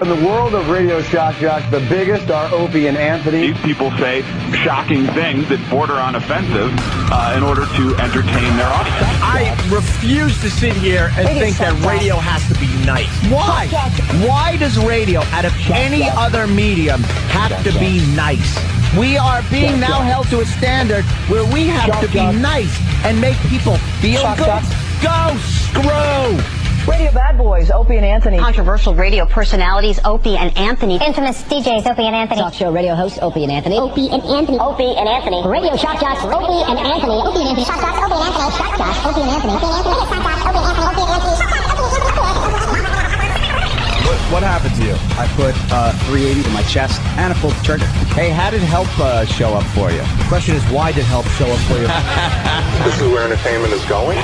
In the world of Radio Shock Jock, the biggest are Opie and Anthony. These people say shocking things that border on offensive uh, in order to entertain their audience. I refuse to sit here and It is think that fantastic. radio has to be nice. Why? Why does radio, out of any other medium, have to be nice? We are being now held to a standard where we have to be nice and make people feel good. Go screw! Radio Bad Boys, Opie and Anthony. Controversial radio personalities Opie and Anthony. Infamous DJs Opie and Anthony. Talk show radio host Opie and Anthony. Opie and Anthony. Opie and Anthony. Radio Shock Jocks. Opie and Anthony. Opie and Anthony. Shock Jocks. Opie and Anthony. Shock Jocks. Opie and Anthony. Opie and Anthony. Shock Jocks. Opie and Anthony. Opie and Anthony. Shock Jocks. Opie and Anthony. Opie and Anthony. What happened to you? I put uh, 380 to my chest and a full trigger. Hey, how did help uh, show up for you? The question is, why did help show up for you? This is where entertainment is going.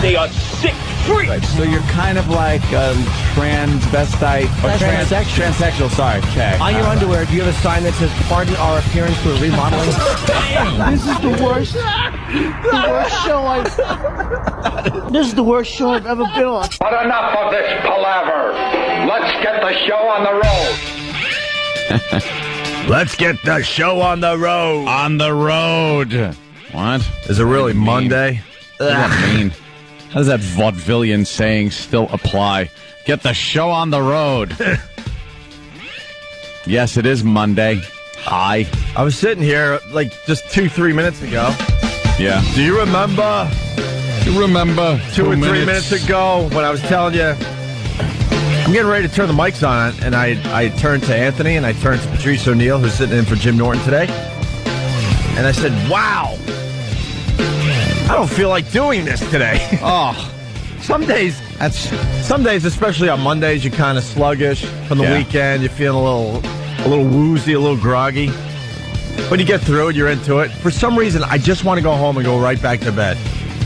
They are sick freaks! so you're kind of like um, transvestite. Or transsexual. Transsexual, sorry. Okay. On your underwear, do you have a sign that says "Pardon our appearance for remodeling"? this is the worst, the worst show I've. This is the worst show I've ever been on. But enough of this palaver. Let's get the show on the road. Let's get the show on the road. On the road. What? Is it really Monday? What does that mean? How does that vaudevillian saying still apply? Get the show on the road. yes, it is Monday. Hi. I was sitting here like just two, three minutes ago. Yeah. Do you remember You remember two, or three minutes. ago when I was telling you I'm getting ready to turn the mics on, and I I turned to Anthony and I turned to Patrice O'Neill, who's sitting in for Jim Norton today, and I said, "Wow, I don't feel like doing this today." Oh, some days that's some days especially on mondays you're kind of sluggish from the Yeah. weekend you're feeling a little a little woozy a little groggy when you get through it you're into it for some reason i just want to go home and go right back to bed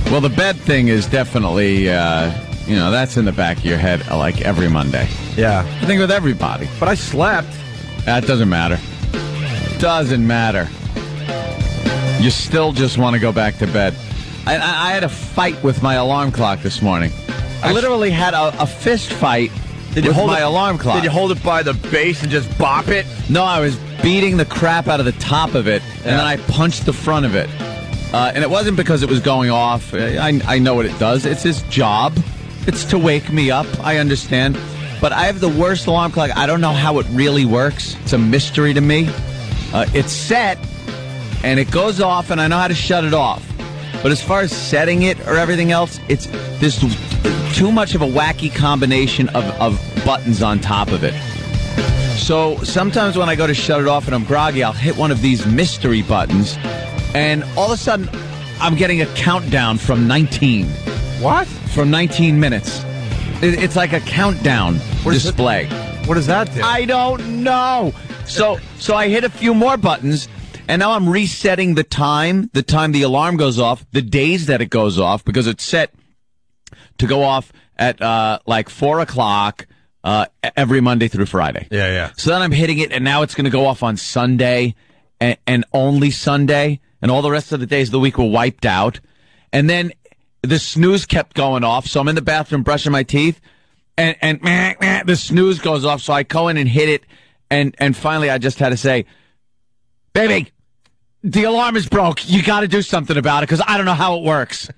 Well, the bed thing is definitely, uh, you know, that's in the back of your head uh, like every Monday. yeah I think with everybody. but i slept That doesn't matter. Doesn't matter. You still just want to go back to bed. I, I, I had a fight with my alarm clock this morning. I literally had a, a fist fight with my it, alarm clock. did you hold it by the base and just bop it No, I was beating the crap out of the top of it, and Yeah. then I punched the front of it. Uh, and it wasn't because it was going off. I, I know what it does. It's his job. It's to wake me up. I understand. But I have the worst alarm clock. I don't know how it really works. It's a mystery to me. Uh, it's set, and it goes off, and I know how to shut it off. But as far as setting it or everything else, it's there's too much of a wacky combination of, of buttons on top of it. So sometimes when I go to shut it off and I'm groggy, I'll hit one of these mystery buttons, and all of a sudden, I'm getting a countdown from 19, what from 19 minutes. It- It's like a countdown is it? display. what does that do I don't know. So so I hit a few more buttons, and now I'm resetting the time, the time the alarm goes off, the days that it goes off, because it's set to go off at uh, like four o'clock uh, e- every Monday through Friday. Yeah, yeah. So then I'm hitting it, and now it's going to go off on Sunday, and, and only Sunday, and all the rest of the days of the week were wiped out. And then the snooze kept going off, so I'm in the bathroom brushing my teeth, and and meh, meh, the snooze goes off, so I go in and hit it, and and finally I just had to say, baby. The alarm is broke. You got to do something about it because I don't know how it works.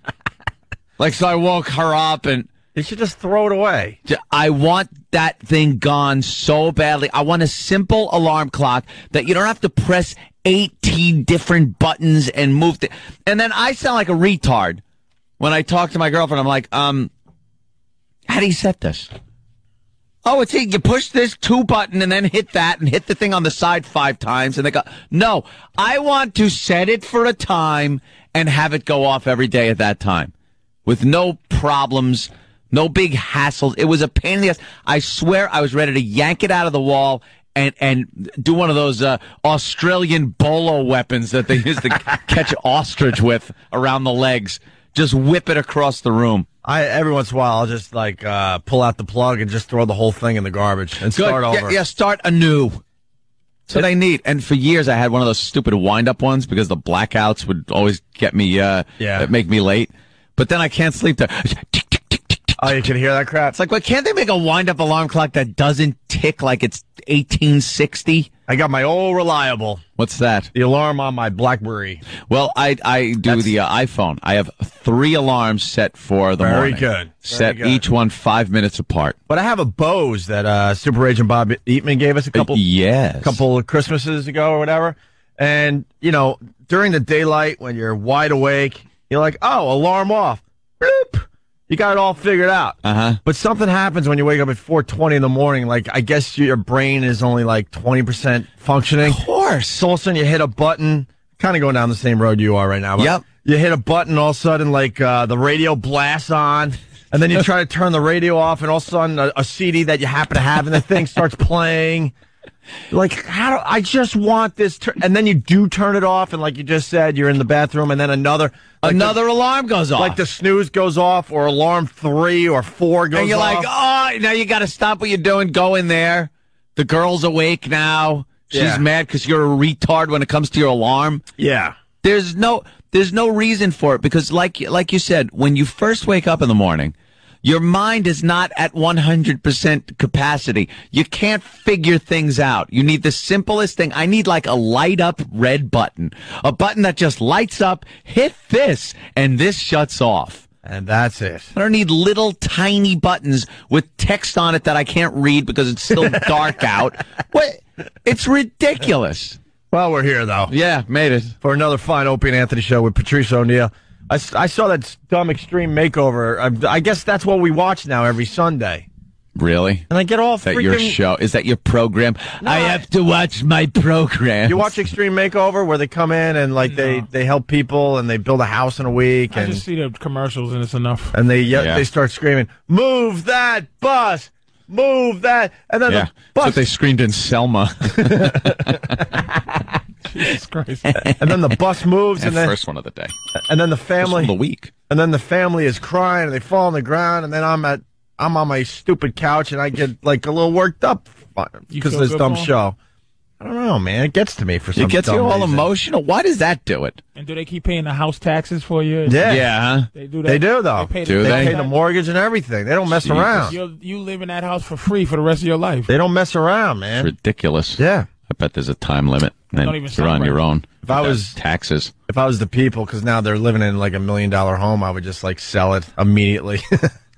like, so I woke her up and you should just throw it away J- I want that thing gone so badly. I want a simple alarm clock that you don't have to press 18 different buttons and move. Th- and then I sound like a retard when I talk to my girlfriend. I'm like, um, how do you set this? Oh, it's you push this two button and then hit that and hit the thing on the side five times and they go, no, I want to set it for a time and have it go off every day at that time with no problems, no big hassles. It was a pain in the ass. I swear I was ready to yank it out of the wall and, and do one of those, uh, Australian bolo weapons that they used to catch ostrich with around the legs. Just whip it across the room. I every once in a while I'll just like uh, pull out the plug and just throw the whole thing in the garbage and Good. start Yeah, over. yeah, start anew. So they need. And for years, I had one of those stupid wind-up ones because the blackouts would always get me, uh, Yeah. uh, make me late. But then I can't sleep. To Oh, you can hear that crap. it's like, well, can't they make a wind-up alarm clock that doesn't tick like it's 1860? I got my old reliable. What's that? The alarm on my BlackBerry. Well, I I do That's- the uh, iPhone. I have three alarms set for the Very morning. good. Very Set good. each one five minutes apart. But I have a Bose that uh, Super Agent Bob Eatman gave us a couple yes. couple of Christmases ago or whatever. And, you know, during the daylight when you're wide awake, you're like, oh, alarm off. Bloop. You got it all figured out. Uh-huh. But something happens when you wake up at 420 in the morning. Like, I guess your brain is only like 20% functioning. Of course. So all of a sudden you hit a button, kind of going down the same road you are right now. but Yep. You hit a button, all of a sudden, like uh, the radio blasts on, and then you try to turn the radio off, and all of a sudden a, a CD that you happen to have in the thing starts playing. Like, how do I just want this? Tur-. And then you do turn it off, and like you just said, you're in the bathroom, and then another, like the- Another alarm goes off. like the snooze goes off, or alarm three or four goes and you're off. like, oh, now you got to stop what you're doing. Go in there. The girl's awake now. She's Yeah. mad because you're a retard when it comes to your alarm. yeah, There's no there's no reason for it because like like you said, when you first wake up in the morning, your mind is not at 100% capacity. You can't figure things out. You need the simplest thing. I need like a light up red button. A button that just lights up, hit this and this shuts off. and that's it. I don't need little tiny buttons with text on it that I can't read because it's still dark out. What? It's ridiculous. Well, we're here though. oh. Yeah, made it. for another fine Opie and Anthony show with Patrice O'Neill. I, s- I saw that dumb extreme makeover. I, I guess that's what we watch now every Sunday. Really? And I get all Is that freaking. your show? Is that your program? I I- have to watch my program. You watch Extreme Makeover where they come in and like they, they help people and they build a house in a week I and just see the commercials and it's enough. and they yell Yeah. they start screaming, "Move that bus, move that!" And then Yeah, the bus they screamed in Selma. Jesus Christ. and then the bus moves and then first one of the day, and then the first one family of the week. and then the family is crying and they fall on the ground and then I'm at I'm on my stupid couch and I get like a little worked up You because of feel this good, dumb Paul? show. I don't know, man. It gets to me for some. It gets dumb you all reason. emotional. Why does that do it? And do they keep paying the house taxes for you? Yeah, Yeah, huh? They do that. They do though. They pay, Do the, They they? pay the mortgage and everything. They don't mess Jesus. around. you you live in that house for free for the rest of your life. They don't mess around, man. ridiculous. Yeah. I bet there's a time limit. And then Don't even you're on celebrate. your own. If I That's was- taxes, If I was the people, because now they're living in like a million dollar home, I would just like sell it immediately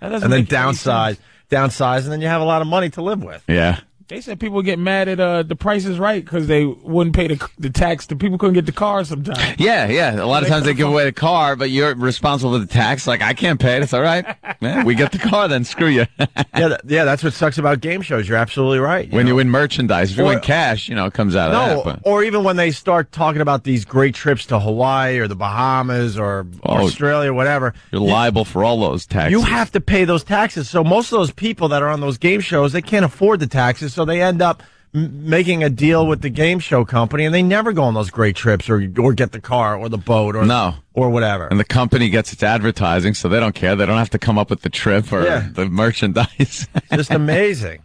That doesn't and then make any sense. downsize, downsize, and then you have a lot of money to live with. yeah. They said people get mad at uh, the Price is Right because they wouldn't pay the, the tax. The people couldn't get the car sometimes. Yeah, yeah. A lot of times they give away the car, but you're responsible for the tax. Like, I can't pay it. It's all right. Yeah, we get the car, then screw you. yeah, that, yeah. That's what sucks about game shows. You're absolutely right. when know? you win merchandise, if you Or- win cash, you know, it comes out of No, that. But. or even when they start talking about these great trips to Hawaii or the Bahamas or Oh. Australia, whatever, You're liable for all those taxes. you have to pay those taxes. So most of those people that are on those game shows, they can't afford the taxes, so they end up m- making a deal with the game show company, and they never go on those great trips or or get the car or the boat or No. or whatever. and the company gets its advertising, so they don't care. They don't have to come up with the trip or Yeah. the merchandise. Just amazing.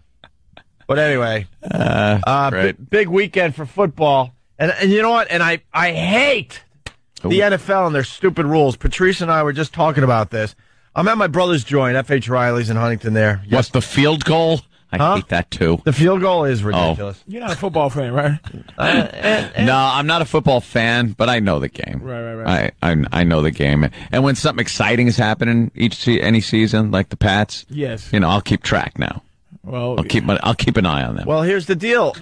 But anyway, uh, b- great. big weekend for football, and and you know what? And I I hate the NFL and their stupid rules. Patrice and I were just talking about this. I'm at my brother's joint, FH Riley's in Huntington. There, What's the field goal? I Huh? hate that too. Oh. the field goal is ridiculous. You're not a football fan, right? No, Uh, I'm not a football fan, but I know the game. Right, right, right. I I, I know the game, and when something exciting is happening each se- any season, like the Pats, Yes. you know, I'll keep track now. Well, I'll keep my I'll keep an eye on them. Well, here's the deal.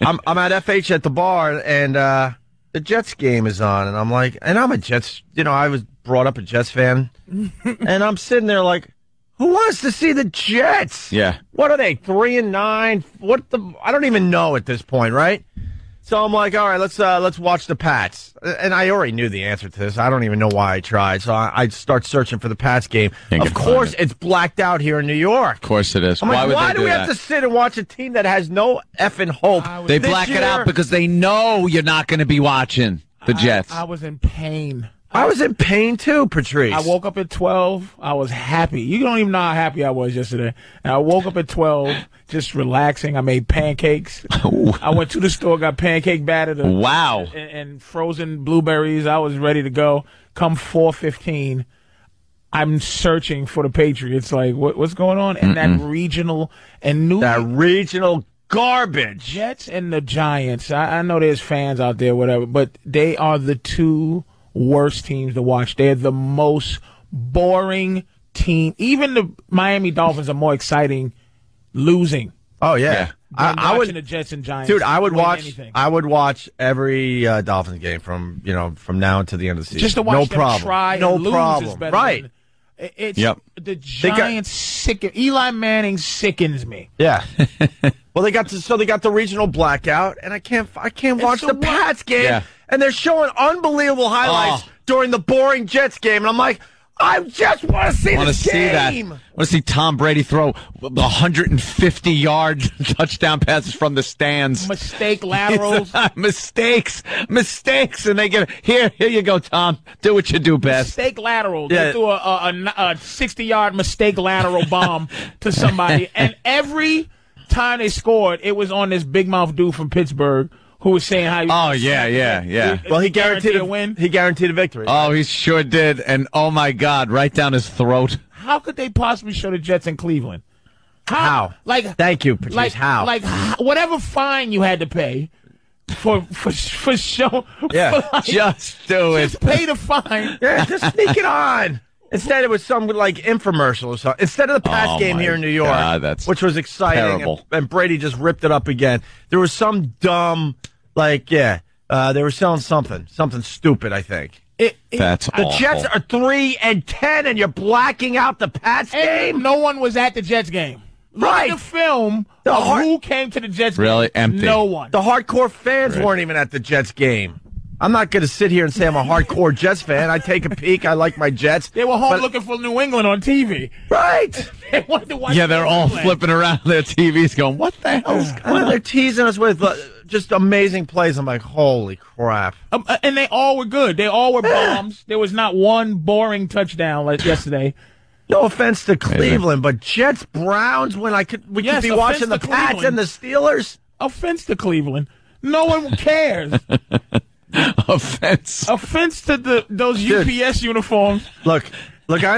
I'm I'm at FH at the bar, and uh, the Jets game is on, and I'm like, and I'm a Jets. You know, I was brought up a Jets fan, and I'm sitting there like, who wants to see the Jets? Yeah. What are they? Three and nine? What the? I don't even know at this point, right? So I'm like, all right, let's uh, let's watch the Pats. And I already knew the answer to this. I don't even know why I tried. So I, I start searching for the Pats game. Can't Of get- course, it's blacked out here in New York. of course it is. I'm why like, would why they do, do, we have that? to sit and watch a team that has no effing hope? they This black it year- out because they know you're not going to be watching the Jets. I, I was in pain. I was in pain too, Patrice. I woke up at 12. I was happy. You don't even know how happy I was yesterday. And I woke up at 12, just relaxing. I made pancakes. I went to the store, got pancake batter. to- Wow. And, and frozen blueberries. I was ready to go. Come 415, I'm searching for the Patriots. Like, what, what's going on? And that Mm-mm. regional and new. That regional garbage. Jets and the Giants. I, I know there's fans out there, whatever, but they are the two worst teams to watch. They're the most boring team. Even the Miami Dolphins are more exciting losing. Oh yeah. I, I watching would- the Jets and Giants. Dude, I would win watch. anything. I would watch every uh, Dolphins game from you know from now until the end of the season. just to watch no them problem. try no and lose problem. is better. right? than- it- it's Yep. the They got- Giants sicken. Eli Manning sickens me. Yeah. well, they got to, so they got the regional blackout, and I can't I can't watch the Pats game, Yeah. and they're showing unbelievable highlights Oh. during the boring Jets game, and I'm like, I just want to see want to this see that. game. want to see Tom Brady throw 150 yard touchdown passes from the stands. Mistake laterals. mistakes, mistakes, and they get here. Here you go, Tom. Do what you do best. Mistake lateral. Yeah. They threw a- a, a, a 60 yard mistake lateral bomb to somebody. And every time they scored, it was on this big mouth dude from Pittsburgh who was saying how he was Oh, yeah, yeah, yeah. Well, he guaranteed a win. He guaranteed a victory. Oh, he sure did, and oh my God, right down his throat. How could they possibly show the Jets in Cleveland? How? Like, thank you, Patrice. like, how? Like, h- whatever fine you had to pay for for for show. Yeah, for, like, just do just pay the fine. yeah, just sneak it on. Instead, it was some like infomercial or something. Instead of the pass Oh, game my here in New York, God, that's which was exciting, and- terrible. And, Brady just ripped it up again. There was some dumb, like yeah, uh, they were selling something, something stupid. I think it, That's the awful. Jets are three and ten, and you're blacking out the Pats game. No one was at the Jets game. Look at Right. the film The of heart- who came to the Jets. game. Really empty. No one. The hardcore fans Right. weren't even at the Jets game. I'm not going to sit here and say I'm a hardcore Jets fan. I take a peek. I like my Jets. They were home But- looking for New England on TV. Right. they wanted to watch Yeah, they're New all England. flipping around their TVs, going, "What the hell's Well, they're teasing us with uh, just amazing plays. I'm like, holy crap. Um, uh, and they all were good. They all were bombs. There was not one boring touchdown like yesterday. No offense to Cleveland, but Jets Browns when I could we Yes, could be offense watching the to Pats Cleveland. and the Steelers. Offense to Cleveland. No one cares. offense? Offense to the those Dude. UPS uniforms. Look, look, I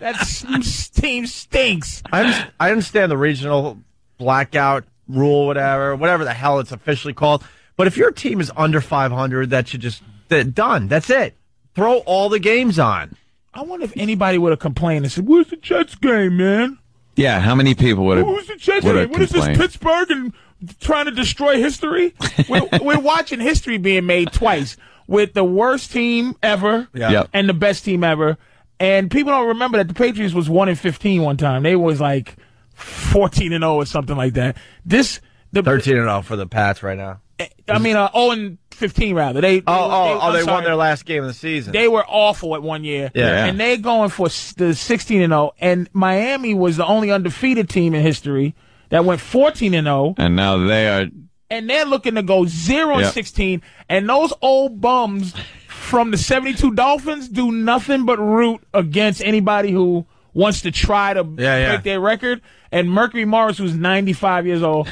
That s- team stinks. I understand, I understand the regional blackout rule, whatever, whatever the hell it's officially called. But if your team is under 500, that should just that, done. That's it. Throw all the games on. I wonder if anybody would have complained and said, "Where's the Jets game, man? Yeah, how many people would have? Who's the Jets game? What is this Pittsburgh and trying to destroy history? we're, we're watching history being made twice with the worst team ever Yeah. Yep. and the best team ever. And people don't remember that the Patriots was one in fifteen one time. They was like fourteen and zero or something like that. This the 13 and 0 for the Pats right now. I mean uh, zero and fifteen rather. They, Oh, oh, oh! I'm They won sorry. their last game of the season. They were awful at one year. Yeah. And they're going for s- the 16 and 0 and Miami was the only undefeated team in history that went 14 and oh. 0 And now they are. and they're looking to go 0 and Yeah. 16 and those old bums from the 72 Dolphins do nothing but root against anybody who wants to try to Yeah, yeah. break their record and Mercury Morris who's 95 years old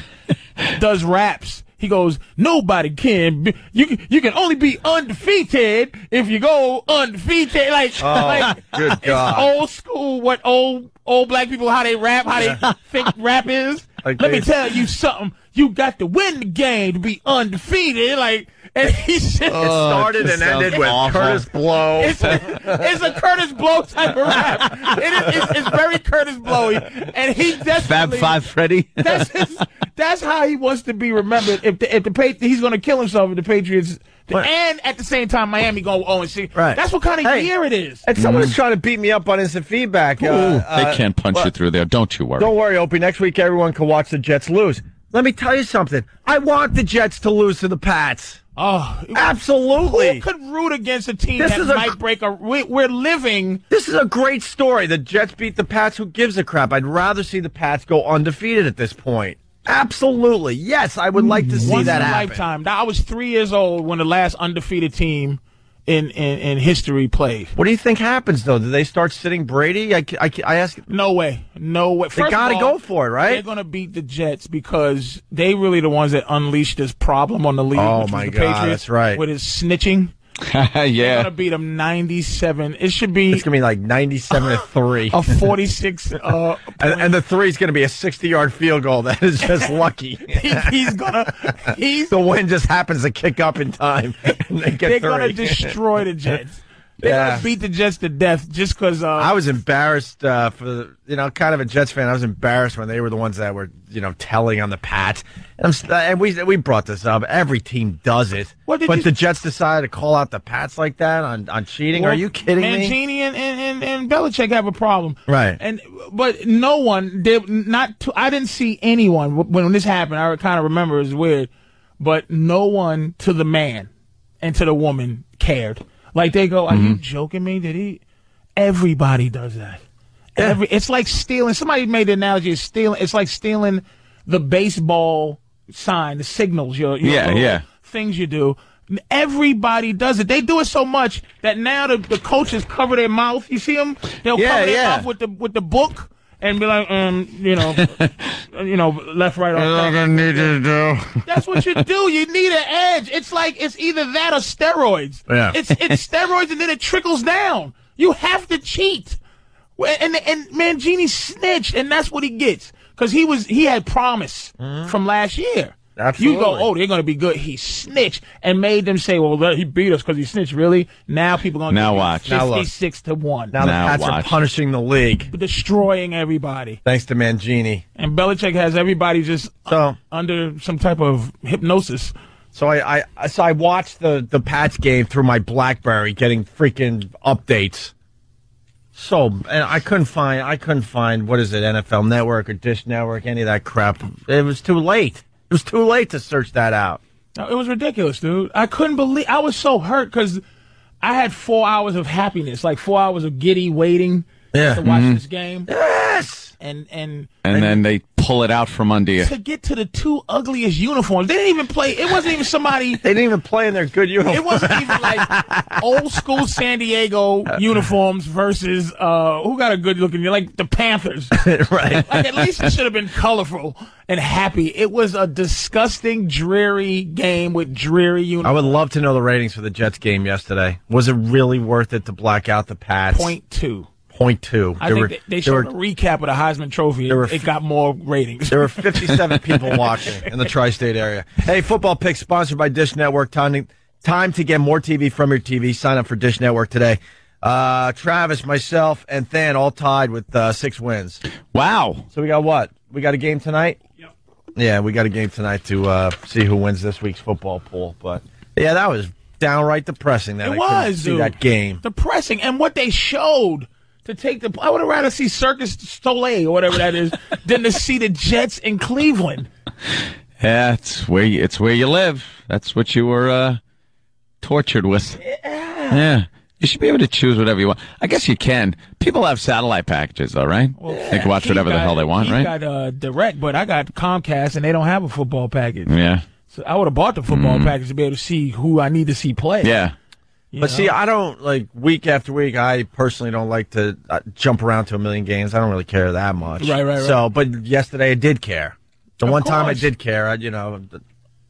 does raps he goes nobody can be, you can- you can only be undefeated if you go undefeated like Oh, like good it's God. old school what old old black people how they rap how they think rap is Like let me they- tell you something you got to win the game to be undefeated like and he said It started and ended with Curtis Blow. it's, it's a Curtis Blow type of rap. It is, it's, it's very Curtis Blowy, and he Fab definitely Five Freddy. that's his, that's how he wants to be remembered. If the if the Patri- he's going to kill himself if the Patriots and at the same time Miami going 0 and 6. Right. That's what kind of Hey. year it is. and someone's trying to beat me up on instant feedback. Uh, uh, Hmm. they can't punch well, you through there. Don't you worry. Don't worry, Opie. Next week, everyone can watch the Jets lose. Let me tell you something. I want the Jets to lose to the Pats. Oh, Absolutely. who could root against a team This that is a- might break a? We, we're living. This is a great story. The Jets beat the Pats. Who gives a crap? I'd rather see the Pats go undefeated at this point. Absolutely. Yes, I would like to see once in that a happen. lifetime. Now, I was three years old when the last undefeated team in, in, in history plays. What do you think happens though? Do they start sitting Brady? I, I, I ask. No way. No way. They First of got to all, go for it, right? They're going to beat the Jets because they really the ones that unleashed this problem on the league. Oh, which was my the God, Patriots, that's right. With his snitching, they're going to yeah. beat them ninety-seven. It should be It's gonna be like ninety-seven to three. a forty-six. Uh, And, and the three is going to be a 60 yard field goal. That is just lucky. he's going to. He's, the wind just happens to kick up in time. And they they're get going to three. destroy the Jets. They're going Yeah. to beat the Jets to death just because. Uh, I was embarrassed uh, for the, you know kind of a Jets fan. I was embarrassed when they were the ones that were you know telling on the Pats. And, I'm, st- and we we brought this up. Every team does it. What did but you- the Jets decided to call out the Pats like that on, on cheating. Are you kidding me? Mangini and, and, and, and Belichick have a problem. Right. And but no one did not to, I didn't see anyone wh- when this happened. I kind of remember it was weird, but no one to the man and to the woman cared. Like they go, "Are you Mm-hmm. joking me? Did he?" Everybody does that. Every it's like stealing. Somebody made the analogy of stealing. It's like stealing the baseball sign, the signals. Your, your Yeah, little yeah. things you do. Everybody does it. They do it so much that now the, the coaches cover their mouth. You see them? They'll Yeah, cover their yeah. mouth with the with the book and be like, um, you know, you know, Oh, left, right, on. I need to do. That's what you do. You need an edge. It's like it's either that or steroids. Yeah. It's it's steroids and then it trickles down. You have to cheat. Well, And and Mangini snitched and that's what he gets because he was he had promise from last year. You go, Mm-hmm. Absolutely. oh, they're going to be good. He snitched and made them say, well, he beat us because he snitched. Really? Now people going to Now watch. Now look. 56 to 1. Now, Now the Pats watch. are punishing the league destroying everybody. thanks to Mangini. And Belichick has everybody just So under some type of hypnosis. So I, I so I watched the the Pats game through my BlackBerry, getting freaking updates. So and I couldn't find I couldn't find what is it NFL Network or Dish Network any of that crap. It was too late. It was too late to search that out. No, It was ridiculous, dude. I couldn't believe I was so hurt because I had four hours of happiness, like four hours of giddy waiting Yeah. Mm-hmm. to watch this game, Yes, and and And then they pull it out from under you. to get to the two ugliest uniforms. They didn't even play. It wasn't even somebody. they didn't even play in their good uniform. It wasn't even like old school San Diego uniforms versus uh who got a good looking like the Panthers. right. Like at least it should have been colorful and happy. It was a disgusting, dreary game with dreary I uniforms. would love to know the ratings for the Jets game yesterday. Was it really worth it to black out the Pats? Point two. point two. I There think were- they, they there showed were- a recap of the Heisman Trophy. were it got more ratings. There were 57 people watching in the tri-state area. Hey, football pick sponsored by Dish Network. Time to, time to get more TV from your TV. Sign up for Dish Network today. Uh, Travis, myself, and Than all tied with uh, six wins. Wow. So we got what? We got a game tonight. Yep. Yeah, we got a game tonight to uh, see who wins this week's football pool. But yeah, that was downright depressing. That it I couldn't was see dude. that game. depressing, and what they showed to take the. I would have rather see Circus Soleil or whatever that is than to see the Jets in Cleveland. Yeah, it's where you, it's where you live. That's what you were uh, tortured with. Yeah. You should be able to choose whatever you want. I guess you can. People have satellite packages, though, right? they can watch Keith whatever the got- hell they want, Keith right? Got uh, direct, but I got Comcast, and they don't have a football package. yeah. Mm-hmm. So I would have bought the football package to be able to see who I need to see play. Yeah. you But know? see, I don't like week after week. I personally don't like to uh, jump around to a million games. I don't really care that much. Right, right, right. So, but yesterday I did care. The Of one time I course. did care, I, you know,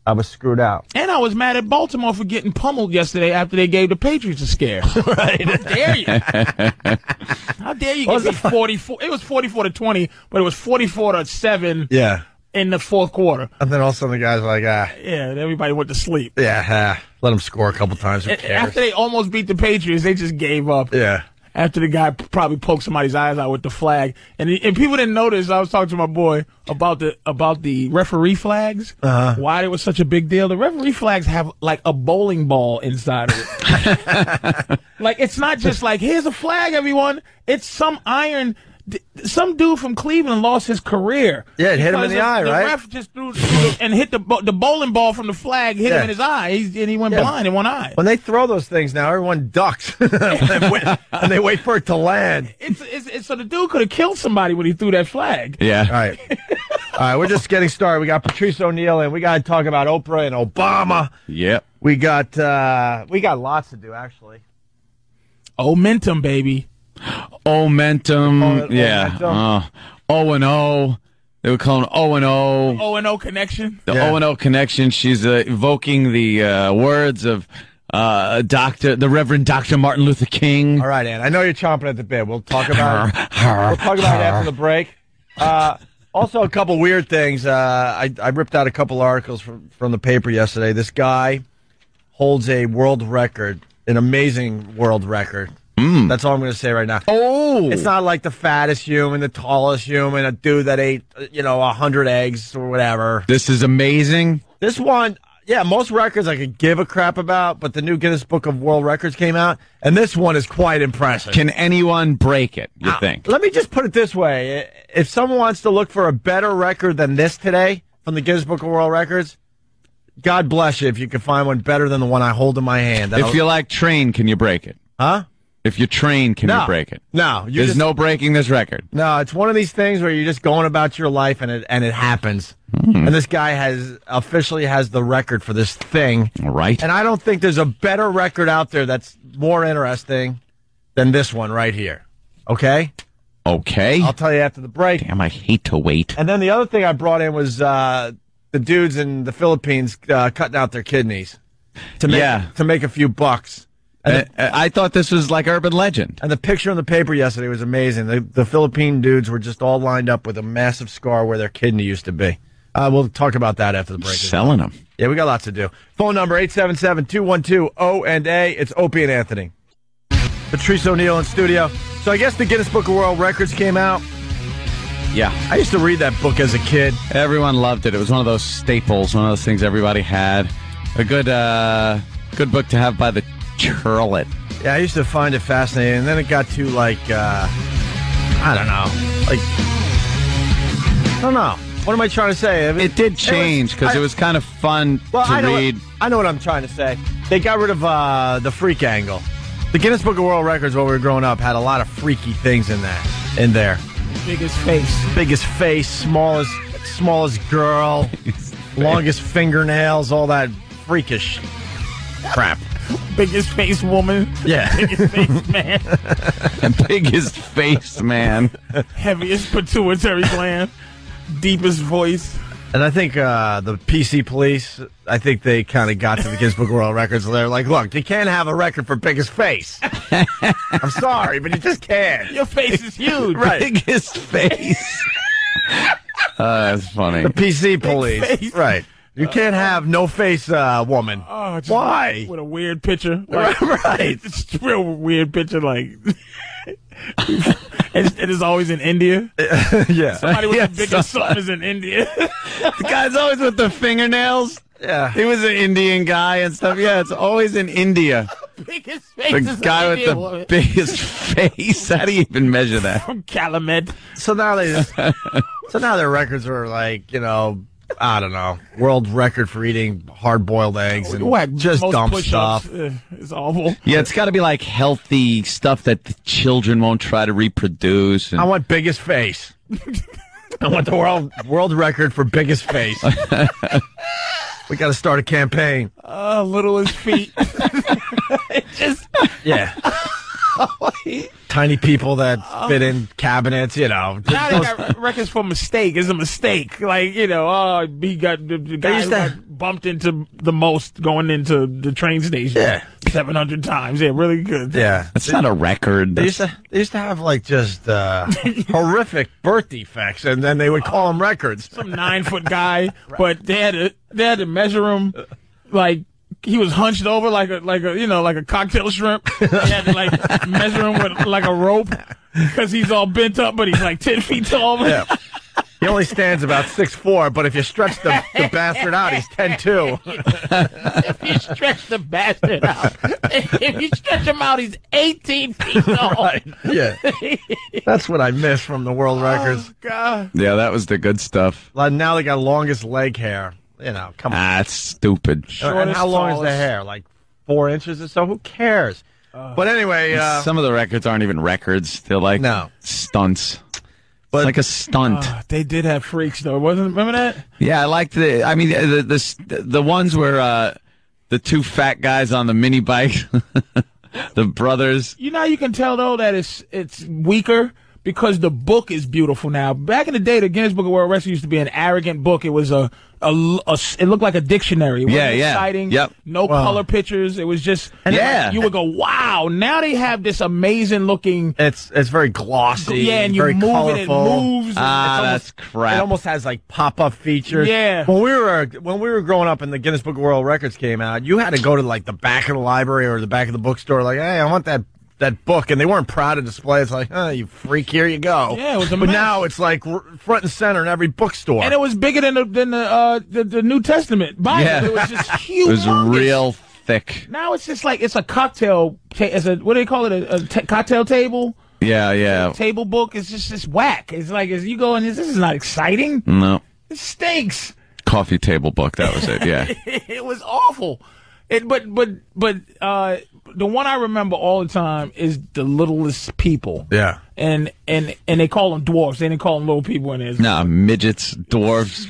I was screwed out. And I was mad at Baltimore for getting pummeled yesterday after they gave the Patriots a scare. right. How dare you? How dare you give me 44? It was 44 to 20, but it was 44 to 7 Yeah. in the fourth quarter. And then all of a sudden the guys were like, ah, Yeah, and everybody went to sleep. yeah, ah, let them score a couple times. Who cares? After they almost beat the Patriots, they just gave up. yeah. After the guy probably poked somebody's eyes out with the flag, and and people didn't notice. I was talking to my boy about the about the referee flags. Uh-huh. Why it was such a big deal? The referee flags have like a bowling ball inside of it. like it's not just like here's a flag, everyone. It's some iron. d- Some dude from Cleveland lost his career. Yeah, it hit him in the because eye, right? ref just threw, threw the- and hit the bo- the bowling ball from the flag, hit Yeah. him in his eye, He's, and he went Yeah. blind in one eye. When they throw those things now, everyone ducks and, wait, and they wait for it to land. It's, it's, it's so the dude could have killed somebody when he threw that flag. Yeah. All right. All right, we're just getting started. We got Patrice O'Neill, and we got to talk about Oprah and Obama. Yep. We got uh we got lots to do actually. Omentum, baby. Omentum. Oh, yeah. Omentum. Uh, O and O. They were calling O and O. O and O connection. The O and O connection. She's uh, evoking the uh, words of uh, Doctor, the Reverend Doctor Martin Luther King. All right, Ann. I know you're chomping at the bit. We'll talk about we'll talk about it after the break. Uh, also, a couple weird things. Uh, I, I ripped out a couple articles from from the paper yesterday. This guy holds a world record, an amazing world record. That's all I'm going to say right now. Oh, it's not like the fattest human, the tallest human, a dude that ate uh, you know a hundred eggs or whatever. This is amazing. This one, yeah, most records I could give a crap about, but the new Guinness Book of World Records came out, and this one is quite impressive. Uh, Can anyone break it? You think? Let me just put it this way: I- if someone wants to look for a better record than this today from the Guinness Book of World Records, God bless you if you can find one better than the one I hold in my hand. If you like train, can you break it? Huh? If you train, can No. you break it? No, you There's just- no breaking this record. No, it's one of these things where you're just going about your life and it and it happens. Hmm. And this guy has officially has the record for this thing. Right. And I don't think there's a better record out there that's more interesting than this one right here. Okay? Okay. I'll tell you after the break. Damn, I hate to wait. And then the other thing I brought in was uh, the dudes in the Philippines uh, cutting out their kidneys to make Yeah. to make a few bucks. Uh, I thought this was like urban legend. And the picture in the paper yesterday was amazing. The, the Philippine dudes were just all lined up with a massive scar where their kidney used to be. Uh, we'll talk about that after the break. Selling them. Yeah, we got lots to do. Phone number 877 212 O and A. It's Opie and Anthony. Patrice O'Neill in studio. So I guess the Guinness Book of World Records came out. Yeah. I used to read that book as a kid. Everyone loved it. It was one of those staples, one of those things everybody had. A good uh good book to have by the churlet. Yeah, I used to find it fascinating, and then it got to like uh I don't know, like I don't know. What am I trying to say? I mean, It did change because it I- was kind of fun well, to I know read. What, I know what I'm trying to say. They got rid of uh the freak angle. The Guinness Book of World Records, while we were growing up, had a lot of freaky things in that in there. Biggest face. Biggest face, smallest smallest girl, longest fingernails, all that freakish crap. Biggest face woman. Yeah. Biggest face man. Biggest face man. Heaviest pituitary gland. Deepest voice. And I think uh, the PC police, I think they kind of got to the Guinness Book of World Records. And they're like, look, you can't have a record for biggest face. I'm sorry, but you just can't. Your face is huge. Right. Biggest face. Uh, that's funny. The PC police. Right. You can't have no face uh, woman. Oh, just Why? With a weird picture. Like, right. It's just a real weird picture. Like, it's, it is always in India. yeah. Somebody with Yeah, the biggest something somebody. is in India. The guy's always with the fingernails. Yeah. He was an Indian guy and stuff. Yeah, it's always in India. biggest The face is guy in with India. the biggest face. How do you even measure that? From Calumet. So now they just, so now their records are like, you know, I don't know, world record for eating hard boiled eggs and Whack, just most dumb push-ups. stuff. Ugh, uh, It's awful. Yeah, it's got to be like healthy stuff that the children won't try to reproduce. And I want biggest face. I want the world world record for biggest face. we got to start a campaign. Uh, littlest feet. It just Yeah. Tiny people that fit in cabinets, you know. now they got records for mistake is a mistake. Like you know, oh, he got the, the guy used who to- got bumped into the most going into the train station. Yeah. seven hundred times. Yeah, really good. yeah. That's not a record. They used to they used to have like just uh, horrific birth defects, and then they would call them records. some nine foot guy, but they had to they had to measure him like he was hunched over like a like a you know like a cocktail shrimp. They had to like measure him with like a rope because he's all bent up, but he's like ten feet tall. Yeah. He only stands about six four, but if you stretch the, the bastard out, he's ten two. if you stretch the bastard out, if you stretch him out, he's eighteen feet tall. Yeah, that's what I miss from the world records. Oh, God. yeah, that was the good stuff. Like now they got longest leg hair. You know, come on. Ah, that's stupid. Uh, and how long is the hair? Like four inches or so? Who cares? but anyway, uh, Some of the records aren't even records. They're like No. stunts. But- it's like a stunt. Uh, They did have freaks though, wasn't remember that? yeah, I liked the. I mean, the the the, the ones where uh, the two fat guys on the mini bike, the brothers. You know how you can tell though that it's it's weaker because the book is beautiful now. Back in the day, the Guinness Book of World Records used to be an arrogant book. It was a, a, l- a s- it looked like a dictionary. It wasn't Yeah, yeah. Exciting. Yep. No Wow. color pictures. It was just and Yeah. like, you would go wow. Now they have this amazing looking. It's it's very glossy. Yeah, and you very move colorful. and it moves. It's almost- It almost has like pop up features. Yeah. When we were when we were growing up and the Guinness Book of World Records came out, you had to go to like the back of the library or the back of the bookstore, like, hey, I want that that book, and they weren't proud to display. It's like, oh, you freak, here you go. Yeah, it was a But mess. now it's like r- front and center in every bookstore. and it was bigger than the than the uh, the, the New Testament Bible. Yeah. It was just It huge. was real thick. Now it's just like it's a cocktail. Ta- it's a what do they call it? A, a ta cocktail table. Yeah, yeah. Table book is just this whack. It's like as you go in, this this is not exciting. No. It stinks. Coffee table book. That was it. Yeah. it was awful. It but but but uh, the one I remember all the time is the littlest people. Yeah. And and and they call them dwarfs. They didn't call them little people in there. It's Nah, midgets, dwarves.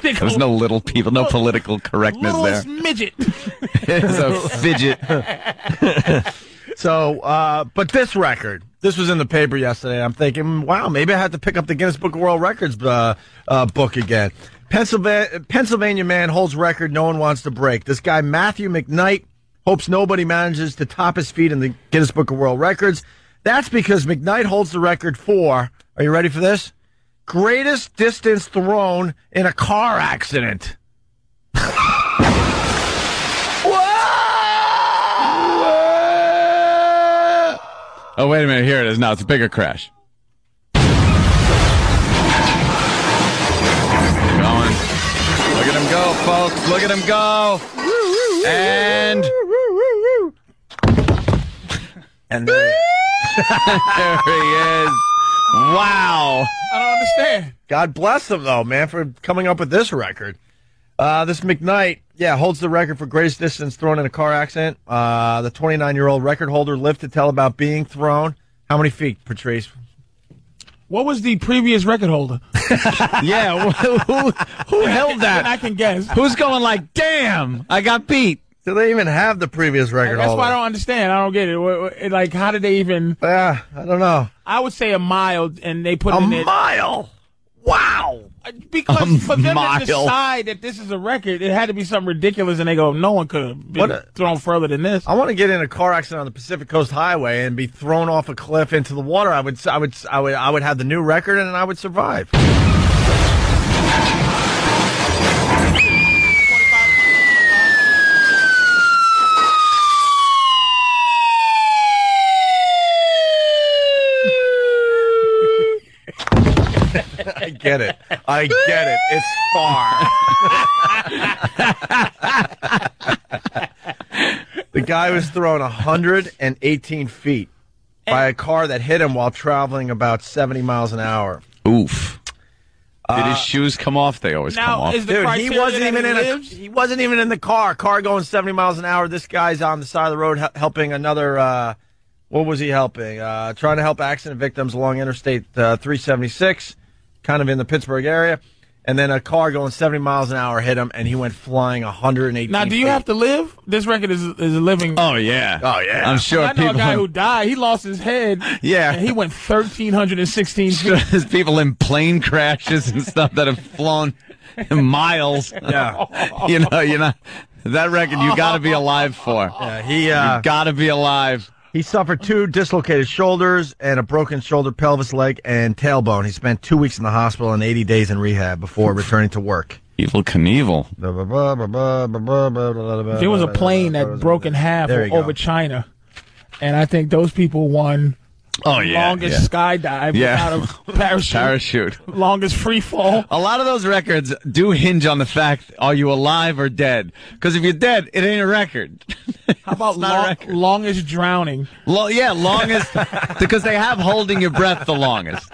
there was no little people, no political correctness there. Littlest midget. It's a fidget. so, uh, but this record, this was in the paper yesterday. and I'm thinking, wow, maybe I have to pick up the Guinness Book of World Records uh, uh, book again. Pennsylvania, Pennsylvania man holds record no one wants to break. This guy Matthew McKnight hopes nobody manages to top his feet in the Guinness Book of World Records. That's because McKnight holds the record for. Are you ready for this? Greatest distance thrown in a car accident. Oh, wait a minute. Here it is. Now it's a bigger crash. Going. Look at him go, folks. Look at him go. And. And there, he is. I Wow. don't understand. God bless them, though, man, for coming up with this record. Uh, this McKnight, yeah, holds the record for greatest distance thrown in a car accident. Uh, the 29 year old record holder lived to tell about being thrown. How many feet, Patrice? What was the previous record holder? yeah, who, who, who held that? I can guess. Who's going like, damn, I got beat? Do they even have the previous record That's why I holder? don't understand. I don't get it. What- what- it- Like, how did they even? Yeah, Ah, I don't know. I would say a mile, and they put A in it- Uh, mile? Wow. Because A for them to mile. decide that this is a record, it had to be something ridiculous, and they go, no one could have been What a- thrown further than this. I want to get in a car accident on the Pacific Coast Highway and be thrown off a cliff into the water. I would, I would, I would, I would have the new record and I would survive. I get it. I get it. It's far. the guy was thrown 118 feet by a car that hit him while traveling about 70 miles an hour. Oof. Did his shoes come off? They always come off. Dude, he wasn't even in a, he wasn't even in the car. Car going 70 miles an hour. This guy's on the side of the road hel- helping another. Uh, what was he helping? Uh, trying to help accident victims along Interstate uh, 376, kind of in the Pittsburgh area. And then a car going 70 miles an hour hit him, and he went flying 118. Now, do you feet. have to live? This record is is a living. Oh yeah. Oh yeah. I'm sure I know people- a guy who died. He lost his head. Yeah. and he went thirteen hundred and sixteen feet. There's people in plane crashes and stuff that have flown miles. Yeah. you know, you know, that record you got to be alive for. Yeah, he, uh, you got to be alive. He suffered two dislocated shoulders and a broken shoulder, pelvis, leg, and tailbone. He spent two weeks in the hospital and 80 days in rehab before returning to work. Evil Knievel. There was a plane that broke in half There you go. over China, and I think those people won. Oh yeah. longest skydive Yeah. without a parachute. Parachute. longest free fall. A lot of those records do hinge on the fact: are you alive or dead? Because if you're dead, it ain't a record. How about not a long, record. longest drowning? Lo- yeah, longest because they have holding your breath the longest.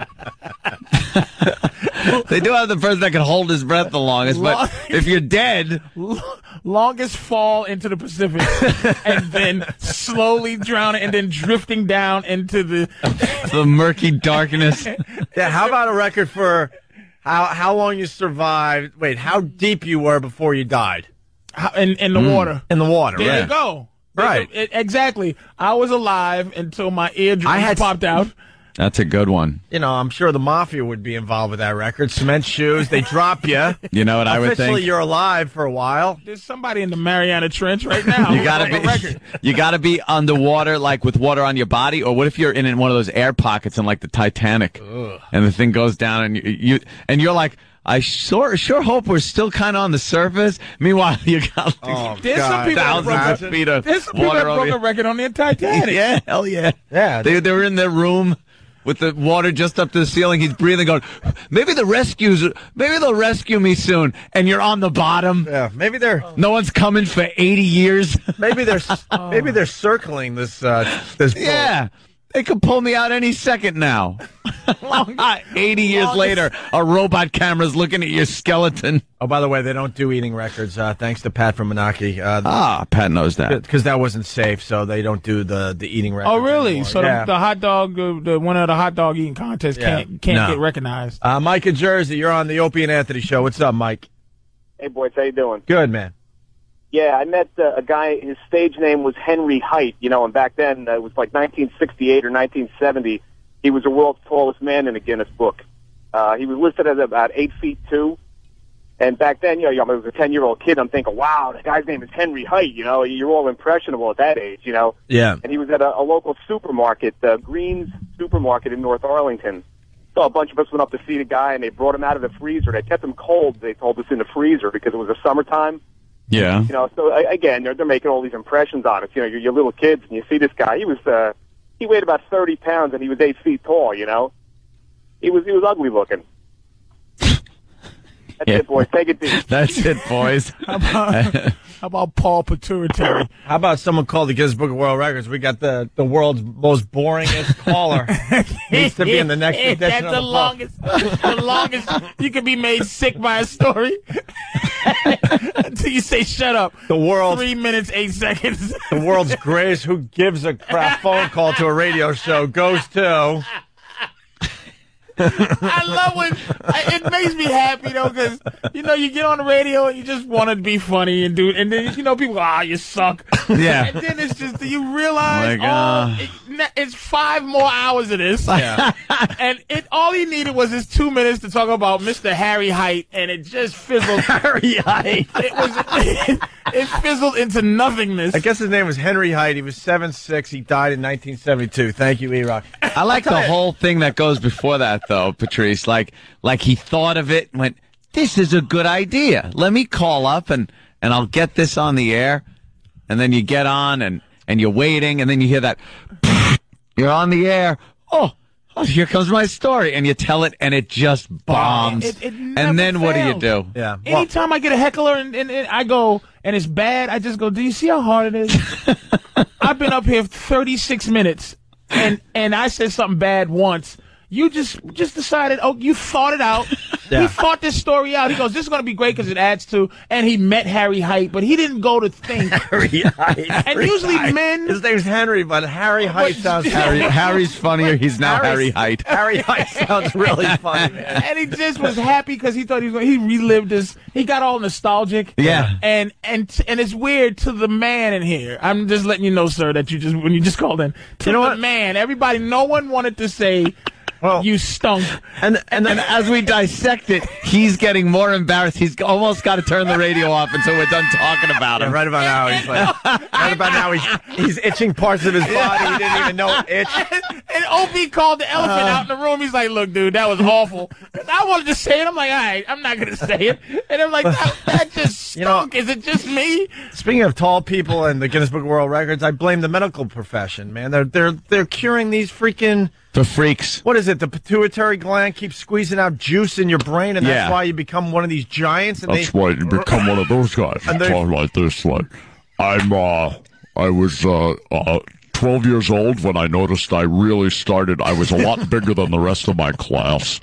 they do have the person that can hold his breath the longest, but if you're dead, longest fall into the Pacific, and then slowly drowning, and then drifting down into the. the murky darkness. Yeah, how about a record for how how long you survived? Wait, how deep you were before you died? How- In in the Hmm. Mm. water. In the water, There right. you go. Right. It- exactly. I was alive until my eardrums popped out. That's a good one. You know, I'm sure the mafia would be involved with that record. Cement shoes, they drop you. You know what I would Officially, think? you're alive for a while. There's somebody in the Mariana Trench right now. You gotta Like a be, you gotta be underwater, like with water on your body, or what if you're in, in one of those air pockets in like the Titanic, Ugh. and the thing goes down, and you, you and you're like, I sure sure hope we're still kind of on the surface. Meanwhile, you got like There's some people that broke thousands a- of feet of There's some people that water over broke a you. record on the Titanic. yeah, hell Oh, yeah, yeah. They they were in their room. With the water just up to the ceiling, he's breathing. Going, maybe the rescues, maybe they'll rescue me soon. And you're on the bottom. Yeah, maybe they're. No one's coming for 80 years. Maybe they're maybe they're circling this uh, this. boat. Yeah. They could pull me out any second now. 80 years Longest- later, a robot camera's looking at your skeleton. Oh, by the way, they don't do eating records. Uh, thanks to Pat from Menaki. Uh, Ah, Pat knows that. because that wasn't safe, so they don't do the the eating records. Oh really? anymore. So Yeah. the, the hot dog, uh, the winner of the hot dog eating contest can't can't No. get recognized. Uh, Mike in Jersey, you're on the Opie and Anthony show. What's up, Mike? Hey, boys, how you doing? Good, man. Yeah, I met uh, a guy. His stage name was Henry Height, you know, and back then uh, it was like 1968 or 1970. He was the world's tallest man in the Guinness Book. Uh, he was listed as about eight feet two, and back then, you know, I was a 10 year old kid. I'm thinking, wow, the guy's name is Henry Height. You know, you're all impressionable at that age, you know. Yeah. and he was at a, a local supermarket, uh, Green's Supermarket in North Arlington. So a bunch of us went up to see the guy, and they brought him out of the freezer. They kept him cold. They told us in the freezer because it was the summertime. Yeah. You know, so a- again, they're they're making all these impressions on us. You know, you're, you're little kids, and you see this guy. He was uh, he weighed about thirty pounds, and he was eight feet tall. You know, he was he was ugly looking. That's Yeah. it, boys. Take it deep. That's it, boys. How Uh, about, how about Paul Pituitary? How about someone called the Guinness Book of World Records? We got the, the world's most boringest caller. Needs to be in the next edition That's the of the Pulp. longest. the longest you can be made sick by a story until you say shut up. The world. Three minutes eight seconds. The world's greatest who gives a crap phone call to a radio show goes to. I love when I, it makes me happy though, because you know you get on the radio and you just want to be funny and do, and then you know people, ah, you suck. Yeah. And then it's just you realize, Like, oh, uh, it- na- it's five more hours of this, Yeah. and it all he needed was his two minutes to talk about Mr. Harry Height, and it just fizzled. Harry Height. It was. It, fizzled into nothingness. I guess his name was Henry Hyde. He was seven six. He died in 1972. Thank you, E Rock. I like the whole thing that goes before that, though, Patrice. Like, like he thought of it and went, this is a good idea. Let me call up and, and I'll get this on the air. And then you get on and, and you're waiting and then you hear that, you're on the air. Oh, oh, here comes my story. And you tell it and it just bombs. It- it never and then what do you do? fails. Yeah. Anytime I get a heckler and, and, and I go and it's bad, I just go, "Do you see how hard it is?" I've been up here 36 minutes, and and I said something bad once. You just just decided. Oh, you thought it out. Yeah. He thought this story out. He goes, "This is going to be great because it adds to." And he met Harry Height, but he didn't go to think. Harry Height. And usually men. His name's Henry, but Harry Hyde sounds Harry, Harry's funnier. He's now Harry Harry's- Height. Harry Hyde sounds really funny. man. and he just was happy because he thought he was going. He relived this. He got all nostalgic. Yeah. And and and it's weird to the man in here. I'm just letting you know, sir, that you just when you just called in to the man. Everybody, no one wanted to say. you stunk. And and then as we dissect it, he's getting more embarrassed. He's almost got to turn the radio off until we're done talking about him. right about now, he's like, right about now, he's, he's itching parts of his body. He didn't even know it itched. And OB called the elephant Uh. out in the room. He's like, "Look, dude, that was awful." 'Cause I wanted to say it. I'm like, "All right, I'm not gonna say it." And I'm like, "That, that just stunk." Is it just me? Speaking of tall people and the Guinness Book of World Records, I blame the medical profession, man. They're they're they're curing these freaking the freaks. What is it? The pituitary gland keeps squeezing out juice in your brain, and that's Yeah. why you become one of these giants. And That's they, why you become one of those guys. You And they- talk like this, like I'm. Uh, I was uh, uh, 12 years old when I noticed I really started. I was a lot bigger than the rest of my class.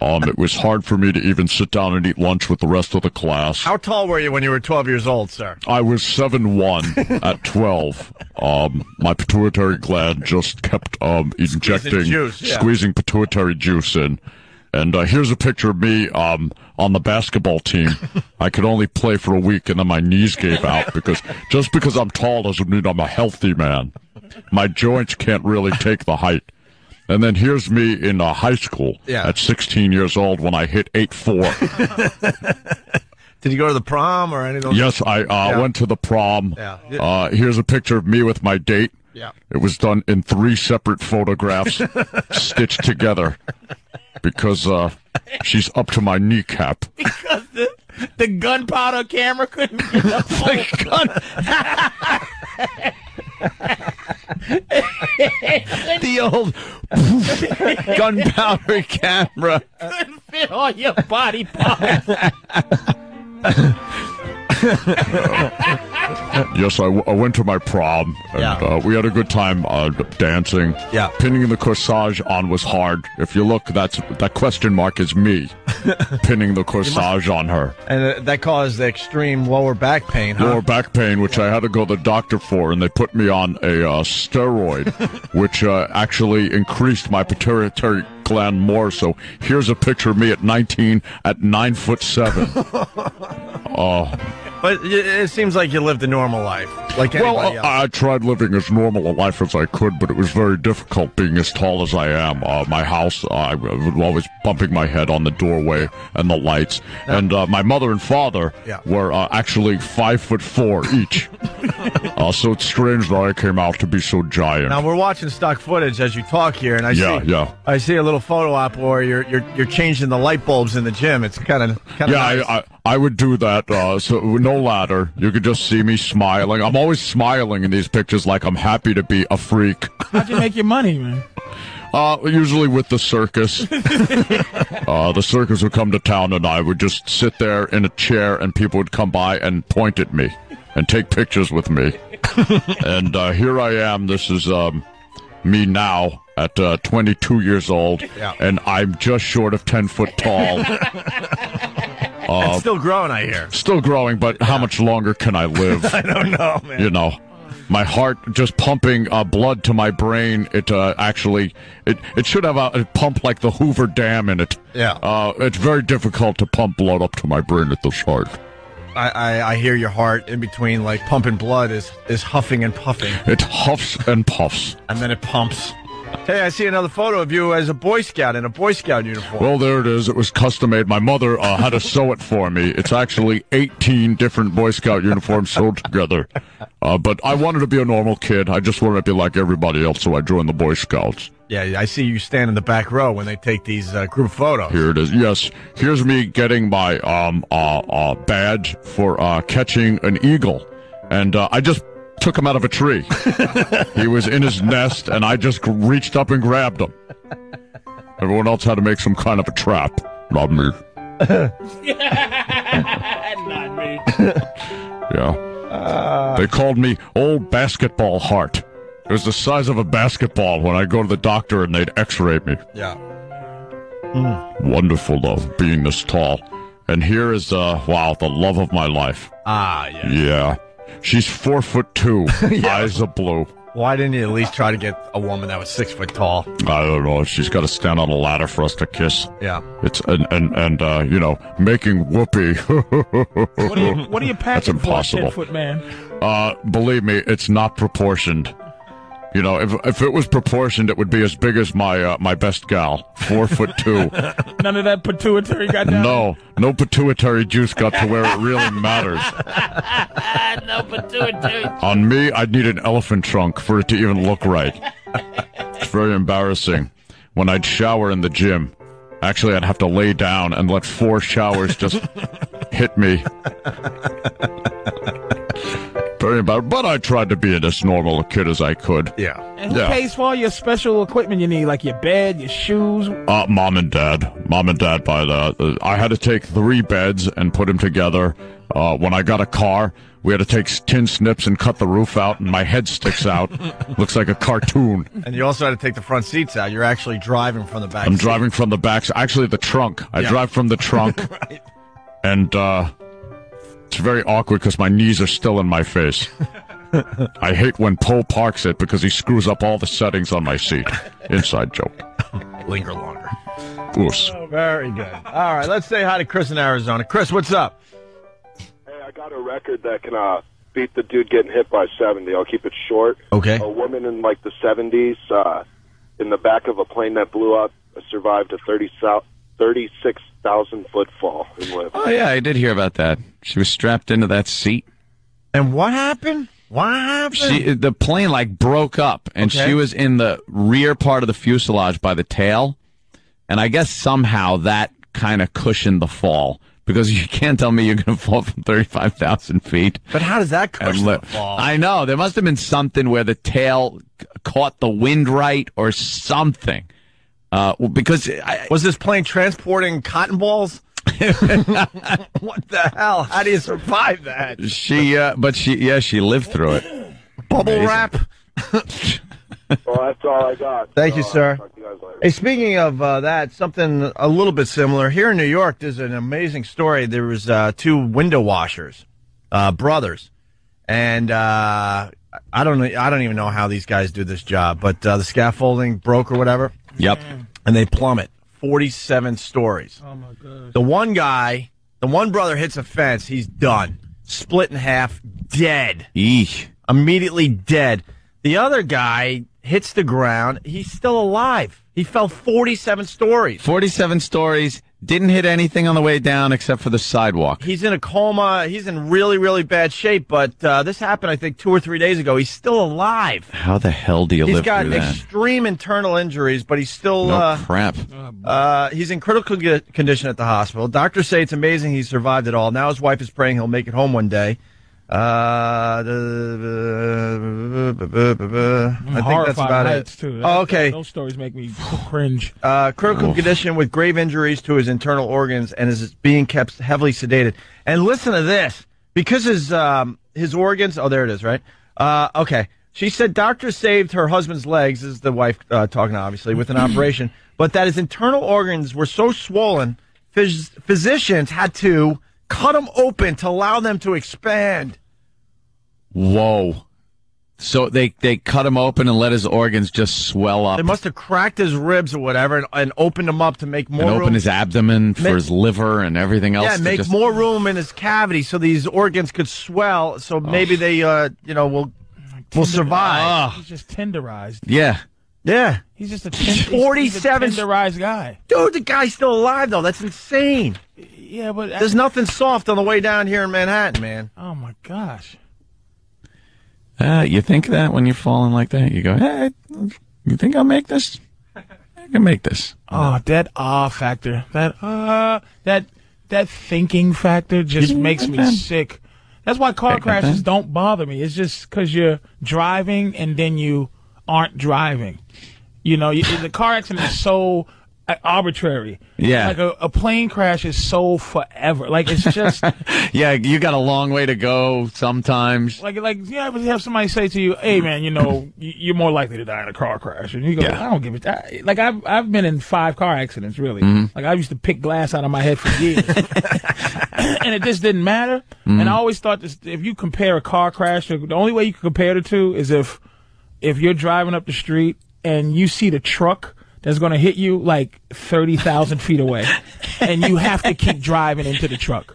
Um, it was hard for me to even sit down and eat lunch with the rest of the class. How tall were you when you were 12 years old, sir? I was seven one at twelve. Um, my pituitary gland just kept um, injecting, juice, yeah. squeezing pituitary juice in, And uh, here's a picture of me um, on the basketball team. I could only play for a week, and then my knees gave out because just because I'm tall doesn't mean I'm a healthy man. My joints can't really take the height. And then here's me in uh, high school Yeah. at 16 years old when I hit eight four. Did you go to the prom or anything? Yes, I uh, went to the prom. Yeah. Uh, here's a picture of me with my date. Yeah. It was done in three separate photographs stitched together because uh, she's up to my kneecap. Because the, the gunpowder camera couldn't get up. the old gunpowder camera. couldn't fit all your body parts. yes, I, w- I went to my prom and Yeah. uh, we had a good time uh, d- dancing. Yeah. Pinning the corsage on was hard. If you look, that's that question mark is me pinning the corsage on her. And uh, that caused extreme lower back pain, huh? Lower back pain, which I had to go to the doctor for, and they put me on a uh, steroid, which uh, actually increased my pituitary gland more. So here's a picture of me at 19 at nine foot seven. Oh, But y- it seems like you lived a normal life, like well, uh, anybody else. I, I tried living as normal a life as I could, but it was very difficult being as tall as I am. Uh, my house, I was always bumping my head on the doorway and the lights. And uh, my mother and father Yeah. were uh, actually five foot four each. uh, so it's strange that I came out to be so giant. Now we're watching stock footage as you talk here, and I Yeah, see, yeah. I see a little photo op where you're you're you're changing the light bulbs in the gym. It's kind of kind of yeah, nice. I, I I would do that. Uh, so no ladder. You could just see me smiling. I'm always smiling in these pictures, like I'm happy to be a freak. How'd you make your money, man? Uh, usually with the circus. uh, the circus would come to town, and I would just sit there in a chair, and people would come by and point at me and take pictures with me. and uh, here I am. This is um, me now at uh, 22 years old, Yeah. and I'm just short of 10 foot tall. it's Uh, still growing, I hear. still growing, but how much longer can I live? I don't know, man. you know my heart just pumping uh, blood to my brain it uh, actually it, it should have a, a pump like the hoover dam in it Yeah. uh, it's very difficult to pump blood up to my brain at this heart I, I I hear your heart in between, like pumping blood is is huffing and puffing, it huffs and puffs and then it pumps. Hey, I see another photo of you as a Boy Scout in a Boy Scout uniform. well there it is it was custom made my mother uh, had to sew it for me it's actually 18 different boy scout uniforms sewed together uh, but i wanted to be a normal kid i just wanted to be like everybody else so i joined the boy scouts Yeah, I see you stand in the back row when they take these uh, group photos. Here it is. Yes, here's me getting my um uh, uh badge for uh catching an eagle, and uh, I just took him out of a tree. he was in his nest, and I just reached up and grabbed him. Everyone else had to make some kind of a trap. Not me. Not me. Yeah. Ah. they called me Old Basketball Heart. It was the size of a basketball when I go to the doctor and they'd X-ray me. Yeah. Wonderful though, being this tall. And here is uh wow, the love of my life. Ah, yeah. Yeah. She's four foot two, eyes of blue. Why didn't you at least try to get a woman that was six foot tall? I don't know. She's got to stand on a ladder for us to kiss. Yeah. It's and and and uh, you know making whoopee. What are you, what are you That's packing for, impossible. ten foot man? Uh, believe me, it's not proportioned. You know, if if it was proportioned, it would be as big as my uh, my best gal, four foot two. None of that pituitary got down. No, no pituitary juice got to where it really matters. no pituitary. On me, I'd need an elephant trunk for it to even look right. It's very embarrassing. When I'd shower in the gym, actually, I'd have to lay down and let four showers just hit me. Very embarrassing. But I tried to be as normal a kid as I could. Yeah. And who Yeah. pays for all your special equipment you need, like your bed, your shoes? Uh, mom and dad. Mom and dad by the. I had to take three beds and put them together. Uh, when I got a car, we had to take tin snips and cut the roof out, and my head sticks out. Looks like a cartoon. And you also had to take the front seats out. You're actually driving from the back. I'm seat. driving from the back. Actually, the trunk. I Yeah. drive from the trunk, and uh, it's very awkward because my knees are still in my face. I hate when Poe parks it because he screws up all the settings on my seat. Inside joke. Linger longer. puss. Oh, Very good. All right, let's say hi to Chris in Arizona. Chris, what's up? Hey, I got a record that can uh, beat the dude getting hit by 70. I'll keep it short. Okay. A woman in like the 70s uh, in the back of a plane that blew up uh, survived a 30 sou- 36,000 foot fall and lived. Oh yeah, I did hear about that. She was strapped into that seat. And what happened? What happened? She the plane like broke up, and Okay. she was in the rear part of the fuselage by the tail, and I guess somehow that kind of cushioned the fall because you can't tell me you're going to fall from thirty five thousand feet. But how does that cushion the fall? I know there must have been something where the tail c- caught the wind right or something. Uh, well, because I, was this plane transporting cotton balls? what the hell? How do you survive that? she, uh, but she, yeah, she lived through it. Bubble Amazing. wrap. well, that's all I got. Thank So, you, uh, sir. talk to you guys later. Hey, speaking of uh, that, something a little bit similar here in New York. There's an amazing story. There was uh, two window washers, uh, brothers, and uh, I don't know. I don't even know how these guys do this job, but uh, the scaffolding broke or whatever. Yep. And they plummet 47 stories. Oh my god. The one guy, the one brother hits a fence. He's done. Split in half, dead. Eek. Immediately dead. The other guy hits the ground. He's still alive. He fell 47 stories. 47 stories. Didn't hit anything on the way down except for the sidewalk. He's in a coma. He's in really, really bad shape. But uh, this happened, I think, two or three days ago. He's still alive. How the hell do you He's live got through that? extreme internal injuries, but he's still No uh, crap. Uh, he's in critical g- condition at the hospital. Doctors say it's amazing he survived it all. Now his wife is praying he'll make it home one day. Uh, I think that's mm, Horrified about heights, it. Too. Oh, okay. Those stories make me cringe. Uh, critical Oof. condition with grave injuries to his internal organs and is being kept heavily sedated. And listen to this, because his um, his organs. Oh, there it is. Right. Uh, okay. She said doctors saved her husband's legs. This is the wife uh, talking, obviously, with an operation, but that his internal organs were so swollen, phys- physicians had to cut them open to allow them to expand. Whoa. So they, they cut him open and let his organs just swell up They must have cracked his ribs or whatever, and, and opened them up to make more and open room his abdomen for Ma- his liver and everything else. Yeah, to make just- more room in his cavity so these organs could swell. So maybe they, uh, you know, will will survive. Ah. He's just tenderized. Ah. Yeah. Yeah. He's just a ten- he's- Forty-seven He's a tenderized guy. Dude, the guy's still alive though. That's insane. Yeah, but There's nothing soft on the way down here in Manhattan, man. Oh my gosh. Uh, you think that when you're falling like that? You go, hey, you think I'll make this? I can make this. Oh, that ah factor. That uh that that thinking factor just Yeah, makes me man. sick. That's why car Think like crashes that. don't bother me. It's just cuz you're driving and then you aren't driving. You know, you, the car accident is so uh, arbitrary. Yeah. Like a, a plane crash is so forever. Like it's just Yeah, you got a long way to go sometimes. Like, like, you ever have somebody say to you, "Hey, man, you know, you- you're more likely to die in a car crash," and you go, Yeah. "I don't give a I, like." I've I've been in five car accidents, really. Mhm. Like, I used to pick glass out of my head for years, and it just didn't matter. And I always thought this: if you compare a car crash, the only way you can compare the two is if if you're driving up the street and you see the truck. That's gonna hit you like thirty thousand feet away, and you have to keep driving into the truck.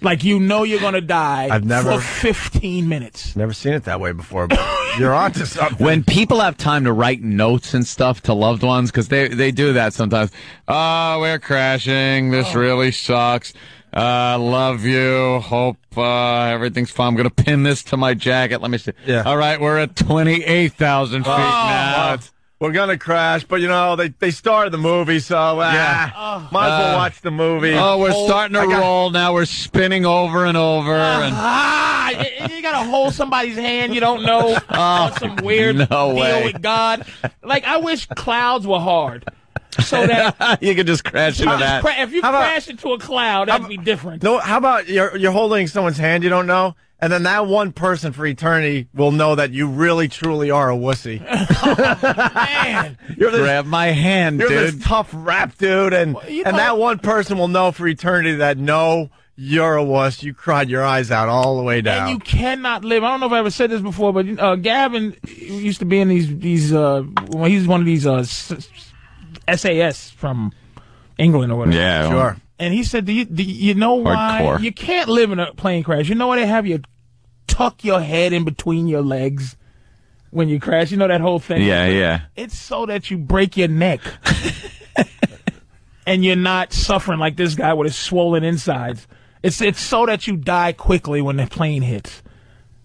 Like you know you're gonna die. I've never- for 15 minutes. Never seen it that way before, but you're onto something. When people have time to write notes and stuff to loved ones, because they, they do that sometimes. Oh, we're crashing. This really sucks. Uh, love you. Hope uh, everything's fine. I'm going to pin this to my jacket. Let me see. Yeah. All right, we're at 28,000 feet Oh, now. well, we're gonna crash, but you know they they started the movie, so uh, Yeah. might as well Uh, watch the movie. Oh, we're starting to I got- roll now. We're spinning over and over. and Ah, you- you gotta hold somebody's hand you don't know. on some weird Oh, no deal way. with God. Like I wish clouds were hard, so that you could just crash into that. Cra- if you How about- crash into a cloud, that'd be different. No, how about you're you're holding someone's hand you don't know, and then that one person for eternity will know that you really truly are a wussy. Oh, Man, You're this, Grab my hand, you're dude. this tough rap dude, and you and know- that one person will know for eternity that no, you're a wuss. You cried your eyes out all the way down. and you cannot live. I don't know if I ever said this before, but uh, Gavin used to be in these these. Uh, well, he's one of these uh, s- SAS from England or whatever. Yeah, Sure. And he said, do you, do you know why? Hardcore. You can't live in a plane crash. You know why they have you tuck your head in between your legs when you crash? You know that whole thing? Yeah, yeah. It's so that you break your neck. and you're not suffering like this guy with his swollen insides. It's it's so that you die quickly when the plane hits.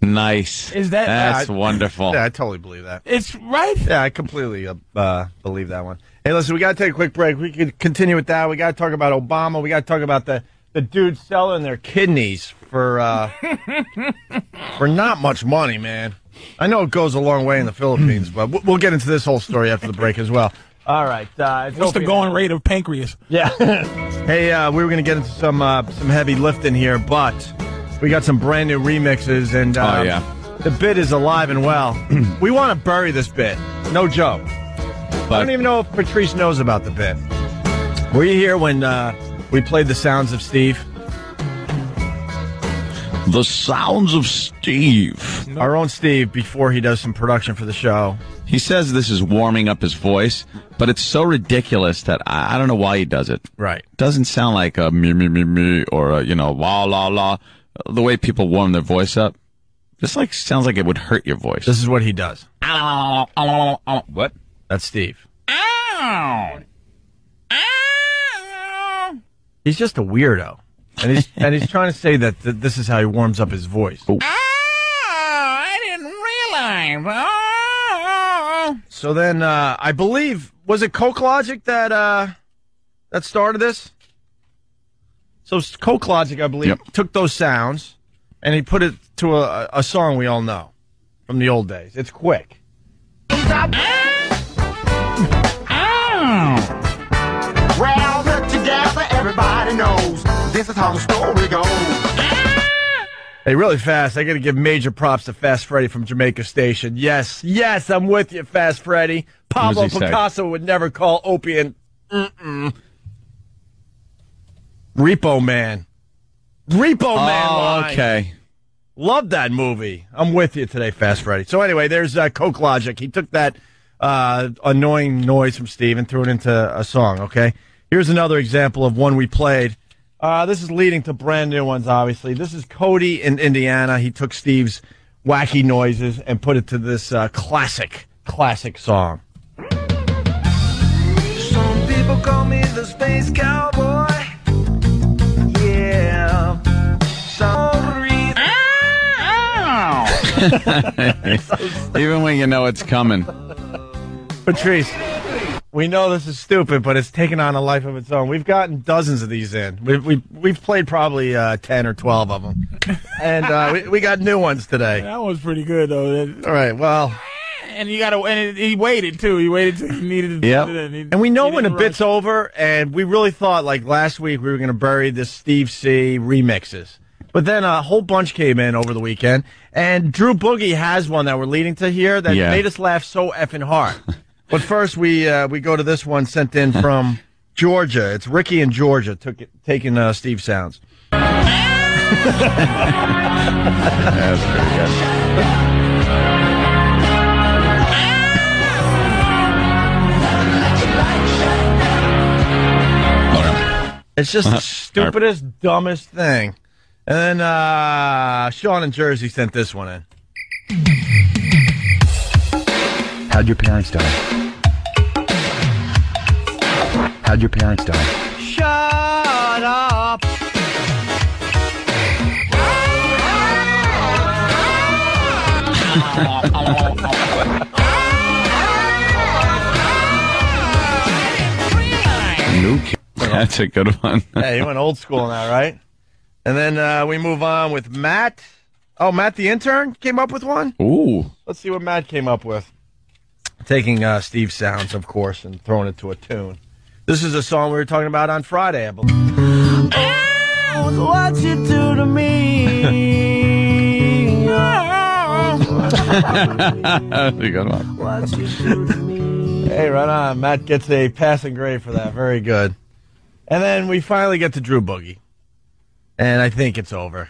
Nice. Is that- That's Yeah, I- wonderful. Yeah, I totally believe that. It's right. Yeah, I completely uh, uh, believe that one. Hey, listen, we got to take a quick break. We could continue with that. We got to talk about Obama. We got to talk about the the dude selling their kidneys for uh, for not much money, man. I know it goes a long way in the Philippines, but we'll- we'll get into this whole story after the break as well. All right. Uh, What's the opium. going rate of pancreas? Yeah. hey, uh, we were going to get into some uh, some heavy lifting here, but we got some brand new remixes, and uh, Oh, yeah. the bit is alive and well. we want to bury this bit, no joke. I don't even know if Patrice knows about the bit. Were you here when uh, we played the sounds of Steve? The sounds of Steve. Our own Steve, before he does some production for the show. He says this is warming up his voice, but it's so ridiculous that I, I don't know why he does it. Right. Doesn't sound like a me, me, me, me, or a, you know, la, la, la. The way people warm their voice up. This like sounds like it would hurt your voice. This is what he does. What? That's Steve. Ow! He's just a weirdo. And he's, and he's trying to say that th- this is how he warms up his voice. I didn't realize. So then, uh, I believe was it Coke Logic that uh, that started this. So s- Coke Logic, I believe, took those sounds and he put it to a, a song we all know from the old days. It's quick. Gather together, everybody knows this is how the story goes. Hey, really fast. I got to give major props to Fast Freddy from Jamaica Station. Yes, yes, I'm with you, Fast Freddy. does Pablo he say? Picasso would never call opium. Mm-mm. Repo Man. Repo Man. line. okay. Love that movie. I'm with you today, Fast Freddy. So anyway, there's uh, Coke Logic. He took that uh, annoying noise from Steve and threw it into a song. Okay, here's another example of one we played. Uh, this is leading to brand new ones, obviously. This is Cody in Indiana. He took Steve's wacky noises and put it to this uh, classic, classic song. Some people call me the space cowboy. Yeah. Sorry. Even when you know it's coming. Patrice, we know this is stupid, but it's taken on a life of its own. We've gotten dozens of these in. We've we've, we've played probably uh, ten or twelve of them, and uh, we, we got new ones today. That one's pretty good though. All right, well, And you gotta and he waited too. He waited till he needed. Yep. he- and we know he when a didn't bit's over, and we really thought like last week we were going to bury this Steve C remixes, but then a whole bunch came in over the weekend, and Drew Boogie has one that we're leading to here that Yeah. made us laugh so effing hard. but first, we uh, we go to this one sent in from Georgia. It's Ricky in Georgia took it, taking uh, Steve sounds. That's pretty good. It's just the stupidest, dumbest thing. And then uh, Sean in Jersey sent this one in. How'd your parents die? How'd your parents die? Shut up. Nuke. That's a good one. hey, you went old school now, right? And then uh, we move on with Matt. Oh, Matt the intern came up with one? Ooh. Let's see what Matt came up with. Taking uh, Steve Sounds, of course, and throwing it to a tune. This is a song we were talking about on Friday, I believe. What you do to me? That's a good one. what you do to me? Hey, right on. Matt gets a passing grade for that. Very good. And then we finally get to Drew Boogie. And I think it's over.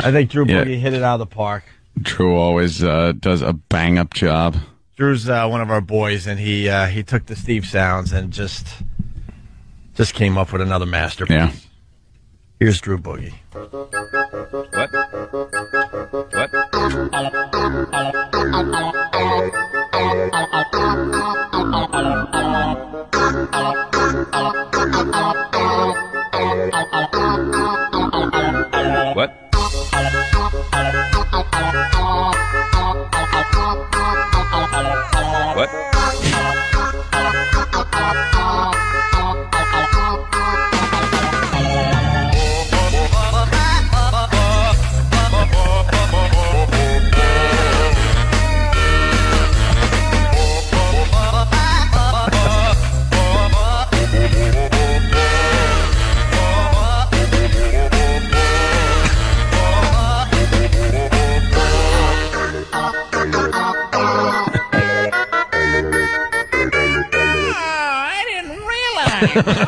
I think Drew Yeah. Boogie hit it out of the park. Drew always uh, does a bang up job. Drew's uh, one of our boys, and he uh, he took the Steve Sounds and just Just came up with another masterpiece. Yeah. Here's Drew Boogie. What? What? What? What? Oh, I didn't realize.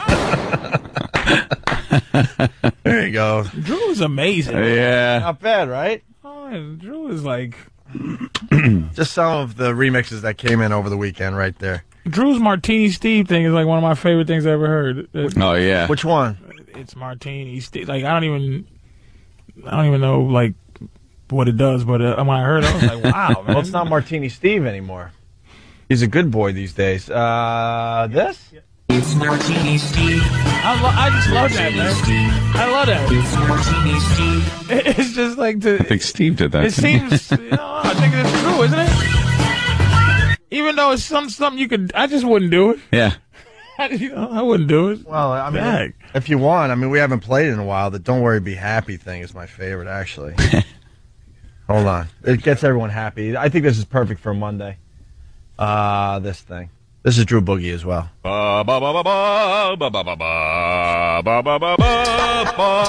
there you go. Drew is amazing. Yeah. Not bad, right? Oh, Drew is like Just some of the remixes that came in over the weekend, right there. Drew's Martini Steve thing is like one of my favorite things I ever heard. It- Oh, yeah. Which one? It's Martini Steve. Like I don't even, I don't even know like what it does, but uh, when I heard it, I was like, wow. man. Well, it's not Martini Steve anymore. He's a good boy these days. Uh, this? It's Martini Steve. I, lo- I just love that, man. I love that. It's Martini Steve. It's just like the. I think Steve did that. It seems. you know, I think it's true, isn't it? Even though it's some something you could, I just wouldn't do it. Yeah. You know, Oh, I wouldn't do it. Well, I mean, Dag. if you want, I mean, we haven't played it in a while. The "Don't Worry, Be Happy" thing is my favorite, actually. Hold on, It gets everyone happy. I think this is perfect for a Monday. Uh, this thing. this is Drew Boogie as well. Ba ba ba ba ba ba ba ba ba ba ba ba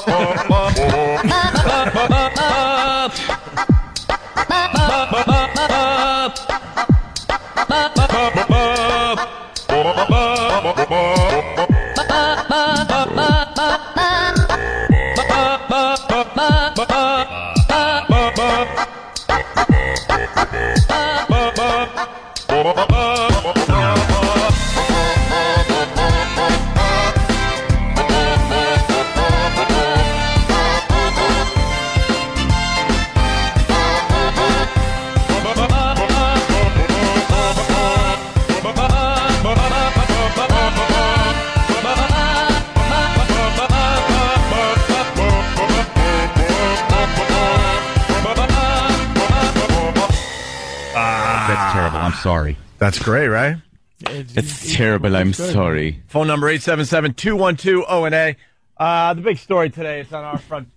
That's terrible. I'm sorry. That's great, right? That's terrible. I'm sorry. Phone number 877-212-ONA. oh Uh, the big story today, it's on our front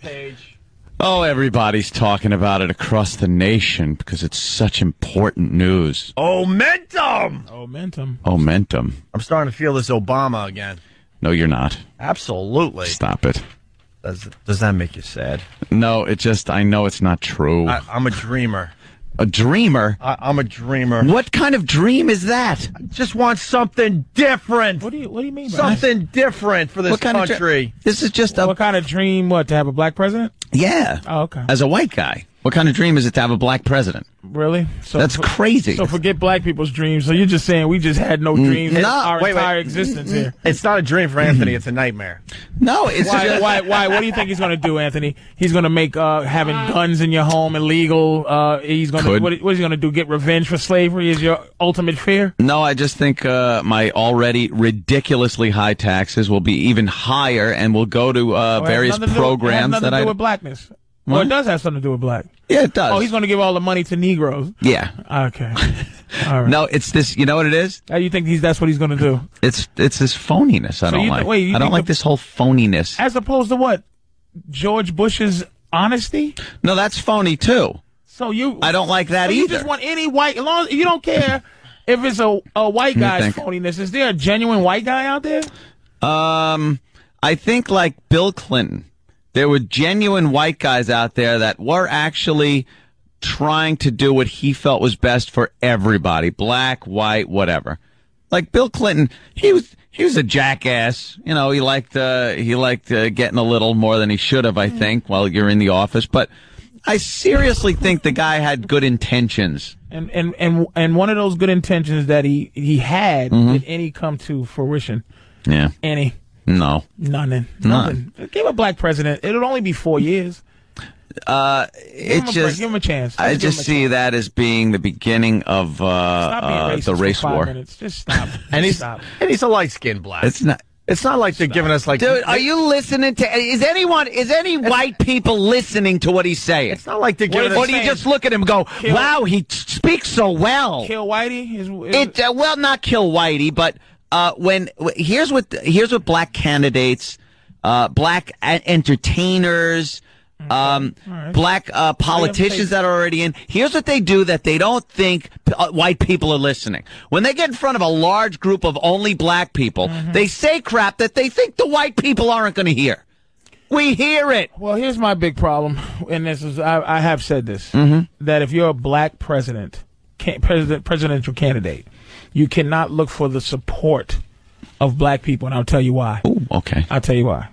page. Oh, everybody's talking about it across the nation because it's such important news. Um. Momentum. Momentum. Momentum. I'm starting to feel this Obama again. No, you're not. Absolutely. Stop it. Does does that make you sad? No, it just, I know it's not true. I, I'm a dreamer. A dreamer? I, I'm a dreamer. What kind of dream is that? Just want something different. What do you What do you mean? by that? Something different for this What kind of dr- country. This is just a. What kind of dream? What to have a black president? Yeah. Oh, okay. As a white guy, what kind of dream is it to have a black president? Really? So That's for- crazy. So forget black people's dreams. So you're just saying we just had Mm. no dreams no. our Wait, wait. entire existence here. It's not a dream for Anthony, it's a nightmare. No, it's why, just- why? Why? What do you think he's going to do, Anthony? He's going to make uh, having guns in your home illegal. Uh, he's going to Could. what, what is he going to do? Get revenge for slavery? Is your ultimate fear? No, I just think uh, my already ridiculously high taxes will be even higher and will go to Or uh, has various nothing to do- it has programs nothing that to do I. with blackness. Well, What? it does have something to do with black. Yeah, it does. Oh, he's going to give all the money to Negroes. yeah. Okay. All right. No, it's this. You know what it is? Now you think he's that's what he's going to do? It's it's this phoniness. So I don't you- like. wait, you I don't think like the- this whole phoniness. As opposed to what? George Bush's honesty. No, that's phony too. So you, I don't like that so You either. just want any white, as long as you don't care if it's a, a white Let me guy's think. phoniness. Is there a genuine white guy out there? Um, I think like Bill Clinton, there were genuine white guys out there that were actually trying to do what he felt was best for everybody, black, white, whatever. Like Bill Clinton, he was he was a jackass. You know, he liked uh, he liked uh, getting a little more than he should have, I Mm. think, while you're in the office. But I seriously think the guy had good intentions. And and and and one of those good intentions that he he had Mhm. did any come to fruition? Yeah. Any. No. Nothing. None. Nothing. Give a black president. It'll only be four years. Uh, Give him it a break. just Give him a chance. I Just give just see that as being the beginning of uh, uh, Be racist the for race five war. minutes. Just stop. And he's stop. and he's a light skinned black. It's not. It's not like they're giving us like. Dude, are you listening to? Is anyone? Is any white people listening to what he's saying? It's not like they're giving Or us- do you just look at him and go, Kill- "Wow, he t- speaks so well." Kill Whitey. Is, is, It uh, well, not kill Whitey, but uh, when wh- here's what here's what black candidates, uh, black a- entertainers, um, black uh, politicians that are already in. Here's what they do that they don't think p- uh, white people are listening. When they get in front of a large group of only black people, they say crap that they think the white people aren't going to hear. We hear it. Well, here's my big problem, and this is I, I have said this Mhm. that if you're a black president, can, president, presidential candidate, you cannot look for the support of black people, and I'll tell you why. okay. I'll tell you why.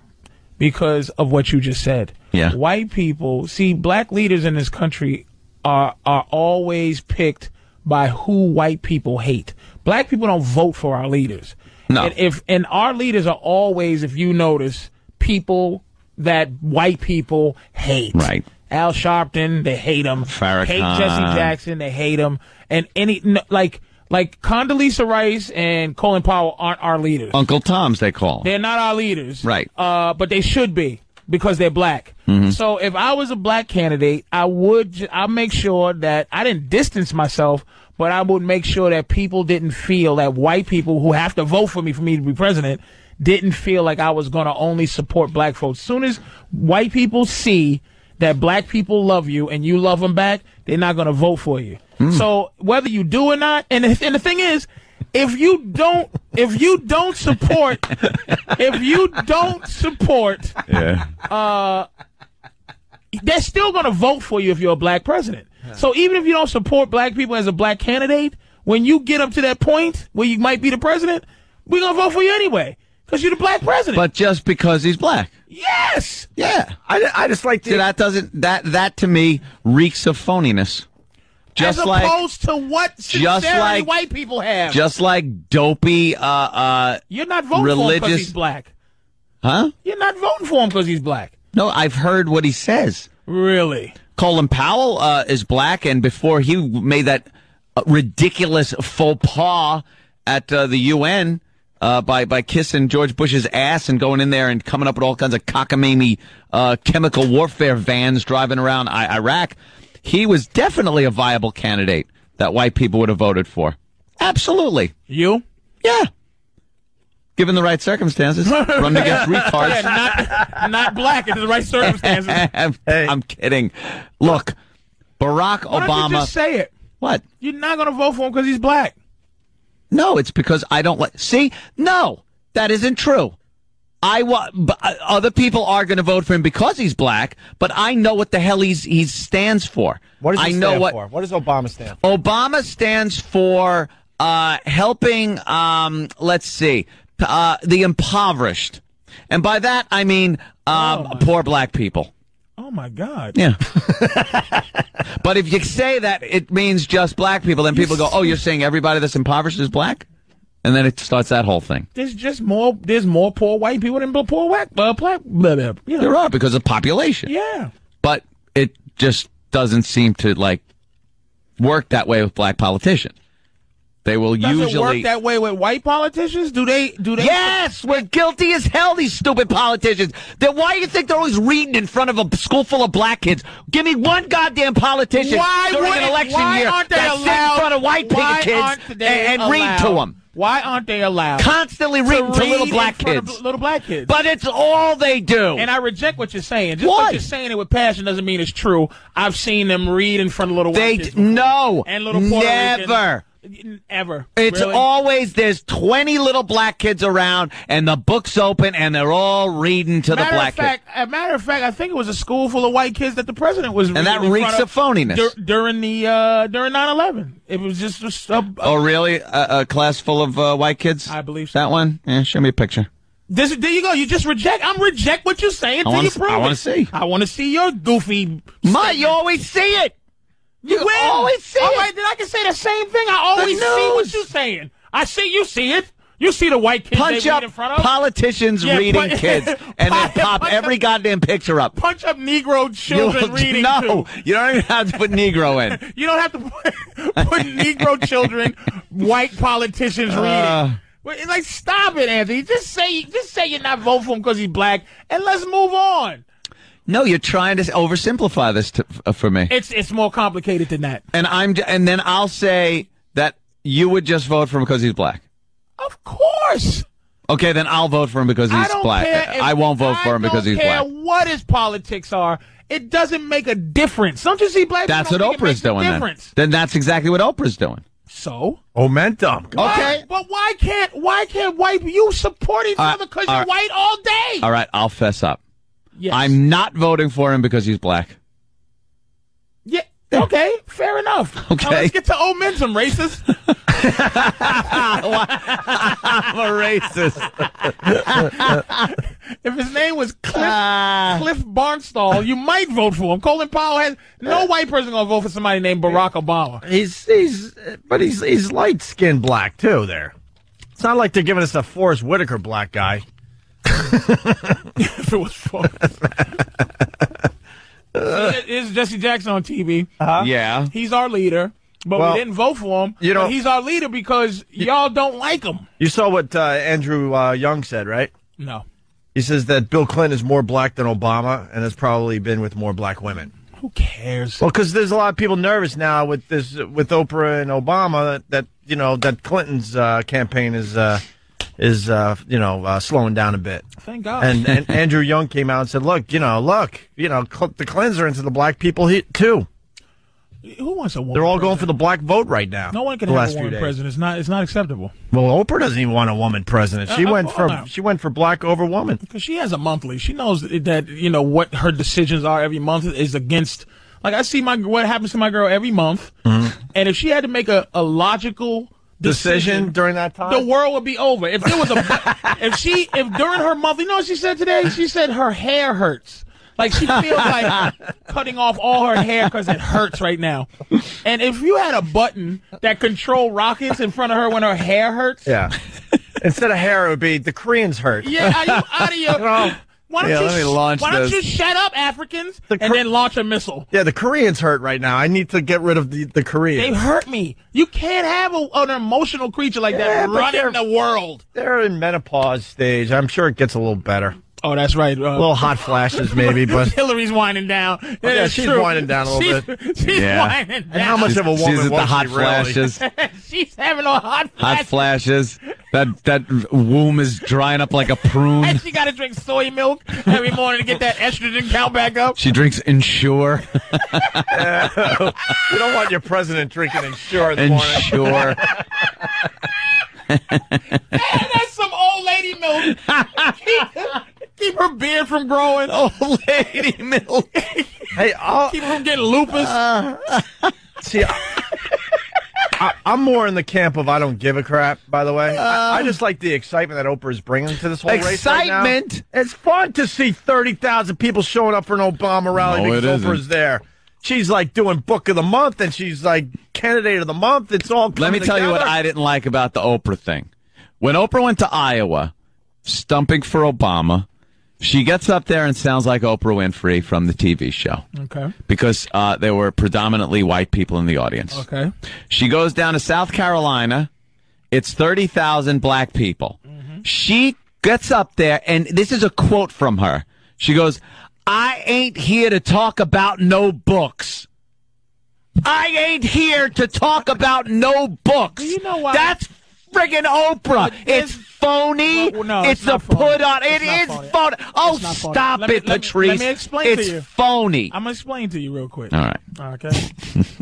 Because of what you just said. Yeah. White people see black leaders in this country are are always picked by who white people hate. Black people don't vote for our leaders. No. And if and our leaders are always, if you notice, people that white people hate. Right. Al Sharpton, they hate him. Hate Farrakhan. Jesse Jackson, they hate him. And any no, like like Condoleezza Rice and Colin Powell aren't our leaders. Uncle Tom's, they call. him. They're not our leaders. Right. Uh, but they should be because they're black. Mhm. So if I was a black candidate, I would j- I make sure that I didn't distance myself, but I would make sure that people didn't feel that white people who have to vote for me for me to be president didn't feel like I was going to only support black folks. Soon as white people see that black people love you and you love them back, they're not going to vote for you. So whether you do or not, and the- and the thing is, if you don't if you don't support if you don't support Yeah. uh they're still going to vote for you if you're a black president so even if you don't support black people as a black candidate when you get up to that point where you might be the president we're going to vote for you anyway because you're the black president But just because he's black. yes Yeah. I, I just like to. That doesn't that that to me reeks of phoniness. Just as like opposed to what just sincerity like- white people have just like dopey uh uh you're not voting for him because religious he's black huh? you're not voting for him because he's black No, I've heard what he says. Really? Colin Powell uh, is black, and before he made that uh, ridiculous faux pas at uh, the UN uh, by by kissing George Bush's ass and going in there and coming up with all kinds of cockamamie uh, chemical warfare vans driving around I- Iraq, he was definitely a viable candidate that white people would have voted for. Absolutely. You? Yeah. Given the right circumstances, run against retards. Yeah, not, not black in the right circumstances I'm, I'm kidding. Look, Barack Why Obama. Don't you just say it. What? You're not going to vote for him because he's black. No, it's because I don't like. See, no, that isn't true. I wa- b- uh, other people are going to vote for him because he's black, but I know what the hell he's he stands for. What does he I know stand what for? What does Obama stand Obama stands for uh, helping. Um, let's see, uh, the impoverished, and by that I mean um, poor black people. Oh my God. Yeah. but if you say that, it means just black people. Then people go, "Oh, you're saying everybody that's impoverished is black," and then it starts that whole thing. There's just more. There's more poor white people than poor black. Uh, black. Blah, blah, you know. There are because of population. Yeah. But it just doesn't seem to like work that way with black politicians. They will Does usually it work that way with white politicians? Do they? Do they? Yes, we're guilty as hell, these stupid politicians. Then why do you think they're always reading in front of a school full of black kids? Give me one goddamn politician Why during wouldn't- an election why year aren't they that sits allowed- in front of white why picket kids aren't and, they and read to allowed- them. Why aren't they allowed? Constantly reading to read little in black front of kids. Little black kids. But it's all they do. And I reject what you're saying. Just like you're saying it with passion doesn't mean it's true. I've seen them read in front of little They white kids. d- no, and little Puerto never. Ricans. ever. It's Really? always there's 20 little black kids around and the book's open and they're all reading to matter the black of fact, a matter of fact, I think it was a school full of white kids that the president was. And that reading in reeks front of phoniness. dur- during the uh, during 9/11. It was just just a, Oh, really? A, a class full of uh, white kids? I believe so. That one? Yeah, show me a picture. this. There you go. You just reject. I'm reject what you're saying I until wanna you s- prove I wanna it. see. I want to see your goofy. My, you always see it. You, will. always see All it. right, then I can say the same thing. I always see what news. you're saying. I see you see it. You see the white kids Punch they read up in front of? politicians Yeah, reading pun- kids and then pop every goddamn picture up. Punch up Negro children You'll- reading. No, you don't even have to put Negro in. You don't have to put, put Negro children, white politicians Uh. reading. Well, it's Like, stop it, Anthony. Just say, just say you're not voting for him because he's black, and let's move on. No, you're trying to oversimplify this to, f- for me. It's it's more complicated than that. And I'm j- and then I'll say that you would just vote for him because he's black. Of course, Okay, then I'll vote for him because I he's don't black. care if- I won't vote for him don't because he's care black. what his politics are. It doesn't make a difference. Don't you see black? That's what people don't think it Oprah's makes a doing then. difference. Then that's exactly what Oprah's doing. Oh, So? Momentum. Why- but why can't why can't white you support each All right, other because all you're right. white all day? All right, I'll fess up. Yes. I'm not voting for him because he's black. Yeah. Okay. Fair enough. Now Okay. let's get to momentum, racist. I'm a racist. if his name was Cliff, Ah. Cliff Barnstall, you might vote for him. Colin Powell has no white person gonna vote for somebody named Barack Obama. He's he's, but he's he's light skinned black too. There, it's not like they're giving us a Forrest Whitaker black guy. if it was Forrest, uh, It's Jesse Jackson on TV. Yeah. He's our leader, but Uh-huh. Well, we didn't vote for him. you but know- he's our leader because y'all don't like him. you saw what uh, Andrew uh, Young said, right? No. He says that Bill Clinton is more black than Obama, and has probably been with more black women. Who cares? Well, because there's a lot of people nervous now with this, with Oprah and Obama, that you know that Clinton's uh, campaign is uh, is uh, you know uh, slowing down a bit. Thank God. And, and Andrew Young came out and said, "Look, you know, look, you know, cl- the cleanser into the black people he- too. Who wants a woman? They're all going for the black vote right now. No one can the have last a few woman days. president. It's not. It's not acceptable. Well, Oprah doesn't even want a woman president. She Uh, uh, went well, for now. she went for black over woman. Because she has a monthly. She knows that, that, you know, what her decisions are every month is against. Like, I see my what happens to my girl every month. hmm. And if she had to make a, a logical Decision decision, during that time? the world would be over. If there was a, if she, if during her month, you know what she said today? She said her hair hurts. Like she feels like cutting off all her hair because it hurts right now. And if you had a button that control rockets in front of her when her hair hurts, Yeah. Instead of hair, it would be the Koreans hurt. yeah, are you out of your? Why don't Yeah, you let me sh- launch Why don't this. you shut up, Africans, The and cr- then launch a missile? Yeah, the Koreans hurt right now. I need to get rid of the, the They Koreans. hurt me. You can't have a, an emotional creature like that Yeah, but running they're- the world. They're in menopause stage. I'm sure it gets a little better. Oh, that's right. Uh, little hot flashes, maybe, but Hillary's winding down. Oh, yeah, she's winding down a little she's, bit. She's Yeah. winding down. And how much of a woman she's at the was hot she flashes. she's having a hot flash. Hot flashes. That that womb is drying up like a prune. And she got to drink soy milk every morning to get that estrogen count back up. She drinks Ensure. really? you don't want your president drinking Ensure this morning. Ensure. Man, that's some old lady milk. keep, keep her beard from growing. Old lady milk. hey, I'll, keep her from getting lupus. Uh, See, I, I, I'm more in the camp of I don't give a crap. By the way, I, I just like the excitement that Oprah's bringing to this whole race. right now. Excitement? It's fun to see thirty thousand people showing up for an Obama rally No, because it isn't. Oprah's there. She's like doing book of the month, and she's like candidate of the month. It's all. Let me coming tell you what together. I didn't like about the Oprah thing. When Oprah went to Iowa, stumping for Obama, she gets up there and sounds like Oprah Winfrey from the TV show Okay. because uh, there were predominantly white people in the audience. Okay. She goes down to South Carolina. It's 30,000 black people. She gets up there, and this is a quote from her. She goes, I ain't here to talk about no books. I ain't here to talk about no books. You know why? That's friggin' Oprah. It's phony. Well, no, it's, it's a not phony. put on. It's It not is phony. phony. Oh, It's not phony. stop Let me- let it, me- Patrice. let me explain to it's you. phony. I'm gonna explain to you real quick. All right. Okay.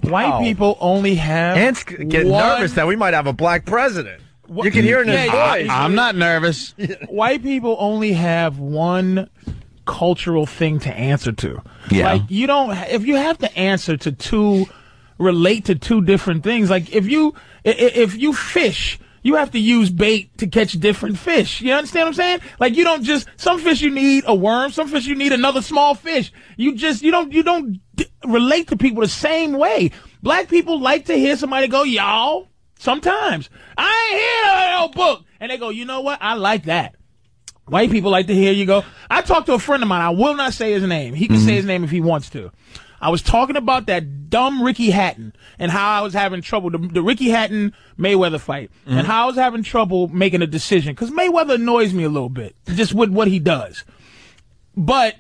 White people only have Ant's Oh. getting one- nervous that we might have a black president. You can hear it in his Yeah, yeah, voice. yeah. I'm not nervous. White people only have one cultural thing to answer to. Yeah. Like you don't if you have to answer to two relate to two different things. Like if you i- i- if you fish you have to use bait to catch different fish. You understand what I'm saying? Like you don't just some fish you need a worm, some fish you need another small fish. You just you don't you don't d- relate to people the same way. Black people like to hear somebody go y'all sometimes. I ain't book. And they go, you know what? I like that. White people like to hear you go. I talked to a friend of mine. I will not say his name. He can say his name if he wants to. I was talking about that dumb Ricky Hatton and how I was having trouble, the, the Ricky Hatton Mayweather fight, and how I was having trouble making a decision because Mayweather annoys me a little bit just with what he does. But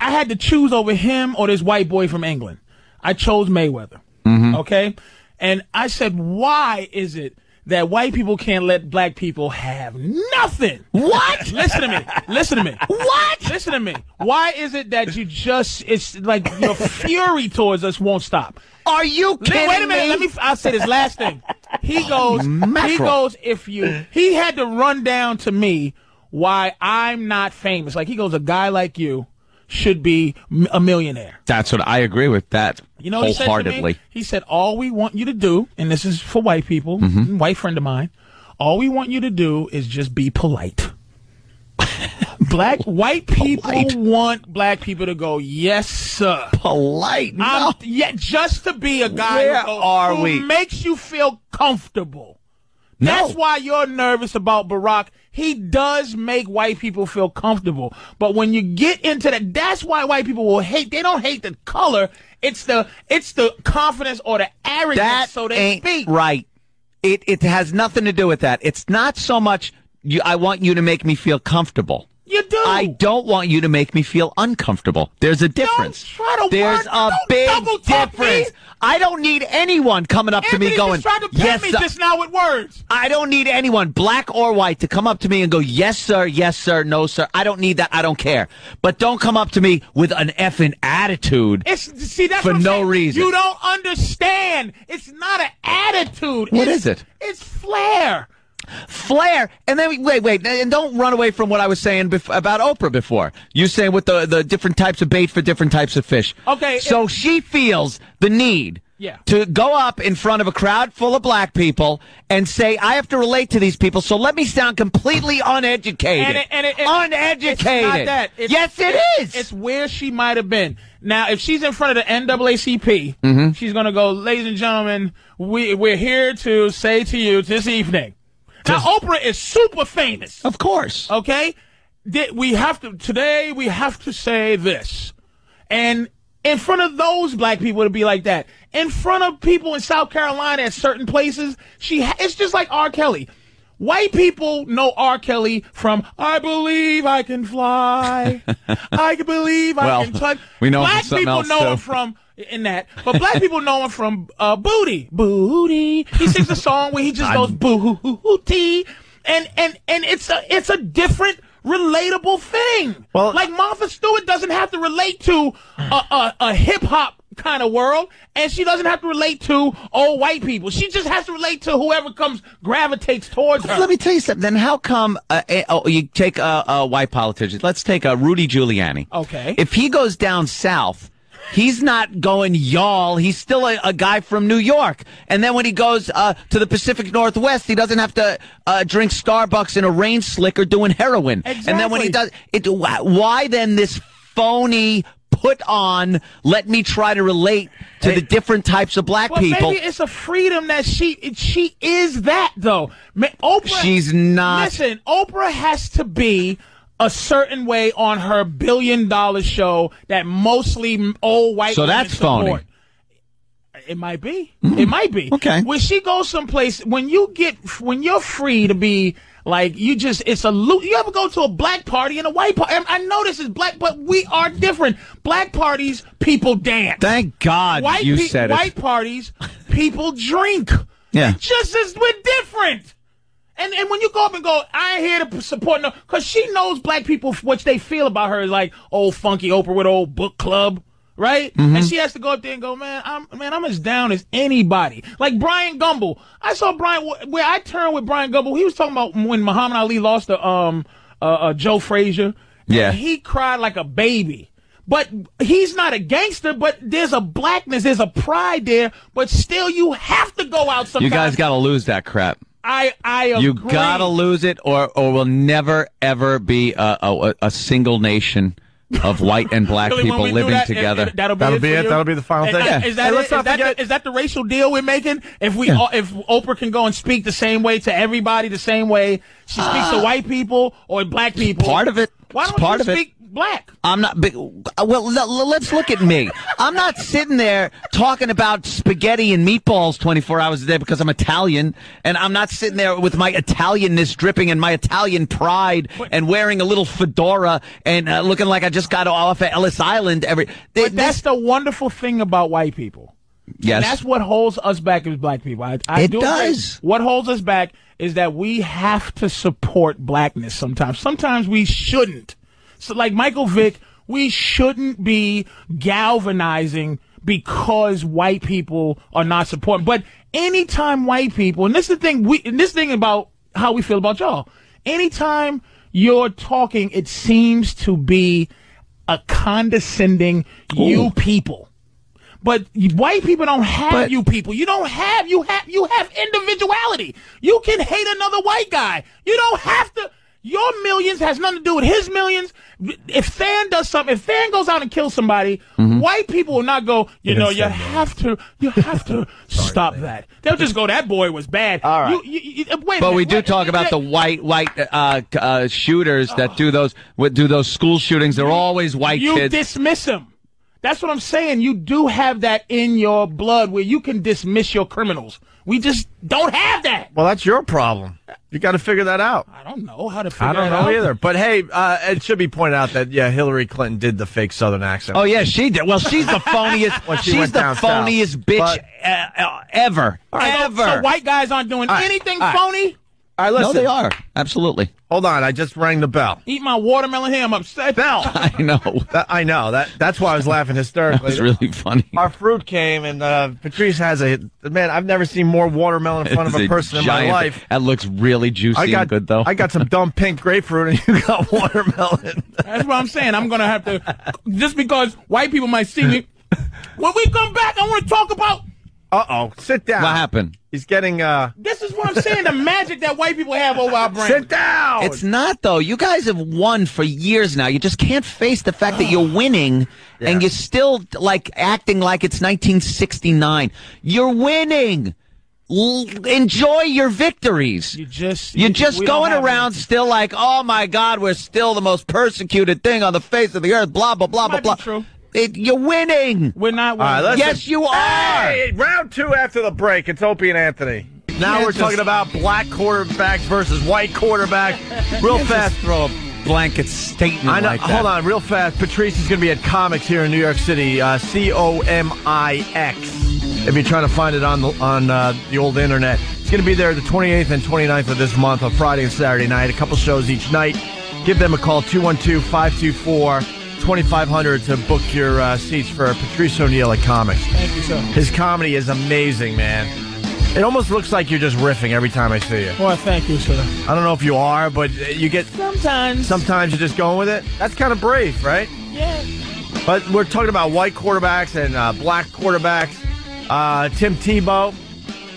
I had to choose over him or this white boy from England. I chose Mayweather. Mhm. Okay? And I said, why is it that white people can't let black people have nothing? What? Listen to me. Listen to me. What? Listen to me. Why is it that you just, it's like your fury towards us won't stop? Are you kidding Wait a minute. me? Let me, Oh, I'll say this last thing. He goes, he mackerel. goes, if you, he had to run down to me why I'm not famous. Like he goes, a guy like you should be m- a millionaire. That's what I agree with that You know, what he said to wholeheartedly. me? He said, "All we want you to do, and this is for white people, Mm-hmm. Mhm. white friend of mine. All we want you to do is just be polite." black white people want black people to go, "Yes, sir." Polite. I'm, yeah, just to be a guy Where who, goes- are who we? makes you feel comfortable. That's why you're nervous about Barack. He does make white people feel comfortable. But when you get into that, that's why white people will hate. They don't hate the color. It's the it's the confidence or the arrogance. That so they ain't speak. right. It it has nothing to do with that. It's not so much. You, I want you to make me feel comfortable. You do. I don't want you to make me feel uncomfortable. There's a difference. try to There's work- a don't big double-tap me. difference. I don't need anyone coming up to Anthony me just going, tried to pet "Yes, me sir." just now with words. I don't need anyone, black or white, to come up to me and go, yes, sir, yes, sir, no, sir. I don't need that. I don't care. But don't come up to me with an effing attitude. It's see that's For what I'm no saying. reason. You don't understand. It's not an attitude. What it's, is it? It's flair. Flair, and then we- wait, wait, and don't run away from what I was saying bef- about Oprah before. You saying with the the different types of bait for different types of fish. Okay, so she feels the need. Yeah. To go up in front of a crowd full of black people and say, I have to relate to these people, so let me sound completely uneducated. And it- and it- it- uneducated. It's not that. It's- yes, it is. It's where she might have been. Now, if she's in front of the NAACP, Mm-hmm. Mhm. she's going to go, ladies and gentlemen, we, we're here to say to you this evening. Now, Oprah is super famous. Of course. Okay? That we have to, today we have to say this. And in front of those black people, it'd be like that. In front of people in South Carolina at certain places, she, ha- it's just like R. Kelly. White people know R. Kelly from I Believe I Can Fly. I can believe I Well, can touch. we know him from black something people else, know too. him from in that, but black people know him from uh, Booty. Booty. He sings a song where he just goes booty, and and and it's a it's a different relatable thing. Well, like Martha Stewart doesn't have to relate to a, a, a hip hop kind of world, and she doesn't have to relate to old white people. She just has to relate to whoever comes gravitates towards her. Let me tell you something. Then how come uh, eh, oh, you take a, a white politician? Let's take a Rudy Giuliani. Okay. If he goes down south, he's not going y'all. He's still a, a guy from New York. And then when he goes uh, to the Pacific Northwest, he doesn't have to uh, drink Starbucks in a rain slicker doing heroin. And then when he does, it, why, why then this phony? Put on. Let me try to relate to the different types of black But people. maybe it's a freedom that she it- she is that though. Ma- Oprah, She's not. Listen, Oprah has to be a certain way on her billion dollar show that mostly m- old white. So women that's phony. support. It might be. Mm-hmm. It might be. Okay. When she goes someplace, when you get, when you're free to be like, you just, it's a loot. You ever go to a black party and a white party? I know this is black, but we are different. Black parties, people dance. Thank God White you pe- said it. White parties, people drink. Yeah. Just as we're different. And and when you go up and go, I ain't here to p- support no, because she knows black people f- what they feel about her is like old funky Oprah with old book club, right? Mm-hmm. Mhm. And she has to go up there and go, man, I'm man, I'm as down as anybody. Like Brian Gumble, I saw Brian wh- where I turned with Brian Gumble. He was talking about when Muhammad Ali lost to um uh, uh Joe Frazier. Yeah. And he cried like a baby. But he's not a gangster, but there's a blackness, there's a pride there, but still you have to go out You sometimes. guys got to lose that crap. I I agree. You gotta lose it, or or we'll never ever be a a, a single nation of white and black Really, when people we do living that, together. it- That'll be it. for you? And I- Is that, it? Is that the, is that the racial deal we're making? If we all, if Oprah can go and speak the same way to everybody, the same way she speaks to white people or black people, Ah. part of it. Why It's don't part you of it. speak black? I'm not big. Well, l- let's look at me. I'm not sitting there talking about spaghetti and meatballs 24 hours a day because I'm Italian, and I'm not sitting there with my Italianness dripping and my Italian pride and wearing a little fedora and uh, looking like I just got off at Ellis Island. Every But that's the wonderful thing about white people. Yes. And that's what holds us back as black people. I, I It do agree. does. What holds us back is that we have to support blackness sometimes. Sometimes we shouldn't. So, like Michael Vick, we shouldn't be galvanizing because white people are not supporting. But anytime white people, and this is the thing we, and this thing about how we feel about y'all. Anytime you're talking, it seems to be a condescending you people. But you- white people don't have you people. You don't have you have you have individuality. You can hate another white guy. You don't have to. Your millions has nothing to do with his millions. If Than does something, if Than goes out and kills somebody, Mm-hmm. white people will not go. You know, you have to, you have to stop that. They'll just go. That boy was bad. All right. You, you, you, wait a but minute, we do wait- talk about the white white uh, uh, shooters that do those would do those school shootings. They're always white you kids. dismiss him. That's what I'm saying. You do have that in your blood where you can dismiss your criminals. We just don't have that. Well, that's your problem. You got to figure that out. I don't know how to figure I don't it know out. either. But hey, uh, it should be pointed out that yeah, Hillary Clinton did the fake Southern accent. Oh yeah, she did. Well, she's the phoniest. When she she's went the down south. phoniest bitch But- uh, uh, ever. All right, so- ever. So, white guys aren't doing All right, anything all right. phony. All right, listen. No, they are absolutely. Hold on, I just rang the bell. Eat my watermelon here. I'm upset. Bell. I know. I know that. That's why I was laughing hysterically. It's really funny. Our fruit came, and uh, Patrice has a man. I've never seen more watermelon in front of It's a person in my giant- life. That looks really juicy I got and good though. I got some dumb pink grapefruit, and you got watermelon. That's what I'm saying. I'm gonna have to just because white people might see me. When we come back, I want to talk about Uh oh, sit down. What happened? He's getting uh. this. Is what I'm saying. The magic that white people have over our brain. down. It's not though. You guys have won for years now. You just can't face the fact that you're winning and you're still like acting like it's 1969. You're winning. L- enjoy your victories. You just you're you- just we don't going have around still like, oh my God, we're still the most persecuted thing on the face of the earth. Blah blah blah blah blah. True. It, you're winning. We're not All right, let's- yes, you are. Hey, round two after the break. It's Opie and Anthony. Now Can't we're just- talking about black quarterbacks versus white quarterback. Real Can't fast. just throw a blanket statement I know. like that. hold on, real fast. Patrice is going to be at Comics here in New York City. Uh, C O M I X. If you're trying to find it on the on uh, the old internet, it's going to be there the 28th and 29th of this month on Friday and Saturday night. A couple shows each night. Give them a call 212-524-2500 to book your uh, seats for Patrice O'Neill at Comics. Thank you, sir. His comedy is amazing, man. It almost looks like you're just riffing every time I see you. Well, thank you, sir. I don't know if you are, but you get sometimes. Sometimes you're just going with it. That's kind of brave, right? Yeah. But we're talking about white quarterbacks and uh, black quarterbacks. Uh, Tim Tebow.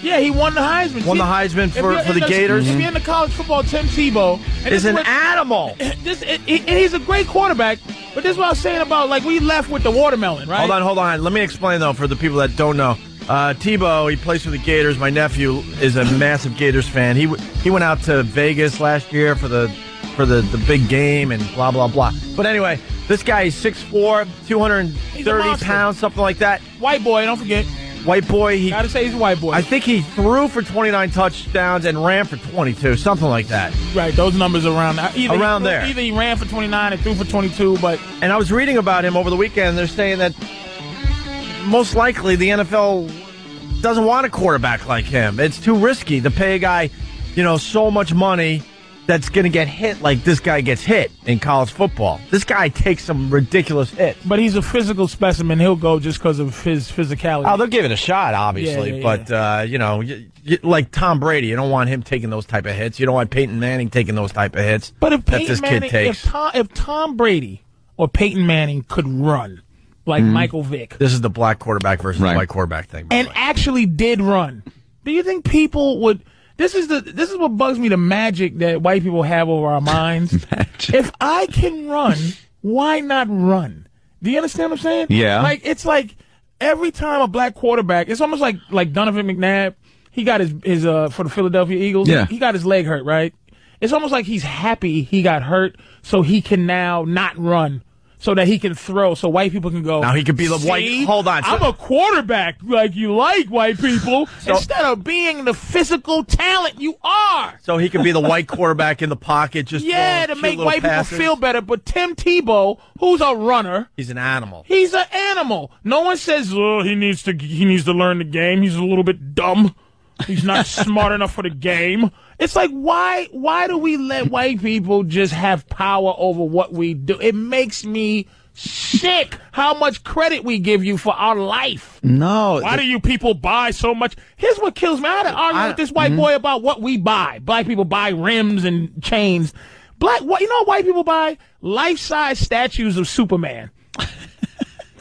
Yeah, he won the Heisman. Won the See, Heisman if for- you're for in the Gators. If you're in the college football, Tim Tebow and this Is an what- animal. This and and he's a great quarterback. But this is what I was saying about like we left with the watermelon, right? Hold on, hold on. Let me explain though for the people that don't know. Uh, Tebow, he plays for the Gators. My nephew is a massive Gators fan. He w- he went out to Vegas last year for the for the, the big game and blah blah blah. But anyway, this guy is 6'4", 230 monster. pounds, something like that. White boy, don't forget. White boy. He gotta say he's a white boy. I think he threw for twenty nine touchdowns and ran for twenty two, something like that. Right, those numbers around uh, either he around threw- there. Either he ran for 29 and threw for 22, but And I was reading about him over the weekend. They're saying that most likely the NFL doesn't want a quarterback like him. It's too risky to pay a guy, you know, so much money that's going to get hit like this guy gets hit in college football. This guy takes some ridiculous hits. but he's a physical specimen. He'll go just because of his physicality. Oh, they'll give it a shot, obviously, Yeah, yeah, but uh, you know, y y like Tom Brady, you don't want him taking those type of hits. You don't want Peyton Manning taking those type of hits. But if that Peyton this Manning, kid takes, if Tom, if Tom Brady or Peyton Manning could run like Mhm. Michael Vick this is the black quarterback versus Right. white quarterback thing. and actually did run, do you think people would? This is the this is what bugs me the magic that white people have over our minds. if I can run why not run? Do you understand what I'm saying? Yeah. Like it's like every time a black quarterback, it's almost like like Donovan McNabb. He got his his uh for the Philadelphia Eagles. Yeah. He got his leg hurt, right? It's almost like he's happy he got hurt, so he can now not run. So that he can throw, so white people can go. Now he could be the white- Oh, "See? hold on, so- I'm a quarterback, like you like white people, instead of being the physical talent you are. So he could be the white quarterback in the pocket, just yeah, to throwing cute make little white passes. people feel better. But Tim Tebow, who's a runner, He's an animal. He's an animal. No one says oh, he needs to he needs to learn the game. He's a little bit dumb. He's not smart enough for the game. It's like why why do we let white people just have power over what we do? It makes me sick how much credit we give you for our life. No. Why do you people buy so much? Here's what kills me. I had an argument with this white boy about what we buy. Black people buy rims and chains. Black, what you know? What white people buy life-size statues of Superman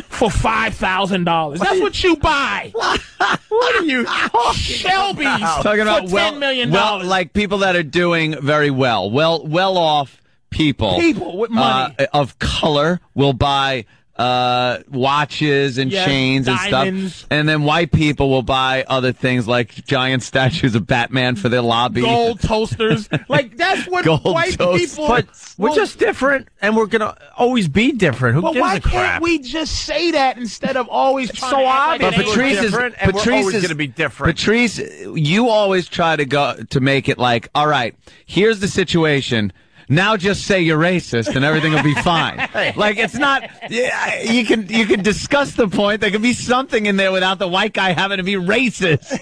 for five thousand dollars. That's what you buy. what are you Shelby's talking about for well, ten million well, dollars? like people that are doing very well, well, well off people, People with money. uh, of color will buy uh, watches and Yes, chains and diamonds. stuff, and then white people will buy other things like giant statues of Batman for their lobby. Gold toasters, like that's what Gold white toasters. people. But We're Well, just different, and we're gonna always be different. Who But gives why a crap? can't we just say that instead of always trying so to act like it obvious. ain't But Patrice is- different? and we're always gonna be different. Patrice, you always try to go to make it like, all right, here's the situation. Now just say you're racist and everything will be fine. like it's not. yeah, You can you can discuss the point. There could be something in there without the white guy having to be racist.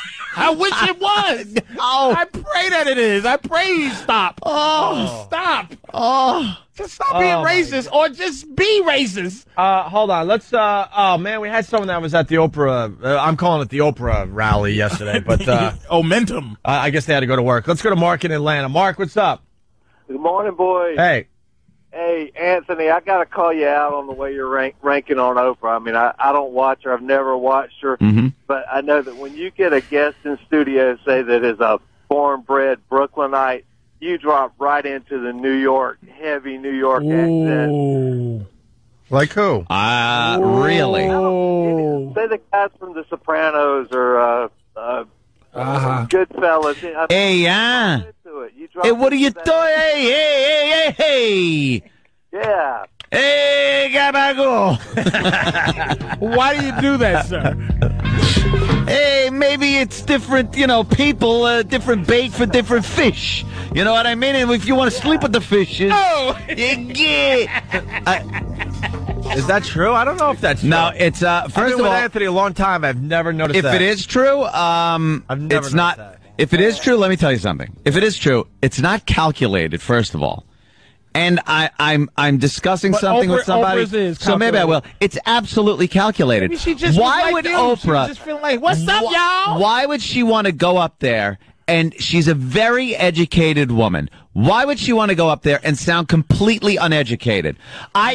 I wish it was. oh, I pray that it is. I pray you stop. Oh, stop. Oh, just stop being Oh, my racist or just be racist. Uh, hold on. Let's. Uh, oh man, we had someone that was at the Oprah. Uh, I'm calling it the Oprah rally yesterday, but uh, Omentum. I I guess they had to go to work. Let's go to Mark in Atlanta. Mark, what's up? Good morning, boys. Hey, Hey, Anthony, I got to call you out on the way you're rank, ranking on Oprah. I mean, I, I don't watch her. I've never watched her. But I know that when you get a guest in studio, say that is a born-bred Brooklynite, you drop right into the New York, heavy New York accent. like who? Uh, Mm-hmm. Say the guys from The Sopranos or uh, uh, Uh-huh. Goodfellas. I mean, Hey, yeah. to it. You drop Hey, what are you into doing? that- Hey, hey, hey, hey, hey. Yeah. Hey, Gabago. Why do you do that, sir? Hey, maybe it's different, you know, people, uh, different bait for different fish. You know what I mean? And if you want to sleep with the fishes. Oh, yeah. Is that true? I don't know if that's true. No, it's, uh, I've first been of with all, Anthony a long time. I've never noticed. if that. it is true, um, never it's not. noticed If it is true, let me tell you something. If it is true, it's not calculated. First of all, and I, I'm I'm discussing But something Oprah- with somebody, Oprah's is so maybe I will. It's absolutely calculated. Maybe she just was why like would you. She was Oprah? just feeling like, what's up, Wh- y'all? Why would she want to go up there? And she's a very educated woman. Why would she want to go up there and sound completely uneducated? I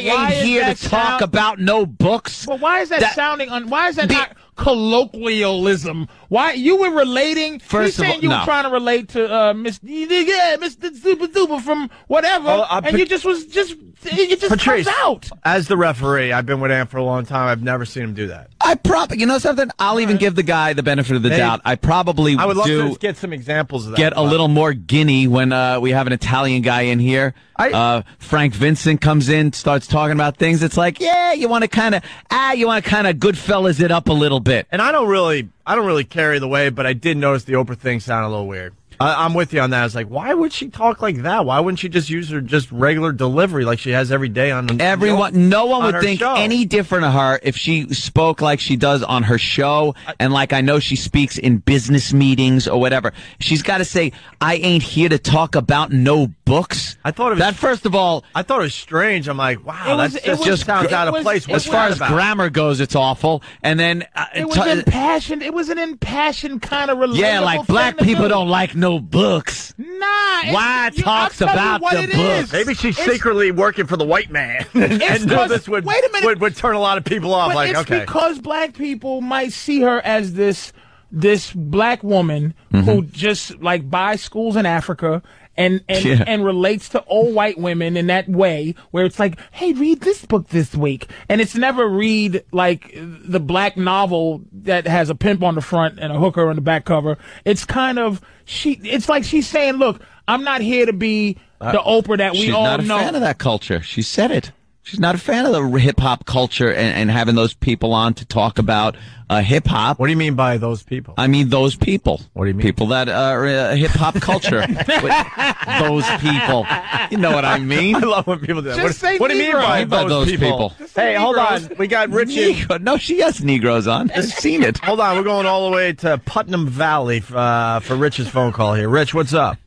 Why is ain't here to that talk sound- about no books. But why is that, That- sounding? Un- why is that not colloquialism? Why you were relating? First you of saying all- you no. were trying to relate to uh, Miss yeah, Mr. Super Duper from whatever, Oh, uh, I and put- you just was just it just Patrice, comes out. as the referee, I've been with Ann for a long time. I've never seen him do that. I probably, you know something? I'll even give the guy the benefit of the Hey, doubt. I probably I would love do to get some examples of that. get a little more guinea when uh, we have an Italian guy in here. uh, Frank Vincent comes in, starts talking about things. It's like, yeah, you want to kind of, ah, you want to kind of Goodfellas it up a little bit. And I don't really, I don't really carry the way, but I did notice the Oprah thing sounded a little weird. I, I'm with you on that. I was like, why would she talk like that? Why wouldn't she just use her just regular delivery like she has every day on the- Everyone, no on one her would think show? any different of her if she spoke like she does on her show and like I know she speaks in business meetings or whatever. She's got to say, I ain't here to talk about no books. I thought it was, that first of all. I thought it was strange. I'm like, wow, It was- that it just, was- just sounds it out of was- place. it What's As was- far that as about? grammar goes, it's awful. And then uh, It was t- impassioned. It was an impassioned kind of relatable. Yeah, like black thing to people do. don't like no books. Nah. it's- you- Why I'll talks tell you about what the it book? is. Maybe she's It's- secretly working for the white man, and It's knew 'cause- this would, wait a minute. would would turn a lot of people off. But like, it's okay, because black people might see her as this this black woman who just like buys schools in Africa and and, Yeah. and relates to old white women in that way where it's like, hey, read this book this week. And it's never read like the black novel that has a pimp on the front and a hooker on the back cover. It's kind of she it's like she's saying, Look, I'm not here to be the Oprah that we She's all not a know. fan of that culture. She said it. She's not a fan of the hip hop culture and, and having those people on to talk about uh, hip hop. What do you mean by those people? I mean those people. What do you mean? People that are uh, hip hop culture. But those people. You know what I mean? I love when people do that. Just what, say what do you mean Negro. by By those, those people? people. Just Hey, hold on. We got Richie. Negro. No, she has Negroes on. I've seen it. Hold on. We're going all the way to Putnam Valley uh, for Rich's phone call here. Rich, what's up?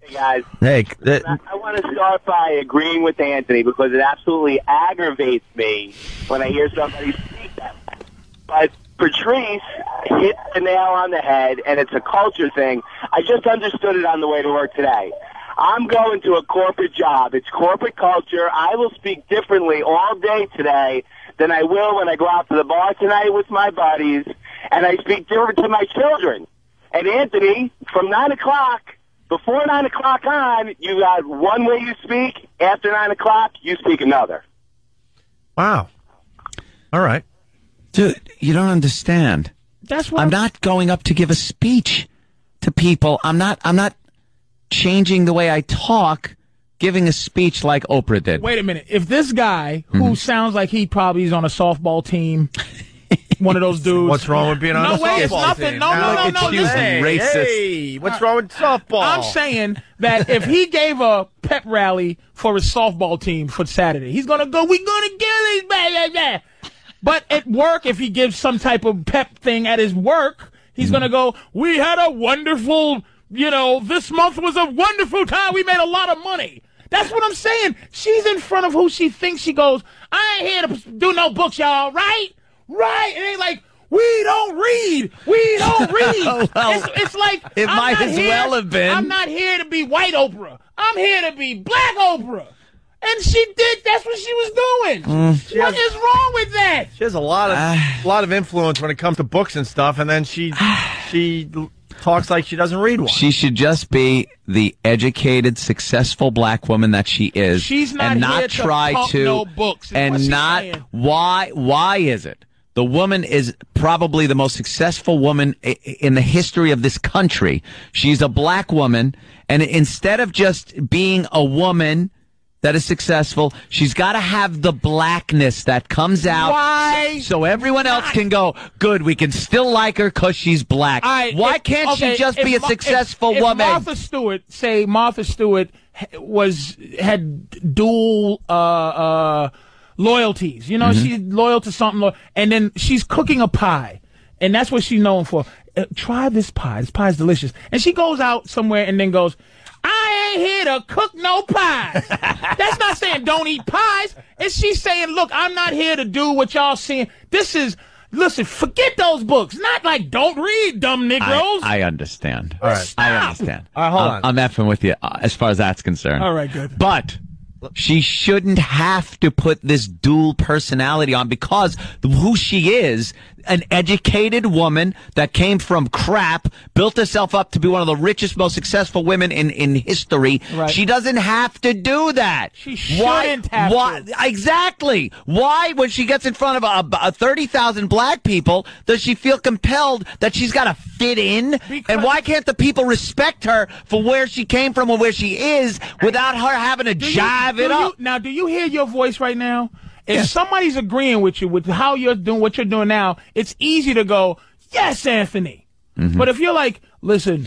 Hey, guys. Hey, uh, I, I want to start by agreeing with Anthony because it absolutely aggravates me when I hear somebody speak that. way. But Patrice hit the nail on the head, and it's a culture thing. I just understood it on the way to work today. I'm going to a corporate job. It's corporate culture. I will speak differently all day today than I will when I go out to the bar tonight with my buddies, and I speak different to my children. And Anthony, from nine o'clock before nine o'clock on, you got one way you speak. After nine o'clock, you speak another. Wow. All right. Dude, you don't understand. That's why I'm not going up to give a speech to people. I'm not I'm not changing the way I talk, giving a speech like Oprah did. Wait a minute. If this guy, who Hmm. sounds like he probably is on a softball team, one of those dudes. What's wrong with being on no a way, it's softball nothing. team? No, Now no, look no, at no. you, listen. hey, hey, what's wrong with softball? I'm saying that if he gave a pep rally for his softball team for Saturday, he's gonna go. We're gonna get these, blah, blah, blah." But at work, if he gives some type of pep thing at his work, he's gonna go. We had a wonderful, you know, this month was a wonderful time. We made a lot of money. That's what I'm saying. She's in front of who she thinks she goes. I ain't here to do no books, y'all. Right? Right? And they like. We don't read. We don't read. Well, it's, it's like it I'm might not as here- well have been. I'm not here to be white Oprah. I'm here to be black Oprah. And she did. That's what she was doing. Mm. What is wrong with that? She has a lot of a lot of influence when it comes to books and stuff, and then she she l- talks like she doesn't read one. She should just be the educated, successful black woman that she is, She's not and not here to try pump to no books, is what and she's not saying. why why is it the woman is probably the most successful woman i- i- in the history of this country. She's a black woman, and instead of just being a woman. That is successful. She's got to have the blackness that comes out, Why so, so everyone else can go. Good, we can still like her because she's black. All right, Why if- can't okay, she just if be a Ma- successful if, woman? If Martha Stewart, say Martha Stewart ha- was had dual uh, uh, loyalties. You know, Mhm. she's loyal to something, lo- and then she's cooking a pie, and that's what she's known for. Uh, try this pie. This pie's delicious. And she goes out somewhere and then goes. I ain't here to cook no pies. That's not saying don't eat pies. It's she's saying, look, I'm not here to do what y'all seeing. This is, listen, forget those books. Not like don't read, dumb Negroes. I, I understand. All right. I Stop. understand. All right, hold I'm, I'm effing with you uh, as far as that's concerned. All right, good. But she shouldn't have to put this dual personality on because who she is, an educated woman that came from crap, built herself up to be one of the richest, most successful women in, in history. Right. She doesn't have to do that. She shouldn't shouldn't have why, Exactly. Why, when she gets in front of a, a 30,000 black people, does she feel compelled that she's got to fit in? and why can't the people respect her for where she came from and where she is without her having to Do you- jive do it up? You, now, do you hear your voice right now? If somebody's agreeing with you with how you're doing what you're doing now, it's easy to go, yes, Anthony. Mm-hmm. But if you're like, listen,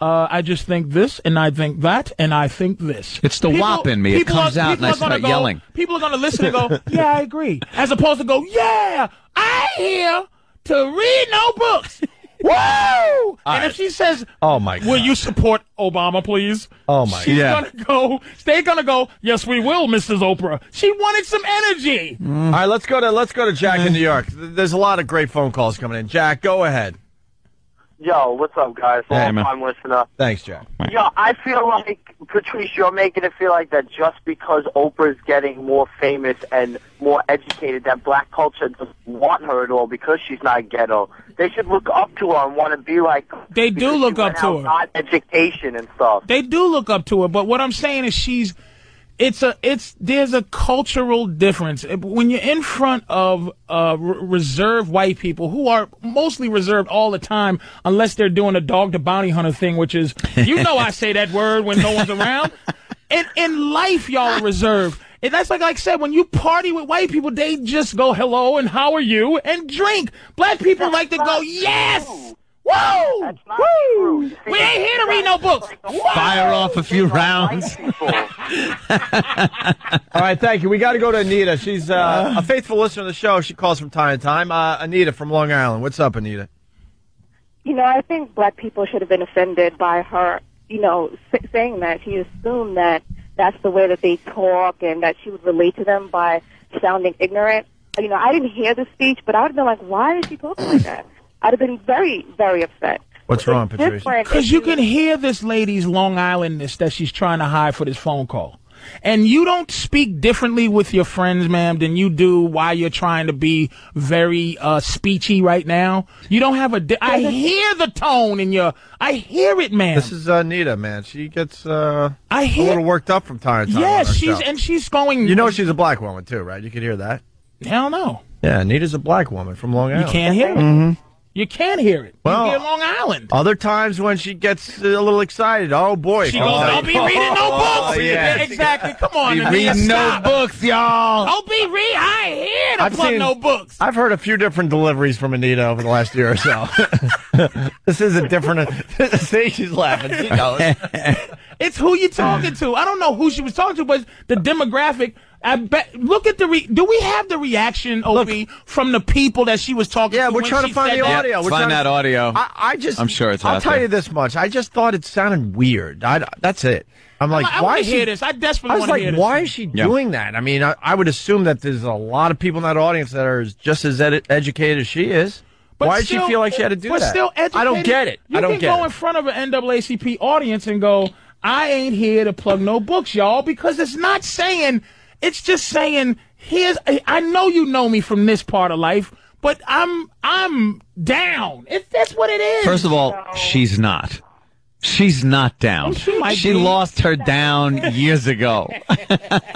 uh, I just think this, and I think that, and I think this. It's the wop in me. It people comes out people and I are gonna start go- yelling. People are going to listen and go, yeah, I agree. As opposed to go, yeah, I ain't here to read no books. Woo! and if she says, Oh my Will you support Obama, please? Oh my She's Yeah. gonna go. They're gonna go. Yes, we will, Mrs. Oprah. She wanted some energy. Mm. All right, let's go to let's go to Jack in New York. Th- There's a lot of great phone calls coming in. Jack, go ahead. Yo, what's up, guys? Hey, man. Long-time listener. Thanks, Jack. Yo, I feel like Patrice, you're making it feel like that just because Oprah's getting more famous and more educated, that black culture doesn't want her at all because she's not ghetto. They should look up to her and want to be like. They do look up to her. Not education and stuff. They do look up to her, but what I'm saying is she's it's a it's there's a cultural difference when you're in front of uh, re- reserved white people who are mostly reserved all the time unless they're doing a dog to bounty hunter thing which is you know I say that word when no one's around and in life y'all are reserved and that's like I said when you party with white people they just go hello and how are you and drink black people like to go yes woo woo we ain't here to read no books Fire off a few rounds. All right, thank you. We got to go to Anita. She's uh, a faithful listener of the show. She calls from time to time. Uh, Anita from Long Island. What's up, Anita? You know, I think black people should have been offended by her, you know, s- saying that. She assumed that that's the way that they talk and that she would relate to them by sounding ignorant. You know, I didn't hear the speech, but I would have been like, why is she talking like that? I'd have been very, very upset. What's wrong, Patrice? Different Because you can hear this lady's Long Islandness that she's trying to hide for this phone call. And you don't speak differently with your friends, ma'am, than you do while you're trying to be very uh, speechy right now. You don't have a. Di- I hear the tone in your. I hear it, ma'am. This is uh, Anita, man. She gets uh, I a hear- little worked up from time to time. Yes, on her she's- show. and she's going. You know, she's a black woman too, right? You can hear that. Hell no. Yeah, Anita's a black woman from Long Island. Mm-hmm. You can't hear it. You can't hear it. Well- you hear Long Island. Other times when she gets a little excited, oh boy, She comes goes, out. I'll be reading no books. Oh, yeah. Exactly. Come on, Be Anita, reading no stop. books, y'all. I'll be read. I ain't here to I've plug seen- no books. I've heard a few different deliveries from Anita over the last year or so. this is a different. See, she's laughing. She knows. It's who you talking to. I don't know who she was talking to, but the demographic. I bet. Look at the. Re- do we have the reaction, Ob, from the people that she was talking to? Yeah, we're when trying to she find said the that? audio. We're find trying to- that audio. I, I just. I'm sure it's I'll out tell there. you this much. I just thought it sounded weird. I, that's it. I'm like, I why wanna is she? hear this. I desperately I was wanna like, hear this. why is she Yeah. doing that? I mean, I, I would assume that there's a lot of people in that audience that are just as ed- educated as she is. But why did she still- feel like she had to do but that? still educated. I don't get it. You I don't can get go it. in front of an NAACP audience and go, "I ain't here to plug no books, y'all," because it's not saying. It's just saying, "Here's." I I know you know me from this part of life, but I'm I'm down. It's that's what it is. First of all, she's not. She's not down. She might She be. lost her down years ago.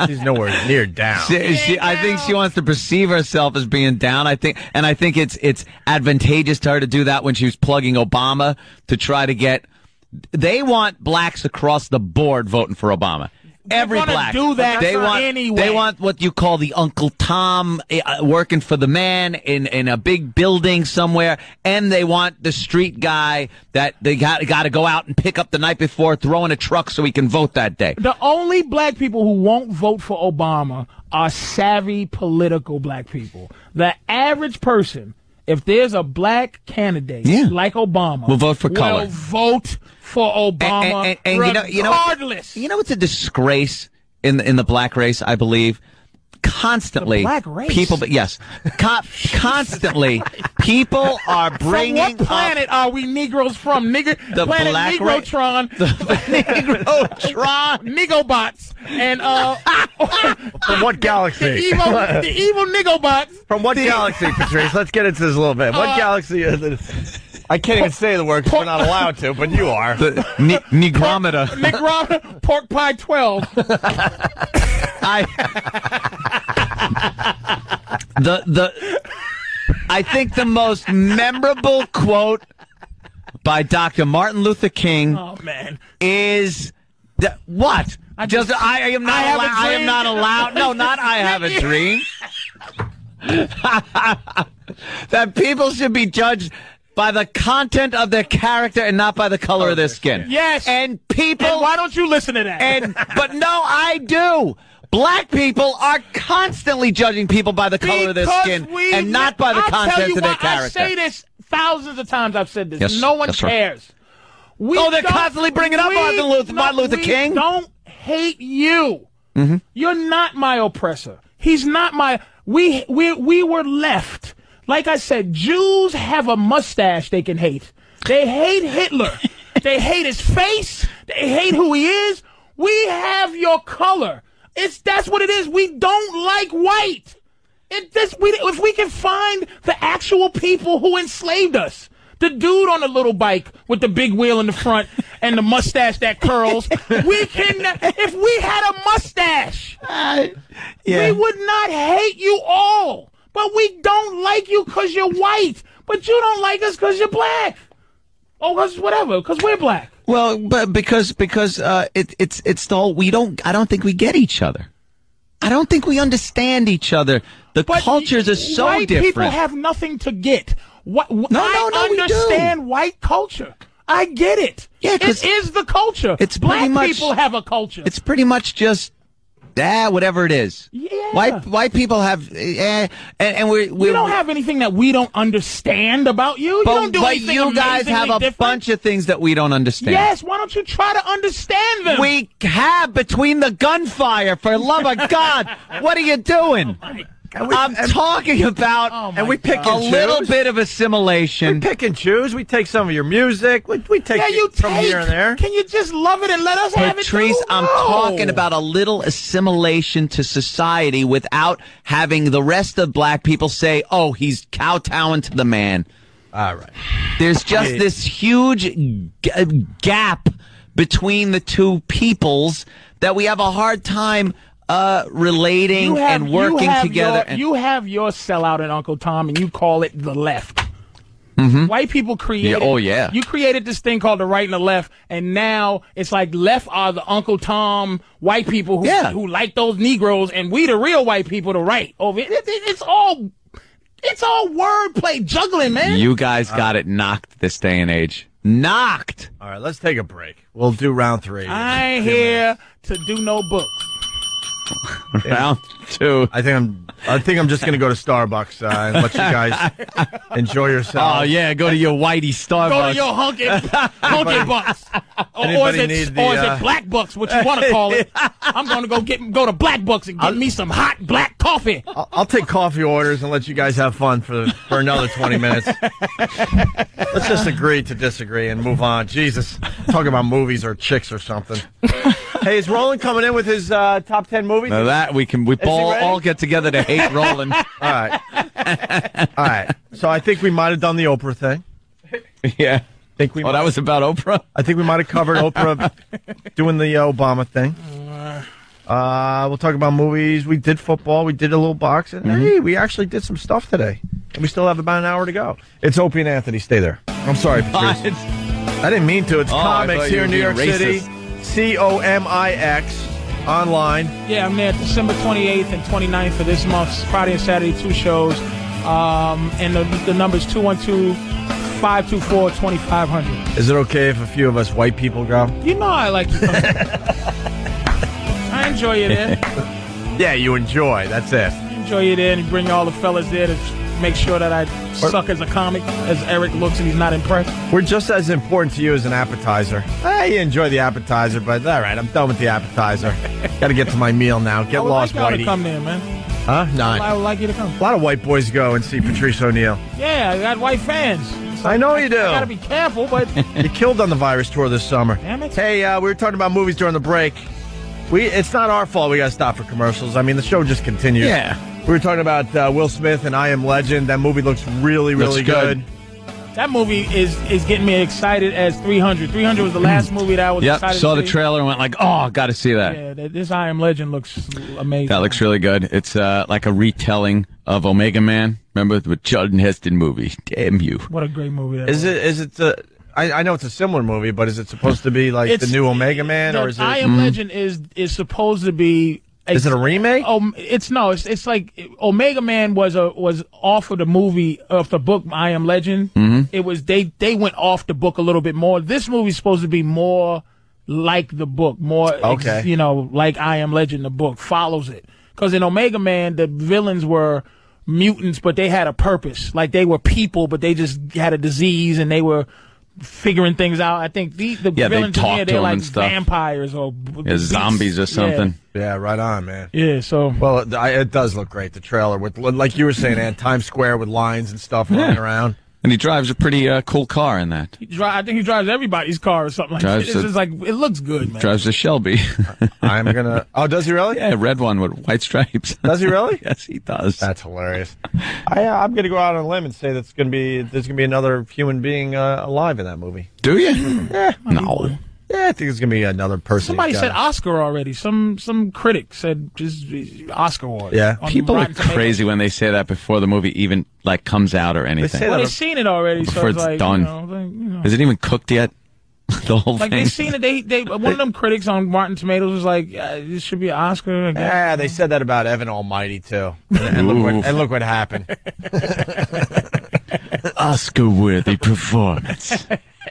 she's nowhere near down. She, she, I think she wants to perceive herself as being down. I think, and I think it's it's advantageous to her to do that when she was plugging Obama to try to get. They want blacks across the board voting for Obama. Every gonna black do that they want anyway. they want what you call the Uncle Tom uh, working for the man in in a big building somewhere, and they want the street guy that they got got to go out and pick up the night before, throw in a truck so he can vote that day. The only black people who won't vote for Obama are savvy political black people. The average person, if there's a black candidate like Obama, Will vote for color. Will vote for Obama and, and, and you know, you know, regardless. you know, it's a disgrace in the, in the black race. I believe constantly The black race? people, but yes, co- constantly people are bringing from what planet are we Negroes from? Nigger, The planet black ra- Negrotron, Negrotron, Nigobots, and uh, From what galaxy? the evil, the e-, evil Nigobots. From what galaxy, Patrice? Let's get into this a little bit. What Uh, galaxy is it? I can't even say the word 'cause we're not allowed to, but you are. the ne- Negrometer. Nick Robin, pork pie twelve. I the the I think the most memorable quote by Dr. Martin Luther King Oh man, is that what? I just, I, am not I have a allowed. I am dream. not allowed. No, not I have a dream. that people should be judged by the content of their character and not by the color of their skin. Yes. And people And why don't you listen to that? and but no, I do. Black people are constantly judging people by the color of their Because skin we- and not by the I'll tell content you of their why character. I say this thousands of times. I've said this. Yes, no one that's right. cares. We Oh, they're don't- constantly bringing up we Martin Luther- no- Martin Luther we King? Don't hate you. Mm-hmm. You're not my oppressor. He's not my. We we we were left. Like I said, Jews have a mustache they can hate. They hate Hitler. they hate his face. They hate who he is. We have your color. It's that's what it is. We don't like white. It, this, we, if we can find the actual people who enslaved us. The dude on the little bike with the big wheel in the front and the mustache that curls. We can, if we had a mustache, we would not hate you all. But we don't like you because you're white. But you don't like us because you're black. Or because whatever, because we're black. Well, but because because uh, it, it's it's the whole we don't I don't think we get each other. I don't think we understand each other. The cultures are so white different. people have nothing to get. What, wh- No, I no, no, we do. understand white culture. I get it. Yeah, it 'cause is the culture. it's black pretty much- people have a culture. It's pretty much just ah, whatever it is. Yeah. White white people have eh, and, and we we you don't have anything that we don't understand about you. but, you don't do but anything you guys have a amazingly different. bunch of things that we don't understand. Yes, why don't you try to understand them? We have between the gunfire. For love of God, what are you doing? I'm talking about, Oh and we pick a and little choose. bit of assimilation. Pick and choose. We take some of your music. We, we take yeah, you it from take. here and there. Can you just love it and let us have it? Patrice, too? I'm No. talking about a little assimilation to society without having the rest of black people say, oh, he's kowtowing to the man. All right. There's just this huge g- uh, gap between the two peoples that we have a hard time uh, relating You have- and you working have together. your- and- you have your sellout in Uncle Tom, and you call it the left. Mm-hmm. White people created. Yeah, oh, yeah. You created this thing called the right and the left, and now it's like left are the Uncle Tom white people who who like those Negroes, and we the real white people the right. Over it, it, it's all it's all wordplay juggling, man. You guys Uh, got it knocked this day and age. Knocked. All right, let's take a break. We'll do round three. I ain't here to do no book. Round two. I think I'm. I think I'm just gonna go to Starbucks uh, and let you guys enjoy yourself. Oh, yeah, go to your whitey Starbucks. Go to your hunkin' hunkin' bucks, or, or is Anybody it need the, or is uh, it black bucks? What you want to call it? I'm gonna go get go to black bucks and get me some hot black coffee. I'll, I'll take coffee orders and let you guys have fun for for another 20 minutes. Let's just agree to disagree and move on. Jesus, talk about movies or chicks or something. hey, is Roland coming in with his uh, top 10 movies? Now that we can, we he all, ready? all get together to hate Roland. All right. All right. So I think we might have done the Oprah thing. Yeah. Think we Oh, that was about Oprah? I think we might have covered Oprah doing the uh, Obama thing. Uh, we'll talk about movies. We did football. We did a little boxing. Hey, we actually did some stuff today. And we still have about an hour to go. It's Opie and Anthony. Stay there. I'm sorry, Patrice. I didn't mean to. It's Oh, I comics thought here you in New were York being City. C O M I X online. Yeah, I'm there December 28th and 29th for this month's Friday and Saturday two shows, um, and the, the number is 212 524 2500. Is it okay if a few of us white people go? You know I like to come. I enjoy you there. Yeah, you enjoy. That's it. enjoy you there and bring all the fellas there to make sure that I suck as a comic as Eric looks and he's not impressed. We're just as important to you as an appetizer. I enjoy the appetizer, but all right, I'm done with the appetizer. Got to get to my meal now. Get Oh, I would lost, like y'all to Whitey. come there, man. Huh? No. I would like Mm-hmm. you to come. A lot of white boys go and see Patrice O'Neill. Yeah, I got white fans. I know you do. I gotta be careful, but you killed on the virus tour this summer. Damn it. Hey, uh, we were talking about movies during the break. We it's not our fault we got to stop for commercials. I mean, the show just continues. Yeah. We were talking about uh, Will Smith and I Am Legend. That movie looks really, Looks really good. that movie is is getting me excited as 300. 300 was the last movie that I was Yep, excited saw to the see. trailer and went like, "Oh, got to see that." Yeah, th- this I Am Legend looks amazing. That looks really good. It's uh, like a retelling of Omega Man. Remember the Charlton Heston movie? Damn you! what a great movie that Is it? Is it? Uh, I, I know it's a similar movie, but is it supposed to be like the It's- new Omega Man, The or is it? Mm. I Am Legend is is supposed to be. Is it a remake? Oh, it's no. It's it's like Omega Man was a was off of the movie of the book I Am Legend. Mm-hmm. Mhm. It was they they went off the book a little bit more. This movie's supposed to be more like the book, more ex- Okay. you know, like I Am Legend. The book follows it because in Omega Man the villains were mutants, but they had a purpose. Like they were people, but they just had a disease and they were figuring things out. I think the, the Yeah, they villains in talk here, to they're them like and stuff. vampires or b- Yeah, beasts. zombies or something. Yeah. right on, man. Yeah, so well, it, I, it does look great. The trailer with, like you were saying, Ann, Times Square with lines and stuff running around. And he drives a pretty uh, cool car in that. He dri- I think he drives everybody's car or something like that. Drives It's the- just like it looks good, man. Drives a Shelby. I'm gonna. Oh, does he really? Yeah, a red one with white stripes. Does he really? yes, he does. That's hilarious. I, uh, I'm going to go out on a limb and say that's going to be there's going to be another human being uh, alive in that movie. Do you? Eh, Yeah. No. Yeah, I think it's going to be another person. Somebody who's said got Oscar already. Some some critic said just uh, Oscar already. Yeah. On People are Rotten Tomatoes. crazy when they say that before the movie even like comes out or anything. Well, they've seen it already, so before it's it's like, done. You know, like, you know. Is it even cooked yet? the whole Like they thing. seen it. They they one of them critics on Rotten Tomatoes was like, yeah, this should be an Oscar. I it. guess. Yeah, they said that about Evan Almighty too. And, and look, what, Oof. and look what happened. Oscar-worthy performance.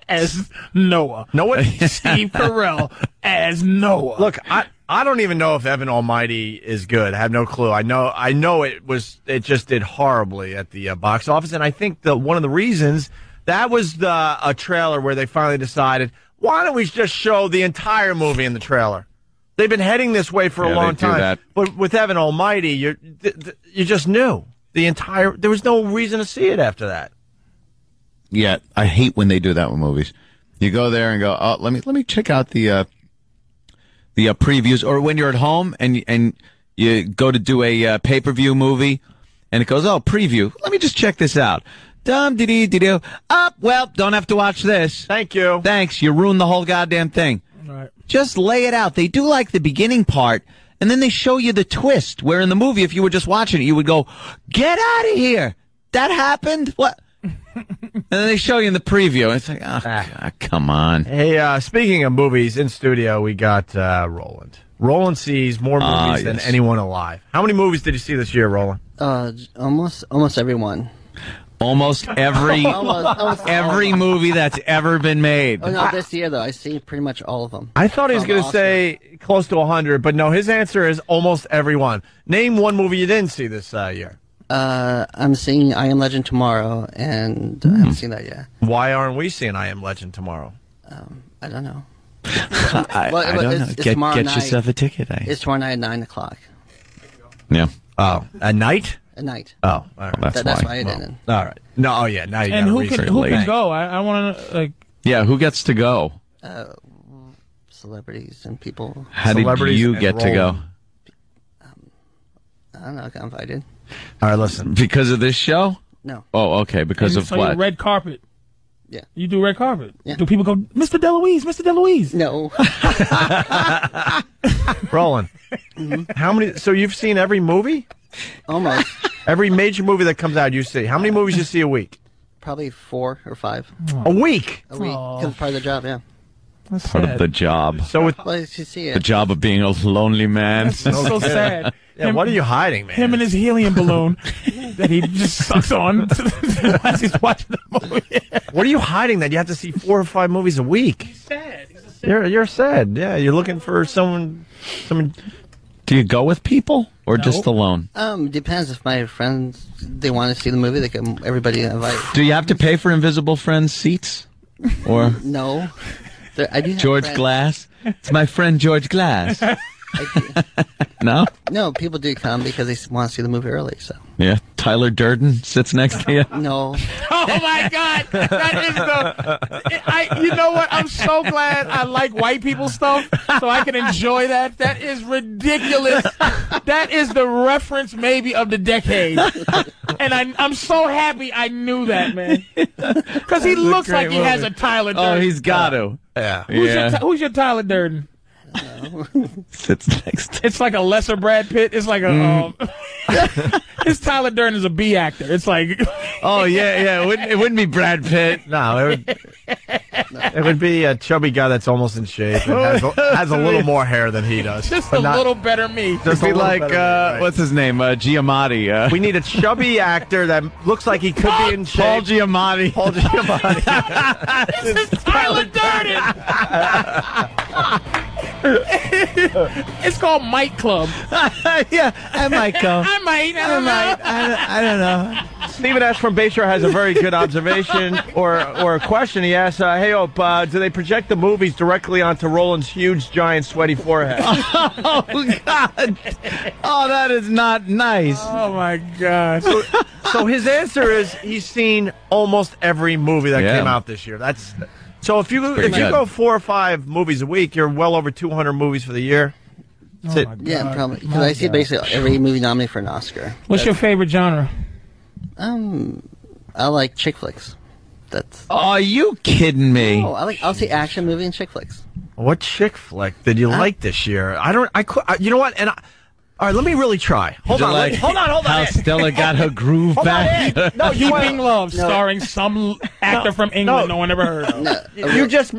as Noah. Noah Steve Carell as Noah. Look, I I don't even know if Evan Almighty is good. I have no clue. I know I know it was it just did horribly at the uh, box office, and I think that one of the reasons that was the a trailer where they finally decided why don't we just show the entire movie in the trailer. They've been heading this way for Yeah, a long they do time, that. but with Evan Almighty, you're th- th- you just knew the entire. There was no reason to see it after that. Yeah, I hate when they do that with movies. You go there and go, oh, let me let me check out the uh, the uh, previews, or when you're at home and and you go to do a uh, pay per view movie, and it goes, oh, preview. Let me just check this out. Dum dee dee dee doo. Up. Well, don't have to watch this. Thank you. Thanks. You ruined the whole goddamn thing. Right. Just lay it out. They do like the beginning part, and then they show you the twist. Where in the movie, if you were just watching it, you would go, "Get out of here! That happened." What? And then they show you in the preview. and It's like, oh, God, come on. Hey, uh, speaking of movies, in studio we got uh, Roland. Roland sees more movies Ah, than yes. anyone alive. How many movies did you see this year, Roland? Uh, j- almost almost everyone. Almost every Almost- almost every all. movie that's ever been made. Oh no, this year though, I see pretty much all of them. I thought he was From going to Oscar. say close to 100, but no, his answer is almost everyone. Name one movie you didn't see this uh, year. Uh, I'm seeing I Am Legend tomorrow, and I Hmm. haven't seen that yet. Why aren't we seeing I Am Legend tomorrow? Um, I don't know. I, Well, I well, don't it's- know. it's Get, tomorrow get night. yourself a ticket. eh? I, It's tomorrow night at nine o'clock yeah. Oh, at night? at night. Oh, all right. That's That- that's why. why I Well, didn't. all right. No, oh yeah, now you and gotta who can research who it. can go? I, I want to like. Yeah, who gets to go? Uh, celebrities and people. Um, How did Celebrities you and get to go? Roland. I don't know. I got invited. All right, listen. Because of this show? No. Oh, okay. Because and of so what? you red carpet. Yeah. You do red carpet. Yeah. Do people go, Mr. DeLuise, Mr. DeLuise? No. Roland, how many? So you've seen every movie? Mm-hmm. Almost. Every major movie that comes out, you see. How many movies you see a week? Probably four or five A week. a week. 'cause it's part of the job. Yeah. Part of the job. So with Well, you should see The it. job of being a lonely man. so sad. Yeah, what are you hiding, man? Him and his helium balloon that he just sucks on as he's watching the movie. What are you hiding that you have to see four or five movies a week? Sad. You're you're sad. Yeah, you're looking for someone. Someone. Do you go with people or just alone? Um, depends if my friends they want to see the movie. They can everybody invite. Do you have to pay for invisible friends seats? Or No. There, I do have George friends. Glass? It's my friend George Glass. no? No, people do come because they want to see the movie early. So Yeah. Tyler Durden sits next to you. no, Oh my God! That is the. I. You know what? I'm so glad I like white people stuff, so I can enjoy that. That is ridiculous. That is the reference maybe of the decade, and I, I'm so happy I knew that man, because he looks like he has a Tyler. Durden. Oh, he's got to. Yeah. Who's, your, yeah. Ti- who's your Tyler Durden? sits next to It's like a lesser Brad Pitt. It's like a. Mm. Um, his Tyler Durden is a B actor. It's like. Oh, yeah, yeah. It wouldn't, it wouldn't be Brad Pitt. No, it would, it would be a chubby guy that's almost in shape and has, a- has a little more hair than he does. Just but a not- little better me. Just a Be little like, uh, better than me, right. what's his name? Uh, Giamatti. Uh, We need a chubby actor that looks like he could be in shape. uh, Paul Giamatti. Paul Giamatti. This is Tyler Durden. it's called Mike Club. yeah, I might go. I might. I I don't might. know. I don't, I don't know. Stephen Ash from Bayshore has a very good observation or or a question. He asks, uh, "Hey, Ope, uh, do they project the movies directly onto Roland's huge, giant, sweaty forehead?" Oh God! Oh, that is not nice. Oh my God. so his answer is he's seen almost every movie that Yeah. came out this year. That's so if you pretty if you good. go four or five movies a week, you're well over 200 movies for the year. That's it. Yeah, probably because I see basically every movie nominated for an Oscar. What's your favorite genre? Um, I like chick flicks. That's. Are you kidding me? Oh, I like. I'll see action movie and chick flicks. What chick flick did you like this year? I don't. I, cou- I you know what? And I, all right, let me really try. Hold you on, like let- hold on, hold on. how Ed. Stella got her groove Hold on, back? Ed. No, you Keeping Love, No. starring some actor from England no. one ever heard of. You you just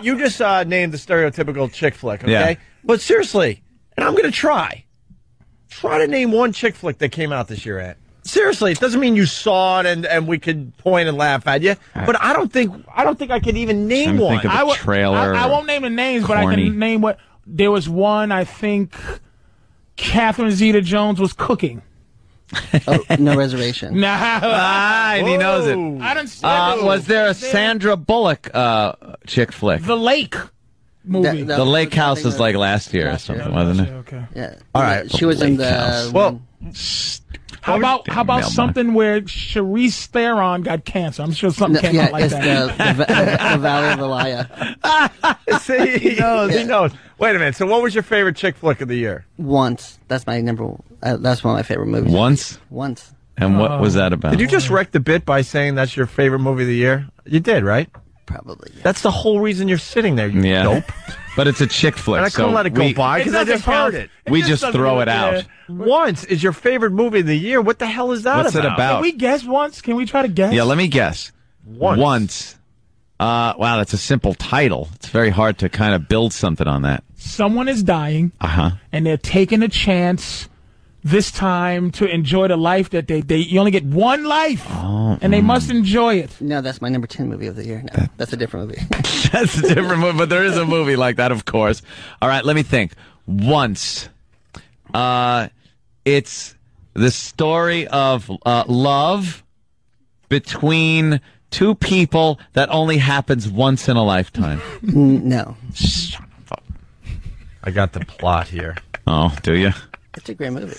you just uh, named the stereotypical chick flick, okay? Yeah. But seriously, and I'm gonna try. Try to name one chick flick that came out this year, Ed. Seriously, it doesn't mean you saw it and, and we could point and laugh at you. But I don't think I don't think I could even name Trying to one. think of a I would- trailer. I won't name the names, but I Corny. can name what. There was one, I think, Catherine Zeta Jones was cooking. Oh, no reservation. Nah. Ah, and he knows it. I don't see Uh, was there a Sandra Bullock uh, chick flick? The Lake movie. the Lake House was like last year or something, wasn't it? Okay. Yeah. All right. She was in Lake the. House. Well, How about how about Mailbox. something where Charisse Theron got cancer? I'm sure something came yeah, out like it's the, that. the, the, the Valley of the Liar. See, he knows. He knows. Wait a minute. So, what was your favorite chick flick of the year? Once. That's my number. Uh, that's one of my favorite movies. Once? Once. And what was that about? Uh, Did you just wreck the bit by saying that's your favorite movie of the year? You did, right? Probably. That's the whole reason you're sitting there. You Yeah. dope. But it's a chick flick. And I couldn't so let it go we- by because I just heard it. We just throw it out. Once is your favorite movie of the year. What the hell is that What's it about? about? Can we guess once? Can we try to guess? Yeah, Let me guess. Once. Uh, wow, that's a simple title. It's very hard to kind of build something on that. Someone is dying, Uh huh. and they're taking a chance this time to enjoy the life that they they. You only get one life, and they must enjoy it. No, that's my number 10 movie of the year. No, that's a different movie. That's a different movie, but there is a movie like that, of course. All right, let me think. Once, uh, it's the story of uh, love between two people that only happens once in a lifetime. no. I got the plot here. Oh, do you? It's a great movie.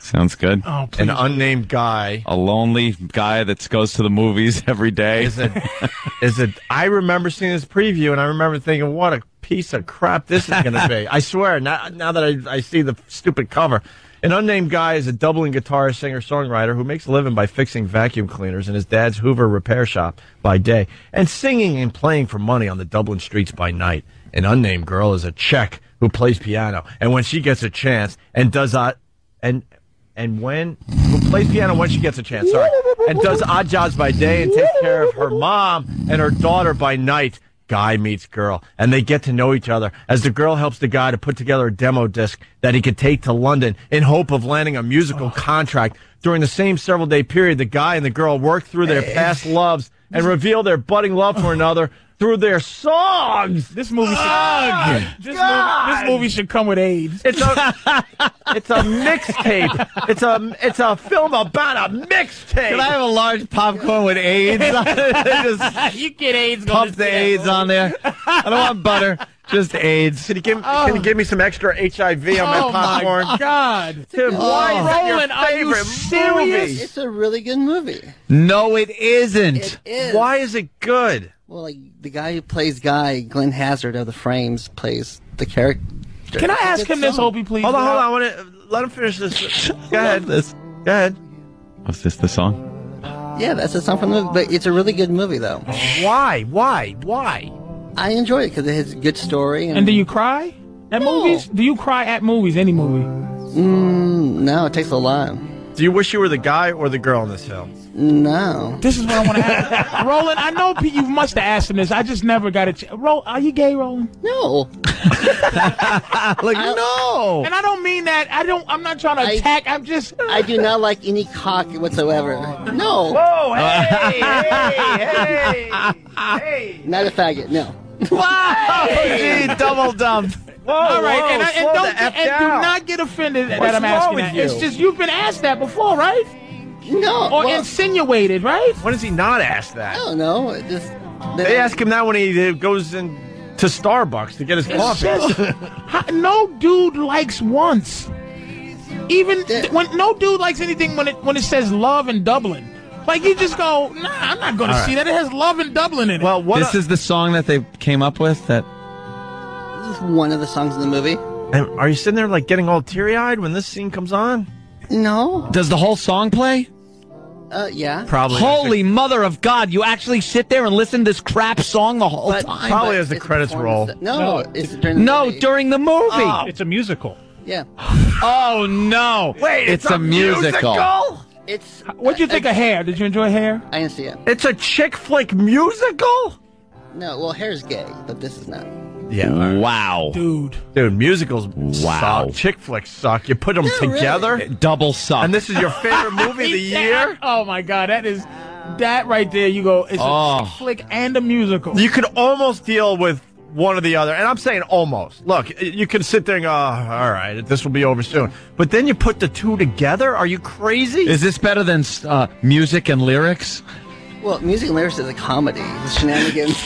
Sounds good. Oh, An unnamed guy. A lonely guy that goes to the movies every day. Is it? is it? I remember seeing this preview and I remember thinking, what a piece of crap this is going to be. I swear. Now, now that I, I see the stupid cover. An unnamed guy is a Dublin guitarist, singer, songwriter who makes a living by fixing vacuum cleaners in his dad's Hoover repair shop by day and singing and playing for money on the Dublin streets by night. An unnamed girl is a Czech who plays piano, and when she gets a chance and does uh, and and when who plays piano when she gets a chance, sorry, and does odd jobs by day and takes care of her mom and her daughter by night. Guy meets girl, and they get to know each other as the girl helps the guy to put together a demo disc that he could take to London in hope of landing a musical Oh. contract. During the same several day period, the guy and the girl work through their past loves and reveal their budding love for another through their songs. Oh. This movie should, this, movie, this movie should come with AIDS. It's a it's a mixtape. It's a it's a film about a mixtape. Can I have a large popcorn with AIDS? Just you get AIDS. pump the AIDS on there. I don't want butter, just AIDS. Can you give, can you give me some extra HIV on my Oh, my popcorn? God. Dude, why is that your Roland, are you favorite serious? movie? It's a really good movie. No, it isn't. It is. Why is it good? Well, like the guy who plays Guy, Glenn Hazard of the Frames, plays the character. Can I ask It's him this, so- Opie, please? Hold on, hold on. I want to let him finish this. Go ahead. this. Go ahead. Was this the song? Yeah, that's a song from the movie, but it's a really good movie though. Why? Why? Why? I enjoy it because it has a good story. And, And do you cry at movies? Do you cry at movies? Any movie? Mm, no, it takes a lot. Do you wish you were the guy or the girl in this film? No. This is what I want to ask. Roland, I know Pete, you must have asked him this. I just never got a chance. Ro- are you gay, Roland? No. Like, no. And I don't mean that. I don't. I'm not trying to I- attack. I'm just. I do not like any cock whatsoever. No. Oh, hey, hey, hey. Not a faggot. No. Oh, Wow. Gee, double dump. Whoa, All right, whoa, and, I, and slow don't the and F do down. not get offended What's that I'm wrong asking with that. you? It's just you've been asked that before, right? No. Or well, insinuated, right? Why does he not ask I that? don't know. It just. They ask him that when he uh, goes in to Starbucks to get his It's coffee. just- How- no dude likes once. Even when no dude likes anything when it when it says love in Dublin. Like you just go, nah, I'm not going All to see right. that. It has love in Dublin in it. Well, this is the song that they came up with. That This is one of the songs in the movie. And are you sitting there like getting all teary eyed when this scene comes on? No. Does the whole song play? Uh, yeah. Probably. Holy mother of God! You actually sit there and listen to this crap song the whole But- time. Probably as the it's credits performed roll. as the- no, it's during the no movie. during the movie. Oh. It's a musical. Yeah. Oh no! it's, a, musical. It's. What'd you think of Hair? Did you enjoy Hair? I didn't see it. It's a chick flick musical. No, well, hair's gay, but this is not. Yeah. Wow. Dude. Dude, musicals wow. suck. Chick flicks suck. You put them together. Double suck. And this is your favorite movie of the Yeah. year? Oh my god, that is that right there. You go, it's Oh. a chick flick and a musical. You could almost deal with one or the other. And I'm saying almost. Look, you can sit there and go, "Oh, all right, this will be over soon. But then you put the two together? Are you crazy? Is this better than uh, music and lyrics? Well, music and lyrics is a comedy. It's shenanigans.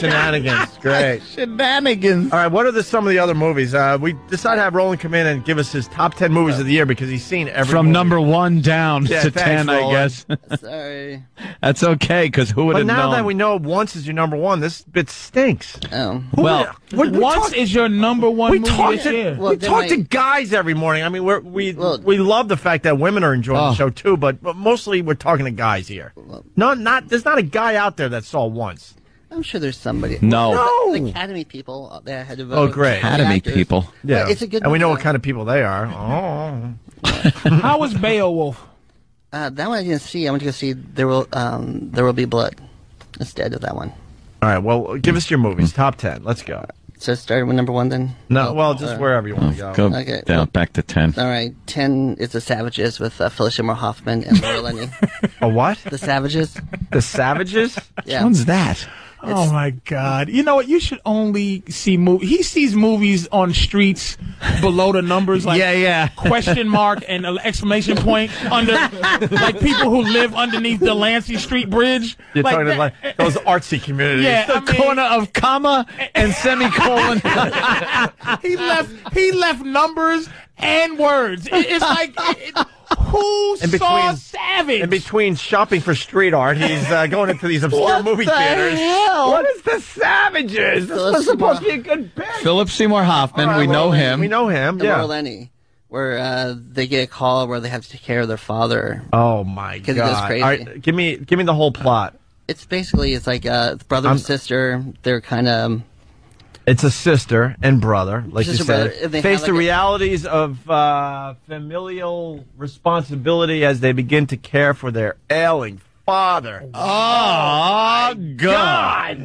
Shenanigans. Great. Shenanigans. All right, what are the, some of the other movies? Uh, we decided to have Roland come in and give us his top 10 movies of the year because he's seen every from movie. number one down Yeah, to thanks, ten, I Roland. guess. Sorry. That's okay because who would But have now known? that we know once is your number one, this bit stinks. Oh. Well, Once is your number one We movie talk, this to, year. we talk to guys every morning. I mean, we're, we we love the fact that women are enjoying Oh. the show too, but, but mostly we're talking to guys here. No, not there's not a guy out there that saw once. I'm sure there's somebody. No. The, the Academy people that had to vote. Oh, great! The actors. But Yeah, it's a good. and we know movie. what kind of people they are. Oh, How was Beowulf? Uh, that one I didn't see. I went to go see There Will um, There Will Be Blood instead of that one. All right. Well, give us your movies. Top ten. Let's go. So start with number one then. No, well, just uh, wherever Oh, you want to go. Go Okay. down, back to ten. All right, ten is The Savages with uh, Phyllis Seymour Hoffman and Laura Linney. A what? The Savages. The Savages. Yeah. one's that? oh my god! You know what? You should only see movie. He sees movies on streets below the numbers, like Yeah, yeah. question mark and an exclamation point under, like people who live underneath the Lancey Street Bridge. You're like talking that- about those artsy communities. Yeah, the I mean- corner of comma and semicolon. he left. He left numbers and words. It- It's like it- who In saw between- Savage? In between shopping for street art, he's uh, going into these obscure movie theaters. What is the Savages? This was supposed to be a good pick. Philip Seymour Hoffman. All right, we well, know we- him. we know him, And Laura Linney, where uh, they get a call where they have to take care of their father. Oh my Because it goes God. crazy. All right, give me give me the whole plot. It's basically it's like uh, brother I'm- and sister. They're um, kind of It's a sister and brother, like Sister, you said, brother, they face have, the like, a- realities of uh, familial responsibility as they begin to care for their ailing father. Oh, God.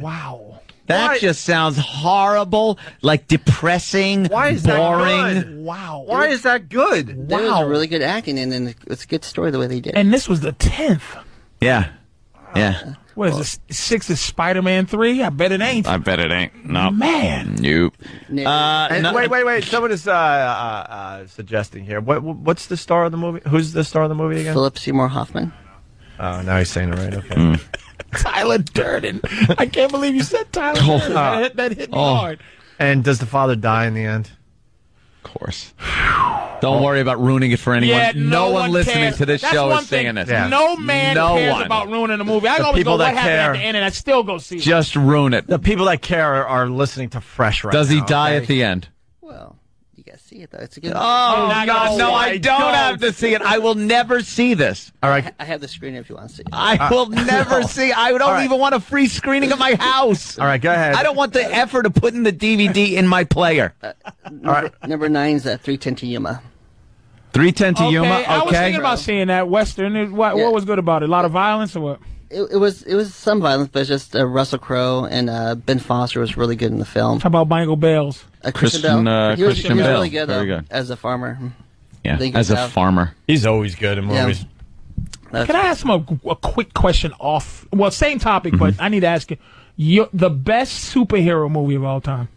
Wow. That just sounds horrible, like depressing, Why is that boring. good? Wow. Why is that good? there was a really good acting and, and it's a good story the way they did. And this was the tenth. Yeah, yeah. What is this? Six is Spider Man three. I bet it Uh, ain't. I bet it ain't. No, Man. Nope. Uh, And no- wait, wait, wait! Someone is uh, uh, uh, suggesting here. What what's the star of the movie? Who's the star of the movie again? Philip Seymour Hoffman. Oh, now he's saying it right. Okay. Hmm. Tyler Durden. I can't believe you said Tyler Oh. Durden. That hit, that hit me Oh. hard. And does the father die in the end? Oh. Of course. Don't worry about ruining it for anyone. Yeah, no, one, listening cares. to this That's show one is singing thing. this. No man No cares one. about ruining a movie. I The always people go, what that happened care- at the end, and I still go see it. Just ruin it. The people that care are, are listening to Fresh right Does he now, die okay? at the end? You gotta see it though. It's a good. Oh, God, no, I don't have to see it. I will never see this. All I- I have the screen if you want to see it. I will never see. I don't Uh, All right. even want a free screening at my house. All right, go ahead. I don't want the effort of putting the DVD in my player. All right. Uh, Number nine is uh, 310 to Yuma. 310 to Yuma, I was okay. thinking about seeing that Western. It- What, what was good about it? A lot of violence or what? It, it was it was some violence, but it's just uh, Russell Crowe and uh, Ben Foster was really good in the film. How about Michael Bales? Uh, Christian, uh, he was, Christian he was Bale. really good, Very though, good. as a farmer. Yeah, Think as a about- farmer. He's always good in Yeah. movies. Can I ask him a, a quick question off? Well, same topic, but Mm-hmm. I need to ask you. Your, the best superhero movie of all time.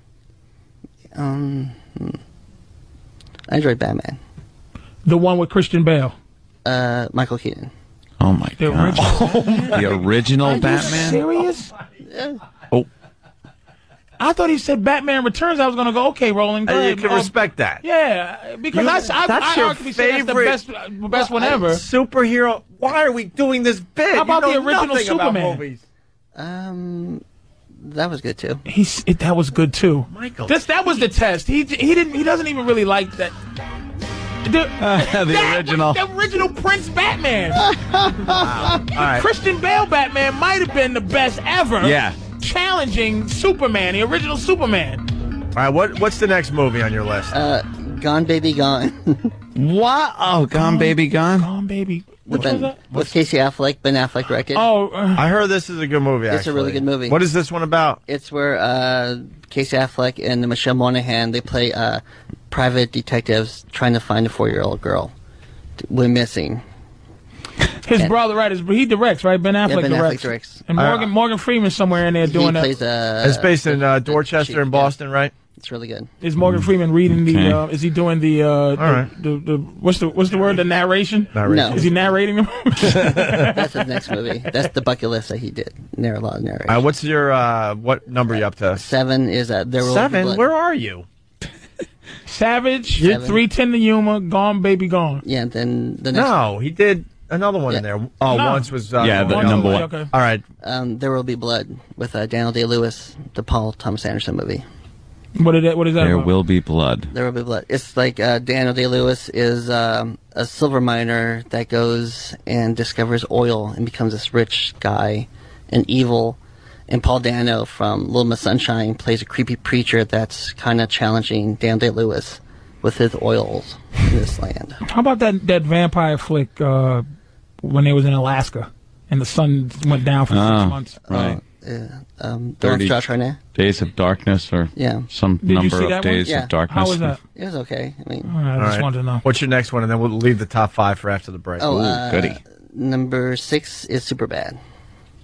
Um, hmm. I enjoyed Batman. The one with Christian Bale. Uh, Michael Keaton. Oh my The god. Oh Oh, original. the original Batman. Oh. Serious? Yeah. Oh. I thought he said Batman Returns. I was going to go, okay, Rolling. And Uh, you Good. can Oh, respect that. Yeah, because You- that's I, that's I, your arguably say that's the favorite- best, uh, best one ever. Superhero. Why are we doing this bit? How about you know the original nothing about Superman? movies. Um, that was good too. He's it, that was good too. Michael. This that was the test. He he didn't he doesn't even really like that. The, the that- original. the original Prince Batman. All right. Christian Bale Batman might have been the best ever. Yeah. Challenging Superman, the original Superman. All right, what what's the next movie on your list? Uh, Gone Baby Gone. what? Oh, Gone Baby Gone. Gone Baby. With, ben, with Casey Affleck, Ben Affleck directed. Oh, I heard this is a good movie. It's a really actually. good movie. What is this one about? It's where uh, Casey Affleck and Michelle Monaghan they play uh, private detectives trying to find a four-year-old girl t- went missing. His brother, right? His, he directs, right? Ben Affleck Ben Affleck directs. directs. And Uh, Morgan Morgan Freeman's somewhere in there doing that. it's based in uh, Dorchester and Boston, right? It's really good. Is Morgan Freeman reading Okay. the? Uh, is he doing the? Uh, the, right. the, the, what's the what's the word? The narration. Narration. No. Is he narrating them? That's his next movie. That's the bucket list that he did. There are a lot of narration. Uh, what's your uh, what number are you up to? Seven is uh, there will Be Seven? blood. Where are you? Savage. Seven. Three ten to Yuma. Gone baby gone. Yeah. Then the next. No, he did another one in there. Oh, No. once was uh, Once was- All right. Um, there will be blood with uh, Daniel Day Lewis, the Paul Thomas Anderson movie. What is that? What is that? There about? will be blood. There will be blood. It's like uh, Daniel Day Lewis is um, a silver miner that goes and discovers oil and becomes this rich guy and evil. And Paul Dano from Little Miss Sunshine plays a creepy preacher that's kind of challenging Daniel Day Lewis with his oils in this land. How about that that vampire flick uh, when they was in Alaska and the sun went down for Ah, six months? Right. Yeah. Um, the one Thirty with Josh Hartnett. days of darkness, or Yeah. some Did you number see of that one? days Yeah. of darkness. How was that? It was okay. I mean, I All right. What's your next one? And then we'll leave the top five for after the break. Oh, uh, Number six is super bad.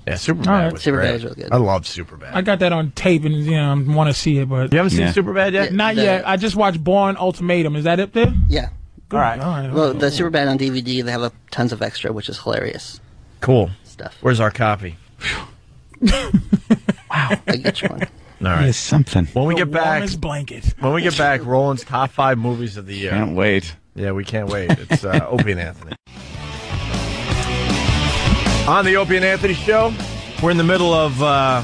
Yeah, Superbad. All right. was Superbad great. is really good. I love Uh, Superbad. I got that on tape and you know I want to see it, but You haven't seen Yeah. Superbad yet? Not The- yet. I just watched Born Ultimatum. Is that it there? Yeah. All right. All right. Well, the super bad on DVD, they have a, tons of extra, which is hilarious. Cool stuff. Where's our copy? I get you one. All right. It's something. When we The get back, warmest blanket. When we get back, Roland's top five movies of the year. Can't wait. Yeah, we can't wait. It's uh, Opie and Anthony. On the Opie and Anthony show, we're in the middle of uh,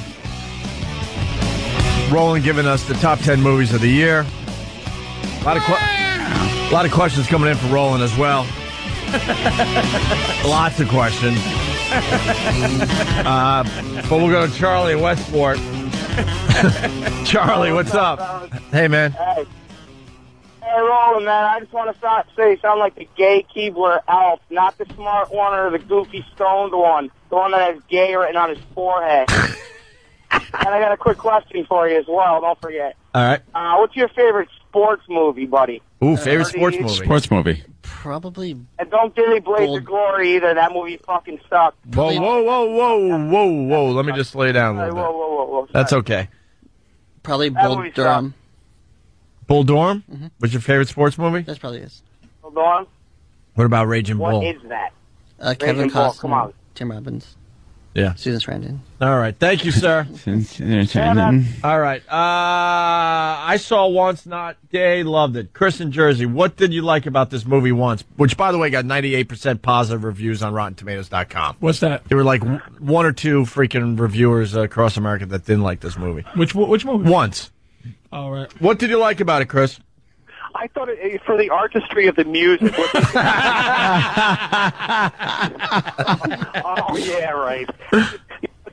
Roland giving us the top ten movies of the year. A lot of que- a lot of questions coming in for Roland as well. Lots of questions. Uh, but we'll go to Charlie at Westport. Charlie, what's up? Hey, man. Hey, Roland, man, I just want to stop, say you sound like the gay Keebler elf, not the smart one or the goofy stoned one, the one that has gay written on his forehead. and I got a quick question for you as well, don't forget. All right. Uh, what's your favorite sports movie, buddy? Ooh, favorite Or do sports you- movie. Sports movie. Probably. And don't Dilly Blaze the Glory either. That movie fucking sucked. Whoa, whoa, whoa, whoa, whoa, whoa. Let me just lay down a Hey, whoa, little whoa, bit. whoa, whoa. That's okay. Probably That Bull movie sucked. Durham. Bull Dorm was your favorite sports movie? That's probably his. Hold on. What about Raging What Bull? is that? Uh, Kevin Raging Bull, come Costner, on. Tim Robbins, yeah. Susan Sarandon. All right. Thank you, sir. All right. Uh, I saw Once Not Gay, loved it. Chris in Jersey, what did you like about this movie Once? Which, by the way, got 98% positive reviews on RottenTomatoes.com. What's that? There were like w- one or two freaking reviewers uh, across America that didn't like this movie. Which which movie? Once. All right. What did you like about it, Chris? I thought it, eh, it- for the artistry of the music. what- oh yeah, right.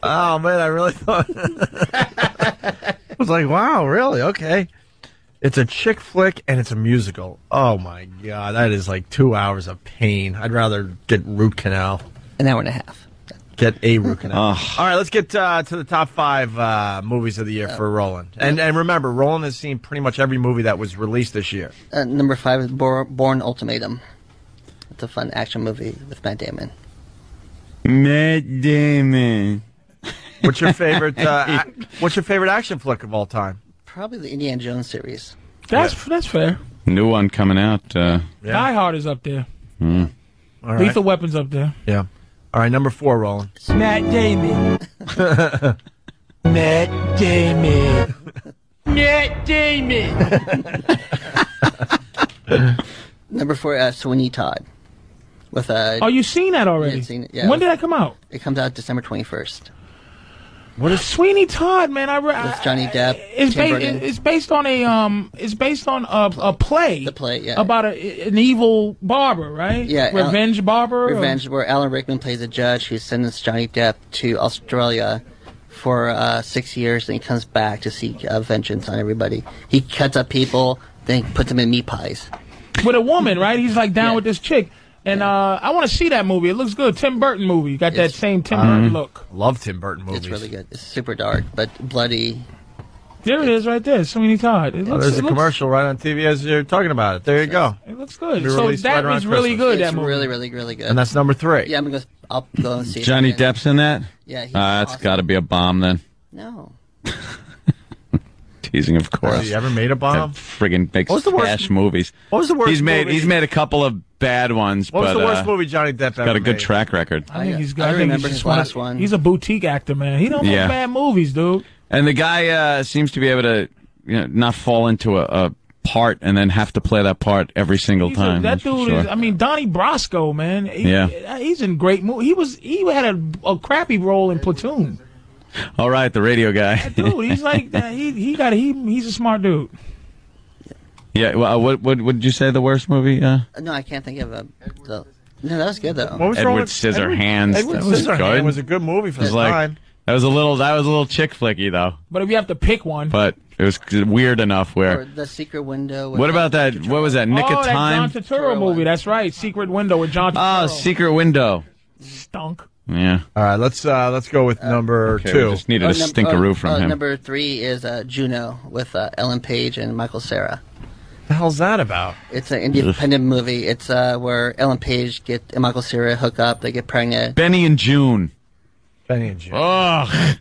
Oh man, I really thought. I was like, wow, really? Okay. It's a chick flick and it's a musical. Oh my god, that is like two hours of pain. I'd rather get root canal. An hour and a half. Get a root canal. All right, let's get uh, to the top five uh, movies of the year for Roland. And and remember, Roland has seen pretty much every movie that was released this year. Uh, number five is Bor- Born Ultimatum. It's a fun action movie with Matt Damon. Matt Damon. What's your favorite? Uh, ac- what's your favorite action flick of all time? Probably the Indiana Jones series. That's that's fair. New one coming out. Uh, Die Hard is up there. hmm. mm. All right. Lethal Weapons up there. Yeah. All right, number four, Roland. Matt Damon. Matt Damon. Matt Damon. Number four, uh, Sweeney Todd. With uh, Oh, you've seen that already? Yeah, seen it, yeah. When did that come out? It comes out December 21st. What is Sweeney Todd, man? I, re- I With Johnny Depp, it's, Tim ba- Burton. it's based on a um, it's based on a, a play. The play, yeah. About a, an evil barber, right? Yeah, Al- revenge barber. or- Revenge, where Alan Rickman plays a judge who sentenced Johnny Depp to Australia for uh, six years, and he comes back to seek uh, vengeance on everybody. He cuts up people, then puts them in meat pies. with a woman, right? He's like down with this chick. And uh, I want to see that movie. It looks good. Tim Burton movie. Got that same Tim Mm-hmm. Burton look. Love Tim Burton movies. It's really good. It's super dark, but bloody. There it is, right there. Sweeney Todd. It Oh, looks, there's it a looks, commercial right on TV as you're talking about it. There you go. It looks good. Be So released that right around was really Christmas. good. It's That movie. really, really, really good. And that's number three. Yeah, I'm gonna go. I'll go and see it Johnny again. Depp's in that? Yeah, he's Ah, that's got to be a bomb then. No. Teasing, of course. Has he ever made a bomb? That friggin' makes What was the worst- trash movies. what was the worst He's made movie- he's made a couple of bad ones, What was but the worst uh, movie Johnny Depp he's ever got a good made? track record. I think he's good. I I, think remember his he's just one of- last one. He's a boutique actor, man. He don't Yeah. make bad movies, dude. And the guy uh, seems to be able to you know, not fall into a, a part and then have to play that part every single He's a- time. that that's for dude sure. is. I mean, Donnie Brasco, man. He, uh, Yeah. He's in great movie. He was. He had a, a crappy role in Platoon. All right, the radio guy. Dude, he's like that. He he got. He he's a smart dude. yeah. Well, uh, what what what did you say the worst movie? Uh, No, I can't think of a. The, no, that was good though. What was wrong Edward with- Scissorhands. Edward that was Scissorhands good. was a good movie It for was the like- time. That was a little. That was a little chick flicky though, But if you have to pick one, but it was weird enough Or where. the secret window. with What the- about that? What was that? Nick oh, of that John Time. Turturro movie. That's right. Secret Window with John Turturro. Oh, Secret Window. Stunk. Yeah. All right, let's uh, let's go with number okay, we two. just needed a Oh, Uh, s- num- stinkeroo oh, from oh, him. Number three is uh, Juno with uh, Ellen Page and Michael Sarah. the hell's that about? It's an independent movie. It's uh, where Ellen Page get and Michael Cera hook up. They get pregnant. Benny and June. Benny and June. Ugh.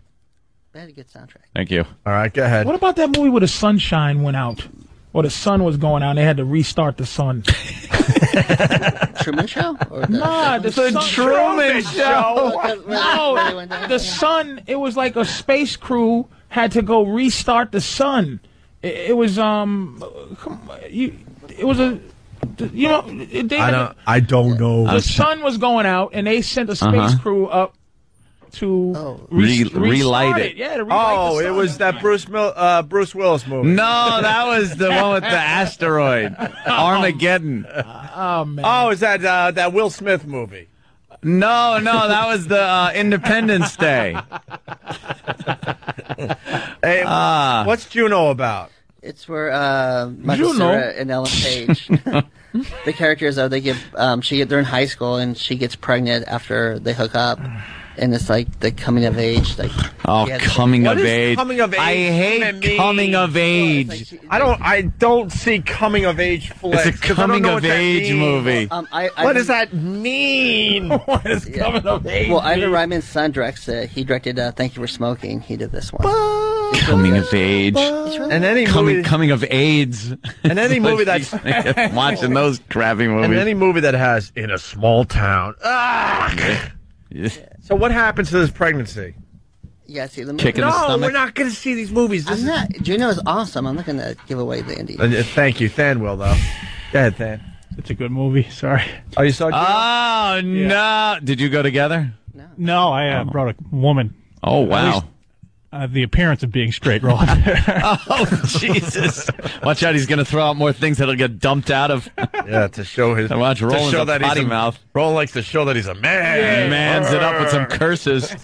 They had a good soundtrack. Thank you. All right, go ahead. What about that movie where the sunshine went out? Or the sun was going out and they had to restart the sun. Truman Show? Or the, Nah, the, sun- Truman Show. No, the sun. It was like a space crew had to go restart the sun. It, it was um, come, you. It was a, you know, it- they I had- don't. I don't know. the sun was going out and they sent a space Uh-huh. crew up to Re- restart relight it. Yeah, to relight Oh, the it sun. was that Bruce Mil- uh, Bruce Willis movie. No, that was the one with the asteroid. Armageddon. Oh man. Oh, is that uh, that Will Smith movie? No, no, that was the uh, Independence Day. Hey, Ah. what's Juno about? It's where uh, Michael Juno. Cera and Ellen Page. the characters are they get um, she get they're in high school and she gets pregnant after they hook up, and it's like the coming of age. Like Oh, she has- coming What of is age. coming of I age even hate mean? coming of age. like- I don't. I don't see coming of age flicks. 'cause I don't coming know of what that age means. movie. Um, I, I What does that mean? what is coming up? Well, Ivan Reitman's son directs it. He directed uh, "Thank You for Smoking." He did this one. coming of age. And any Coming, movie, coming of AIDS. and any movie that's, watching those crappy and movies. any movie that has in a small town. Ah! So what happens to this pregnancy? Yeah, see the movie. Kick in the No, stomach. we're not going to see these movies. This I'm is- not. Juno is awesome. I'm not gonna give away the indie. Uh, thank you, Than will though. Go ahead, Than. It's a good movie. Sorry. Oh, you saw? Juno? Oh no! Did you go together? No, I uh, brought a woman. Oh wow! Uh, the appearance of being straight rolled. Oh Jesus! Watch out! He's gonna throw out more things that'll get dumped out of. yeah, to show his. And watch to Roland's show a that he's potty a- mouth. Roland likes to show that he's a man. Mans it up with some curses.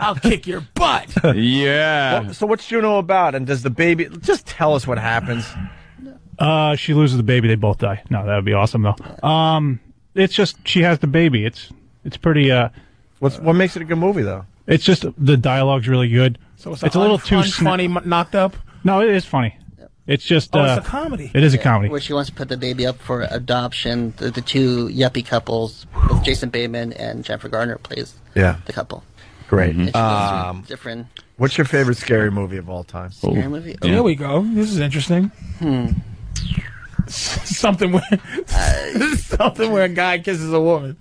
I'll kick your butt. yeah. So what's Juno about? And does the baby just tell us what happens? uh, she loses the baby. They both die. No, that would be awesome though. Um, it's just she has the baby. It's it's pretty. Uh, What's what makes it a good movie though? it's just the dialogue's really good. So it's, a little too sna- funny. knocked up. No, it is funny. It's just. Oh, uh, it's a comedy. It is a comedy. Where she wants to put the baby up for adoption. The, the two yuppie couples, with Jason Bateman and Jennifer Garner, plays Yeah. the couple. Great. Mm-hmm. And she goes through Um, different What's your favorite Oh. scary movie Oh, Hmm. of all time? scary movie. There we go. This is interesting. something where something where a guy kisses a woman.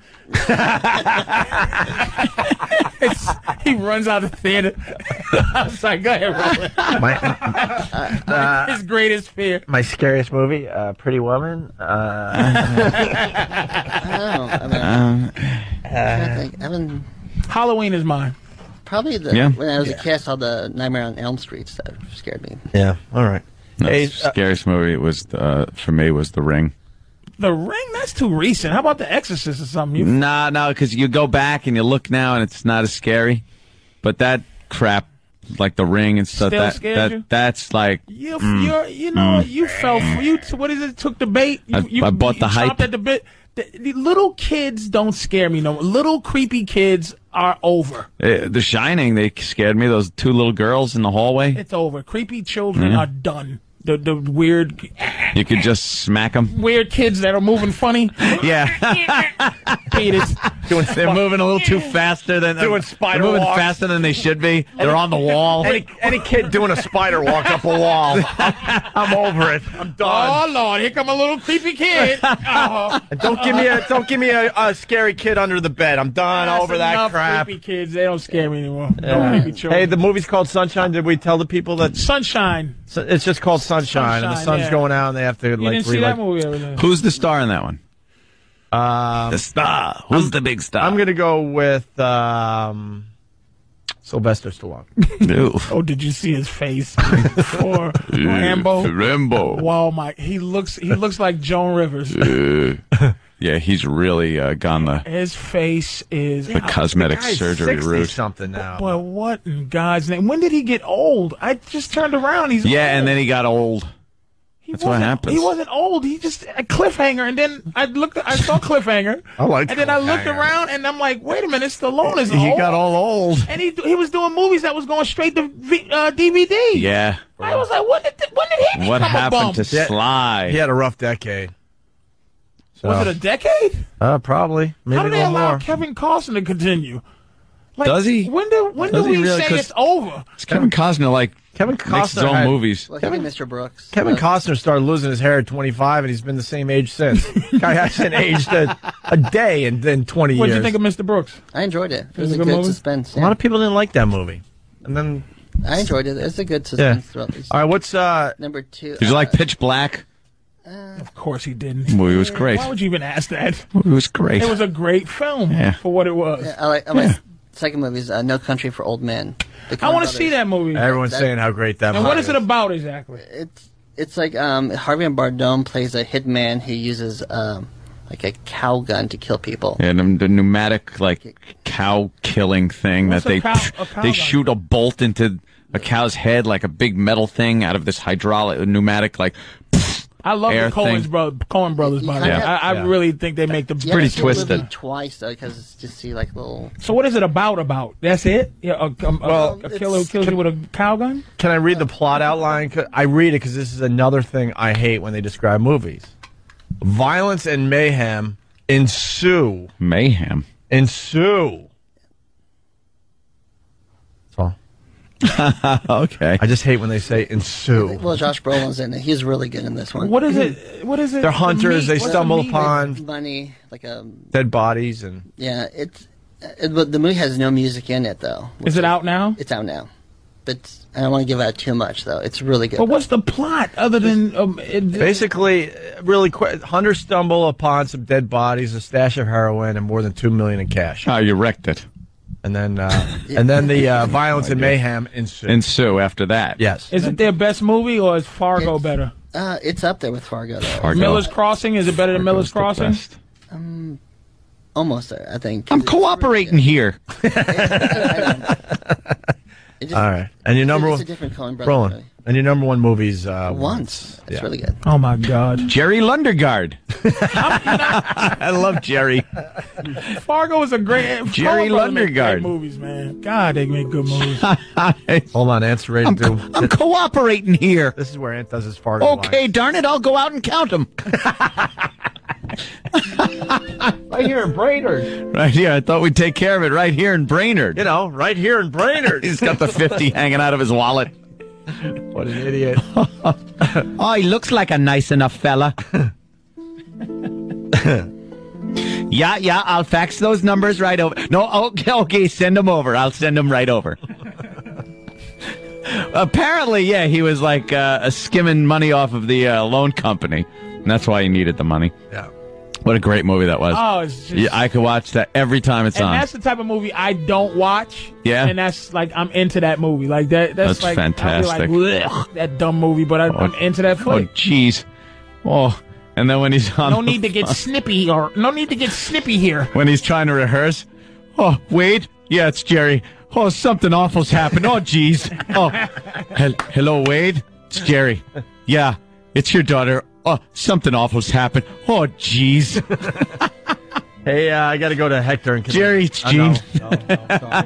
It's- he runs out of the theater. I'm sorry, go ahead, Roland. Uh, His greatest fear. My scariest movie, uh, Pretty Woman. uh, I don't know. I Um, mean, I'm trying to think. I haven't. Halloween is mine. Probably the, Yeah. when I was a kid, I saw the Nightmare on Elm Street that scared me. yeah. All right. No, the scariest movie was uh, for me was The Ring. The Ring? That's too recent. How about The Exorcist or something? You Nah, no, because you go back and you look now, and it's not as scary. But that crap, like the ring and stuff, Still that, scared that you? that's like You, mm, you're, you know, mm. you fell. For, you t- what is it? Took the bait. You, I- you, I bought the you chopped hype. At the bit. The, the little kids don't scare me no more. Little creepy kids are over. Eh, the Shining. They scared me. Those two little girls in the hallway. It's over. Creepy children Yeah. are done. The the weird You could just smack them. weird kids that are moving funny. Yeah, Peters. they're moving a little too faster than Doing They're spider moving walks. faster than they should be. They're on the wall. Any, any kid doing a spider walk up a wall, I'm over it. I'm done. Oh Lord, here come a little creepy kid. Oh. And don't give me a don't give me a, a scary kid under the bed. I'm done That's over that enough crap. Creepy kids, they don't scare me anymore. No Yeah. creepy children. Hey, the movie's called Sunshine. Did we tell the people that Sunshine? It's just called Sunshine, and the Sunshine, sun's yeah. going out, and they have to you like didn't see relight- that movie over there. Who's the star in that one? Um, the star. Who's the big star? I'm gonna go with um, Sylvester Stallone. Oh, did you see his face? or Rambo. Rambo. Wow, Mike, he looks he looks like Joan Rivers. Uh, yeah, he's really uh, gone the His face is The cosmetic The guy's surgery 60 route. Something now. Boy, what in God's name? When did he get old? I just turned around. He's yeah, and then he got old. That's what wasn't- happens. He wasn't old. He just a cliffhanger, and then I looked. I saw cliffhanger. I like And then I looked cliffhanger. around, and I'm like, wait a minute, Stallone is He old. got all old. And he he was doing movies that was going straight to v, uh, DVD. Yeah. I was like, when did th- when did he become What a bum? happened to Sly? He had a rough decade. So- Was it a decade? Uh, probably. Maybe How do a they little allow more. Kevin Costner to continue? Like, Does he? When do when Does do he we really? say 'Cause- it's over? Kevin Costner like Kevin makes his Costner own had- movies. Well, he did Mr. Brooks. Kevin Costner started losing his hair at 25, and he's been the same age since. Guy hasn't aged a, a day in, in 20 What years. did you think of Mr. Brooks? I enjoyed it. It was, it a a good good, movie? suspense. a yeah. lot of people didn't like that movie, and then I enjoyed it. It's a good suspense yeah. All throughout these. right, what's uh? Number two. Did you like Pitch Black? Of course he didn't. The movie was great. Why would you even ask that? It was great. It was a great film Yeah. for what it was. I like, I like second movie is uh, No Country for Old Men. The I Coen want to brothers. see that movie. Everyone's That- saying how great that. and movie what is it is. about exactly? It's it's like um, Harvey Bardem plays a hitman who uses um, like a cow gun to kill people. and um, the pneumatic like cow killing thing What's that a they cow- a cow they gun? shoot a bolt into a cow's head like a big metal thing out of this hydraulic uh, pneumatic like. I love Air the Coen's thing. bro- Coen brothers, by the way. Yeah. I, I Yeah. really think they make the You have Pretty to see the movie twisted. Twice though, because just see like little. So what is it about? About that's it? Yeah, a, a, Well, a killer who kills you with a cow gun. Can I read the plot outline? 'Cause I read it because this is another thing I hate when they describe movies. Violence and mayhem ensue. Mayhem. Ensue. That's all. okay. I just hate when they say ensue. Well, Josh Brolin's in it. He's really good in this one. What is it? What is it? They're hunters. They What's the stumble meat? upon Money, like um, dead bodies and yeah, it's. It, but the movie has no music in it though. Is it out now? It's out now, but I don't want to give out too much though. It's really good. But what's the plot other than um, it, basically, uh, really quick. Hunters stumble upon some dead bodies, a stash of heroin, and more than two million in cash. Oh, you wrecked it. And then, uh, and then the uh, violence and mayhem ensue. Ensue after that. yes. Is it their best movie or is Fargo better? Uh, it's up there with Fargo though. Fargo. Miller's Crossing is it better than Miller's Crossing? Um, almost there, I think. I'm cooperating here. It just- All right. And your number It's one. a different Coen Brothers Roland, movie. And your number one movie's uh, Once. It's Yeah. really good. Oh my God! Jerry Lundergaard. I love Jerry. Fargo is a great. Jerry Coen brothers make great Lundergaard. Movies, man. God, they make good movies. Hold on, Ant's ready to. do- I'm cooperating here. this is where Ant does his fart. Okay, darn it, I'll go out and count them. Right here in Brainerd. Right here. I thought we'd take care of it right here in Brainerd. You know, right here in Brainerd. He's got the 50 hanging out of his wallet. What an idiot. oh, he looks like a nice enough fella. yeah, yeah, I'll fax those numbers right over. No, okay, okay, send them over. I'll send them right over. Apparently, yeah, he was like uh, skimming money off of the uh, loan company, and that's why he needed the money. Yeah. What a great movie that was. Oh, it's just- yeah, I could watch that every time it's and on. that's the type of movie I don't watch. Yeah. and that's like I'm into that movie. Like that. That's, like, That's I'll be like, fantastic. "Blech," that dumb movie, but I, I'm into that Oh, flick. jeez. Oh, and then when he's on, no the need to get phone- snippy or no need to get snippy here. when he's trying to rehearse. Oh, Wade? Yeah, it's Jerry. Oh, something awful's happened. Oh, jeez. Oh, hel- hello, Wade? It's Jerry. Yeah, it's your daughter. Oh, something awful's happened. Oh, jeez. Hey, uh, I got to go to Hector and Oh, Jerry, it's Gene. Stupid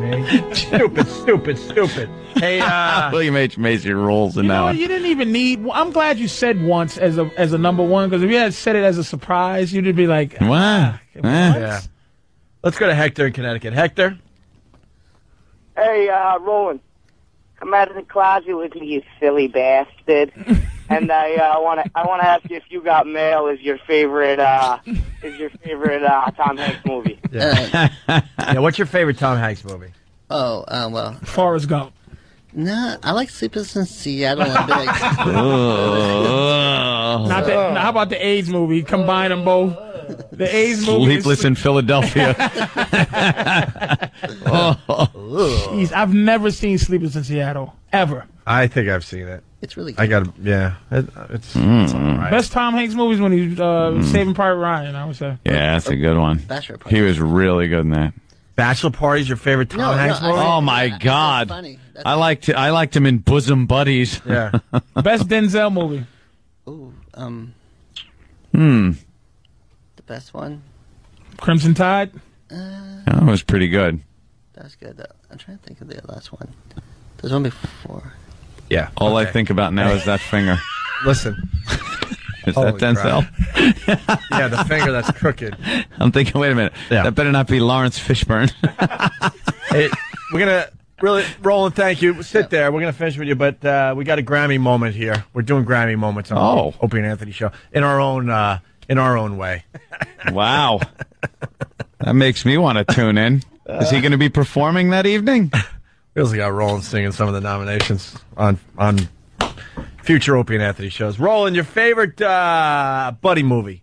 man. stupid, stupid, stupid. Hey, uh, William H. Macy rolls in You that know, one. Oh, you didn't even need. I'm glad you said once as a as a number one because if you had said it as a surprise, you'd be like, Wow. Yeah. Let's go to Hector in Connecticut. Hector? Hey, uh, Roland, come out of the closet with me, you silly bastard. and I uh, want to I want to ask you if you got mail is your favorite uh, is your favorite uh, Tom Hanks movie. Yeah. yeah. What's your favorite Tom Hanks movie? Oh, uh, well. Forrest Gump. Nah, I like Sleepless in Seattle and Big. Not that. now, how about the AIDS movie? Combine them both. The AIDS movie. is- Sleepless in Philadelphia. Oh. Jeez, I've never seen Sleepers in Seattle ever. I think I've seen it. It's really I got to, yeah. It, it's, it's all right. Best Tom Hanks movies when he was uh, Saving Private Ryan. I would say. Mm. yeah, that's a good one. Bachelor Party. He was really good in that. Bachelor Party's your favorite Tom No, Hanks no, I- movie? Oh my God! funny. I liked I liked him in Bosom Buddies. Yeah. Best Denzel movie. Ooh, um, hmm. the best one. Crimson Tide. That was pretty good. That was good. Though. I'm trying to think of the last one. There's one before. Yeah. All I Okay. think about now is that finger. Listen. Is Holy that Denzel? yeah, the finger that's crooked. I'm thinking. Wait a minute. That better not be Lawrence Fishburne. Hey, we're gonna really, Roland. Thank you. Sit there. We're gonna finish with you, but uh, we got a Grammy moment here. We're doing Grammy moments on Oh. the Opie and Anthony show in our own uh, in our own way. wow. That makes me want to tune in. Is he going to be performing that evening? We also got Roland singing some of the nominations on on future Opie and Anthony shows. Roland, your favorite uh, buddy movie?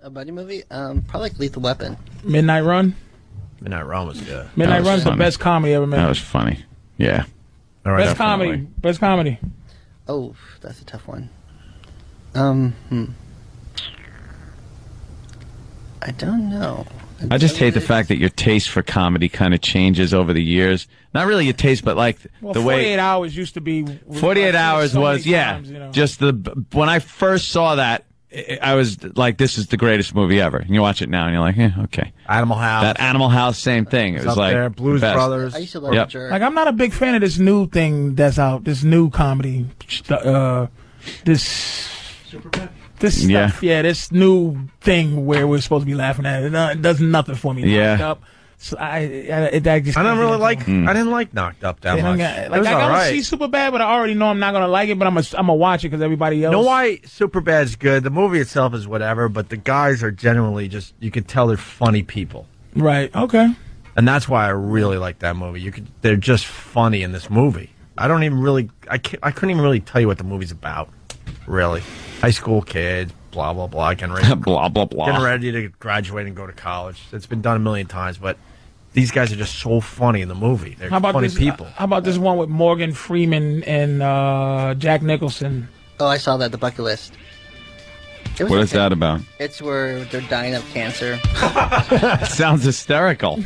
A buddy movie? Um, probably like Lethal Weapon. Midnight Run. Midnight Run was good. Midnight was Run's funny. the best comedy ever made. That was funny. Yeah. All right. best comedy. Best comedy. Oh, that's a tough one. Um, hmm. I don't know. I just hate the fact that your taste for comedy kind of changes over the years. Not really your taste, but like Well, the 48 way hours used to be. 48 hours so many was yeah times, you know. just the when i first saw that i i was like this is the greatest movie ever and you watch it now and you're like yeah okay Animal House. that animal house same thing it It's was up like there. Blues the best. Brothers. I used to love Yep. the jerk. Like I'm not a big fan of this new thing that's out. This new comedy, st- uh, this this Yeah. stuff. Yeah. this new thing where we're supposed to be laughing at it. No, It does nothing for me. Yeah. Mm. Knocked Up. So I, I, it, I just. I don't really like. It Hmm. I didn't like Knocked Up that hung much. out- it Like was I all gotta right. see super bad, but I already know I'm not gonna like it. But I'm a, I'm gonna watch it because everybody else. You know why Superbad's good? The movie itself is whatever, but the guys are generally just you could tell they're funny people. Right. Okay. And that's why I really like that movie. You could they're just funny in this movie. I don't even really I can't, I couldn't even really tell you what the movie's about. Really. High school kids, blah blah blah, getting ready, blah blah blah getting ready to graduate and go to college. It's been done a million times, but these guys are just so funny in the movie. They're How about funny this? uh, people. How about this one with Morgan Freeman and uh, Jack Nicholson? Oh, I saw that. The bucket list. It was what okay. is that about It's where they're dying of cancer. sounds hysterical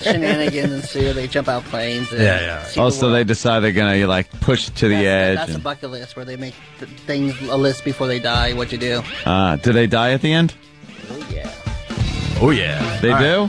Shenanigans ensue. They jump out planes. And Yeah, yeah. see the also world. they decide they're gonna like push to the edge That's a and- bucket list where they make th- things a list before they die. What you do? ah, do they die at the end Oh yeah. Oh yeah. they do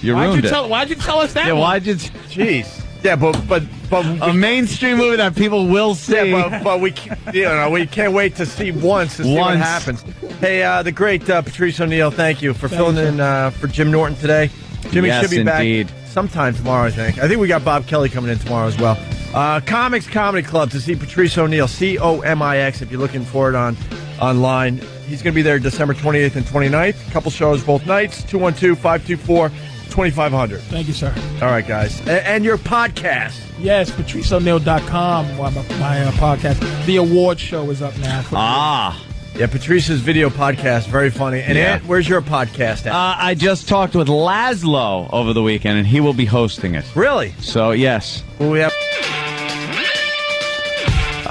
you Why'd you ruined it tell? Why'd you tell us that? yeah one? why did Jeez. Yeah, but but but a mainstream movie that people will see Yeah, but, but we can't, you know we can't wait to see once to see what Once. happens. Hey, uh, the great uh, Patrice O'Neill, thank you for filling in uh, for Jim Norton today. Jimmy Yes, should be indeed. back sometime tomorrow, I think. I think we got Bob Kelly coming in tomorrow as well. Uh, Comics Comedy Club to see Patrice O'Neill, C O M I X, if you're looking for it on online. He's going to be there December 28th and 29th. Couple shows both nights. 212 524 2500. Thank you, sir. All right, guys. A- and your podcast. Yes, patriceo'neill.com, my, my uh, podcast. The award show is up now. Ah. Yeah, Patrice's video podcast, very funny. And Yeah. Ant, where's your podcast at? Uh, I just talked with Laszlo over the weekend, and he will be hosting it. Really? So yes. we have.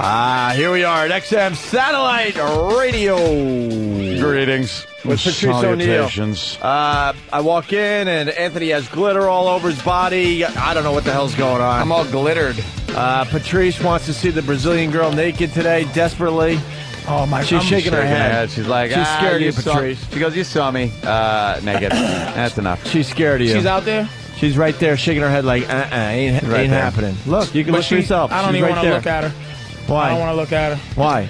Ah, here we are at XM Satellite Radio. Greetings. With Patrice O'Neill. Salutations. Uh, I walk in and Anthony has glitter all over his body. I don't know what the hell's going on. I'm all glittered. Uh, Patrice wants to see the Brazilian girl naked today, desperately. Oh my! She's shaking, her head. She's like, she's "Ah, scared of you, saw- Patrice. She goes, "You saw me uh, naked. That's enough." She's scared of you. She's out there? She's right there, shaking her head like, uh, uh ain't, Right ain't there. happening. Look, you can But look she- for yourself. I don't She's even right want to there. look at her. Why? I don't want to look at her. Why?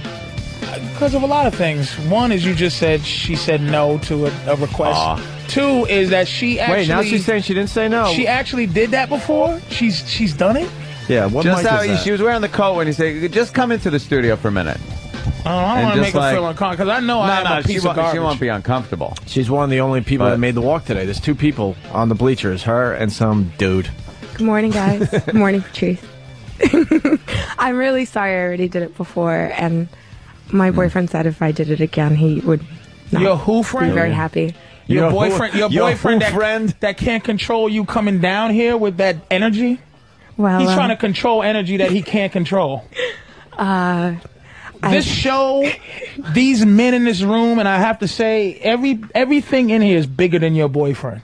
Because of a lot of things. One is you just said she said no to a, a request. Two is that she actually. Wait, now she's saying she didn't say no. She actually did that before. She's she's done it. yeah, what just mic how is that? she was wearing the coat when he said, "Just come into the studio for a minute." I don't, I don't And want to just make her like- feel uncomfortable because I know I am no, a piece she, of won't, garbage. she won't be uncomfortable. She's one of the only people But- that made the walk today. There's two people on the bleachers, her and some dude. Good morning, guys. Good morning, Patrice. I'm really sorry. I already did it before, and my boyfriend said if I did it again, he would. Not Hmm. Your who friend? Be very happy. Your, boyfriend, your, boyfriend, that, that can't control you coming down here with that energy. Well, he's uh, trying to control energy that he can't control. Uh, this show, these men in this room, and I have to say, every everything in here is bigger than your boyfriend.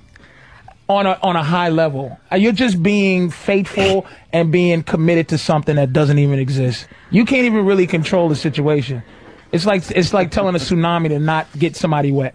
On a on a high level, Uh, you're just being faithful and being committed to something that doesn't even exist. You can't even really control the situation. It's like it's like telling a tsunami to not get somebody wet.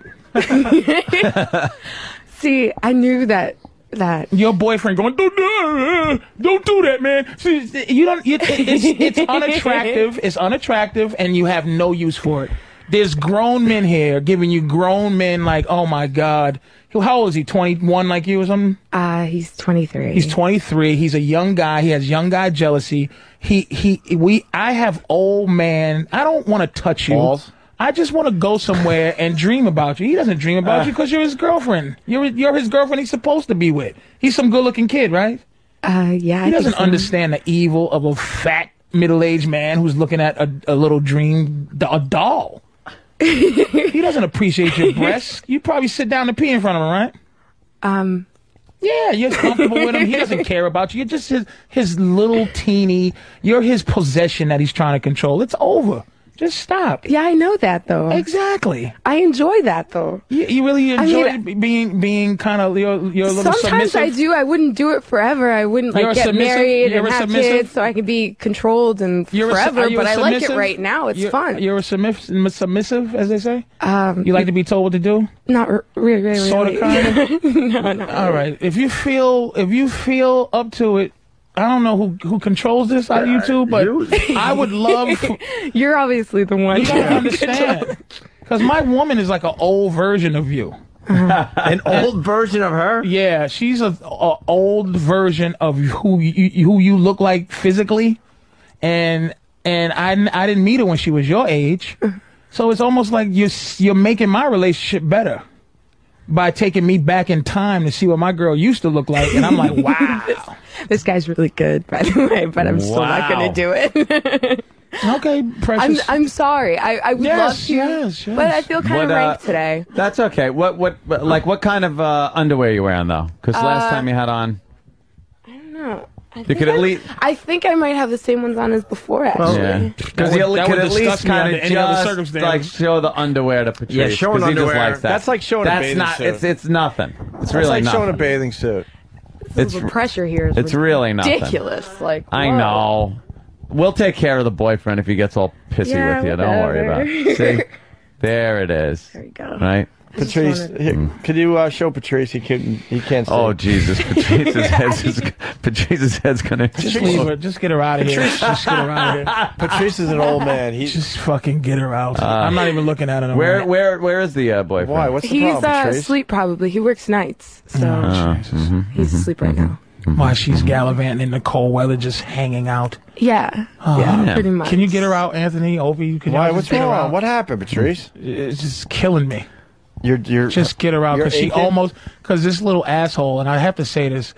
see, I knew that that your boyfriend going don't do, don't do that, man. See, You don't. You, it's, it's unattractive. It's unattractive, and you have no use for it. There's grown men here giving you grown men like, oh my god, how old is he? 21, like you or something? Uh, he's 23. He's 23. He's a young guy. He has young guy jealousy. He he we I have old man. I don't want to touch you. I just want to go somewhere and dream about you. He doesn't dream about Ah. you because you're his girlfriend. You're you're his girlfriend. He's supposed to be with. He's some good looking kid, right? Uh, yeah. He doesn't understand the evil of a fat middle aged man who's looking at a, a little dream d- a doll. he doesn't appreciate your breasts. You probably sit down to pee in front of him, right? Um, Yeah, you're comfortable with him. He doesn't care about you. You're just his his little teeny. You're his possession that he's trying to control. It's over. Just stop. yeah, I know that though. Exactly. I enjoy that though. You, you really I enjoy mean, being being kind of your your little Sometimes submissive. I do. I wouldn't do it forever. I wouldn't You're a like get submissive- married you're and a have submissive- kids so I can be controlled and You're a su- forever. are you but a I like it submissive? right now. It's You're- fun. You're a submissive, submissive, as they say. Um, you like to be told what to do. Not r- really, really. Sorta, really. no, no. All right. If you feel if you feel up to it, I don't know who who controls this on YouTube, but I would love. You're obviously the one. You gotta understand, because my woman is like an old version of you. An Uh-huh. old version of her? Yeah, she's a, a old version of who you who you look like physically, and and I I didn't meet her when she was your age, so it's almost like you're s- you're making my relationship better by taking me back in time to see what my girl used to look like, and I'm like, wow. This guy's really good, by the way, but I'm still not Wow. gonna do it. okay, I'm, precious. I'm sorry. I, I would Yes, love to, yes, yes. but I feel kind What, of uh, ranked today. That's okay. What what what- like what kind of uh, underwear you wearing though? Because last Uh, time you had on, I don't know. I you think could I- at least I think I might have the same ones on as before, actually. yeah. That Because you would- that could would at least disgust me kind under of any other just circumstance. like show the underwear to Patrice. Yeah, showing 'cause he just underwear. likes that. That's like showing a That's bathing not. suit. It's it's nothing. It's That's really like nothing. showing a bathing suit. It's the pressure here is it's really nothing. ridiculous. Like I whoa. know. We'll take care of the boyfriend if he gets all pissy Yeah, with you. Don't worry about it. whatever. See? There it is. There you go. Right? Patrice, here, could you uh, show Patrice he can he can't? Sing. Mm. Oh Jesus! Patrice's head's is, Patrice's head's gonna Just leave her. explode. Just get her out of here. Patrice- Just get her out of here. Patrice is an old man. He's just fucking get her out. Uh, I'm not even looking at it. Where where where is the Mm. uh, boyfriend? Why? What's He's uh, asleep probably. He works nights, so Uh, mm-hmm, he's asleep right now. Why she's gallivanting in the cold weather, just hanging out. Yeah, Oh, pretty much. Can you get her out, Anthony? Opie, can Why? you What's get her wrong? out? What happened, Patrice? It's just killing me. You're you're Just get her out you're because she aching? almost because this little asshole, and I have to say this,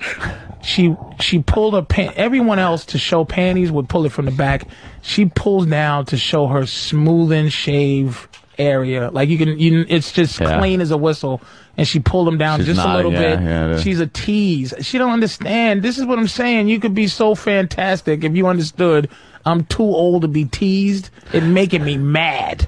she she pulled her pant. Everyone else to show panties would pull it from the back. She pulls down to show her smooth and shave area. Like you can, you it's just Yeah. clean as a whistle. And she pulled them down She's just a not- little yeah, bit. yeah, it is. She's a tease. She don't understand. This is what I'm saying. You could be so fantastic if you understood. I'm too old to be teased. It making me mad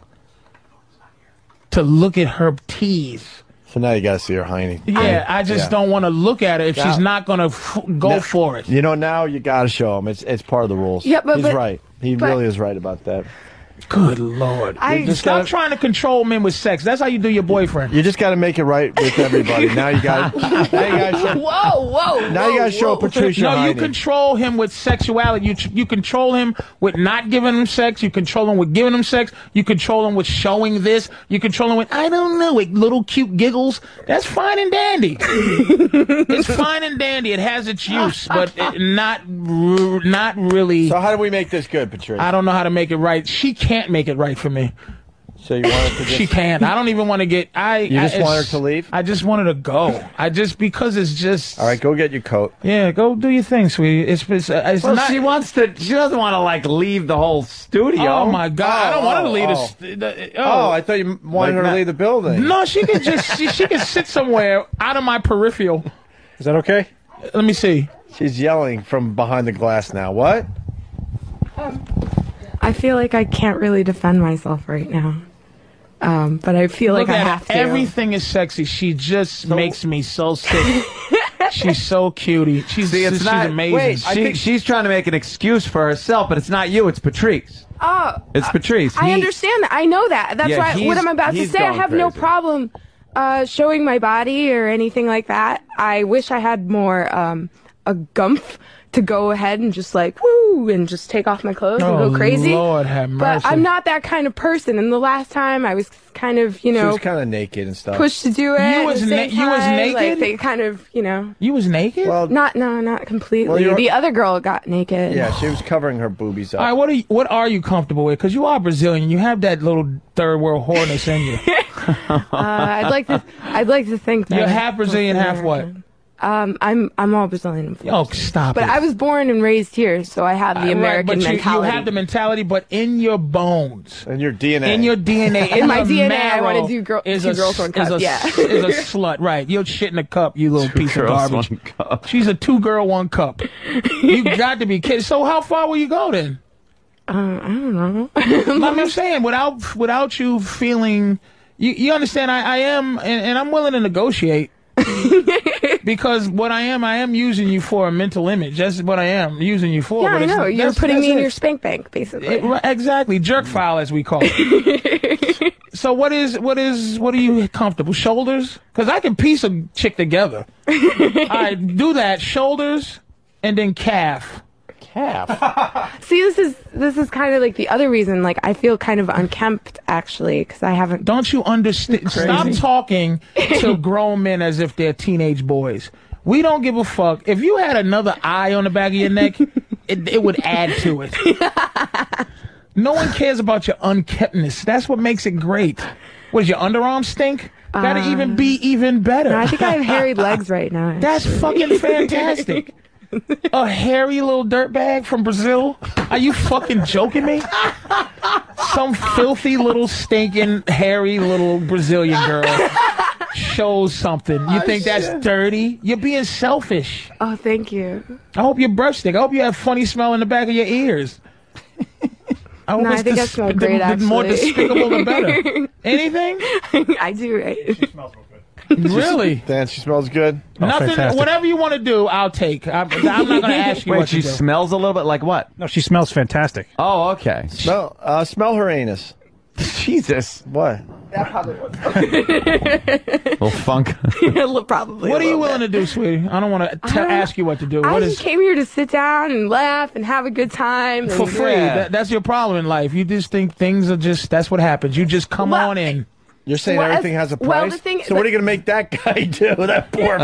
to look at her teeth. So now you gotta see her hiney. Yeah, I just don't want to look at it if Yeah. she's not going to f- go Now- for it. You know now you gotta show him. It's it's part of the rules. Yeah, but- he's but- right. He but- really is right about that. Good lord! I- Stop trying to control men with sex. That's how you do your boyfriend. You just gotta make it right with everybody. now you got. Now you got. whoa, whoa! Now you gotta show Patricia No, you Heine. control him with sexuality. You you control him with not giving him sex. You control him with giving him sex. You control him with showing this. You control him with I don't know, with little cute giggles. That's fine and dandy. it's fine and dandy. It has its use, but it, not r- not really. So how do we make this good, Patrice? I don't know how to make it right. She can't make it right for me. So you want to just She can't. I don't even want to get. I. You just I, want it's- her to leave? I just want her to go. I just because it's just. All right, go get your coat. Yeah, go do your thing, sweetie. It's it's, uh, it's Well, not. she wants to. She doesn't want to like leave the whole studio. Oh my God! I don't want her to leave. the the st- the- Oh, I thought you wanted Like her to that. leave the building. No, she could just she, she could sit somewhere out of my peripheral. Is that okay? Let me see. She's yelling from behind the glass now. What? I feel like I can't really defend myself right now, um, but I feel like Look I at her. have to. Everything is sexy. She just makes me so sick. she's so cutie. She's See, it's she's not. amazing. Wait, she, she's trying to make an excuse for herself, but it's not you. It's Patrice. Oh, It's Patrice. I He- understand that. I know that. That's Yeah, why what he's- I'm about to he's say. I going have no crazy. problem uh, showing my body or anything like that. I wish I had more um, a gumph to go ahead and just like woo and just take off my clothes Oh, and go crazy. Lord have But mercy. I'm not that kind of person. And the last time I was kind of, you she know, was kind of naked and stuff. pushed to do it. at was the na- same you was time. Like naked? they kind of, you know, You was naked. Well, not no, not completely. you're- the other girl got naked. yeah, she was covering her boobies up. All right, what are you, what are you comfortable with? Because you are Brazilian, you have that little third world whoreness in you. Uh, I'd like to. I'd like to think that You're half Brazilian, half what? Um, I'm I'm all Brazilian. and Oh, Filipino. stop but it. Uh, I was born and raised here, so I have the Right, American but you, mentality. You have the mentality, but in your bones, and your DNA. in your DNA, in, In my your DNA, I marrow wanna do girl- is two a, girls, one is cup, a- yeah. is a slut, right? You'll shit in a cup, you little piece of garbage. She's a two girl, one cup. you got to be kidding. So how far will you go then? Uh, I don't know. Like I'm saying, without without you feeling, you, you understand. I, I am, and, and I'm willing to negotiate because what I am, I am using you for a mental image. That's what I am using you for. yeah, but I it's- know. You're that's- putting that's me in it. your spank bank, basically. It- right, exactly, jerk file as we call it. so what is what is what are you comfortable shoulders? Because I can piece a chick together. All right, do that shoulders and then calf. See, this is this is kind of like the other reason. Like I feel kind of unkempt actually because I haven't. Don't you understand? Stop talking to grown men as if they're teenage boys. We don't give a fuck. If you had another eye on the back of your neck, it, it would add to it. no one cares about your unkeptness. That's what makes it great. Was your underarm stink? That'd Uh, even be even better. No, I think I have hairy legs right now. That's actually. fucking fantastic. A hairy little dirtbag from Brazil? Are you fucking joking me? Some filthy little stinking hairy little Brazilian girl shows something. You think that's dirty? You're being selfish. oh, thank you. I hope your breath stink. I hope you have funny smell in the back of your ears. I hope No, I it's think I dis- smell the- great. the more actually. despicable the better. Anything? I do, right? Really? Oh, Dan, she smells good. Nothing. fantastic. Whatever you want to do, I'll take. I'm, I'm not going to ask you Wait, what she to do. smells a little bit like what? No, she smells fantastic. Oh, okay. Smell, uh, smell her anus. Jesus. What? That probably was. Little funk. probably. What are you willing to do, sweetie? I don't want to don't- ask you what to do. I What just is came here to sit down and laugh and have a good time. for and- free? That, that's your problem in life. You just think things are just. That's what happens. You just come on in. You're saying Well, everything if- has a price. well, the thing- so what are you going to make that guy do? That poor.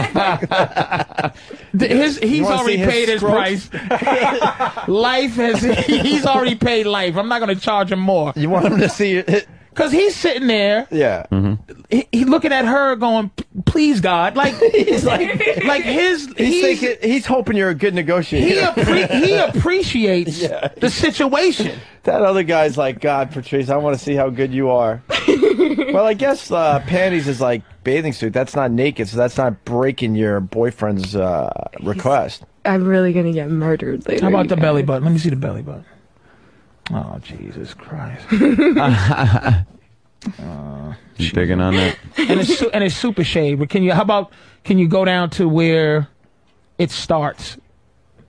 Th- his- You he's wanna see already his paid his scrotes? price. life has he's already paid life. I'm not going to charge him more. You want him to see it? Cause he's sitting there, yeah. Mm-hmm. he, he looking at her, going, "P- "Please God!" Like he's like, like his He's, thinking, he's hoping you're a good negotiator. he appre- he appreciates the situation. That other guy's like, God, Patrice, I want to see how good you are. well, I guess uh, panties is like bathing suit. That's not naked, so that's not breaking your boyfriend's uh, request. I'm really gonna get murdered later. How about the you belly button? Let me see the belly button. Oh Jesus Christ! You digging on that? and it's su- and it's super shade. But can you? How about can you go down to where it starts?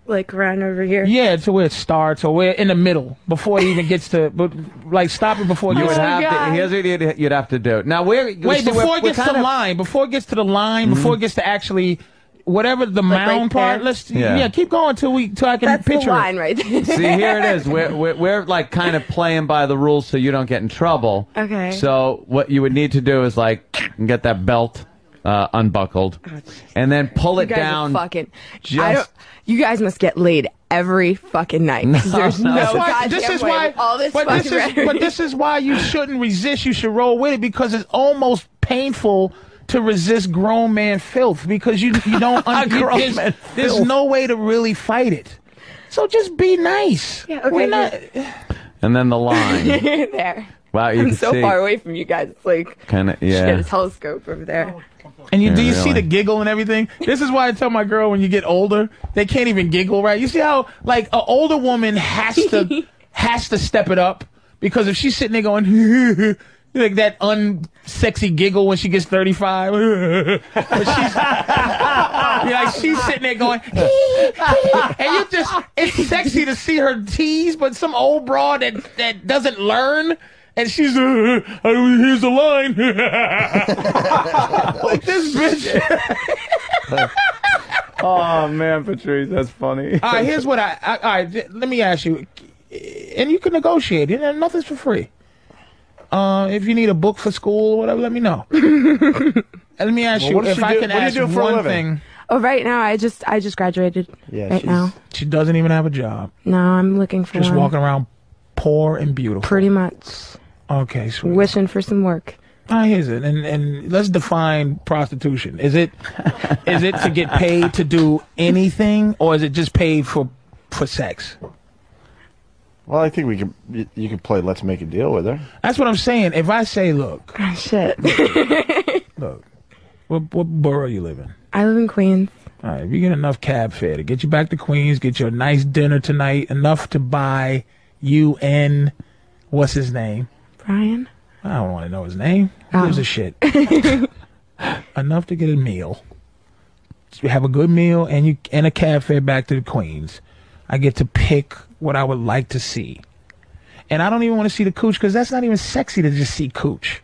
Like run over here. Yeah, to where it starts or where in the middle before it even gets to. But like stop it before it You gets would to. have Oh to. Here's what you'd, you'd have to do. Now, where? Oh Wait, so before we're- it we're gets to kind the of- Mm-hmm. line, before it gets to the line, before it gets to actually whatever the mound right part. there? Let's Yeah. yeah. keep going till we till I can That's picture the line it. right there. See, here it is. We're, we're, we're like kind of playing by the rules so you don't get in trouble. Okay. So what you would need to do is like get that belt uh, unbuckled and then pull You it guys down. Are fucking. I don't, just- you guys must get laid every fucking night. 'cause there's no. That's why- goddamn this is way why with all this but fucking this is, but rhetoric. this is why you shouldn't resist. You should roll with it because it's almost painful to resist grown man filth because you you don't un- Grown there's, man there's filth. no way to really fight it. So just be nice. Yeah, okay, We're not, And then the line. there. Wow, you I'm can so see. far away from you guys. It's like Kind of, you should get yeah. a telescope over Oh, there. And you, Yeah, do you see really. the giggle and everything? This is why I tell my girl when you get older, they can't even giggle, right? You see how like an older woman has to has to step it up because if she's sitting there going like that unsexy giggle when she gets thirty five, but she's you're like she's sitting there going, and you just it's sexy to see her tease, but some old broad that that doesn't learn. And she's, uh, here's the line. like this bitch. oh man, Patrice, that's funny. all right, here's what I, I all right. th- Let me ask you, and you can negotiate. it, and Nothing's for free. Uh, if you need a book for school or whatever, let me know. And let me ask Well, what you does if she I do- can what do you ask do for a one living? thing. Oh, right now I just I just graduated. right now. She doesn't even have a job. No, I'm looking for Just one. walking around poor and beautiful. Pretty much Okay, sweet. wishing for some work. Ah, here's it. And and let's define prostitution. Is it is it to get paid to do anything, or is it just paid for for sex? Well, I think we can. You, you can play. Let's make a deal with her. That's what I'm saying. If I say, look, Oh, shit. look, what what borough you live in? I live in Queens. All right, if you get enough cab fare to get you back to Queens, get you a nice dinner tonight, enough to buy you and what's his name? Brian. I don't want to know his name. Who gives Oh. a shit? enough to get a meal. You have a good meal and you and a cab fare back to the Queens. I get to pick what I would like to see, and I don't even want to see the cooch because that's not even sexy to just see cooch.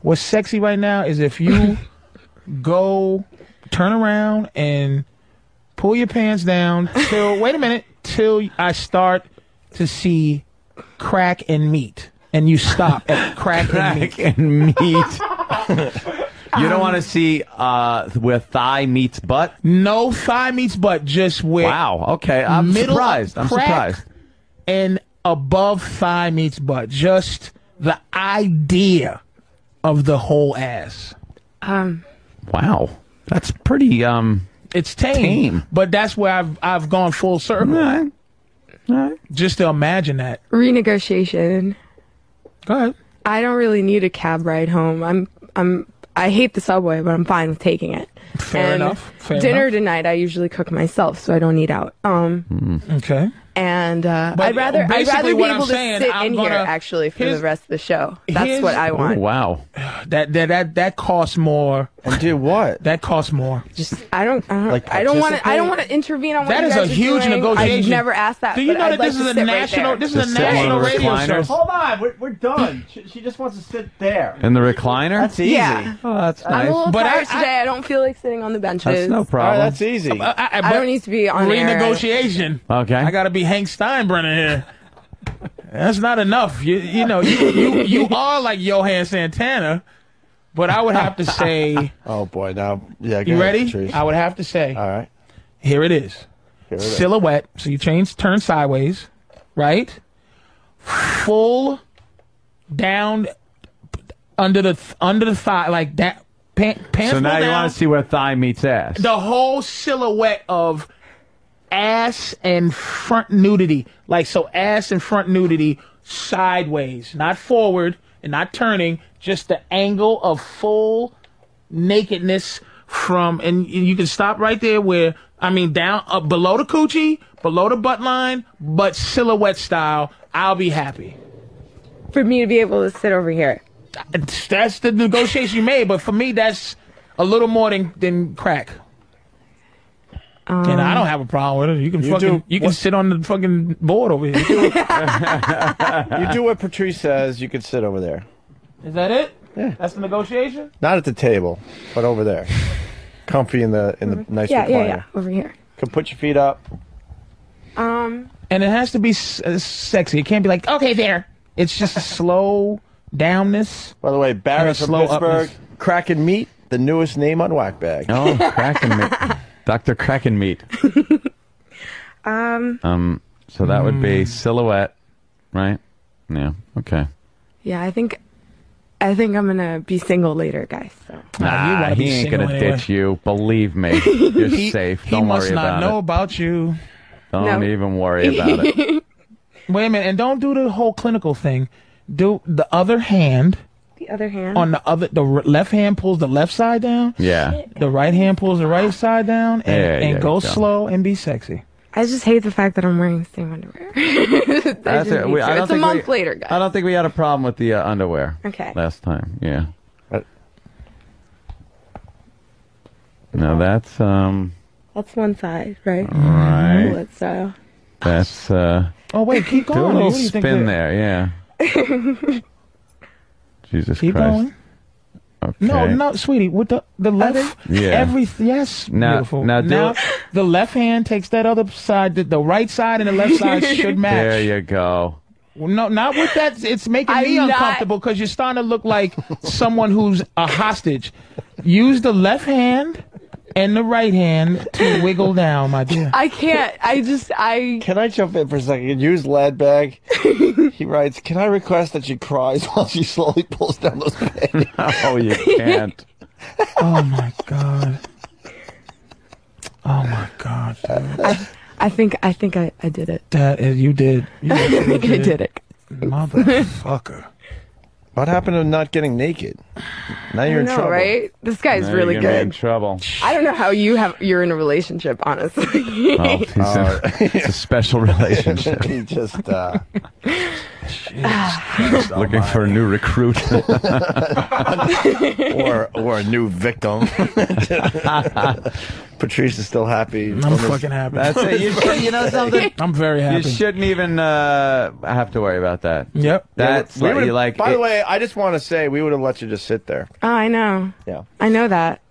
What's sexy right now is if you go turn around and pull your pants down till wait a minute till I start to see crack and meat, and you stop at crack, and meat. Crack and meat. you Um, don't want to see uh, where thigh meets butt. No thigh meets butt, just where. Wow. Okay, I'm middle of surprised. I'm crack surprised. And above thigh meets butt, just the idea of the whole ass. Um, Wow, that's pretty. Um, It's tame, Tame. but that's where I've I've gone full circle. Just to imagine that. renegotiation. Go ahead. I don't really need a cab ride home. I'm I'm I hate the subway, but I'm fine with taking it. Fair And enough. Fair dinner enough. Hmm. tonight, I usually cook myself, so I don't eat out. Um, Hmm. Okay. and uh, But I'd rather I'd basically rather be what I'm able to saying, sit I'm in gonna- here actually for the here's- rest of the show. That's here's- what I want. wow. That that that that costs more And do what? That costs more. Just I don't. I don't, Like I don't want to. I don't want to intervene on what That you is guys a are huge doing. negotiation. I've never asked that. Do you but know I'd that like this to is a sit right national- there. this is a Just sit national on the radio recliner. service. Hold on, we're, we're done. She, she just wants to sit there. In the recliner? That's easy. Yeah. Oh, that's I'm nice. a little But I- tired today. I, don't feel like sitting on the benches. That's no problem. All right, that's easy. I, don't need to be on air. renegotiation. Okay. I got to be Hank Steinbrenner here. That's not enough. You you know you you, you are like Johan Santana, but I would have to say. Oh boy, now yeah. go You ahead, ready? Patrice. I would have to say. All right. Here it is. Here it is. Silhouette. So you change, turn sideways, right? Full down p- under the th- under the thigh, like that. Pant, pants So pulled now you down, want to see where thigh meets ass. the whole silhouette of ass and front nudity. Like so ass and front nudity sideways, not forward and not turning, just the angle of full nakedness from and you can stop right there where I mean down up below the coochie, below the butt line, but silhouette style, I'll be happy. For me to be able to sit over here. That's the negotiation you made, but for me that's a little more than, than crack. and I don't have a problem with it. You can You fucking do- you can what- sit on the fucking board over here. you do what Patrice says. You can sit over there, Is that it? Yeah. That's the negotiation. not at the table, but over there, comfy in the in the Mm-hmm. nice yeah, recliner. yeah, yeah. Over here. Can put your feet up. Um. And it has to be s- uh, sexy. It can't be like okay there. It's just a slow downness. By the way, Barry And a from slow Pittsburgh, upness. Kraken Meat, the newest name on Whackbag. Oh, Kraken Meat. Dr. Kraken Meat. Um. Um, so that would be Mm. silhouette, right? Yeah. Okay. Yeah. I think. I think I'm gonna be single later, guys. So. Nah, you Nah, gotta be he ain't single gonna anyway. ditch you. Believe me, you're He- safe. He Don't must worry not about know it. about you. Don't No. even worry about it. Wait a minute, and don't do the whole clinical thing. Do the other hand The other hand. on the other. The r- left hand pulls the left side down. Yeah. The right hand pulls the right side down, and, Yeah, and yeah, go yeah. slow and be sexy. I just hate the fact that I'm wearing the same underwear. That That's just it. We- hates I her. don't it's a think month we- later, guys. I don't think we had a problem with the uh, underwear. Okay. Last time, yeah. Uh, No, that's um, That's one side, right? uh, Right. Bullet style. that's uh. Oh wait, keep Do a going. little What do you think spin that- there, yeah. Jesus Keep Christ. going. Okay. No, no, sweetie, with the the left, Yeah. every yes, Now- beautiful. now do it- the left hand takes that other side. The, the right side and the left side should match. There you go. No, not with that. It's making I'm me not- uncomfortable because you're starting to look like someone who's a hostage. Use the left hand and the right hand to wiggle down, my dear. I can't. I just. I. Can I jump in for a second? Use lead bag. he writes, Can I request that she cries while she slowly pulls down those pants? Oh, you can't. Oh my god. Oh my god. dude. I think. I think I. I did it. That is, you did. You I think I did it. Motherfucker. What happened to not getting naked? Now I you're in know, trouble. right? This guy's Now you're really gonna be in good. trouble. I don't know how you have. You're in a relationship, honestly. Oh, he's in- it's a special relationship. he just, uh, Oh, Looking for a new recruit. or, or a new victim. Patrice is still happy. I'm fucking happy. That's it. You, should- you know something? I'm very You happy. shouldn't even uh, have to worry about that. Yep. That's We like, would've- you like by it- the way, I just want to say we would have let you just sit there. Oh, I know. Yeah. I know that.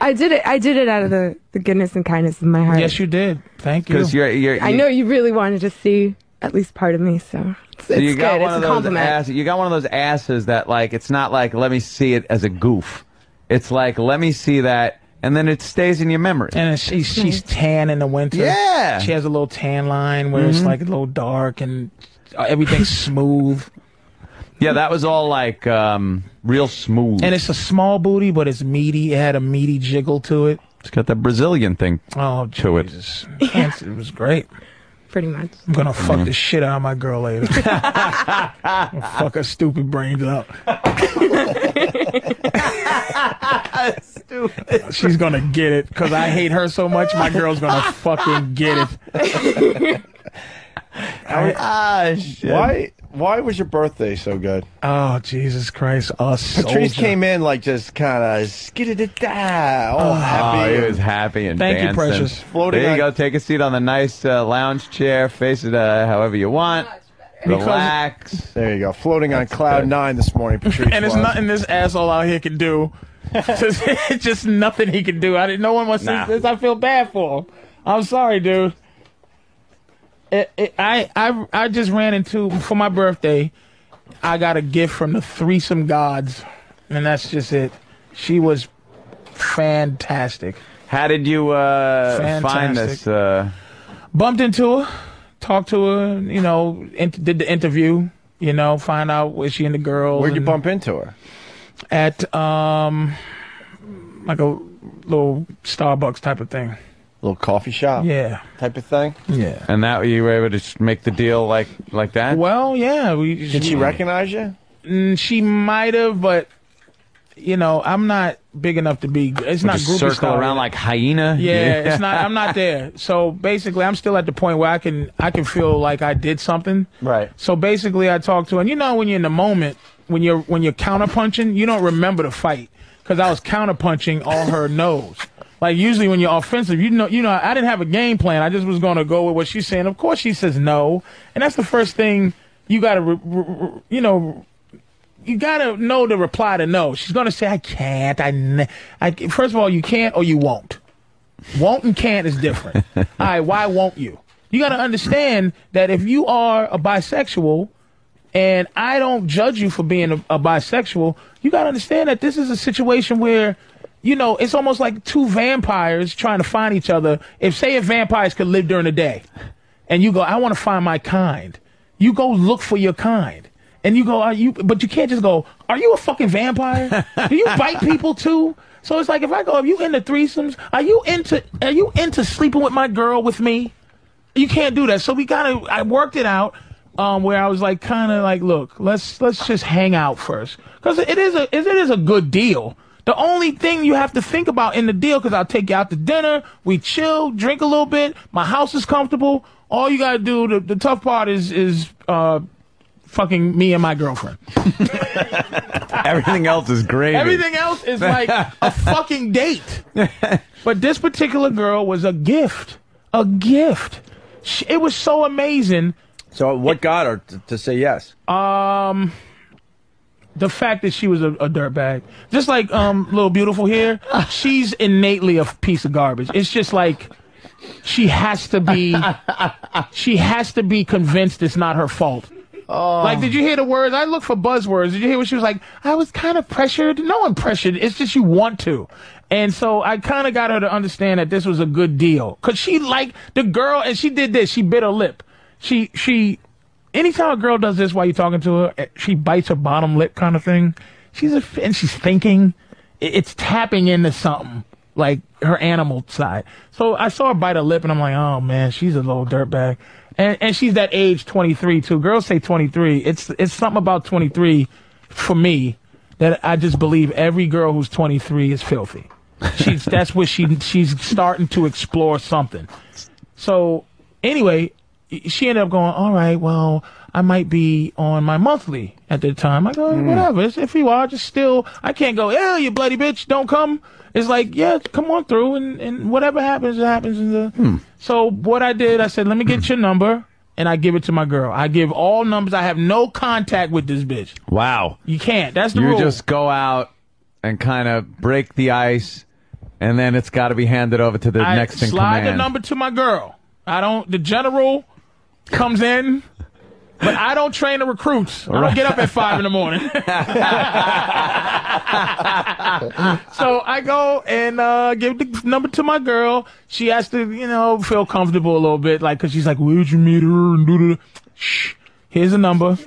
I did it. I did it out of the, the goodness and kindness of my heart. Yes, you did. Thank you. because you're, you're, I you- know you really wanted to see at least part of me, so it's, So it's you got good. one It's a of those compliment. ass, You got one of those asses that like it's not like let me see it as a goof. It's like let me see that, and then it stays in your memory. And she's she's tan in the winter. Yeah. She has a little tan line where it's like a little dark and uh, everything's smooth. yeah, that was all like um, real smooth. And it's a small booty, but it's meaty. It had a meaty jiggle to it. it's got that Brazilian thing Oh, to it. Jesus. That's- It was great. Pretty much. I'm going to fuck the shit out of my girl later. I'm gonna fuck her stupid brains up. Stupid. She's going to get it because I hate her so much. My girl's going to fucking get it. Ah, shit. Why? Why was your birthday so good? Oh, Jesus Christ. Us. Patrice came in like just kind of skidded it down, Ah, all happy. Oh, he was happy and Thank you, dancing. precious. Floating there you on- go. Take a seat on the nice uh, lounge chair. Face it uh, however you want. Relax. There you go. Floating on cloud nine this morning, Patrice. and there's was. nothing this asshole out here can do. just, just nothing he can do. I didn't. No one wants Nah. this. I feel bad for him. I'm sorry, dude. It, it, I I I just ran into for my birthday. I got a gift from the threesome gods, and that's just it. She was fantastic. How did you uh, find Fantastic. this? Uh, bumped into her, talked to her, you know, int- did the interview, you know, find out was she in the girl. Where'd you bump into her? At um, like a little Starbucks type of thing. Little coffee shop. Yeah. Oh. Type of thing. Yeah. And that you were able to just make the deal like like that. Well, yeah. We, Did she recognize you? Mm, she might have, but you know, I'm not big enough to be. It's Or not just groupie circle style. around like hyena. Yeah, it's not. I'm not there. So basically, I'm still at the point where I can I can feel like I did something. Right. So basically, I talked to her, and you know, when you're in the moment, when you're when you're counterpunching, you don't remember the fight because I was counterpunching on her nose. Like usually when you're offensive, you know, you know, I didn't have a game plan. I just was going to go with what she's saying. Of course, she says no, and that's the first thing you got to, re- re- re- you know, you gotta know the reply to no. She's gonna say, "I can't." I, ne- I first of all, you can't or you won't. Won't and can't is different. all right, why won't you? You gotta understand that if you are a bisexual, and I don't judge you for being a, a bisexual, you gotta understand that this is a situation where. You know, it's almost like two vampires trying to find each other. If say if vampires could live during the day, and you go, I want to find my kind. You go look for your kind. And you go, are you? But you can't just go. Are you a fucking vampire? Do you bite people too? So it's like if I go, are you into threesomes? Are you into? Are you into sleeping with my girl with me? You can't do that. So we gotta. I worked it out um, where I was like, kind of like, look, let's let's just hang out first, because it is a it is a good deal. The only thing you have to think about in the deal, because I'll take you out to dinner, we chill, drink a little bit, my house is comfortable. All you gotta do, the, the tough part is is uh, fucking me and my girlfriend. Everything else is great. Everything else is like a fucking date. But this particular girl was a gift. A gift. She, it was so amazing. So what got her to, to say yes? Um, the fact that she was a, a dirtbag, just like um, little beautiful here, she's innately a piece of garbage. It's just like she has to be, she has to be convinced it's not her fault. Like, did you hear the words? I look for buzzwords. Did you hear what she was like? I was kind of pressured. No one pressured. It's just you want to. And so I kind of got her to understand that this was a good deal. Cause she liked the girl and she did this. She bit her lip. She, she, anytime a girl does this while you're talking to her, eh, she bites her bottom lip kind of thing. She's a, f- and she's thinking. It- It's tapping into something like her animal side. So I saw her bite her lip, and I'm like, oh man, she's a little dirtbag. And and she's that age, 23 too. Girls say 23. It's it's something about 23 for me that I just believe every girl who's 23 is filthy. She's that's where she she's starting to explore something. So anyway, she ended up going, all right, well, I might be on my monthly at the time. I go, whatever. It's, if you are, just still, I can't go, yeah, you bloody bitch, don't come. It's like, yeah, come on through and, and whatever happens, it happens. In the... So what I did, I said, let me get your number and I give it to my girl. I give all numbers. I have no contact with this bitch. Wow. You can't. That's the you rule. just go out and kind of break the ice, and then it's got to be handed over to the I next in slide command. the number to my girl. I don't. The general comes in, but I don't train the recruits. I don't get up at five in the morning. so I go and uh, give the number to my girl. She has to, you know, feel comfortable a little bit, like, cause she's like, "Where'd you meet her?" And do Shh. Here's a number.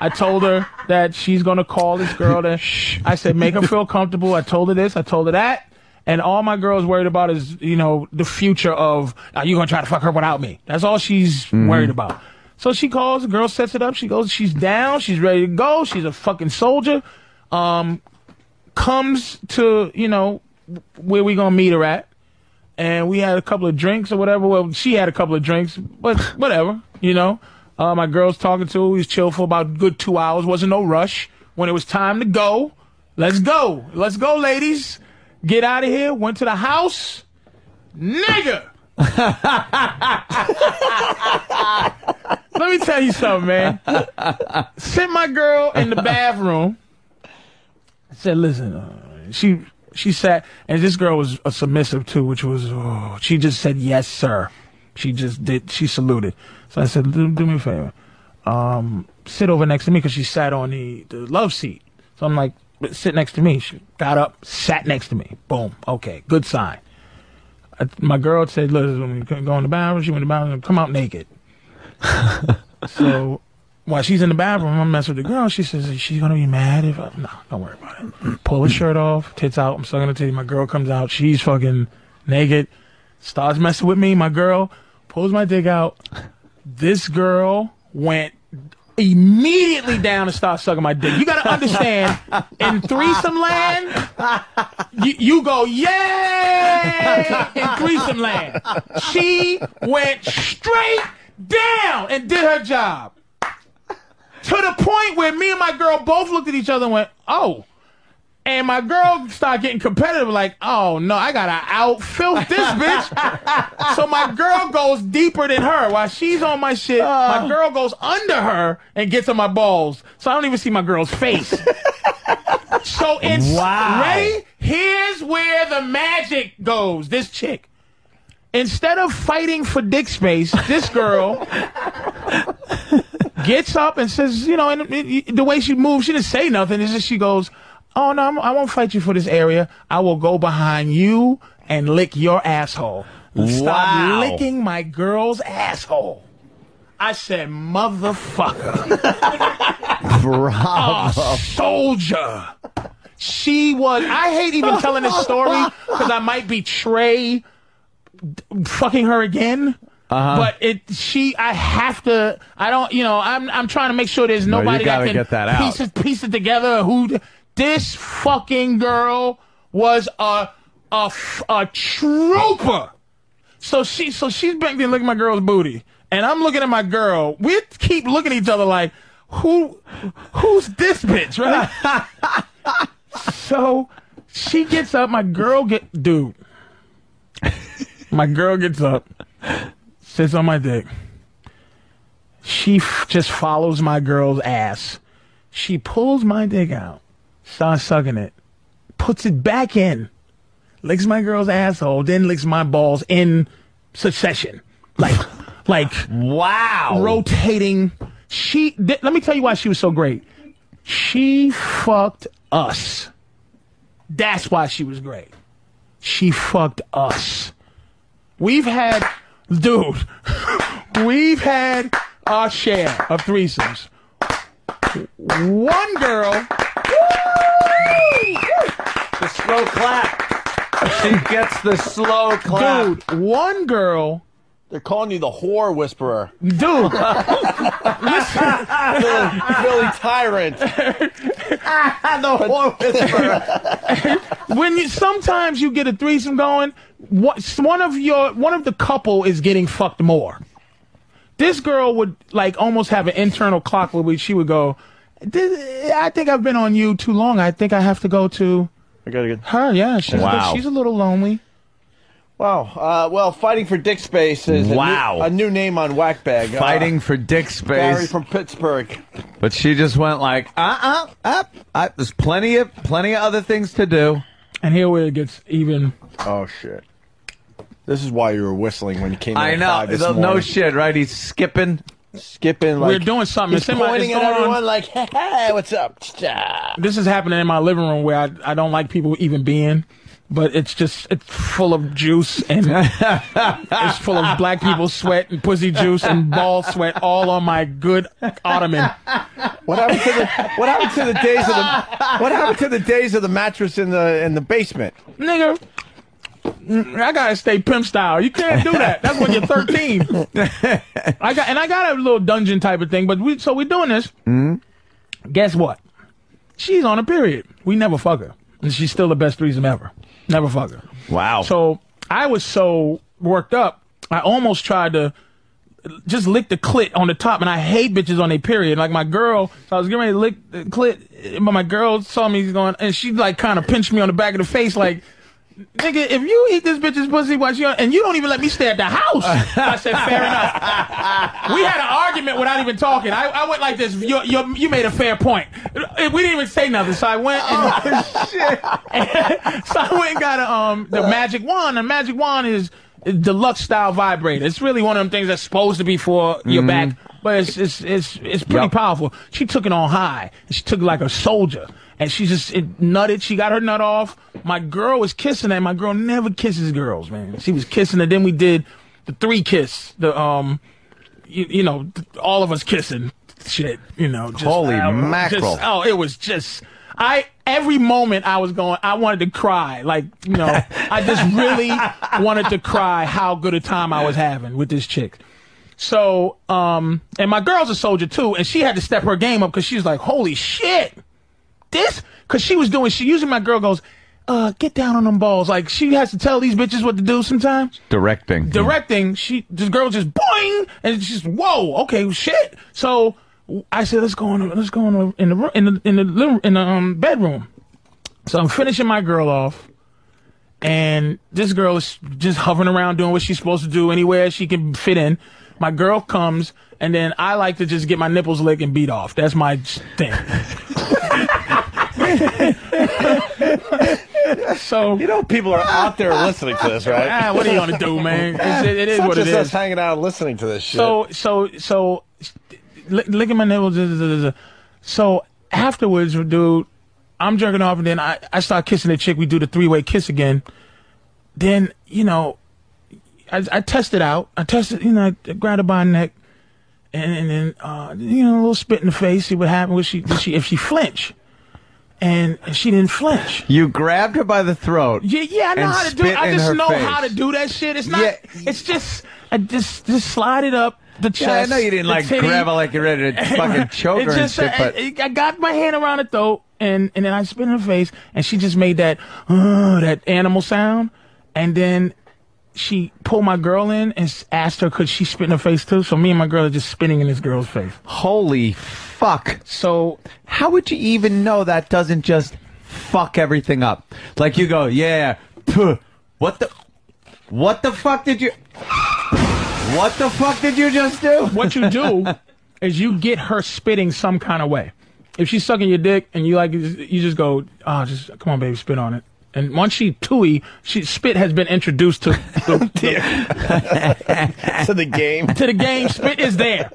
I told her that she's gonna call this girl. That I said, make her feel comfortable. I told her this. I told her that. And all my girl's worried about is, you know, the future of, are you gonna try to fuck her without me? That's all she's Mhm. worried about. So she calls, the girl sets it up, she goes, she's down, she's ready to go, she's a fucking soldier. Um, comes to, you know, where we gonna meet her at. And we had a couple of drinks or whatever. Well, she had a couple of drinks, but whatever, you know. Uh, my girl's talking to. We was chill for about a good two hours. Wasn't no rush. When it was time to go, let's go. Let's go, ladies. Get out of here. Went to the house. Nigga. Let me tell you something, man. Sent my girl in the bathroom. I said, listen, uh, she she sat, and this girl was a submissive too, which was oh, she just said yes, sir. She just did. She saluted. So I said, do, do me a favor, um, sit over next to me because she sat on the the love seat. So I'm like, sit next to me. She got up, sat next to me. Boom. Okay, good sign. I, my girl said, listen, go in the bathroom. She went in the bathroom, come out naked. so while she's in the bathroom, I mess with the girl. She says, she's going to be mad if I. No, don't worry about it. Mm, Pull her shirt off, tits out. I'm sucking her titty. My girl comes out. She's fucking naked. Starts messing with me. My girl pulls my dick out. This girl went immediately down and starts sucking my dick. You got to understand, in threesome land, you, you go, yay! In threesome land. She went straight down and did her job to the point where me and my girl both looked at each other and went, "Oh." And my girl started getting competitive, like, "Oh no, I gotta out filth this bitch." so my girl goes deeper than her while she's on my shit. my girl goes under her and gets on my balls, so I don't even see my girl's face. so it's Wow. ready. Here's where the magic goes. This chick. Instead of fighting for dick space, this girl gets up and says, you know, and it- it- the way she moves, she didn't say nothing. It's just she goes, "Oh no, I'm, I won't fight you for this area. I will go behind you and lick your asshole. Wow. Stop licking my girl's asshole." I said, "Motherfucker, Bravo. a soldier." She was. I hate even telling this story because I might betray fucking her again. Uh-huh. But it, she, I have to. I don't, you know, I'm, I'm trying to make sure there's No, you nobody gotta that can get that out. piece it, piece it together. Who this fucking girl was a, a, f- a trooper. So she, so she's back there looking at my girl's booty, and I'm looking at my girl. We keep looking at each other like, who, who's this bitch, right? so she gets up. My girl get dude. My girl gets up, sits on my dick. She f- just follows my girl's ass. She pulls my dick out, starts sucking it, puts it back in, licks my girl's asshole, then licks my balls in succession. Like, like, wow, rotating. She. Th- let me tell you why she was so great. She fucked us. That's why she was great. She fucked us. We've had, dude, we've had our share of threesomes. One girl. The slow clap. She gets the slow clap. Dude, one girl. They're calling you the whore whisperer. Dude. Philly, Philly tyrant. the whore whisperer. when you sometimes you get a threesome going, what one of your one of the couple is getting fucked more. This girl would like almost have an internal clock where she would go, "This- "I think I've been on you too long. I think I have to go to I gotta get her." Yeah, she's Wow. she's a little lonely. Wow. Uh, well, fighting for dick space is Wow. a, new, a new name on Whackbag. Fighting for dick uh, Barry space. from Pittsburgh. But she just went like, uh, uh, up. I, there's plenty of plenty of other things to do. And here where it gets even. Oh shit. This is why you were whistling when you came. in I at know. five this No morning. shit, right? He's skipping. Skipping. Like, We're doing something. He's It's in my- pointing it's at going on. everyone like, hey, what's up? Cha-cha." This is happening in my living room where I, I don't like people even being, but it's just it's full of juice and it's full of black people sweat and pussy juice and ball sweat all on my good ottoman. What happened to the What happened to the days of the What happened to the days of the mattress in the in the basement? Nigga, mm, I gotta stay pimp style. You can't do that. That's when you're 13. I got and I got a little dungeon type of thing, but we so we're doing this. Guess what? She's on a period. We never fuck her, and she's still the best threesome ever. Never fuck her. Wow. So I was so worked up, I almost tried to just licked the clit on the top, and I hate bitches on a period. Like my girl, so I was getting ready to lick the clit, but my girl saw me going, and she like kind of pinched me on the back of the face, like. Nigga, if you eat this bitch's pussy while she on, and you don't even let me stay at the house, I said fair enough. We had an argument without even talking. I, I went like this. You, you, you made a fair point. Eh, We didn't even say nothing, so I went and so I went and got a, um the magic wand. The magic wand is a deluxe style vibrator. It's really one of them things that's supposed to be for your Mhm. back, but it's it's it's it's pretty powerful. She took it on high. And she took it like a soldier, and she just it nutted. She got her nut off. My girl was kissing her. and My girl never kisses girls, man. She was kissing her. Then we did the three kiss. The um, you, you know, th- all of us kissing shit. You know, just, Holy I don't know, mackerel. just- oh, it was just. I every moment I was going, I wanted to cry. Like you know, I just really wanted to cry. How good a time I was having with this chick. So, um, and my girl's a soldier too, and she had to step her game up because she was like, "Holy shit, this!" Because she was doing. She usually my girl goes, "Uh, get down on them balls." Like she has to tell these bitches what to do sometimes Directing. directing, she this girl just boing, and it's just whoa, okay, shit. So I said, let's go on, let's go on in the room, in the in the living- in the um, bedroom. So I'm finishing my girl off, and this girl is just hovering around doing what she's supposed to do anywhere she can fit in. My girl comes, and then I like to just get my nipples licked and beat off. That's my thing. so you know people are out there listening to this, right? Ah, what are you gonna do, man? It's- it- it is It's not what it just is. us hanging out and listening to this shit. So so so, li- licking my nipples. duh, duh, duh, duh, duh. So afterwards, dude, I'm jerking off, and then I I start kissing the chick. We do the three way kiss again. Then you know, I I tested out. I tested. You know, I grabbed her by her neck, and and then uh, you know, a little spit in the face. See what happened. Was she, did she if she flinch? And she didn't flinch. you grabbed her by the throat. Yeah, yeah, I know and how to do spit it. I in her just know face. how to do that shit. It's not. It's just. I just just slide it up the chest. Yeah, I know you didn't the like titty. grab her like you're ready to fucking choke It her and just- shit, I- but- I, I got my hand around it though, and and then I spit in her face, and she just made that uh, that animal sound, and then she pulled my girl in and s- asked her could she spit in her face too. So me and my girl are just spitting in this girl's face. Holy fuck. So, how would you even know that doesn't just fuck everything up? Like you go, yeah, puh, what the what the fuck did you What the fuck did you just do? What you do is you get her spitting some kind of way. If she's sucking your dick and you like, you just go, oh, just come on, baby, spit on it. And once she tooey, she spit has been introduced to the, to the game. To the game, spit is there.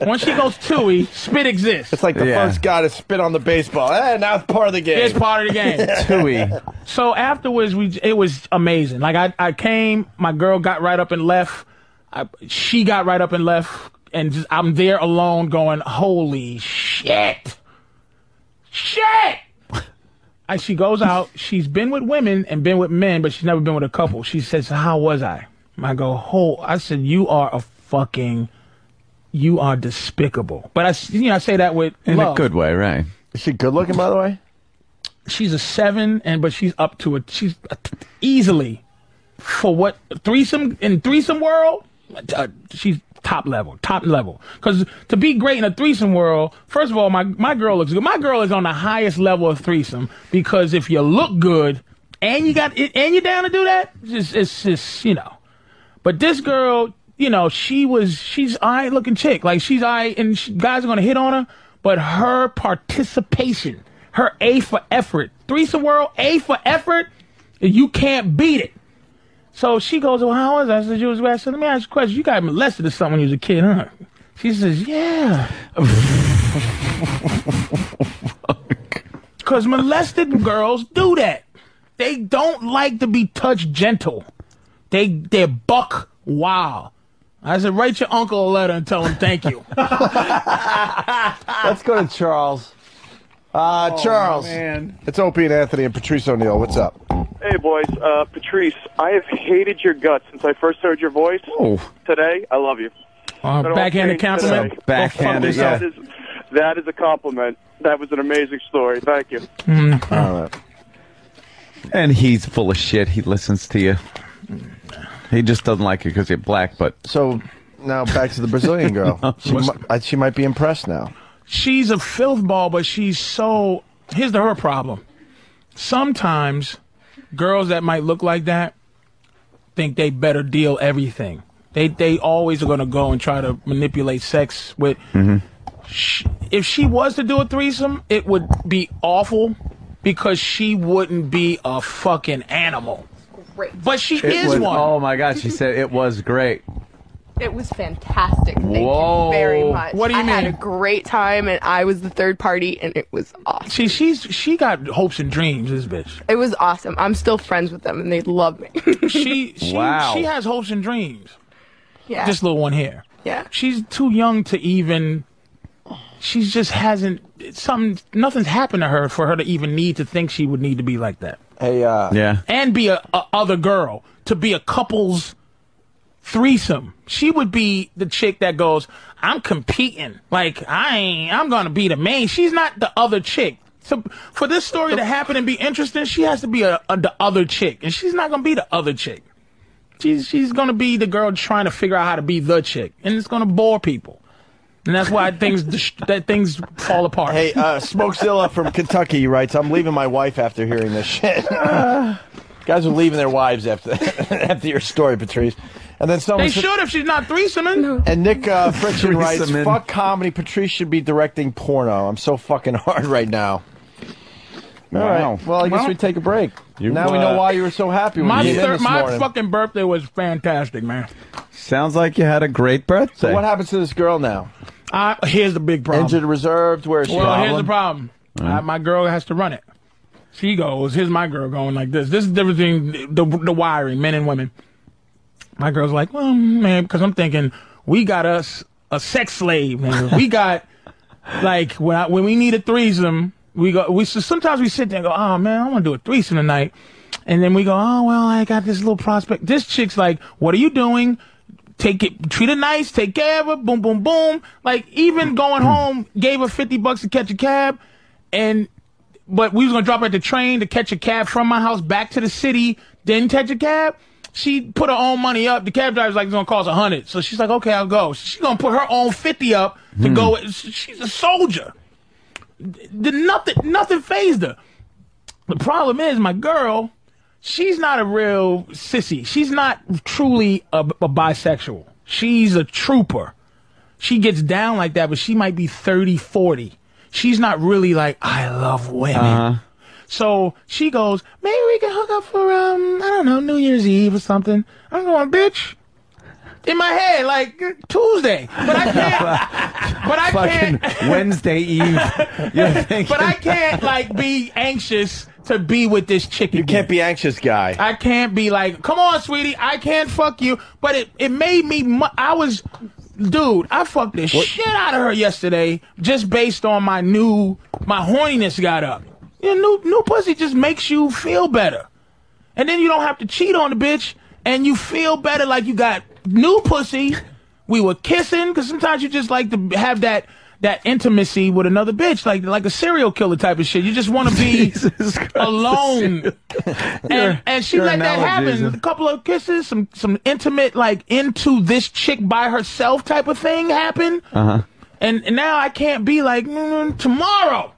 Once she goes tooey, spit exists. It's like the first guy to spit on the baseball. Eh, now it's part of the game. It's part of the game. Tooey. So afterwards, we it was amazing. Like I, I came, my girl got right up and left. I, she got right up and left, and just, I'm there alone, going, "Holy shit, shit!" And she goes out. She's been with women and been with men, but she's never been with a couple. She says, "How was I?" I go, "Ho!" I said, "You are a fucking, you are despicable." But I, s- you know, I say that with In love. a good way, right? Is she good looking, by the way? She's a seven, and but she's up to it. She's a- easily for what threesome in threesome world. Uh, she's top level, top level. Because to be great in a threesome world, first of all, my my girl looks good. My girl is on the highest level of threesome because if you look good and you got and you're down to do that, it's just, it's just you know. But this girl, you know, she was she's all right looking chick. Like she's all right, and she, guys are gonna hit on her. But her participation, her A for effort, threesome world A for effort, you can't beat it. So she goes, "Well, how was I?" I said, "You was bad." I said, "Let me ask you a question. You got molested or something when you was a kid, huh?" She says, "Yeah." Because molested girls do that. They don't like to be touched gentle. They they buck wow. I said, write your uncle a letter and tell him thank you. Let's go to Charles. Uh, Oh, Charles. man. It's Opie and Anthony and Patrice O'Neill. What's up? Hey, boys. Uh, Patrice, I have hated your guts since I first heard your voice. Oh. Today, I love you. Uh, That all backhanded changed compliment? today. Backhanded, Go fuck yeah. yourself. That is, that is a compliment. That was an amazing story. Thank you. Mm-hmm. And he's full of shit. He listens to you. He just doesn't like you because you're black, but so Now back to the Brazilian girl. she, mi- I- she might be impressed now. she's a filth ball, but she's so. Here's the, her problem. Sometimes girls that might look like that think they better deal everything. They they always are gonna go and try to manipulate sex with. Sh if she was to do a threesome, it would be awful because she wouldn't be a fucking animal. Great. But she It is was- one. Oh my God! She said it was great. It was fantastic. Thank Whoa. you very much. What do you I had mean? a great time, and I was the third party, and it was awesome. See, she's she got hopes and dreams. This bitch. It was awesome. I'm still friends with them, and they love me. she she, she has hopes and dreams. Yeah. This little one here. Yeah. She's too young to even. She just hasn't. Something. Nothing's happened to her for her to even need to think she would need to be like that. Hey, uh, yeah. And be a, a other girl to be a couple's threesome. She would be the chick that goes, "I'm competing. Like I ain't. I'm gonna be the main." She's not the other chick. So for this story to happen and be interesting, she has to be a, a the other chick, and she's not gonna be the other chick. She's she's gonna be the girl trying to figure out how to be the chick, and it's gonna bore people, and that's why things dis- that things fall apart. Hey, uh, Smokezilla from Kentucky writes, "I'm leaving my wife after hearing this shit." Guys are leaving their wives after after your story, Patrice. And then someone they said- should if she's not threesoming. And Nick uh, Friction writes, Threesoming. "Fuck comedy. Patrice should be directing porno. I'm so fucking hard right now." All right. Wow. Well, I guess Well, we take a break. you, now we uh, know why you were so happy when My you came in thir- this my morning. fucking birthday was fantastic, man. Sounds like you had a great birthday. So what happens to this girl now? I, here's the big problem. Injured reserved. Where is she? well, here's the problem. I, my girl has to run it. She goes, here's my girl going like this. This is the difference between the, the wiring, men and women. My girl's like, well, man, because I'm thinking we got us a sex slave. nigga. we got like when I, when we need a threesome, we go. We so sometimes we sit there and go, oh man, I want to do a threesome tonight, and then we go, oh well, I got this little prospect. This chick's like, what are you doing? Take it, treat her nice, take care of her, boom, boom, boom. Like even going home, gave her fifty bucks to catch a cab, and but we was gonna drop her at the train to catch a cab from my house back to the city, then catch a cab. She put her own money up. The cab driver's like, it's gonna cost a hundred. So she's like, okay, I'll go. She's gonna put her own fifty up to Hmm. go. She's a soldier. The, nothing, nothing phased her. The problem is, my girl, she's not a real sissy. She's not truly a, a bisexual. She's a trooper. She gets down like that, but she might be 30, 40. She's not really like, I love women. Uh-huh. So she goes, maybe we can hook up for, um, I don't know, New Year's Eve or something. I'm going, bitch. In my head, like Tuesday, but I can't. but I Fucking can't. Wednesday Eve. You're thinking, But I can't like be anxious to be with this chicken. You can't be anxious, guy. I can't be like, come on, sweetie, I can't fuck you. But it it made me. Mu- I was, dude, I fucked the shit out of her yesterday just based on my new my horniness got up. You know, new new pussy just makes you feel better, and then you don't have to cheat on the bitch, and you feel better like you got new pussy. We were kissing because sometimes you just like to have that. That intimacy with another bitch, like like a serial killer type of shit. You just want to be alone and, and she your let that analogies happen. are- A couple of kisses, some some intimate, like into this chick by herself type of thing happen. Uh-huh. And, and now I can't be like mm, tomorrow.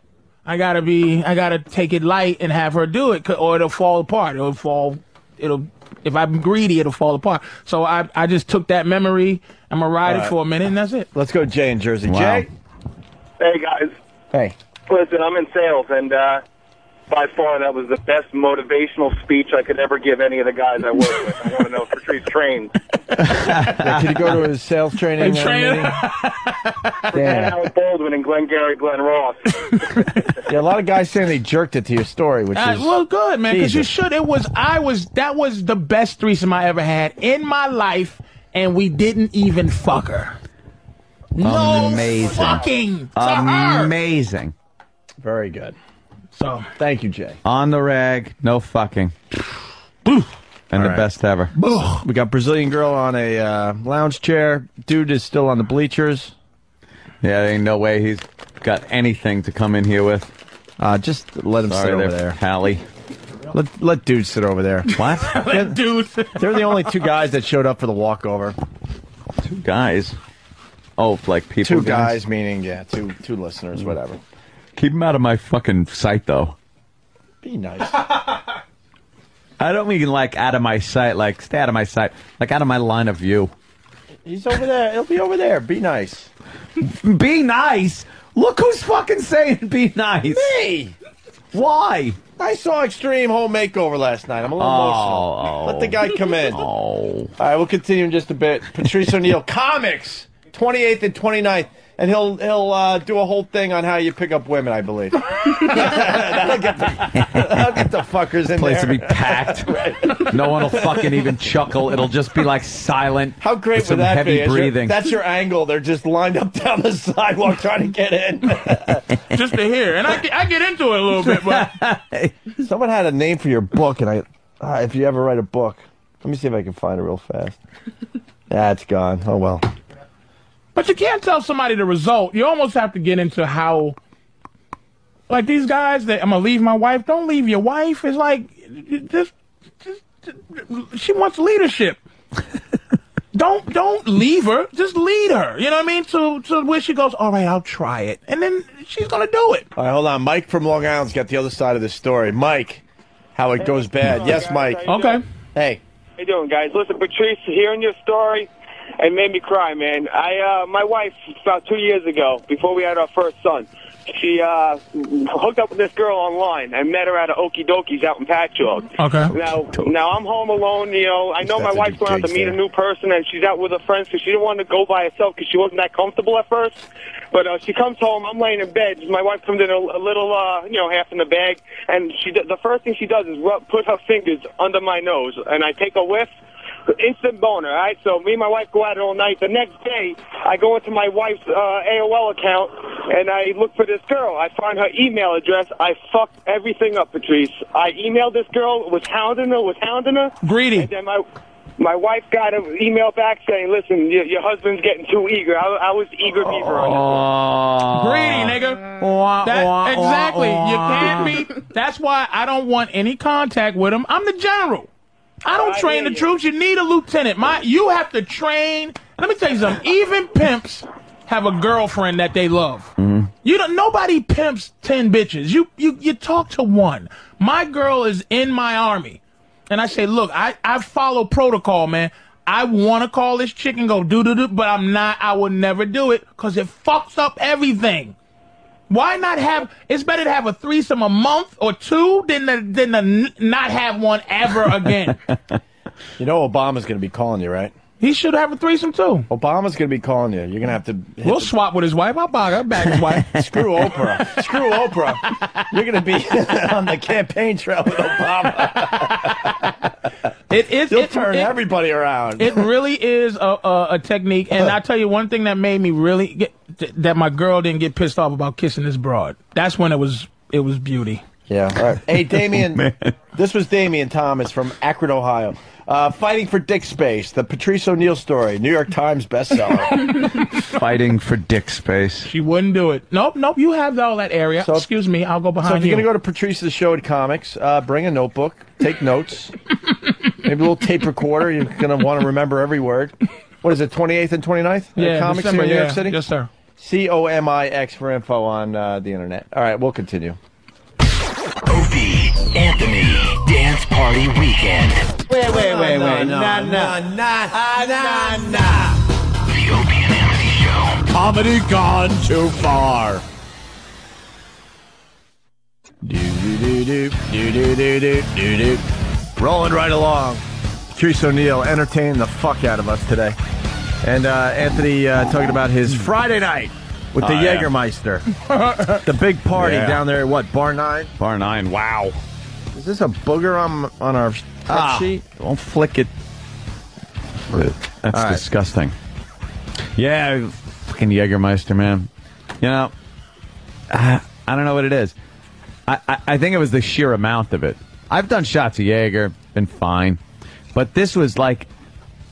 I gotta be. I gotta take it light and have her do it, 'cause- or it'll fall apart. It'll fall. It'll. If I'm greedy, it'll fall apart. So I I just took that memory. I'm gonna ride All it right. for a minute, and that's it. Let's go, Jay in Jersey. Wow. Jay. Hey guys, Hey. listen, I'm in sales, and uh, by far that was the best motivational speech I could ever give any of the guys I work with. I want to know if Patrice trained Yeah, could you go to his sales training? uh, meeting? Dan Alec Baldwin and Glengarry Glenn Ross. Yeah, a lot of guys saying they jerked it to your story, which Uh, is well, good man, because you Jesus. should. It was I was that was the best threesome I ever had in my life, and we didn't even fuck her. No Amazing. fucking to her. amazing. Um, Very good. ah. So thank you, Jay. On the rag, no fucking. And All the right. best ever. We got Brazilian girl on a uh, lounge chair. Dude is still on the bleachers. Yeah, there ain't no way he's got anything to come in here with. Uh, just let him sit Sorry over there, there. Hallie. Let let dude sit over there. What? Dude, they're the only two guys that showed up for the walkover. Two guys. Oh, like people. two guys, meaning yeah, two two listeners, whatever. Keep them out of my fucking sight, though. Be nice. I don't mean like out of my sight, like stay out of my sight, like out of my line of view. He's over there. He'll be over there. Be nice. Be nice. Look who's fucking saying be nice. Me. Why? Oh, I saw Extreme Home Makeover last night. I'm a little emotional. Let the guy come in. All right, we'll continue in just a bit. Patrice O'Neill, comics, 28th and 29th. And he'll he'll uh, do a whole thing on how you pick up women, I believe. that'll, get the, that'll get the fuckers in Place there. will be packed. No one will fucking even chuckle. It'll just be like silent. How great with would some that heavy be? Is your- breathing. that's your angle. They're just lined up down the sidewalk trying to get in. just to hear. And I, get- I get into it a little bit, but Someone had a name for your book, and I, ah, if you ever write a book, let me see if I can find it real fast. That's gone. Oh well. but you can't tell somebody the result. You almost have to get into how, like these guys that I'm gonna leave my wife. Don't leave your wife. It's like this. She wants leadership. don't don't leave her. Just lead her. You know what I mean? To to where she goes. All right, I'll try it, and then she's gonna do it. All right, hold on. Mike from Long Island's got the other side of the story. Mike, how it goes bad. Oh, Yes, guys, Mike. how you Okay. doing? Hey, How you doing, guys? Listen, Patrice, hearing your story, it made me cry, man. I, uh, my wife, about two years ago, before we had our first son, she uh, hooked up with this girl online. I met her at a Okie Dokies out in Patchogue. Okay. Now, now I'm home alone. You know, I know That's my a wife's good going out to gig meet there. a new person, and she's out with her friends because she didn't want to go by herself because she wasn't that comfortable at first. But uh, she comes home. I'm laying in bed. My wife comes in a, a little, uh, you know, half in the bag, and she d- the first thing she does is rub, put her fingers under my nose, and I take a whiff. Instant boner, all right? So me and my wife go out all night. The next day, I go into my wife's uh, AOL account and I look for this girl. I find her email address. I fucked everything up, Patrice. I emailed this girl, was hounding her, was hounding her. Greedy. And then my, my wife got an email back saying, listen, your, your husband's getting too eager. I, I was eager beaver on this. Greedy, nigga. That- exactly. You can't be. That's why I don't want any contact with him. I'm the general. I don't train the troops. You need a lieutenant. My, you have to train. Let me tell you something. Even pimps have a girlfriend that they love. Mm-hmm. You don't. Nobody pimps ten bitches. You you you talk to one. My girl is in my army, and I say, look, I I follow protocol, man. I want to call this chick and go do do do, but I'm not. I would never do it because it fucks up everything. Why not have? It's better to have a threesome a month or two than to, than to n- not have one ever again. you know Obama's going to be calling you, right? He should have a threesome too. Obama's going to be calling you. You're going to have to. we'll swap with his wife. I'll buy her back his wife. Screw Oprah. Screw Oprah. You're going to be on the campaign trail with Obama. It is. You'll turn everybody around. It really is a, a, a technique, and I tell you one thing that made me really get th- that my girl didn't get pissed off about kissing this broad. That's when it was it was beauty. Yeah. All right. Hey, Oh, Damien. this was Damien Thomas from Akron, Ohio. Uh, fighting for dick space, the Patrice O'Neill story, New York Times bestseller. Fighting for dick space. She wouldn't do it. Nope, nope. You have all that area. So- Excuse me. I'll go so behind if you're you. gonna go to Patrice's show at comics, uh, bring a notebook, take notes, maybe a little tape recorder. You're gonna want to remember every word. What is it, 28th and 29th? at yeah, comics December, here in New yeah. York City. Yes, sir. C O M I X for info on uh, the internet. All right, we'll continue. Anthony, dance party weekend. Wait, wait, wait, wait. Nah, nah, nah, Uh, nah, nah. The Opie and Anthony Show. Comedy gone too far. Do do do do do do do do do. Rolling right along. Patrice O'Neill entertained the fuck out of us today, and uh, Anthony uh, talking about his Friday night with the Oh, yeah. Jägermeister, the big party Yeah. down there. What bar nine? Bar nine. Wow. Is this a booger on on our cut Ah, sheet? Don't flick it. That's All right. disgusting. Yeah, fucking Jägermeister, man. You know, I, I don't know what it is. I, I, I think it was the sheer amount of it. I've done shots of Jaeger, been fine. But this was like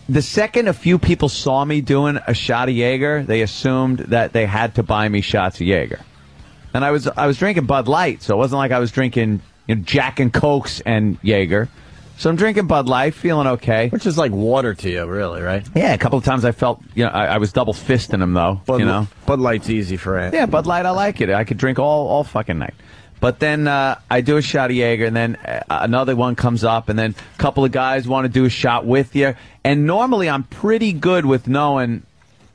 the second a few people saw me doing a shot of Jaeger, they assumed that they had to buy me shots of Jaeger. And I was I was drinking Bud Light, so it wasn't like I was drinking you know, Jack and Cokes and Jaeger. So I'm drinking Bud Light, feeling okay. Which is like water to you, really, right? Yeah, a couple of times I felt, you know, I, I was double fisting him though. Bud, you know, Bud Light's easy for Ant. yeah, Bud Light, I like it. I could drink all all fucking night. But then uh, I do a shot of Jaeger, and then uh, another one comes up, and then a couple of guys want to do a shot with you. And normally I'm pretty good with knowing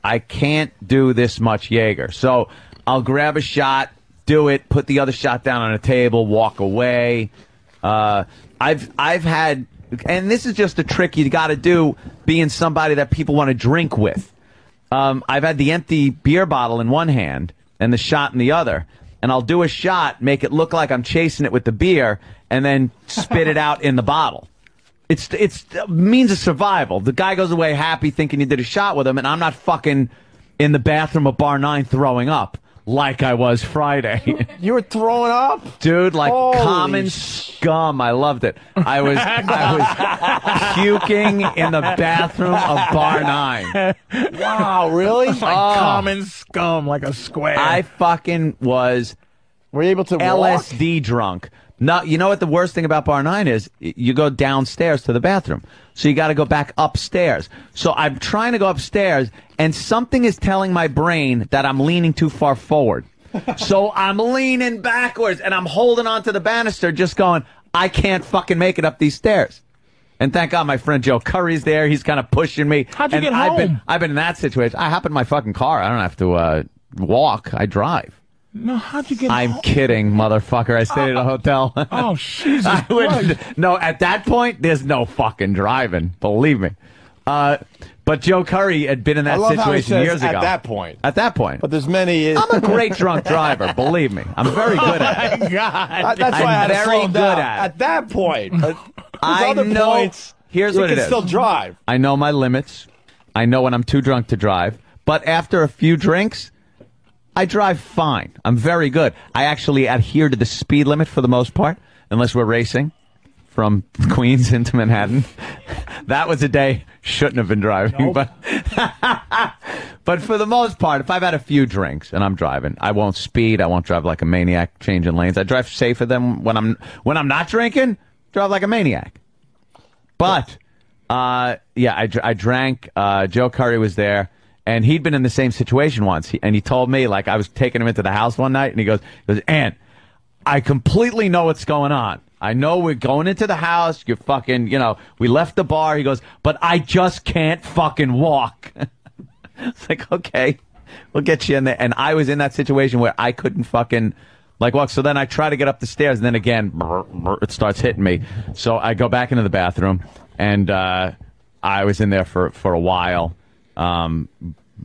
I can't do this much Jaeger. So I'll grab a shot, do it, put the other shot down on a table, walk away. Uh, I've I've had, and this is just a trick you got to do being somebody that people want to drink with. Um, I've had the empty beer bottle in one hand and the shot in the other, and I'll do a shot, make it look like I'm chasing it with the beer, and then spit it out in the bottle. It's it's a means of survival. The guy goes away happy, thinking you did a shot with him, and I'm not fucking in the bathroom of bar nine throwing up like I was Friday. You were throwing up? dude like Holy common scum i loved it i was i was puking in the bathroom of bar nine wow, really? Like Oh. common scum, like a square. i fucking was were you able to lsd drunk no you know what the worst thing about bar nine is Y- you go downstairs to the bathroom so you got to go back upstairs so i'm trying to go upstairs and something is telling my brain that i'm leaning too far forward so I'm leaning backwards and I'm holding onto the banister, just going, I can't fucking make it up these stairs. And thank God my friend Joe Curry's there. He's kind of pushing me. How'd you and get I've home? Been, I've been in that situation. I hop in my fucking car. I don't have to uh, walk. I drive. no, how'd you get? I'm kidding, motherfucker. I stayed at a hotel. Oh, Jesus I would, no, at that point, there's no fucking driving. Believe me. Uh, but Joe Curry had been in I that love how he situation says, years "At ago. that point." At that point. But there's many. I'm a great drunk driver. Believe me, I'm very good at it. That- Oh that's why I'm I had to very slow him good down. at it. At that point, uh, there's I other know. Points, here's you what can it is. Still drive. I know my limits. I know when I'm too drunk to drive. But after a few drinks, I drive fine. I'm very good. I actually adhere to the speed limit for the most part, unless we're racing from Queens into Manhattan. that was a day shouldn't have been driving, but but for the most part, if I've had a few drinks and I'm driving, I won't speed. I won't drive like a maniac changing lanes. I drive safer than when I'm when I'm not drinking. Drive like a maniac. But uh, yeah, I, dr- I drank. Uh, Joe Curry was there, and he'd been in the same situation once. He, and he told me like I was taking him into the house one night, and he goes, he goes, "And I completely know what's going on. I know we're going into the house. You're fucking, you know, we left the bar." He goes, "But I just can't fucking walk." it's like okay, we'll get you in there. And I was in that situation where I couldn't fucking. Like walk, so then I try to get up the stairs, and then again, brr, brr, it starts hitting me. So I go back into the bathroom, and uh, I was in there for for a while, um,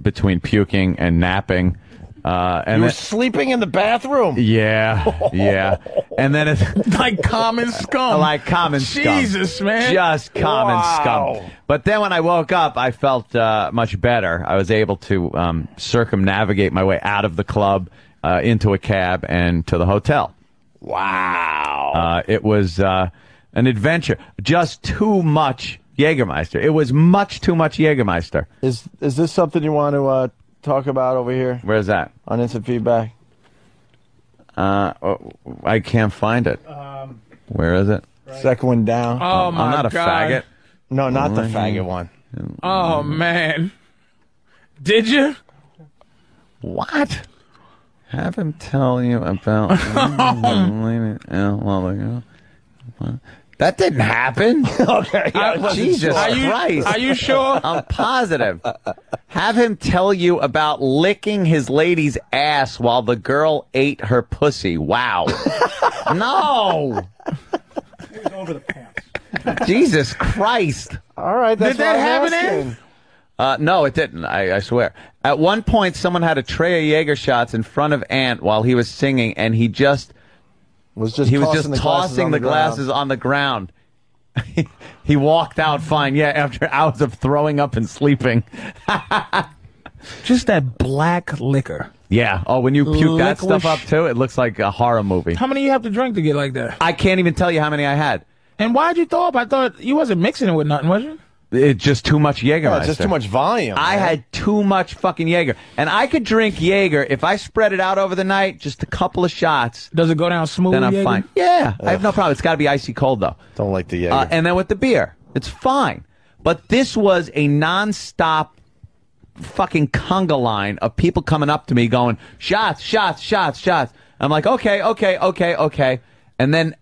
between puking and napping. Uh, and you were then- sleeping in the bathroom. yeah, yeah, and then it's like common scum, like common scum, Jesus, man. just common Wow. scum. But then when I woke up, I felt uh, much better. I was able to um, circumnavigate my way out of the club, uh, into a cab, and to the hotel. Wow. Uh, it was uh, an adventure. Just too much Jägermeister. It was much too much Jägermeister. Is is this something you want to uh, talk about over here Where's that? on instant feedback? Uh, oh, I can't find it. Where is it? Second one down. Um, Oh, I'm my not a God. faggot. No, not the Mhm. faggot one. Oh man, did you? What? Have him tell you about that didn't happen. okay, Jesus are you, Christ! Are you sure? I'm positive. Have him tell you about licking his lady's ass while the girl ate her pussy. Wow. no. Jesus Christ. All right, that's Did that what I'm happen, Ed? asking. Uh, no, it didn't. I, I swear. At one point, someone had a tray of Jaeger shots in front of Ant while he was singing, and he just Was just he was tossing just the glasses tossing on the, the ground. glasses on the ground. he walked out fine. Yeah, after hours of throwing up and sleeping. Just that black liquor. Yeah. Oh, when you puke that Licorice. stuff up too, it looks like a horror movie. How many you have to drink to get like that? I can't even tell you how many I had. And why'd you throw up? I thought you wasn't mixing it with nothing, was you? it's just too much Jaeger. No, it's just too much volume. I man. had too much fucking Jaeger. And I could drink Jaeger if I spread it out over the night, just a couple of shots. Does it go down smooth? Then I'm Jaeger? fine. Yeah, I have no problem. It's got to be icy cold, though. Don't like the Jaeger. Uh, and then with the beer, it's fine. But this was a nonstop fucking conga line of people coming up to me going, shots, shots, shots, shots. I'm like, okay, okay, okay, okay. And then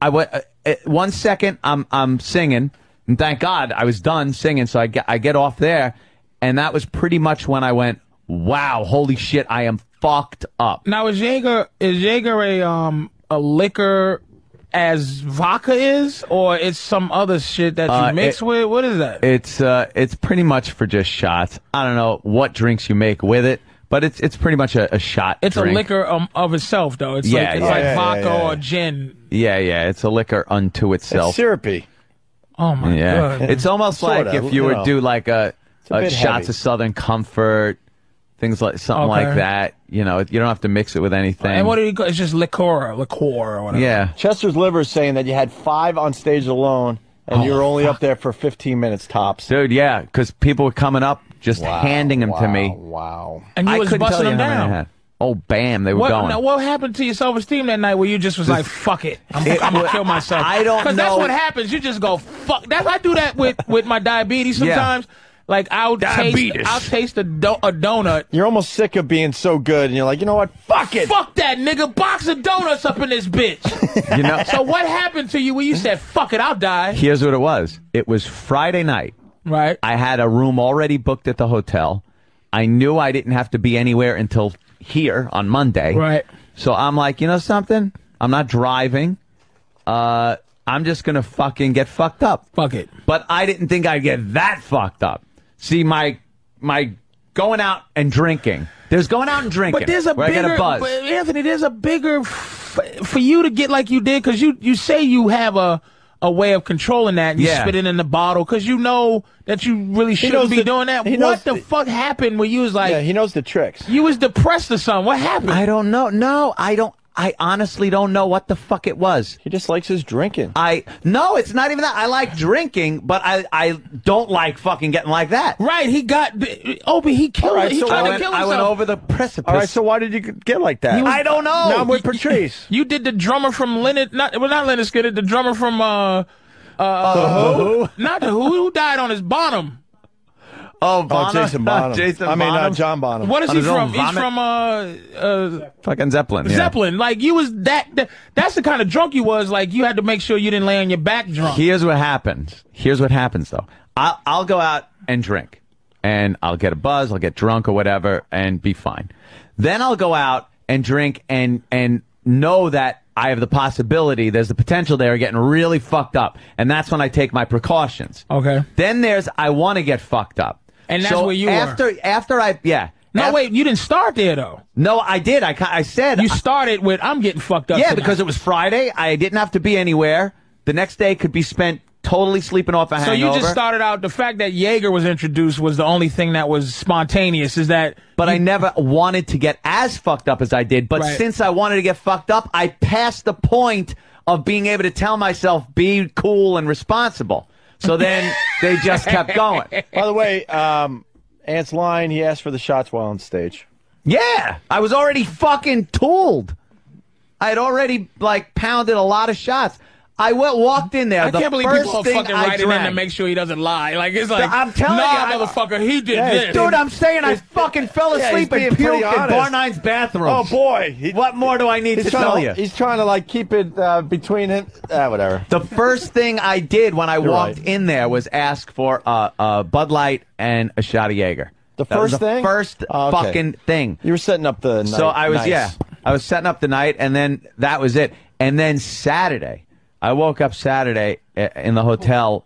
I went, uh, uh, one second I'm, I'm singing. And thank God I was done singing. So I get, I get off there. And that was pretty much when I went, wow, holy shit, I am fucked up. Now is Jaeger is Jaeger a um a liquor as vodka is, or it's some other shit that you Uh, mix it- with? What is that? It's uh, it's pretty much for just shots. I don't know what drinks you make with it, but it's it's pretty much a, a shot. It's drink. a liquor um, of itself, though. It's Yeah, like, it's yeah. like Yeah, yeah, vodka yeah. or gin. Yeah, yeah, it's a liquor unto itself. syrupy. Oh my yeah, god! it's almost Sorta, like if you, you would know. do like a, a a bit shots heavy. of Southern Comfort, things like something like Okay. that. You know, you don't have to mix it with anything. And what do you call? It's just liquor, liqueur, or whatever. yeah, Chester's liver is saying that you had five on stage alone, and you Oh, were only up there for 15 minutes tops. dude, yeah, because people were coming up just handing them to me. Wow. And you I was couldn't busting tell you them how many I down. had. Oh, bam, they were What, going. now, what happened to your self esteem that night where you just was like, fuck it, I'm, I'm gonna kill myself? I don't Because that's know. what happens. You just go, fuck. That's I do that with with my diabetes Yeah. sometimes. Like I'll Diabetes. taste, I'll taste a, do- a donut. You're almost sick of being so good, and you're like, you know what? Fuck it. Fuck that nigga. Box of donuts up in this bitch. You know- So what happened to you when you said, fuck it, I'll die? Here's what it was. It was Friday night. Right. I had a room already booked at the hotel. I knew I didn't have to be anywhere until here on Monday. Right. So I'm like, you know something? I'm not driving. Uh, I'm just gonna fucking get fucked up. Fuck it. But I didn't think I'd get that fucked up. See, my my going out and drinking. There's going out and drinking. But there's a where I bigger, get a buzz. but Anthony. There's a bigger f- for you to get like you did because you you say you have a a way of controlling that. And Yeah. You spit it in the bottle because you know that you really knows shouldn't be the- doing that. he knows What the, fuck happened when you was like? Yeah, he knows the tricks. You was depressed or something. What happened? I don't know. No, I don't. I honestly don't know what the fuck it was. He just likes his drinking. I no, it's not even that. I like drinking, but I I don't like fucking getting like that. Oh, Right? He got Obi. He killed. right, he so tried I to went- kill I himself. went over the precipice. All right, so why did you get like that? He was- I don't know. Now I'm with Patrice. You did the drummer from Leonard, not well, not Leonard Skinner, the drummer from uh, uh, The not the Who, who died on his bottom. Oh, Oh, Jason Bonham. Jason I mean, uh, Bonham. John Bonham. What is On he his own from? He's vomit? from uh, uh, fucking Zeppelin. yeah. Zeppelin. Like you was that, that. That's the kind of drunk you was. Like you had to make sure you didn't lay on your back drunk. Here's what happens. Here's what happens though. I'll, I'll go out and drink, and I'll get a buzz. I'll get drunk or whatever, and be fine. Then I'll go out and drink and and know that I have the possibility. There's the potential there of getting really fucked up, and that's when I take my precautions. Okay. Then there's I want to get fucked up, And that's so where you were. after after I yeah. No, Af- wait. You didn't start there though. No, I did. I, ca- I said You started with I'm getting fucked up. yeah, tonight." because it was Friday. I didn't have to be anywhere. The next day could be spent totally sleeping off a So hangover. you just started out. The fact that Jaeger was introduced was the only thing that was spontaneous. Is that? but I never wanted to get as fucked up as I did. But Right. since I wanted to get fucked up, I passed the point of being able to tell myself be cool and responsible. So then they just kept going. By the way, um, Ant's line. He asked for the shots while on stage. Yeah, I was already fucking tooled. I had already like pounded a lot of shots. I went, walked in there. I the can't believe first people are thing fucking I writing in to drank- make sure he doesn't lie. Like it's like I'm telling nah, you, I- motherfucker, he did Yeah, this, dude. I'm saying I fucking fell Yeah, he's asleep being and pretty puked in Bar honest. Nine's bathroom. Oh boy, He- what more do I need he's to trying tell to, you? He's trying to like keep it uh, between him. Ah, whatever. The first thing I did when I walked in there was ask for a, a Bud Light and a shot of Jaeger. The That was first thing? First Oh, okay. fucking thing. You were setting up the. So night. I was Nice. yeah, I was setting up the night, and then that was it. And then Saturday, I woke up Saturday i- in the hotel.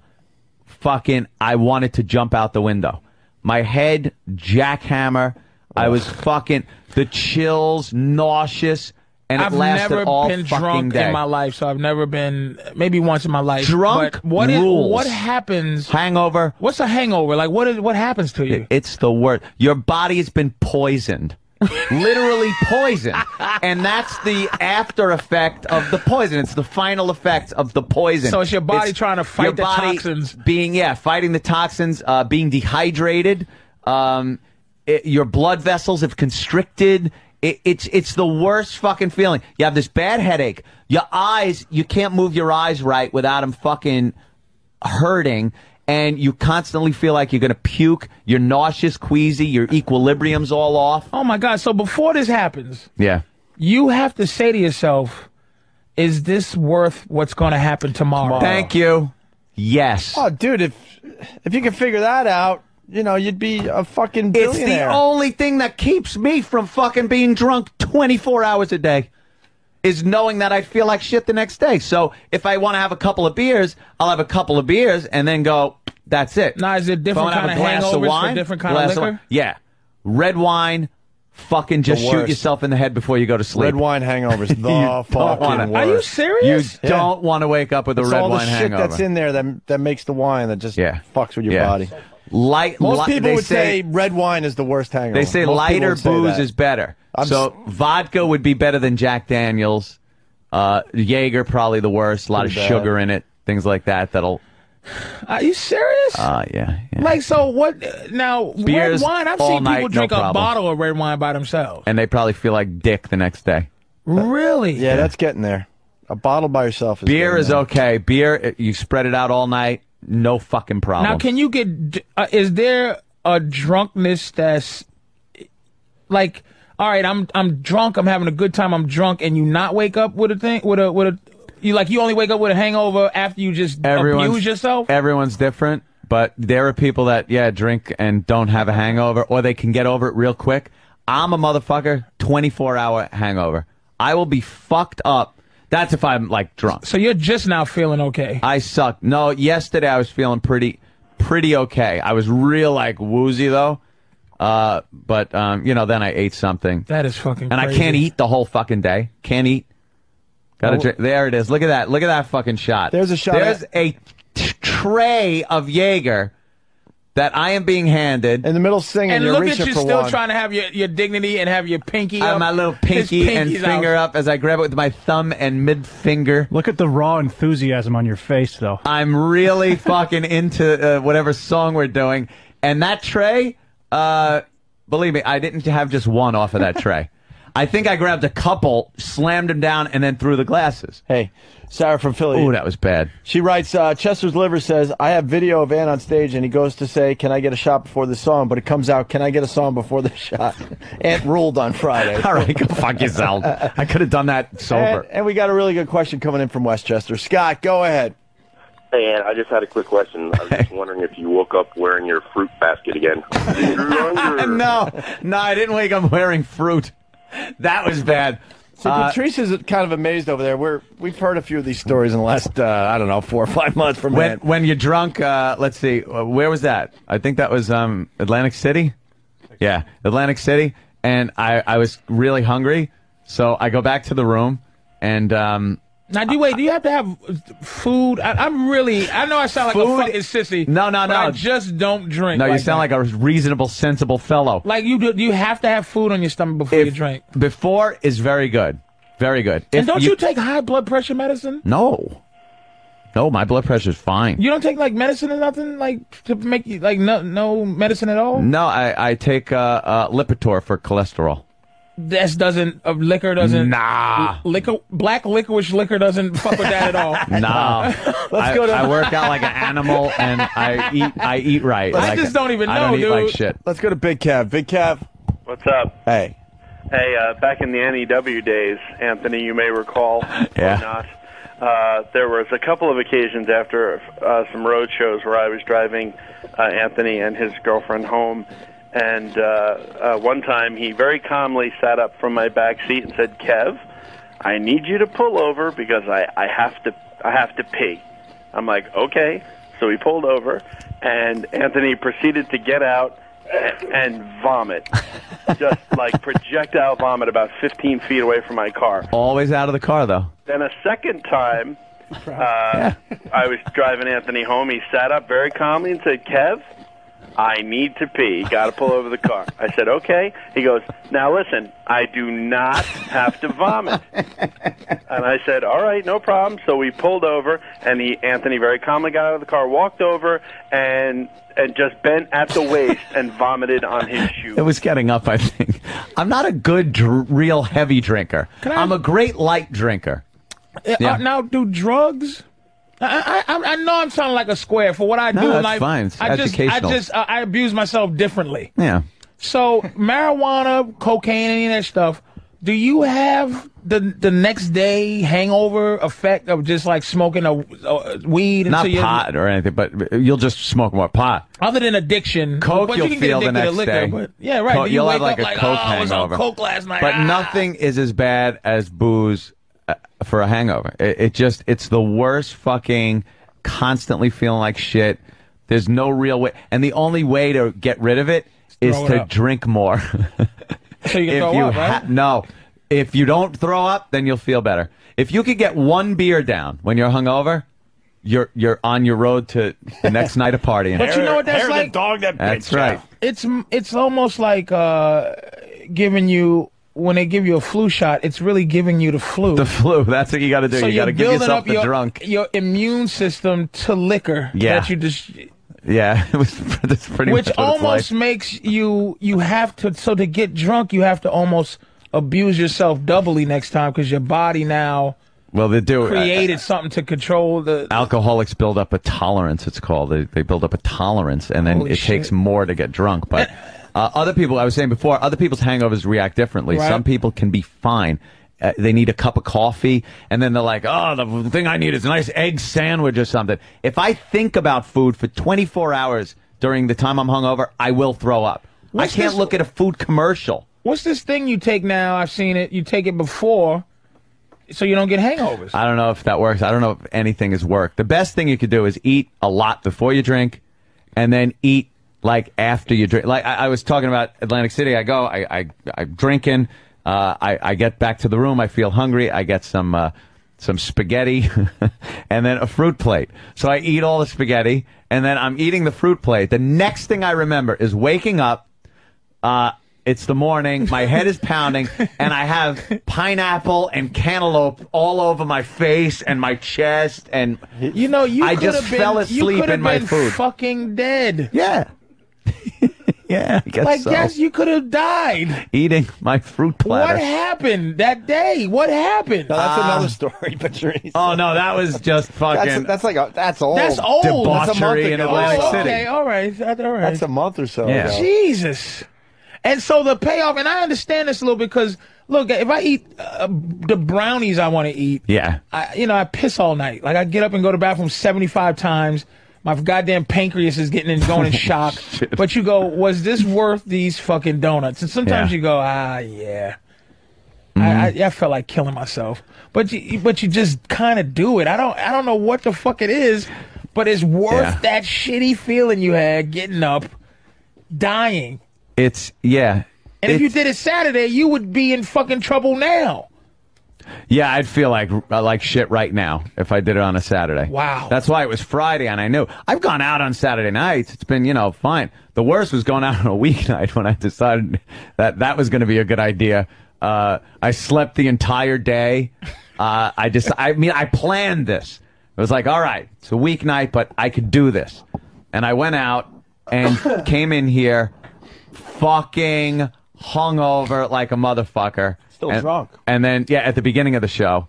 Fucking, I wanted to jump out the window. My head jackhammer. I was fucking the chills, nauseous, and it I've lasted never all been fucking drunk day. in my life, so I've never been maybe once in my life. Drunk But what is- rules. what happens? Hangover. What's a hangover? Like what is what happens to you? It's the worst. Your body has been poisoned. Literally poison. And that's the after effect of the poison. It's the final effect of the poison. So it's your body trying to fight your the body toxins. Being, yeah, fighting the toxins, uh, being dehydrated. Um, it- your blood vessels have constricted. It, it's it's the worst fucking feeling. You have this bad headache. Your eyes, you can't move your eyes right without them fucking hurting and you constantly feel like you're going to puke, you're nauseous, queasy, your equilibrium's all off. Oh my god! So before this happens, Yeah. you have to say to yourself, "Is this worth what's going to happen tomorrow?" Thank you. Yes. Oh, dude, if if you could figure that out, you know, you'd be a fucking It's billionaire. the only thing that keeps me from fucking being drunk 24 hours a day is knowing that I feel like shit the next day. So if I want to have a couple of beers, I'll have a couple of beers and then go, that's it. Now, is it different kind of hangovers for different kind of liquor? Yeah. Red wine, fucking just The shoot worst. yourself in the head before you go to sleep. Red wine hangovers, the You don't fucking wanna- worst. Are you serious? You Yeah. don't want to wake up with a It's red all the wine shit hangover. that's in there that that makes the wine that just fucks with your Yeah. body. Light. Most li- people they would say, red wine is the worst hangover. They say Most people lighter would say booze that. is better. I'm so vodka would be better than Jack Daniels. Uh, Jaeger probably the worst. A lot of Pretty bad. sugar in it. Things like that. That'll. Are you serious? Uh, yeah. Like so, what now? Beers red wine. I've all seen night, people no drink a problem. bottle of red wine by themselves. And they probably feel like dick the next day. Really? Yeah, that's getting there. A bottle by yourself is Beer is okay. Beer, it- you spread it out all night. No fucking problem. Now, can you get? d- Uh, is there a drunkenness that's like, all right, I'm I'm drunk, I'm having a good time, I'm drunk, and you not wake up with a thing with a with a you like you only wake up with a hangover after you just abuse yourself. Everyone's different, but there are people that yeah drink and don't have a hangover, or they can get over it real quick. I'm a motherfucker, 24 hour hangover. I will be fucked up. That's if I'm like drunk. So you're just now feeling okay. I suck. No, yesterday I was feeling pretty, pretty okay. I was real like woozy though. Uh, but um, you know, then I ate something. That is fucking. And crazy. I can't eat the whole fucking day. Can't eat. Got to Oh. drink. There it is. Look at that. Look at that fucking shot. There's a shot There's a t- tray of Jaeger that I am being handed. In the middle singing, And look at you still trying to have your, your dignity and have your pinky. I up. have my little His pinky and pinky's out. finger up as I grab it with my thumb and mid finger. Look at the raw enthusiasm on your face, though. I'm really fucking into uh, whatever song we're doing. And that tray, uh, believe me, I didn't have just one off of that tray. I think I grabbed a couple, slammed them down, and then threw the glasses. Hey, Sarah from Philly. Oh, that was bad. She writes, uh, Chester's Liver says, I have video of Ann on stage, and he goes to say, Can I get a shot before the song? But it comes out, Can I get a song before the shot? Ant ruled on Friday. All right, go fuck yourself. I could have done that sober. And, and we got a really good question coming in from Westchester. Scott, go ahead. Hey, Ann, I just had a quick question. I was just wondering if you woke up wearing your fruit basket again. no, no, I didn't wake up wearing fruit. That was bad. So Uh, Patrice is kind of amazed over there. We're, we've heard a few of these stories in the last, uh, I don't know, four or five months from when Ant. when you're drunk, uh, let's see, uh, where was that? I think that was um, Atlantic City. Yeah, Atlantic City. And I, I was really hungry, so I go back to the room, and um, Now, do you wait? Do you have to have food? I, I'm really. I know I sound like Food- a fucking sissy. No, no, but no. I just don't drink. no, you like sound that. like a reasonable, sensible fellow. Like you do, you have to have food on your stomach before you drink. Before is very good, very good. And If don't you, take high blood pressure medicine? No, no, my blood pressure's fine. You don't take like medicine or nothing like to make you like no no medicine at all. No, I, I take uh, uh, Lipitor for cholesterol. This doesn't of liquor doesn't Nah. liquor black licorice liquor doesn't fuck with that at all. No, Let's I, go to- I work out like an animal and I eat. I eat right. I Like- just don't even I don't know, eat like dude. shit. Let's go to Big Cav. Big Cav. What's up? Hey. Hey, uh, back in the NEW days, Anthony, you may recall Yeah. or not, uh, there was a couple of occasions after uh, some road shows where I was driving uh, Anthony and his girlfriend home. And uh, uh, one time he very calmly sat up from my back seat and said, Kev, I need you to pull over because I, I have to I have to pee. I'm like, okay. So he pulled over, and Anthony proceeded to get out a- and vomit, just like projectile vomit, about 15 feet away from my car. Always out of the car though. Then a second time, uh, I was driving Anthony home. He sat up very calmly and said, "Kev, I need to pee. Got to pull over the car. I said, okay. He goes, now listen, I do not have to vomit. And I said, all right, no problem. So we pulled over, and he, Anthony very calmly got out of the car, walked over, and and just bent at the waist and vomited on his shoe. It was getting up, I think. I'm not a good, dr- real heavy drinker. I'm a great light drinker. Uh, Yeah. uh, now, do drugs? I, I, I I know I'm sounding like a square for what I No, do. that's like, fine. It's I just, educational. I just, uh, I abuse myself differently. Yeah. So marijuana, cocaine, any of that stuff. Do you have the the next day hangover effect of just like smoking a, a weed? Not until you're- pot or anything, but you'll just smoke more pot. Other than addiction, Coke but you'll you can feel get the addicted next to liquor, day. But yeah, right. Co- but you you'll wake have like up a like, Coke oh, I was on hangover. Coke last night. But ah. nothing is as bad as booze uh, for a hangover. It, it just, it's the worst fucking constantly feeling like shit. There's no real way. And the only way to get rid of it is throw it to up. drink more. So you can throw up, right? no. If you don't throw up, then you'll feel better. If you could get one beer down when you're hungover, you're you're on your road to the next night of partying. But you know what that's like? That's right. It's it's almost like uh, giving you when they give you a flu shot. It's really giving you the flu. The flu. That's what you got to do. so you got to you're give building yourself up the your, drunk. your immune system to liquor Yeah. that you just, Yeah, it was that's pretty which much what it's almost like. makes you you have to so to get drunk you have to almost abuse yourself doubly next time because your body now Well, they do. uh, created something to control the. Alcoholics build up a tolerance. It's called they, they build up a tolerance, and then Holy it shit. takes more to get drunk. But uh, other people, I was saying before, other people's hangovers react differently. Right. Some people can be fine. Uh, they need a cup of coffee, and then they're like, "Oh, the thing I need is a nice egg sandwich or something." If I think about food for 24 hours during the time I'm hungover, I will throw up. What's I can't this- look at a food commercial. What's this thing you take now? I've seen it. You take it before, so you don't get hangovers. I don't know if that works. I don't know if anything has worked. The best thing you could do is eat a lot before you drink, and then eat like after you drink. Like I, I was talking about Atlantic City. I go, I, I I'm drinking. Uh, I I get back to the room. I feel hungry. I get some uh, some spaghetti, and then a fruit plate. So I eat all the spaghetti, and then I'm eating the fruit plate. The next thing I remember is waking up. Uh, it's the morning. My head is pounding, and I have pineapple and cantaloupe all over my face and my chest. And you know, you I could just have been- fell you asleep could have in my been food. Fucking dead. Yeah. yeah, I guess like so. yes, you could have died. Eating my fruit platter. What happened that day? What happened? No, that's another story, Patrice. Oh no, that was just That's, fucking. that's like a, that's old. That's old. That's a month Debauchery in ago. Atlantic Oh, City. okay, all right, that- all right. That's a month or so. Yeah. ago. Jesus. And so the payoff, and I understand this a little because look, if I eat uh, the brownies I want to eat, Yeah. I, you know, I piss all night. Like I get up and go to the bathroom 75 times. My goddamn pancreas is getting in, going in shock. but you go, was this worth these fucking donuts? And sometimes Yeah. you go, ah, yeah. I, I, I felt like killing myself, but you, but you just kind of do it. I don't I don't know what the fuck it is, but it's worth Yeah. that shitty feeling you had getting up, dying. It's yeah. And if you did it Saturday, you would be in fucking trouble now. Yeah, I'd feel like uh, like shit right now if I did it on a Saturday. Wow. That's why it was Friday, and I knew I've gone out on Saturday nights. It's been you know fine. The worst was going out on a weeknight when I decided that that was going to be a good idea. Uh, I slept the entire day. Uh, I just I mean I planned this. It was like all right, it's a weeknight, but I could do this. And I went out and came in here fucking hungover like a motherfucker. Still And- drunk. and then, yeah, at the beginning of the show,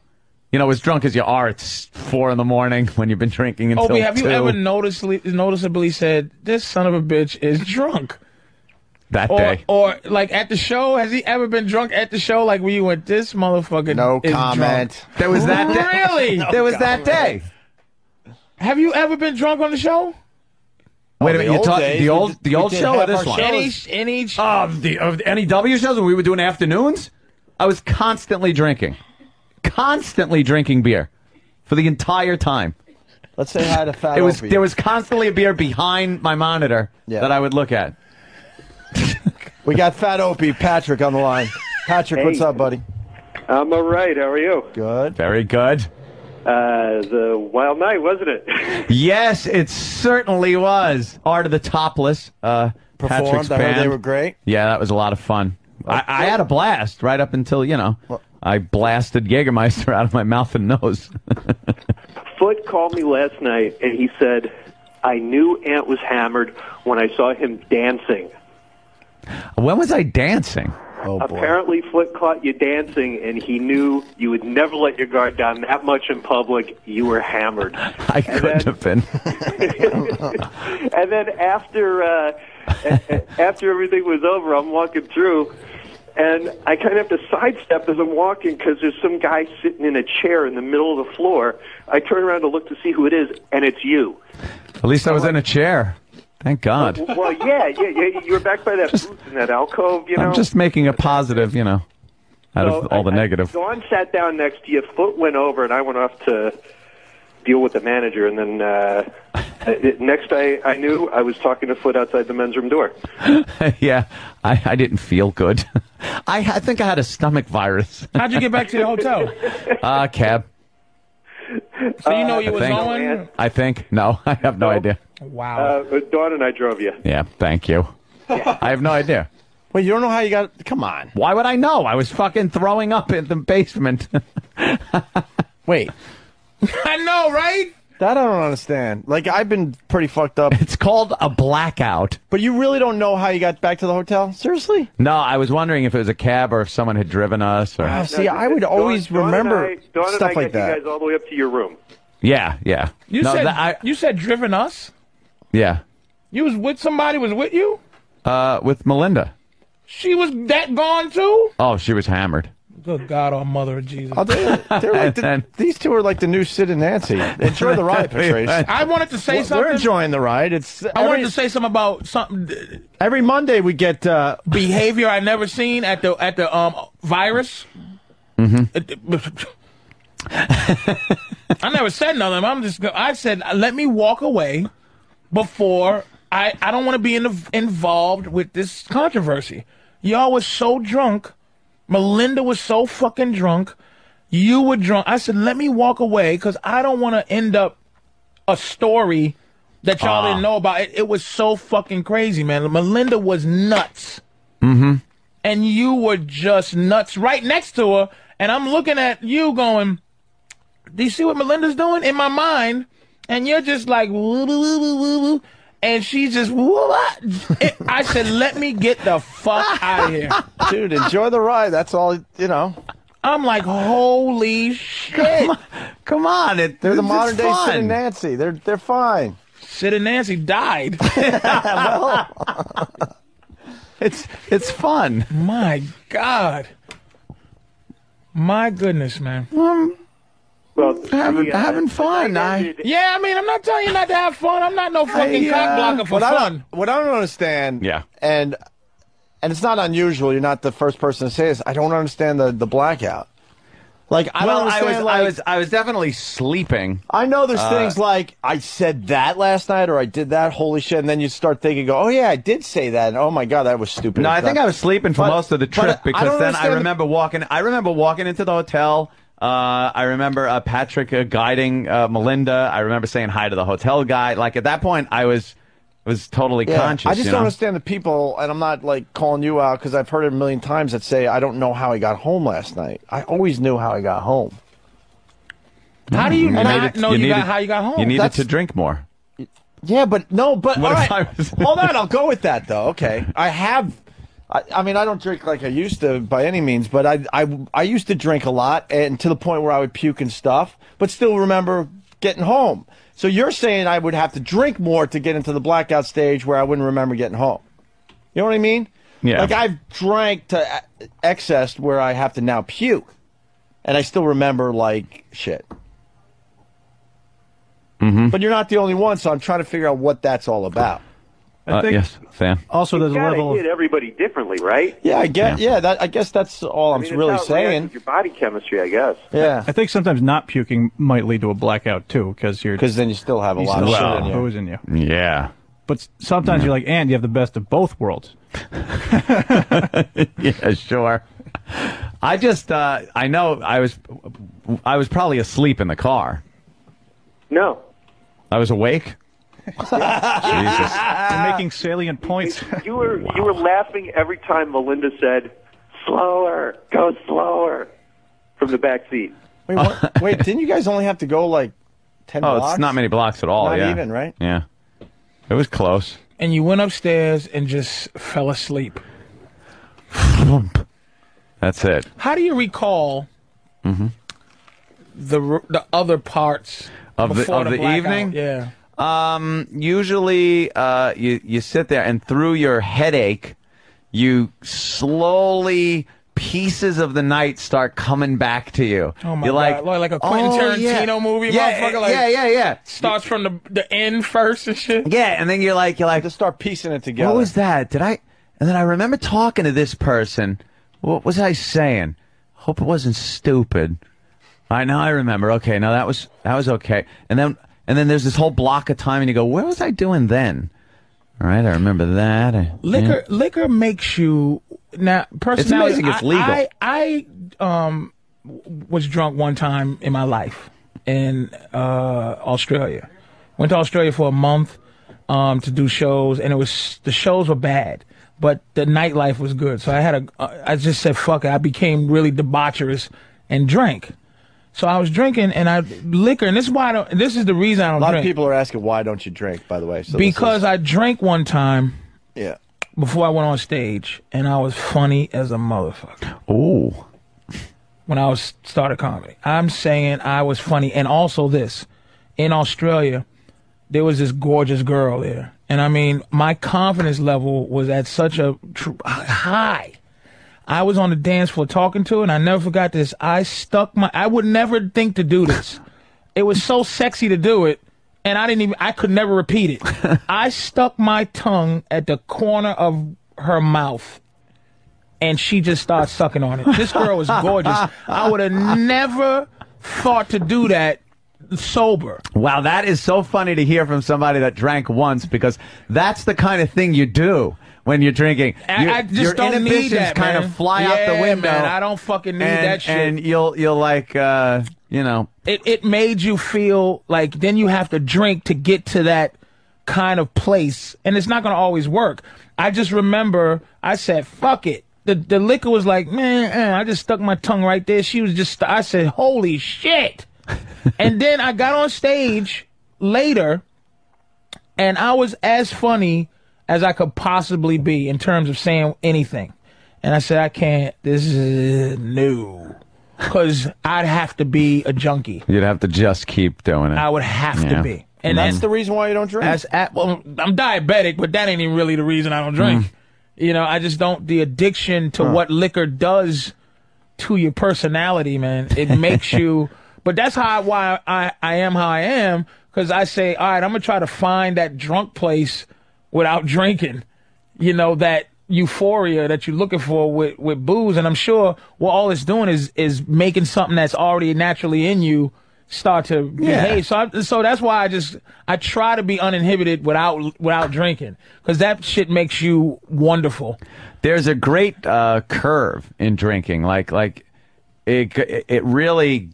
you know, as drunk as you are, it's four in the morning when you've been drinking until Obi, Oh, have two. you ever noticeably, noticeably said, this son of a bitch is drunk? that Or, day. or like at the show, has he ever been drunk at the show? Like where you went, this motherfucker. No comment. There was that day. Really? There was that day. Have you ever been drunk on the show? Wait a Oh, the minute, you're old talking days, the we old did- the we old did show or half this our one? Any any of the of the NEW shows when we were doing afternoons, I was constantly drinking, constantly drinking beer for the entire time. Let's say hi to Fat It was Opie. there was constantly a beer behind my monitor Yeah. that I would look at. We got Fat Opie Patrick on the line. Patrick, what's Hey. up, buddy? I'm all right. How are you? Good. Very good. Uh, the wild night, wasn't it? Yes, it certainly was. Art of the Topless. Uh, Performed. Patrick's I heard band. they were great. Yeah, that was a lot of fun. I, I had a blast right up until, you know, I blasted Jägermeister out of my mouth and nose. Foot called me last night and he said, I knew Ant was hammered when I saw him dancing. when was I dancing? Oh, Apparently, Foot caught you dancing and he knew you would never let your guard down that much in public. You were hammered. I couldn't have been. and then after uh, a- a- after everything was over, I'm walking through, and I kind of have to sidestep as I'm walking because there's some guy sitting in a chair in the middle of the floor. I turn around to look to see who it is, and it's you. At least I was in a chair. Thank God. Well, yeah, yeah, yeah you were back by that booth in that alcove, you know. I'm just making a positive, you know, out So of all the negative. Dawn sat down next to you. Foot went over, and I went off to deal with the manager. And then uh, it- next, I I knew I was talking to Foot outside the men's room door. yeah, I, I didn't feel good. I, I think I had a stomach virus. How'd you get back to the hotel? Uh, cab. So you know you I was think. going. I think. No, I have no idea. Wow. Uh, Dawn and I drove you. Yeah, thank you. I have no idea. Wait, you don't know how you got? Come on. Why would I know? I was fucking throwing up in the basement. Wait. I know, right? That I don't understand. Like I've been pretty fucked up. It's called a blackout. But you really don't know how you got back to the hotel? Seriously? No, I was wondering if it was a cab or if someone had driven us. Or Wow, see, Oh, I would always Dawn remember and I, Dawn and I stuff like got that. You guys all the way up to your room. yeah, yeah. You No, said that- I- you said driven us. yeah, You was with somebody was with you. uh, with Melinda. She was that gone too. Oh, she was hammered. Good God, our Mother of Jesus! I'll tell you, they're like the, these two are like the new Sid and Nancy. Enjoy the ride, Patrice. I wanted to say We're- something. We're enjoying the ride. It's I wanted every- to say something about something every Monday we get uh, behavior I never seen at the at the um virus. I never said nothing. I'm just. go- I said, let me walk away before I. I don't want to be in, involved with this controversy. Y'all was so drunk. Melinda was so fucking drunk. You were drunk. I said, let me walk away because I don't want to end up a story that y'all Ah. didn't know about. It, it was so fucking crazy, man. Melinda was nuts Mm-hmm. and you were just nuts right next to her. And I'm looking at you going, Do you see what Melinda's doing in my mind? And you're just like, woo, woo, woo, woo, woo, woo. And she's just, what? It- I said, Let me get the fuck out of here. dude, enjoy the ride. That's all you know. I'm like, Holy shit. Come on, it, They're the modern day fun. Sid and Nancy. They're they're fine. Sid and Nancy died. It's it's fun. My God. My goodness, man. Um, Well, having, having fun. I, Yeah, I mean, I'm not telling you not to have fun. I'm not no fucking I, uh, cock blocker for what I fun. don't- what I don't understand, yeah, and and it's not unusual. You're not the first person to say this. I don't understand the the blackout. Like I well, don't I understand. was, like, I was, I was definitely sleeping. I know there's Uh, things like I said that last night or I did that. Holy shit! And then you start thinking, oh yeah, I did say that. And, oh my god, that was stupid. No, I think I was sleeping for But- most of the but trip I because don't then I understand- remember walking. I remember walking into the hotel. Uh, I remember uh, Patrick uh, guiding uh, Melinda. I remember saying hi to the hotel guy. Like at that point, I was was totally Yeah, conscious. I just you don't know? understand the people, and I'm not like calling you out because I've heard it a million times that say I don't know how I got home last night. I always knew how I got home. How do you And I- not know you got needed- how you got home? Mm-hmm. You needed That's- to drink more. Yeah, but no, but What all if right. Hold on, I'll go with that though. Okay, I have. I, I mean, I don't drink like I used to by any means, but I, I I used to drink a lot and to the point where I would puke and stuff, but still remember getting home. So you're saying I would have to drink more to get into the blackout stage where I wouldn't remember getting home. You know what I mean? Yeah. Like I've drank to e- excess where I have to now puke, and I still remember like shit. Mm-hmm. But you're not the only one, so I'm trying to figure out what that's all about. Uh, yes, Sam. Also, It's gotta hit everybody differently, right? Yeah, I get. Yeah, that, I guess that's all I'm mean, it's really how it reacts saying. with Your body chemistry, I guess. Yeah. I think sometimes not puking might lead to a blackout too, because you're because then you still have a lot of shit in you. booze in you. Yeah. But s- sometimes Yeah. you're like, and you have the best of both worlds. yeah, sure. I just, uh, I know I was, I was probably asleep in the car. No. I was awake. Jesus. Oh, You're making salient points. You were you were laughing every time Melinda said, "Slower, go slower," from the back seat. Wait, what? wait, didn't you guys only have to go like ten Oh, blocks? it's not many blocks at all. Not yeah. even, right? Yeah. It was close. And you went upstairs and just fell asleep. That's it. How do you recall Mm-hmm. the r- the other parts Of the- before of the blackout? evening? Yeah. Um, usually, uh, you you sit there and through your headache, you slowly pieces of the night start coming back to you. Oh my You're god! like like, a Quentin "Oh, Tarantino yeah. movie, Yeah, motherfucker. Like, yeah, yeah, yeah. Starts from the the end first and shit. Yeah, and then you're like, you're like, just start piecing it together. What was that? Did I? And then I remember talking to this person. What was I saying? Hope it wasn't stupid. I now I remember. Okay, now that was that was okay. And then and then there's this whole block of time, and you go, where was I doing then? All right, I remember that. I- Liquor liquor makes you now personality. amazing it's I- legal. I, I, um w- was drunk one time in my life in uh Australia. Went to Australia for a month um to do shows and it was the shows were bad. But the nightlife was good, so I had a. uh, I just said fuck it. I became really debaucherous and drank. So I was drinking and I liquor, and this is why I don't. This is the reason I A don't. lot drink of people are asking why don't you drink? By the way, so this because I drank one time. Yeah. Before I went on stage, and I was funny as a motherfucker. Oh. When I was started comedy, I'm saying I was funny, and also this, in Australia, there was this gorgeous girl there, and I mean, my confidence level was at such a tr- high. I was on the dance floor talking to her, and I never forgot this. I stuck my. I would never think to do this. it was so sexy to do it, and I didn't even. I could never repeat it. I stuck my tongue at the corner of her mouth, and she just started sucking on it. This girl was gorgeous. I would have never thought to do that sober. Wow, that is so funny to hear from somebody that drank once because that's the kind of thing you do when you're drinking. I, your, I just your don't need inhibitions that. kind man. of fly out Yeah, the window. man, I don't fucking need and, that shit. And you'll you'll like uh, you know it, it made you feel like then you have to drink to get to that kind of place and it's not going to always work i just remember i said fuck it the, the liquor was like man eh," i just stuck my tongue right there she was just i said holy shit and then i got on stage later and i was as funny as i could possibly be in terms of saying anything and i said i can't this is new because i'd have to be a junkie you'd have to just keep doing it. I would have to Yeah. Mm-hmm. be. And that's the reason why you don't drink. That's at, well, I'm diabetic, but that ain't even really the reason I don't drink. Mm. You know, I just don't. The addiction to what liquor does to your personality, man, it makes you. But that's how I, why I I am how I am because I say, all right, I'm gonna try to find that drunk place without drinking. You know that euphoria that you're looking for with with booze, and I'm sure what all it's doing is is making something that's already naturally in you start to Yeah. behave. So I, so that's why I just I try to be uninhibited without without drinking because that shit makes you wonderful. there's a great uh, curve in drinking. Like like it it really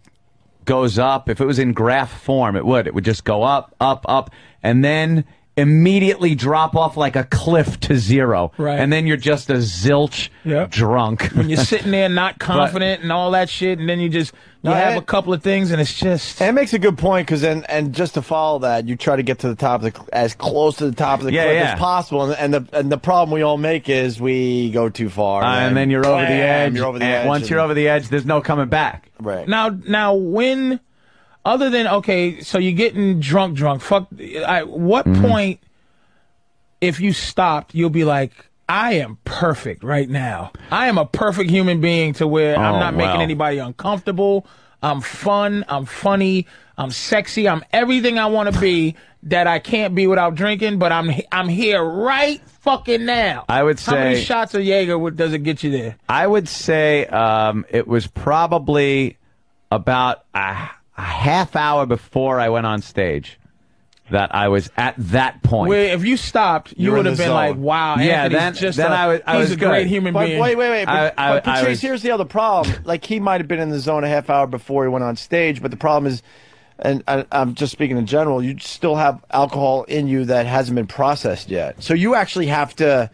goes up. If it was in graph form, it would. It would just go up, up, up, and then immediately drop off like a cliff to zero. Right. And then you're just a zilch drunk. When you're sitting there not confident and all that shit, and then you just you No, have I- a couple of things and it's just. And it makes a good point because and and just to follow that, you try to get to the top of the cl- as close to the top of the Yeah, cliff yeah. as possible, and, and the and the problem we all make is we go too far, and then you're over the bam, edge. You're over the and edge. Once you're over the edge, there's no coming back. Right. Now, now, when other than okay, so you're getting drunk, drunk. Fuck. I, what Mm-hmm. point, if you stopped, you'll be like, I am perfect right now. I am a perfect human being to where I'm Oh, not making wow. anybody uncomfortable. I'm fun. I'm funny. I'm sexy. I'm everything I want to be that I can't be without drinking. But I'm I'm here right fucking now. I would how many say- shots of Jaeger would- does it get you there? I would say um, it was probably about a, a half hour before I went on stage. that I was at that point. Where if you stopped, you You're in would have the been zone. like, "Wow, Yeah, Anthony's then- just then a- I was- I he's was a good. great human But being." wait, wait, wait. But, I- I- but I Patrice, was- here's the other problem. Like he might have been in the zone a half hour before he went on stage, but the problem is, and I, I'm just speaking in general. You still have alcohol in you that hasn't been processed yet, so you actually have to.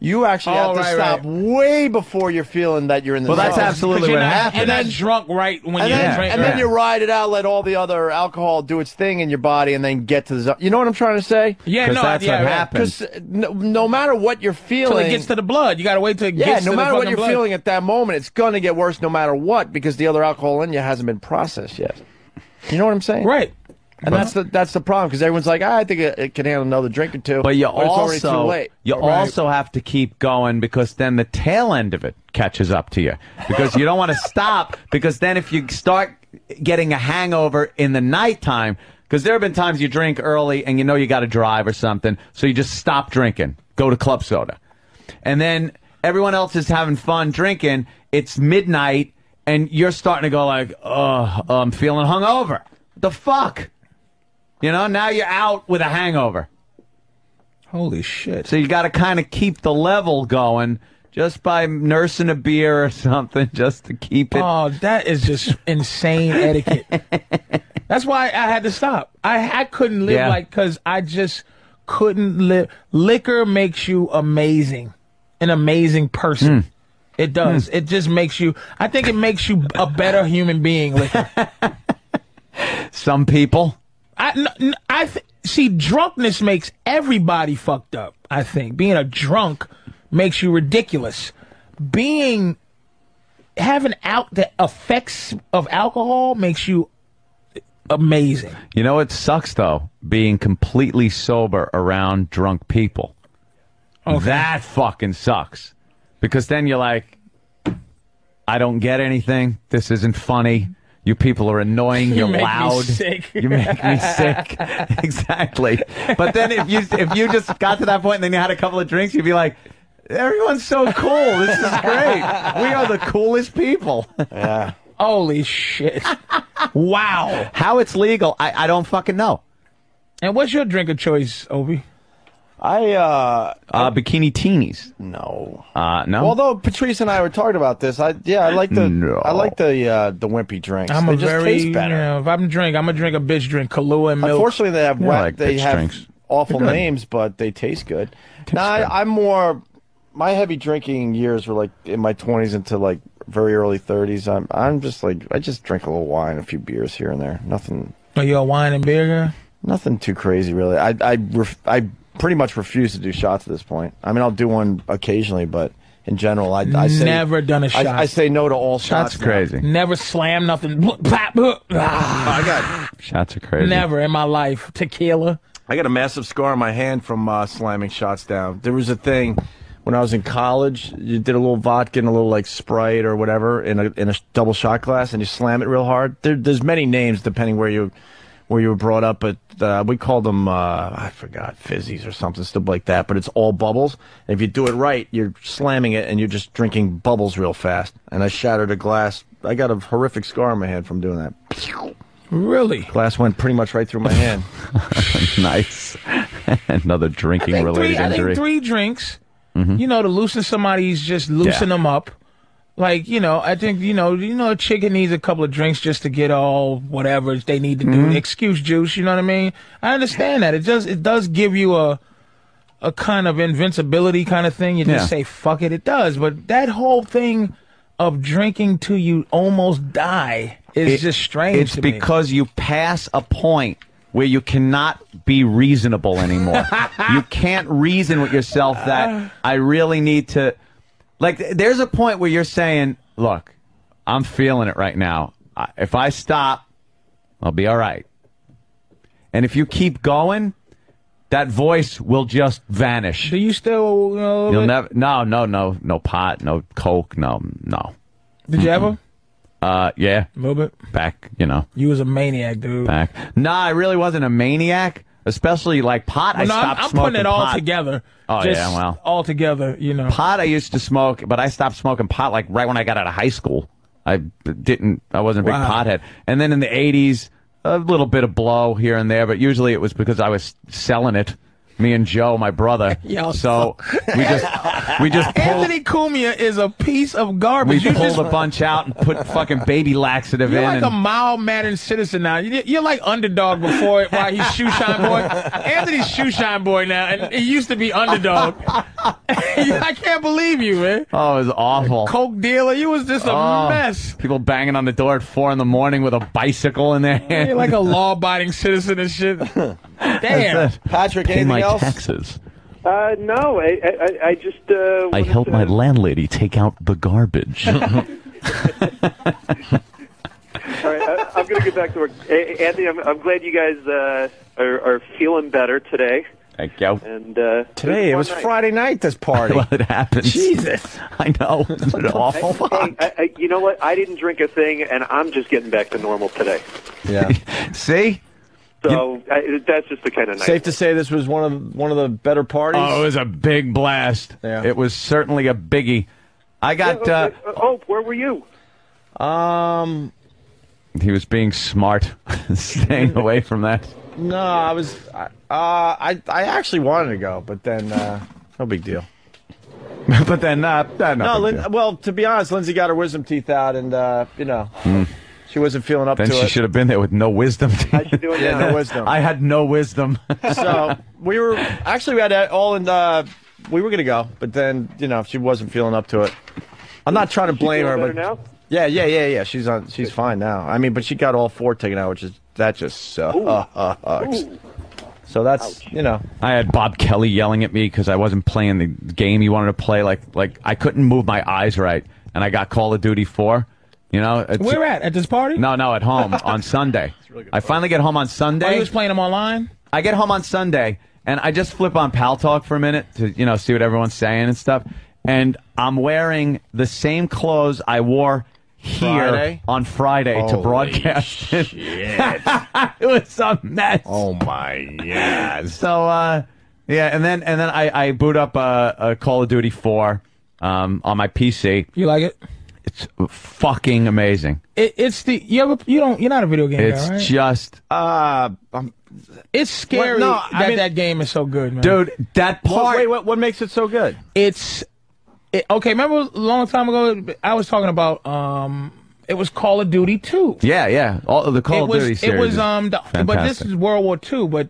You actually Oh, have to right, stop way before you're feeling that you're in the Well, zone. that's absolutely But you're what not- happened. you're not drunk right when and you're then, drunk, And then right. you ride it out, let all the other alcohol do its thing in your body, and then get to the zone. You know what I'm trying to say? Yeah, 'Cause no, that's yeah, what yeah. happens. 'Cause uh, No, no matter what you're feeling, Till it gets to the blood. You got to wait till it yeah, gets no to matter the what fucking you're blood. feeling at that moment, it's going to get worse no matter what because the other alcohol in you hasn't been processed yet. You know what I'm saying? Right. And that's the that's the problem because everyone's like, "Ah, I think it, it can handle another drink or two, But you it's already also too late. you also have to keep going because then the tail end of it catches up to you because you don't want to stop because then if you start getting a hangover in the nighttime because there have been times you drink early and you know you got to drive or something so you just stop drinking go to club soda and then everyone else is having fun drinking it's midnight and you're starting to go like oh I'm feeling hungover the fuck you know now you're out with a hangover Holy shit. So you got to kind of keep the level going just by nursing a beer or something just to keep it. Oh, that is just insane etiquette. That's why I had to stop. I I couldn't live Yeah. like because I just couldn't live. Liquor makes you amazing, an amazing person. Hmm. It does. It just makes you. I think it makes you a better human being. Liquor. Some people. I n- n- I th- see drunkenness makes everybody fucked up. I think being a drunk makes you ridiculous. Being having out the effects of alcohol makes you amazing. You know, it sucks though, being completely sober around drunk people. That fucking sucks. Because then you're like, I don't get anything. This isn't funny. You people are annoying. You You're make me loud. sick. You make me sick. exactly. But then if you if you just got to that point and then you had a couple of drinks, you'd be like, everyone's so cool. This is great. We are the coolest people. Yeah. Holy shit. wow. How it's legal, I, I don't fucking know. And what's your drink of choice, Obi? I uh Uh, bikini teenies. No. Uh, no. Although Patrice and I were talking about this, I yeah, I like the I like the uh, the wimpy drinks. I'm they a just very, taste better. you know, if I'm drink, I'm gonna drink a bitch drink, Kahlua and milk. Unfortunately, they have whack- they have awful They're good. names, but they taste good. now I, I'm more my heavy drinking years were like in my 20s into like very early 30s. I'm I'm just like I just drink a little wine, a few beers here and there. Nothing Are you a wine and beer guy? nothing too crazy really. I I ref, I pretty much refuse to do shots at this point. I mean, I'll do one occasionally, but in general, I I say, Never done a I- shot. I, say no to all shots. now. Never slam nothing. Plap. Oh, Ah. I got Shots are crazy. Never in my life. Tequila. I got a massive scar on my hand from uh, slamming shots down. There was a thing when I was in college. You did a little vodka and a little like Sprite or whatever in a in a double shot glass, and you slam it real hard. There, there's many names depending where you where you were brought up, but uh, we called them uh, I forgot fizzies or something stuff like that. But it's all bubbles. And if you do it right, you're slamming it and you're just drinking bubbles real fast. And I shattered a glass. I got a horrific scar on my hand from doing that. Really? Glass went pretty much right through my hand. nice. Another drinking Three, related I injury. Mm-hmm. think three drinks. You know, to loosen somebody's just loosen Yeah. them up. Like you know, I think you know, you know, a chicken needs a couple of drinks just to get all whatever they need to do. Mm-hmm. Excuse juice, you know what I mean? I understand that. It just it does give you a a kind of invincibility kind of thing. You just Yeah. say fuck it, it does. But that whole thing of drinking till you almost die is It- just strange. It's to me. because you pass a point where you cannot be reasonable anymore. you can't reason with yourself that I really need to. Like, th- there's a point where you're saying, "Look, I'm feeling it right now. I- If I stop, I'll be all right." And if you keep going, that voice will just vanish. Do you still? You'll never. No, no, no, no pot, no coke, no, no. Did you ever? Uh, yeah. A little bit. Back, you know. You was a maniac, dude. Back. Nah, I really wasn't a maniac, especially like pot. I Well, no, I'm- stopped I'm, smoking putting it all pot. together. Oh, Just yeah, well. all together, you know. Pot I used to smoke, but I stopped smoking pot like right when I got out of high school. I b- didn't, I wasn't a big Wow. pothead. And then in the 80s, a little bit of blow here and there, but usually it was because I was selling it. Me and Joe, my brother. Y'all so we just we just pulled, Anthony Cumia is a piece of we garbage. You pulled just- a bunch out and put fucking baby laxative You're in. like and, a mild mannered citizen now. You- You're like underdog before it, while he's shoe shine boy. Anthony's shoe shine boy now, and he used to be underdog. I can't believe you, man. oh, it was awful. Coke dealer, you was just a Oh, mess. People banging on the door at four in the morning with a bicycle in their hand. You're like a law abiding citizen and shit. Damn. That's it. Patrick, Pay my taxes. Uh, no, I, I, I- I just uh, I help my landlady take out the garbage. All right, I, I'm going to get back to work. A- Anthony, I'm, I'm glad you guys uh, are, are feeling better today. Thank you. And uh, Today it was fun night. Friday night. This party. well, it happens. Jesus, I know. Isn't it awful? Hey, I, I, you know what? I didn't drink a thing, and I'm just getting back to normal today. Yeah. See. So I, that's just the kind of night. Safe to say this was one of one of the better parties. Oh, it was a big blast. It was certainly a biggie. I got. Yeah, Uh, okay. oh, where were you? Um, he was being smart, staying away from that. no, I was. I- Uh, I I actually wanted to go, but then uh, no big deal. but then, uh, no, No, big Lin- deal. well, to be honest, Lindsay got her wisdom teeth out, and uh, you know, Mm. she wasn't feeling up Then to she it. should have been there with no wisdom. I should do it Yeah, now. no wisdom. I had no wisdom. so we were actually we had it all in. Uh, we were gonna go, but then you know she wasn't feeling up to it. I'm not trying to blame her, feeling but better now? yeah, yeah, yeah, yeah. She's on. She's fine now. I mean, but she got all four taken out, which is that just sucks. So that's you know. I had Bob Kelly yelling at me because I wasn't playing the game he wanted to play. Like, like I couldn't move my eyes right, and I got Call of Duty Four. You know, it's- Where at? At this party? No, no, at home on Sunday. I finally get home on Sunday. Oh, he was playing them online? I get home on Sunday and I just flip on Pal Talk for a minute to you know see what everyone's saying and stuff. And I'm wearing the same clothes I wore here Friday? on Friday to Holy broadcast. it. it was a mess. Oh my yeah. So uh, yeah, and then and then I, I boot up uh, a Call of Duty 4 um, on my PC. You like it? It's fucking amazing. It, it's the you ever you don't you're not a video game It's guy, right? just uh, um, it's scary Well, no, I that mean- that game is so good, man. Dude, that What, wait, what, what makes it so good? It's it, okay. Remember a long time ago, I was talking about um, it was Call of Duty Two. Yeah, yeah. All Oh, the Call it was of Duty series. it was is um, the, but this fantastic. is World War Two, but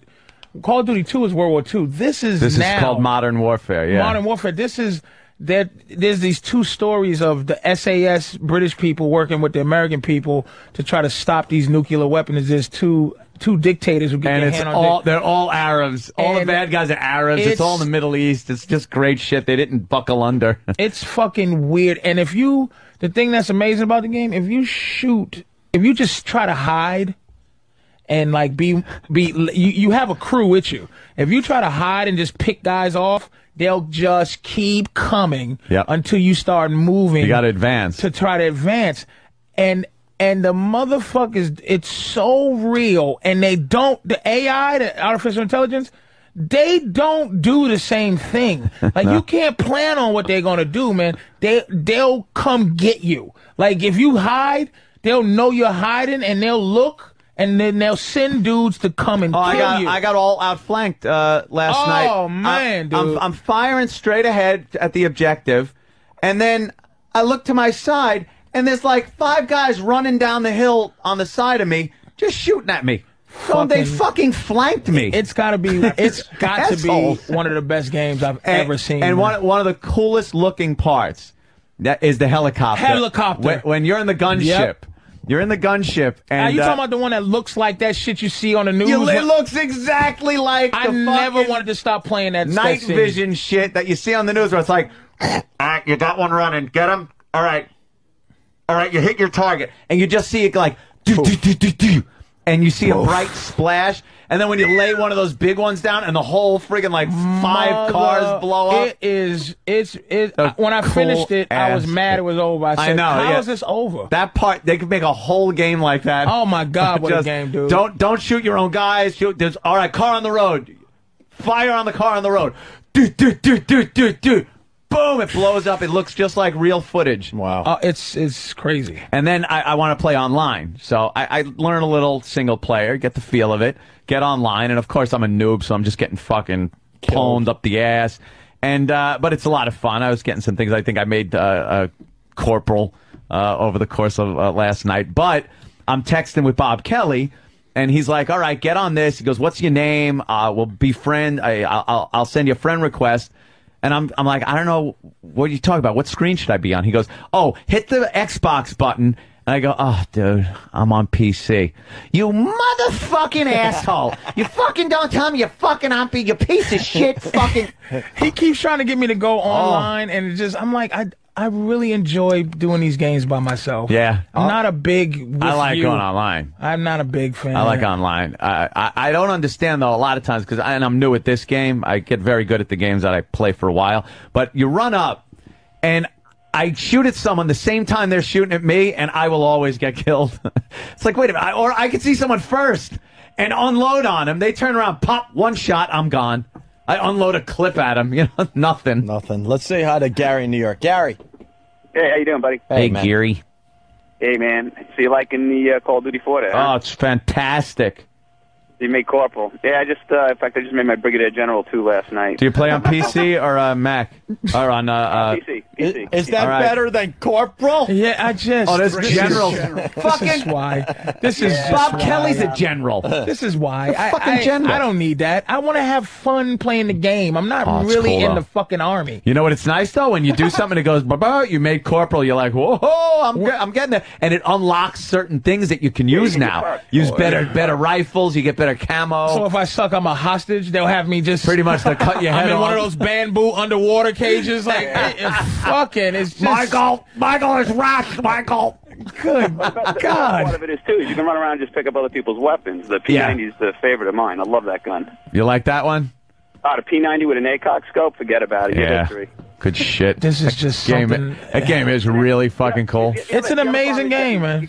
Call of Duty Two is World War Two. This is This now is called Modern Warfare. Yeah. Modern Warfare. This is that there's these two stories of the SAS British people working with the American people to try to stop these nuclear weapons. There's two two dictators who get and their it's hand on all dick. they're all Arabs. All the And bad guys are Arabs. It's, it's- all in the Middle East. It's just great shit. They didn't buckle under. It's fucking weird. And if you, the thing that's amazing about the game, if you shoot, if you just try to hide and like be, be, you, you have a crew with you. If you try to hide and just pick guys off, they'll just keep coming Yep. until you start moving. You gotta advance. To try to advance. And, and the motherfuckers, it's so real. And they don't, the AI, the artificial intelligence, they don't do the same thing. Like you can't plan on what they're gonna do, man. They they'll come get you. Like if you hide, they'll know you're hiding, and they'll look, and then they'll send dudes to come and Oh, kill I got you. I got all outflanked uh, last Oh, night. man, I, dude. I'm, I'm firing straight ahead at the objective, and then I look to my side, and there's like five guys running down the hill on the side of me, just shooting at me. So they fucking flanked me. It's gotta be. It's got to Asshole. be one of the best games I've and, ever seen. man. And one one of the coolest looking parts that is the helicopter. Helicopter. When, when you're in the gunship, Yep. you're in the gunship, and Are you uh, talking about the one that looks like that shit you see on the news? You- it looks exactly like. I the never fucking wanted to stop playing that that night scene. vision shit that you see on the news where it's like, all right, you got one running, get him. All right, all right, you hit your target, and you just see it like, do do do do do, and you see a bright splash, and then when you lay one of those big ones down, and the whole friggin' like five Mother- cars blow up. It is. It's. It. A when I cool finished it, I was ass mad game. it was over. I said, know. "How yeah. is this over?" That part they could make a whole game like that. Oh my God, what a Just game, dude. Don't don't shoot your own guys. Shoot. There's all right. Car on the road. Fire on the car on the road. Dude, dude, dude, dude, dude, dude. boom, it blows up. It looks just like real footage. Wow. Uh, it's it's crazy. And then I, I want to play online. So I, I learn a little single player, get the feel of it, get online. And of course, I'm a noob, so I'm just getting fucking pwned up the ass. And uh, But it's a lot of fun. I was getting some things. I think I made uh, a corporal uh, over the course of uh, last night. But I'm texting with Bob Kelly. And he's like, "All right, get on this." He goes, "What's your name? Uh, we'll befriend. I, I'll, I'll send you a friend request." And I'm, I'm like, I don't know what are you talking about. What screen should I be on? He goes, Oh, hit the Xbox button. And I go, Oh, dude, I'm on PC. You motherfucking asshole. You fucking don't tell me you're fucking on P- you piece of shit fucking. he keeps trying to get me to go online, and it just I'm like I I really enjoy doing these games by myself. Yeah. I'm not a big. with I like you. going online. I'm not a big fan. I like uh, online. I, I I don't understand though a lot of times because and I'm new at this game. I get very good at the games that I play for a while. But you run up, and I shoot at someone the same time they're shooting at me, and I will always get killed. it's like wait a minute, I, or I could see someone first and unload on them. They turn around, pop one shot, I'm gone. I unload a clip at them. You know, nothing. Nothing. Let's say hi to Gary in New York. Gary. Hey, how you doing, buddy? Hey, Gary. Hey, man. So you liking the uh, Call of Duty 4 there? huh? Oh, it's fantastic. You made corporal. Yeah, I just, uh, in fact, I just made my brigadier general too last night. Do you play on PC or uh, Mac or on uh, uh, PC? PC. Is that All right. better than corporal? Yeah, I just. Oh, that's general. Fucking this is why. This is Yeah. Bob just Kelly's why. a general. This is why. The I, fucking I, general. I don't need that. I want to have fun playing the game. I'm not Oh, it's really cool, in though. the fucking army. You know what? It's nice though when you do something that goes, bah you made corporal. You're like, whoa, I'm ge- I'm getting there, and it unlocks certain things that you can Oh, use now. Use better better rifles. You get better camo. So if I suck, I'm a hostage. They'll have me just Pretty much they'll cut your head I'm in one of off. those bamboo underwater cages. Like, it- it's fucking, it's just Michael, Michael is rocked, Michael. Good God. Part of it is too. is You can run around and just pick up other people's weapons. The Yeah. P90 is the favorite of mine. I love that gun. You like that one? Oh, the P90 with an ACOG scope. Forget about it. You're Yeah. history. Good shit. This is just game. something- That game is really fucking cool. It's an amazing game, man.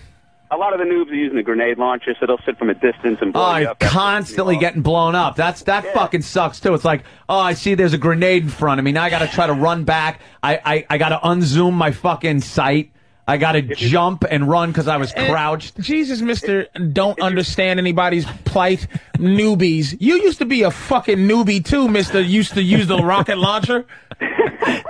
A lot of the noobs are using the grenade launcher, so they'll sit from a distance and blow Oh, you you're up. constantly getting blown up. That's that fucking sucks too. It's like, oh, I see there's a grenade in front of me. Now I gotta try to run back. I I, I gotta unzoom my fucking sight. I gotta jump and run because I was crouched. Jesus, Mister, don't understand anybody's plight. Newbies, you used to be a fucking newbie too, Mister. Used to use the rocket launcher.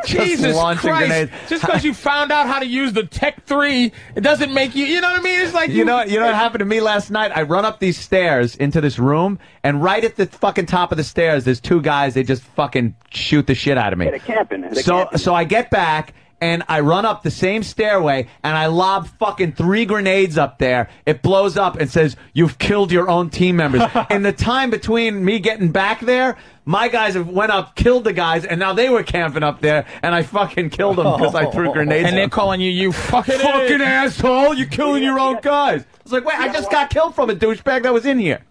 Jesus launching Christ! grenades. Just because you found out how to use the Tech Three, it doesn't make you. You know what I mean? It's like You know, you know what happened to me last night? I run up these stairs into this room, and right at the fucking top of the stairs, there's two guys. They just fucking shoot the shit out of me. They're camping. They're So, so I get back. And I run up the same stairway and I lob fucking three grenades up there. It blows up and says, You've killed your own team members. and the time between me getting back there, my guys have went up, killed the guys, and now they were camping up there and I fucking killed them because I threw grenades. and at they're 'em. calling you you fucking Fucking asshole! You're killing your own guys. It's like, wait, I just got killed from a douchebag that was in here.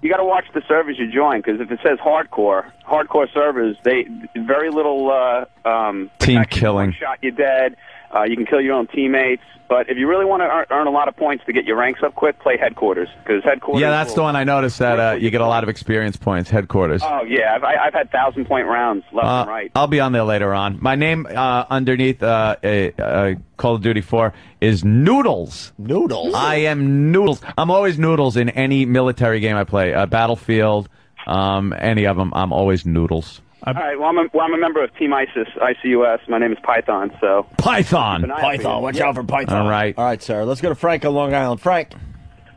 You got to watch the servers you join because if it says hardcore, hardcore servers, they very little uh, um, Team killing. shot you dead. Uh, you can kill your own teammates. But if you really want to earn, earn a lot of points to get your ranks up quick, play headquarters because headquarters. Yeah, that's will- the one I noticed that uh, you get a lot of experience points. Headquarters. Oh yeah, I've, I- I've had thousand point rounds left Uh, and right. I'll be on there later on. My name uh, underneath uh, a, uh Call of Duty 4 is Noodles. Noodles. I am Noodles. I'm always Noodles in any military game I play. Uh, Battlefield, um, any of them. I'm always Noodles. All right, well I'm, a, well, I'm a member of Team ISIS, ICUS. My name is Python, so. Python. Python, watch out for Python. All right. All right, sir. Let's go to Frank on Long Island. Frank.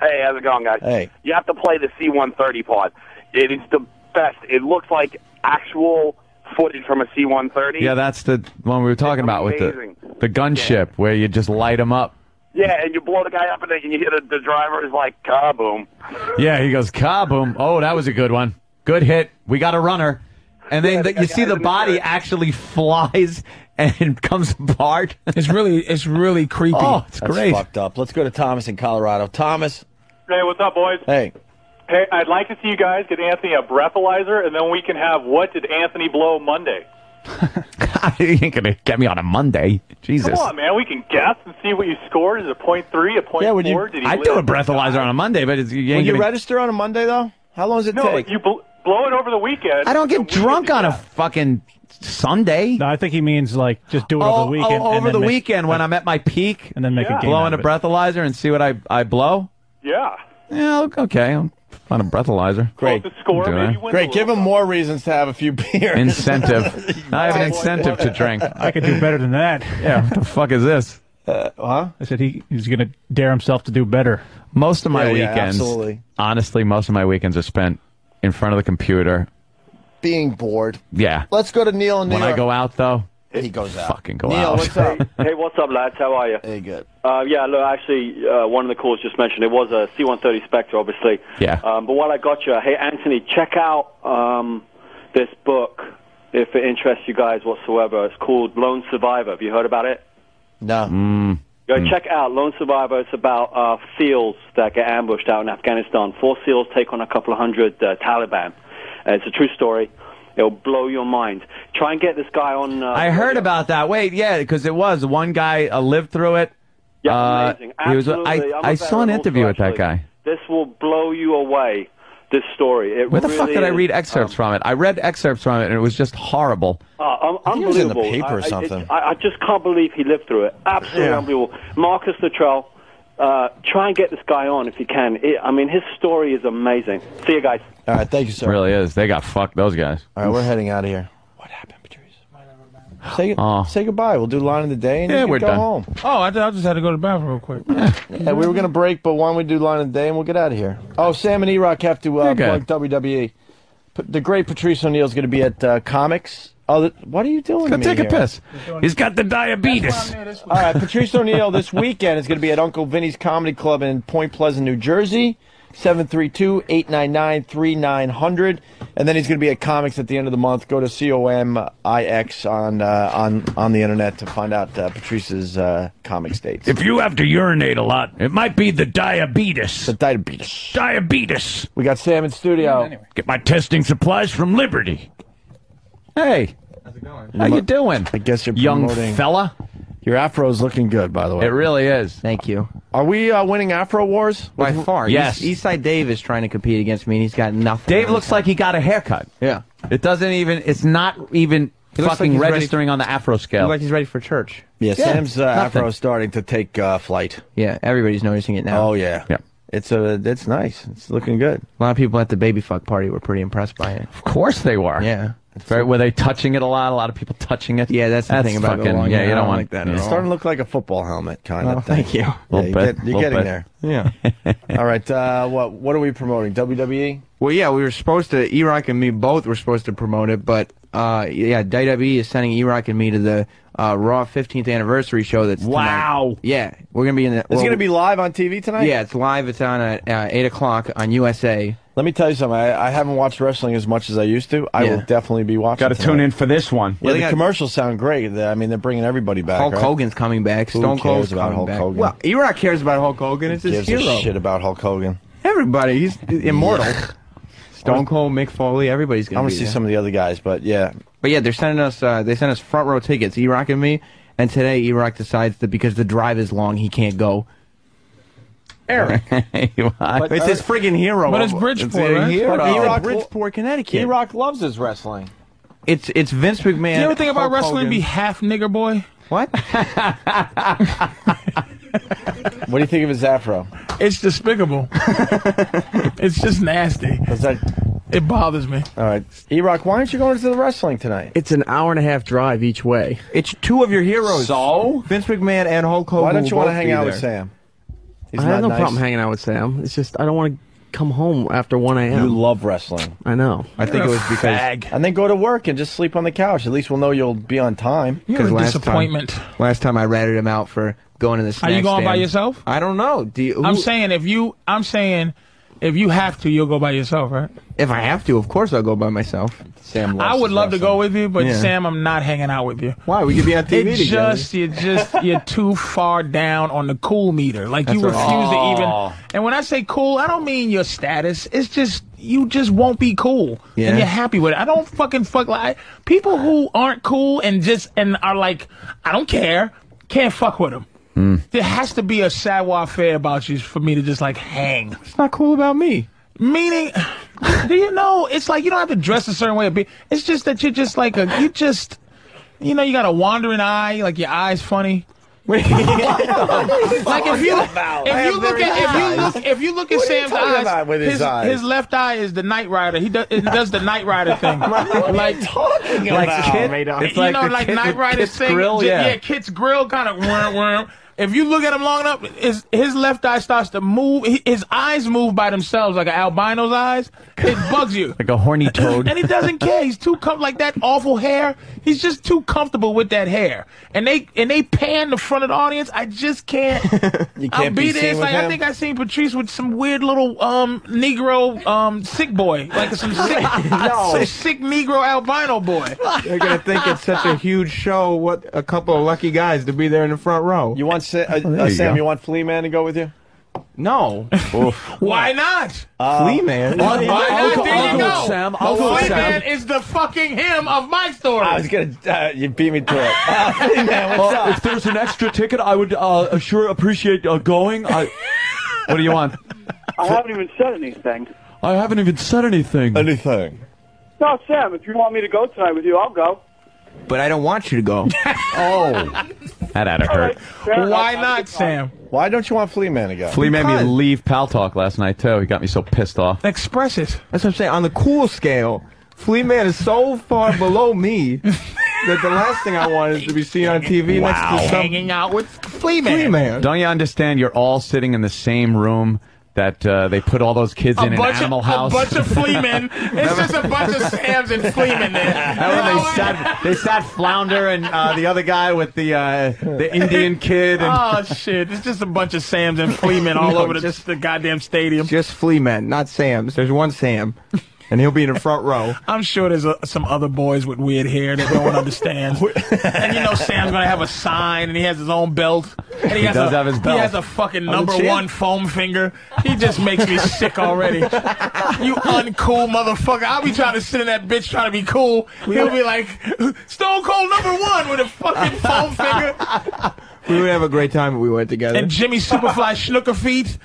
Hey, how's it going, guys? Hey. You have to play the C-130 part. It is the best. It looks like actual footage from a C-130. Yeah, that's the one we were talking about with the, amazing. the gunship where you just light them up. Yeah, and you blow the guy up, and then you hear the, the driver is like, kaboom. Yeah, he goes kaboom. Oh, that was a good one. Good hit. We got a runner. And then the, you see the body actually flies and comes apart. It's really it's really creepy. Oh, it's great. fucked up. Let's go to Thomas in Colorado. Thomas. Hey, what's up, boys? Hey. Hey, I'd like to see you guys get Anthony a breathalyzer, and then we can have what did Anthony blow Monday? you ain't gonna get me on a Monday. Jesus. Come on, man, we can guess and see what you scored. Is it point three, a point Yeah, when you- four? Did he I'd live? do a breathalyzer on a Monday, but it's, you ain't Will you gonna- register on a Monday, though? How long does it No, take? you bl- blow it over the weekend. I don't get drunk on a fucking Sunday? No, I think he means like just do it over the weekend. Oh, and over then the make- weekend when I'm at my peak, and then make a game blow out in a of it. breathalyzer and see what I I blow. Yeah. Yeah, look, okay, I'm on a breathalyzer. Great score, maybe Great. Give him more reasons to have a few beers. Incentive. I have an incentive to drink. I could do better than that. Yeah, what the fuck is this? Uh, huh? I said he, he's going to dare himself to do better. Most of my Yeah, yeah, weekends, absolutely. honestly, most of my weekends are spent in front of the computer. Being bored. Yeah. Let's go to Neil in New When I York. go out though, he goes out. fucking go Neil, out. what's up? hey, what's up, lads? How are you? Hey, good. Uh, yeah, look, actually, uh, one of the calls just mentioned it was a C-130 Spectre, obviously. Yeah. Um, but while I got you, hey, Anthony, check out um, this book if it interests you guys whatsoever. It's called Lone Survivor. Have you heard about it? No. Go Hmm. check it out Lone Survivor. It's about uh, SEALs that get ambushed out in Afghanistan. Four SEALs take on a couple of hundred uh, Taliban. Uh, it's a true story. It'll blow your mind. Try and get this guy on. Uh, I heard about that. Wait, yeah, because it was one guy uh, lived through it. Yeah, Uh, amazing. he was- Absolutely. I, I'm a I saw an veteran interview with that guy. This will blow you away. This story. It Where the fuck really did I is- Um, read excerpts from it? I read excerpts from it, and it was just horrible. Uh, un- I think it was in the unbelievable. paper or I- I- something. it's- I, I, just can't believe he lived through it. Absolutely Yeah. unbelievable. Marcus Luttrell, uh, try and get this guy on if you can. It, I mean, his story is amazing. See you guys. All right, thank you, sir. Really is. They got fucked. Those guys. All right, we're heading out of here. What happened, Patrice? Say, say goodbye. We'll do line of the day and Yeah, you can we're go done. home. Oh, I, I just had to go to the bathroom real quick. Yeah, we were going to break, but why don't we do line of the day and we'll get out of here? Oh, Sam and E Rock have to uh, Okay. plug WWE. P- the great Patrice O'Neill's going to be at uh, Comics. Oh, th- what are you doing? Go to me take a here? piss. He's got the diabetes. All right, Patrice O'Neill this weekend is going to be at Uncle Vinny's Comedy Club in Point Pleasant, New Jersey. 732-899-3900 and then he's going to be at comics at the end of the month go to comix on uh, on on the internet to find out uh, patrice's uh, comics dates If you have to urinate a lot, it might be the diabetes. The diabetes. Diabetes. We got Sam in studio. Get my testing supplies from Liberty. Hey. How you doing? I guess you're young promoting- fella. Your afro's looking good, by the way. It really is. Thank you. Are we uh, winning Afro Wars? By far. Yes. East, Eastside Dave is trying to compete against me, and he's got nothing. Dave looks like he got a haircut. Yeah. It doesn't even. It's not even He looks like fucking he's ready- registering on the Afro He scale. looks like he's ready for church. Yeah, Sam's uh, nothing. afro is starting to take uh, flight. Yeah, everybody's noticing it now. Oh yeah. Yeah. It's a it's nice. It's looking good. A lot of people at the baby fuck party were pretty impressed by it. Of course they were. Yeah. Right, were they touching it a lot? A lot of people touching it. Yeah, that's the thing about the fucking, long Yeah, hair. you I don't, don't want like that yeah. at It's starting to look like a football helmet kind Oh, of thing. thank you. Yeah, Little you bit, get, you're little getting bit. there. Yeah. All right. Uh, what what are we promoting? E? WWE. Well, yeah, we were supposed to. E-Rock and me both were supposed to promote it, but uh, yeah, WWE is sending E-Rock and me to the uh, Raw 15th anniversary show. That's wow. Yeah, we're gonna be in the. It's going to be live on TV tonight. Yeah, it's live. It's on at uh, eight o'clock on USA. Let me tell you something. I, I haven't watched wrestling as much as I used to. I will Yeah. definitely be watching. Gotta tonight. tune in for this one. Yeah, Well, the they got- commercials sound great. They- I mean, they're bringing everybody back. Hulk right? Hogan's coming back. Who Stone Cold's cares about coming Hulk back. Hogan? Well, E-Rock cares about Hulk Hogan. It's his Gives hero. a shit about Hulk Hogan. Everybody, he's immortal. Stone wanna- Cold, Mick Foley, everybody's I gonna. want be to see there. some of the other guys, but yeah, But yeah, they're sending us. Uh, they sent us front row tickets. E Rock and me. And today, E Rock decides that because the drive is long, he can't go. Eric. but, it's his friggin' hero. But it's Bridgeport, right? Hero. But E-Rock- Bridgeport, Connecticut. E-Rock loves his wrestling. It's it's Vince McMahon. Do you ever think about Hulk wrestling Hogan. be half nigger boy? What? What do you think of his afro? It's despicable. it's just nasty. It bothers me. All right, E Rock, why aren't you going to the wrestling tonight? It's an hour and a half drive each way. It's two of your heroes. So Vince McMahon and Hulk Hogan. Why don't will you want to both hang be out there. with Sam? He's I have not no nice. problem hanging out with Sam. It's just I don't want to come home after 1 a.m. You love wrestling. I know. I think it was because And then go to work and just sleep on the couch. At least we'll know you'll be on time. Because last Time, last time I ratted him out for going to the. Are you snack going by stand. yourself? I don't know. Do you, I'm who- saying if you, I'm saying if you have to, you'll go by yourself, right? If I have to, of course I'll go by myself. Sam, I would love to go with you, but Yeah. Sam, I'm not hanging out with you. Why? We could be on TV It together. just you just you're too far down on the cool meter. Like you That's refuse all right. Aw. to even. And when I say cool, I don't mean your status. It's just you just won't be cool, Yeah. and you're happy with it. I don't fucking fuck like people who aren't cool and just and are like I don't care. Can't fuck with them. There has to be a savoir faire about you for me to just like hang. It's not cool about me. Meaning, do you know? It's like you don't have to dress a certain way. to be- It's just that you're just like a you just, you know, you got a wandering eye. Like your eyes funny. like if you about? I if have you look very at if you eyes. look if you look at What are you Sam's talking eyes, about with his eyes? left eye is the Knight Rider. He does, it does the Knight Rider thing. like talking like about? Kit- Radar. It's you like know, the like Kit Knight with Rider Kit's thing. grill, ju- yeah. yeah, Kit's grill kind of worm worm. If you look at him long enough, his his left eye starts to move. Hi- His eyes move by themselves, like an albino's eyes. It bugs you. Like a horny toad. And he doesn't care. He's too com- like that awful hair. He's just too comfortable with that hair. And they and they pan the front of the audience. I just can't. You I'll can't be be there. seen It's with like him? I think I seen Patrice with some weird little um Negro um sick boy, like some sick No. some sick Negro albino boy. They're gonna think it's such a huge show. What a couple of lucky guys to be there in the front row. You want Sa- uh, there uh, you Sam? go. You want Flea Man to go with you? No. Why not? Uh, Flea man. Why I'll- not? I'll go- there I'll you go go. with Sam. I'll the go with Flea Sam. Ah, man is the fucking him of my story. I was gonna. Uh, you beat me to it. Uh, Flea Man, what's Uh, up? if there's an extra ticket, I would uh, sure appreciate uh, going. I, what do you want? I haven't even said anything. I haven't even said anything. Anything. No, Sam, if you want me to go tonight with you, I'll go. But I don't want you to go. oh, That had to hurt. Why not, Sam? Why don't you want Flea Man to go? Flea made me Because- leave Pal Talk last night too. He got me so pissed off. Express it. That's what I'm saying. On the cool scale, Flea Man is so far below me that the last thing I want is to be seen on TV next to some hanging out with Flea Man. Don't you understand? You're all sitting in the same room that uh, they put all those kids in an animal of, house. A bunch of flea men. It's just a bunch of Sams and flea men there. they sat, they sat Flounder and uh, the other guy with the uh, the Indian kid. And Oh shit! It's just a bunch of Sams and flea men all No, over the, the goddamn stadium. Just Flea Man, not Sam's. There's one Sam, and he'll be in the front row. I'm sure there's a, some other boys with weird hair that no one understands. and you know Sam's gonna have a sign, and he has his own belt, and he, He has does a, have his belt. He has a fucking On the number chin? one foam finger. He just makes me sick already. You uncool motherfucker! I'll be trying to sit in that bitch trying to be cool. He'll be like Stone Cold number one with a fucking foam finger We would have a great time if we went together. and Jimmy Superfly Schnooker feet.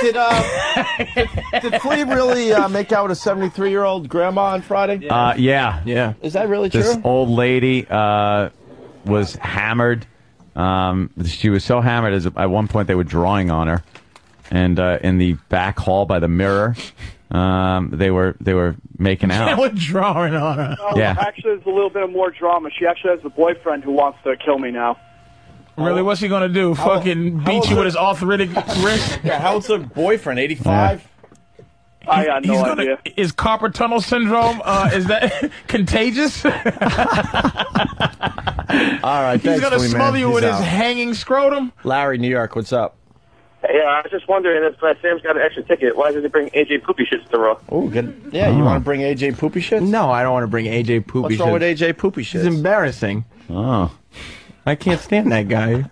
did uh, did Flea really uh, make out with a 73 year old grandma on Friday? Uh, yeah, yeah. Is that really This true? old lady uh, was hammered. Um, she was so hammered as at one point they were drawing on her, and uh, in the back hall by the mirror, um, they were they were making They out. were drawing on her. Oh, Yeah. Actually, there's a little bit of more drama. She actually has a boyfriend who wants to kill me now. Really, what's he gonna do? Fucking beat you with his arthritic wrist? Yeah, how old's her boyfriend? 85? I got no He's gonna, idea. Is carpal tunnel syndrome? Uh, is that contagious? All right, He's thanks, gonna Flea Man. smother you He's with out. his hanging scrotum. Larry, New York, what's up? Yeah, I was just wondering if uh, Sam's got an extra ticket. Why does he bring AJ Poopy shits to the Raw? Oh, good. Yeah, you want to bring AJ Poopy shit? No, I don't want to bring AJ Poopy. What's wrong with AJ Poopy It's shit? embarrassing. Oh, I can't stand that guy.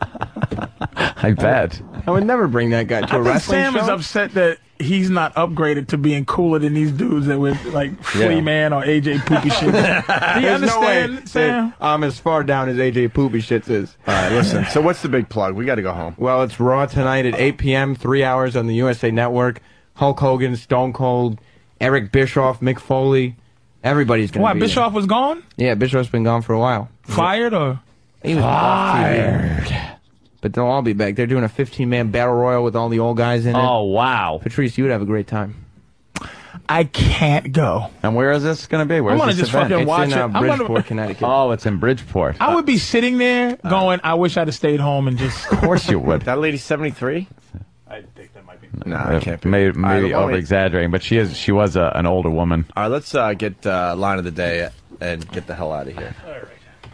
I bet. I would never bring that guy I to a think wrestling Sam show. is upset that he's not upgraded to being cooler than these dudes that were like Flea Yeah. Man or AJ Poopy shit. Do you There's no way understand, Sam? that I'm as far down as AJ Poopy Shits is. All right, listen. So what's the big plug? We got to go home. Well, it's Raw tonight at 8 p.m., three hours on the USA Network. Hulk Hogan, Stone Cold, Eric Bischoff, Mick Foley. Everybody's going to Why be there. Bischoff was gone? Yeah, Bischoff's been gone for a while. Fired or? He was off TV. But they'll all be back. They're doing a 15-man battle royal with all the old guys in it. Oh, wow. Patrice, you would have a great time. I can't go. And where is this going to be? Where's I'm gonna this just event? fucking It's watch in, it. uh, I'm gonna- Bridgeport, Connecticut. Oh, it's in Bridgeport. I would be sitting there going, I wish I'd have stayed home and just. Of course you would. That lady's 73? No, I can't. Maybe, All right, Uh, maybe why don't we- over exaggerating, but she is. She was a, an older woman. All right, let's uh, get uh, line of the day and get the hell out of here. All right.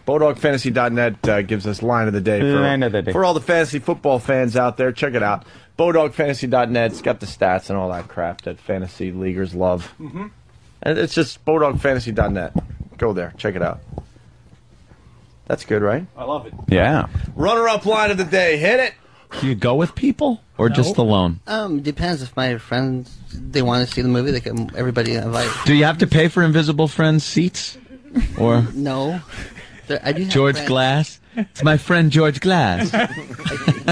BodogFantasy.net uh, gives us line of the day for, Line of the day. for all the fantasy football fans out there. Check it out. BodogFantasy.net's got the stats and all that crap that fantasy leaguers love. Mhm. And it's just BodogFantasy.net. Go there. Check it out. That's good, right? I love it. Yeah. Runner up line of the day. Hit it. Do you go with people or No. just alone? Um, depends if my friends they want to see the movie. They can everybody invite. Do you have to pay for Invisible Friends seats? Or No, There- I do. Have George friends. Glass? It's my friend George Glass.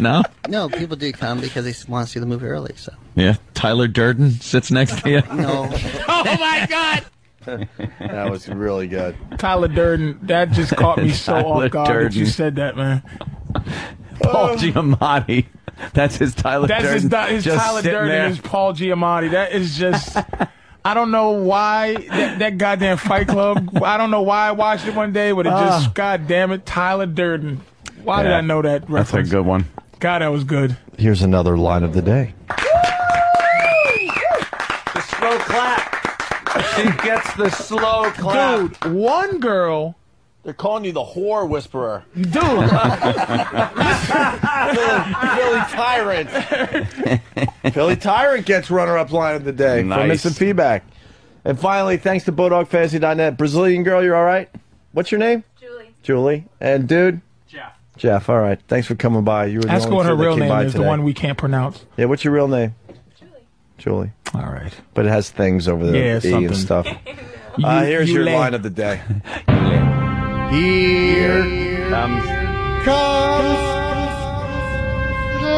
No? No, people do come because they want to see the movie early. So Yeah. Tyler Durden sits next to you. no. oh my God! that was really good. Tyler Durden, that just caught me so Tyler off guard that Durden. you said that, man. Paul Giamatti. That's his Tyler That's Durden. his, di- his just Tyler sitting Durden there. is Paul Giamatti. That is just. I don't know why that, that goddamn Fight Club. I don't know why I watched it one day, but it just, god damn it, Tyler Durden. Why did Ah. Yeah. I know that reference? That's a good one. God, that was good. Here's another line of the day. The slow clap. She gets the slow clap. Dude, one girl. They're calling you the whore whisperer. Dude, I Philly Tyrant. Philly Tyrant gets runner-up line of the day for Nice. missing feedback. And finally, thanks to BulldogFantasy.net. Brazilian girl, you're all right? What's your name? Julie. Julie. And dude? Jeff. Jeff, all right. Thanks for coming by. You were the ask only what two her that real came name by is, the today. one we can't pronounce. Yeah, what's your real name? Julie. Julie. All right. But it has things over the Yeah, E something. and stuff. uh, here's your Yule. line of the day. Here comes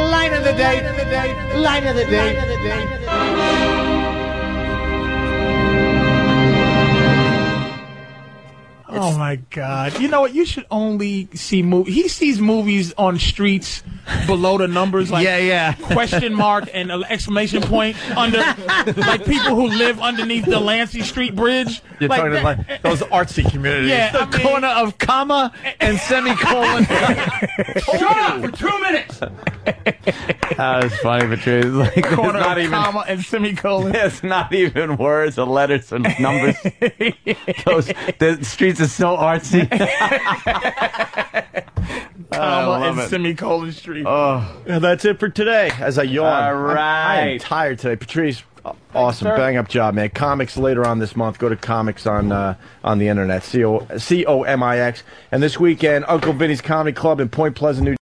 line of the day, line of the day, line of the day. Oh my God! You know what? You should only see movies. He sees movies on streets below the numbers, like Yeah, yeah. question mark and an exclamation point under, like people who live underneath the Lancey Street Bridge. You're Like talking that- like those artsy communities. Yeah, the I mean- corner of comma and semicolon. Shut up for two minutes. That was funny, but it's like it's Corner not of even comma and semicolon. It's not even words or letters or numbers. Those, the streets are so artsy. comma love and it. semicolon street. And that's it for today. As I yawn, Oh. All I'm- I am right. tired today. Patrice, awesome, sir. bang up job, man. Comics later on this month. Go to comics on uh, on the internet. C o c o m i x. And this weekend, Uncle Vinny's Comedy Club in Point Pleasant, New.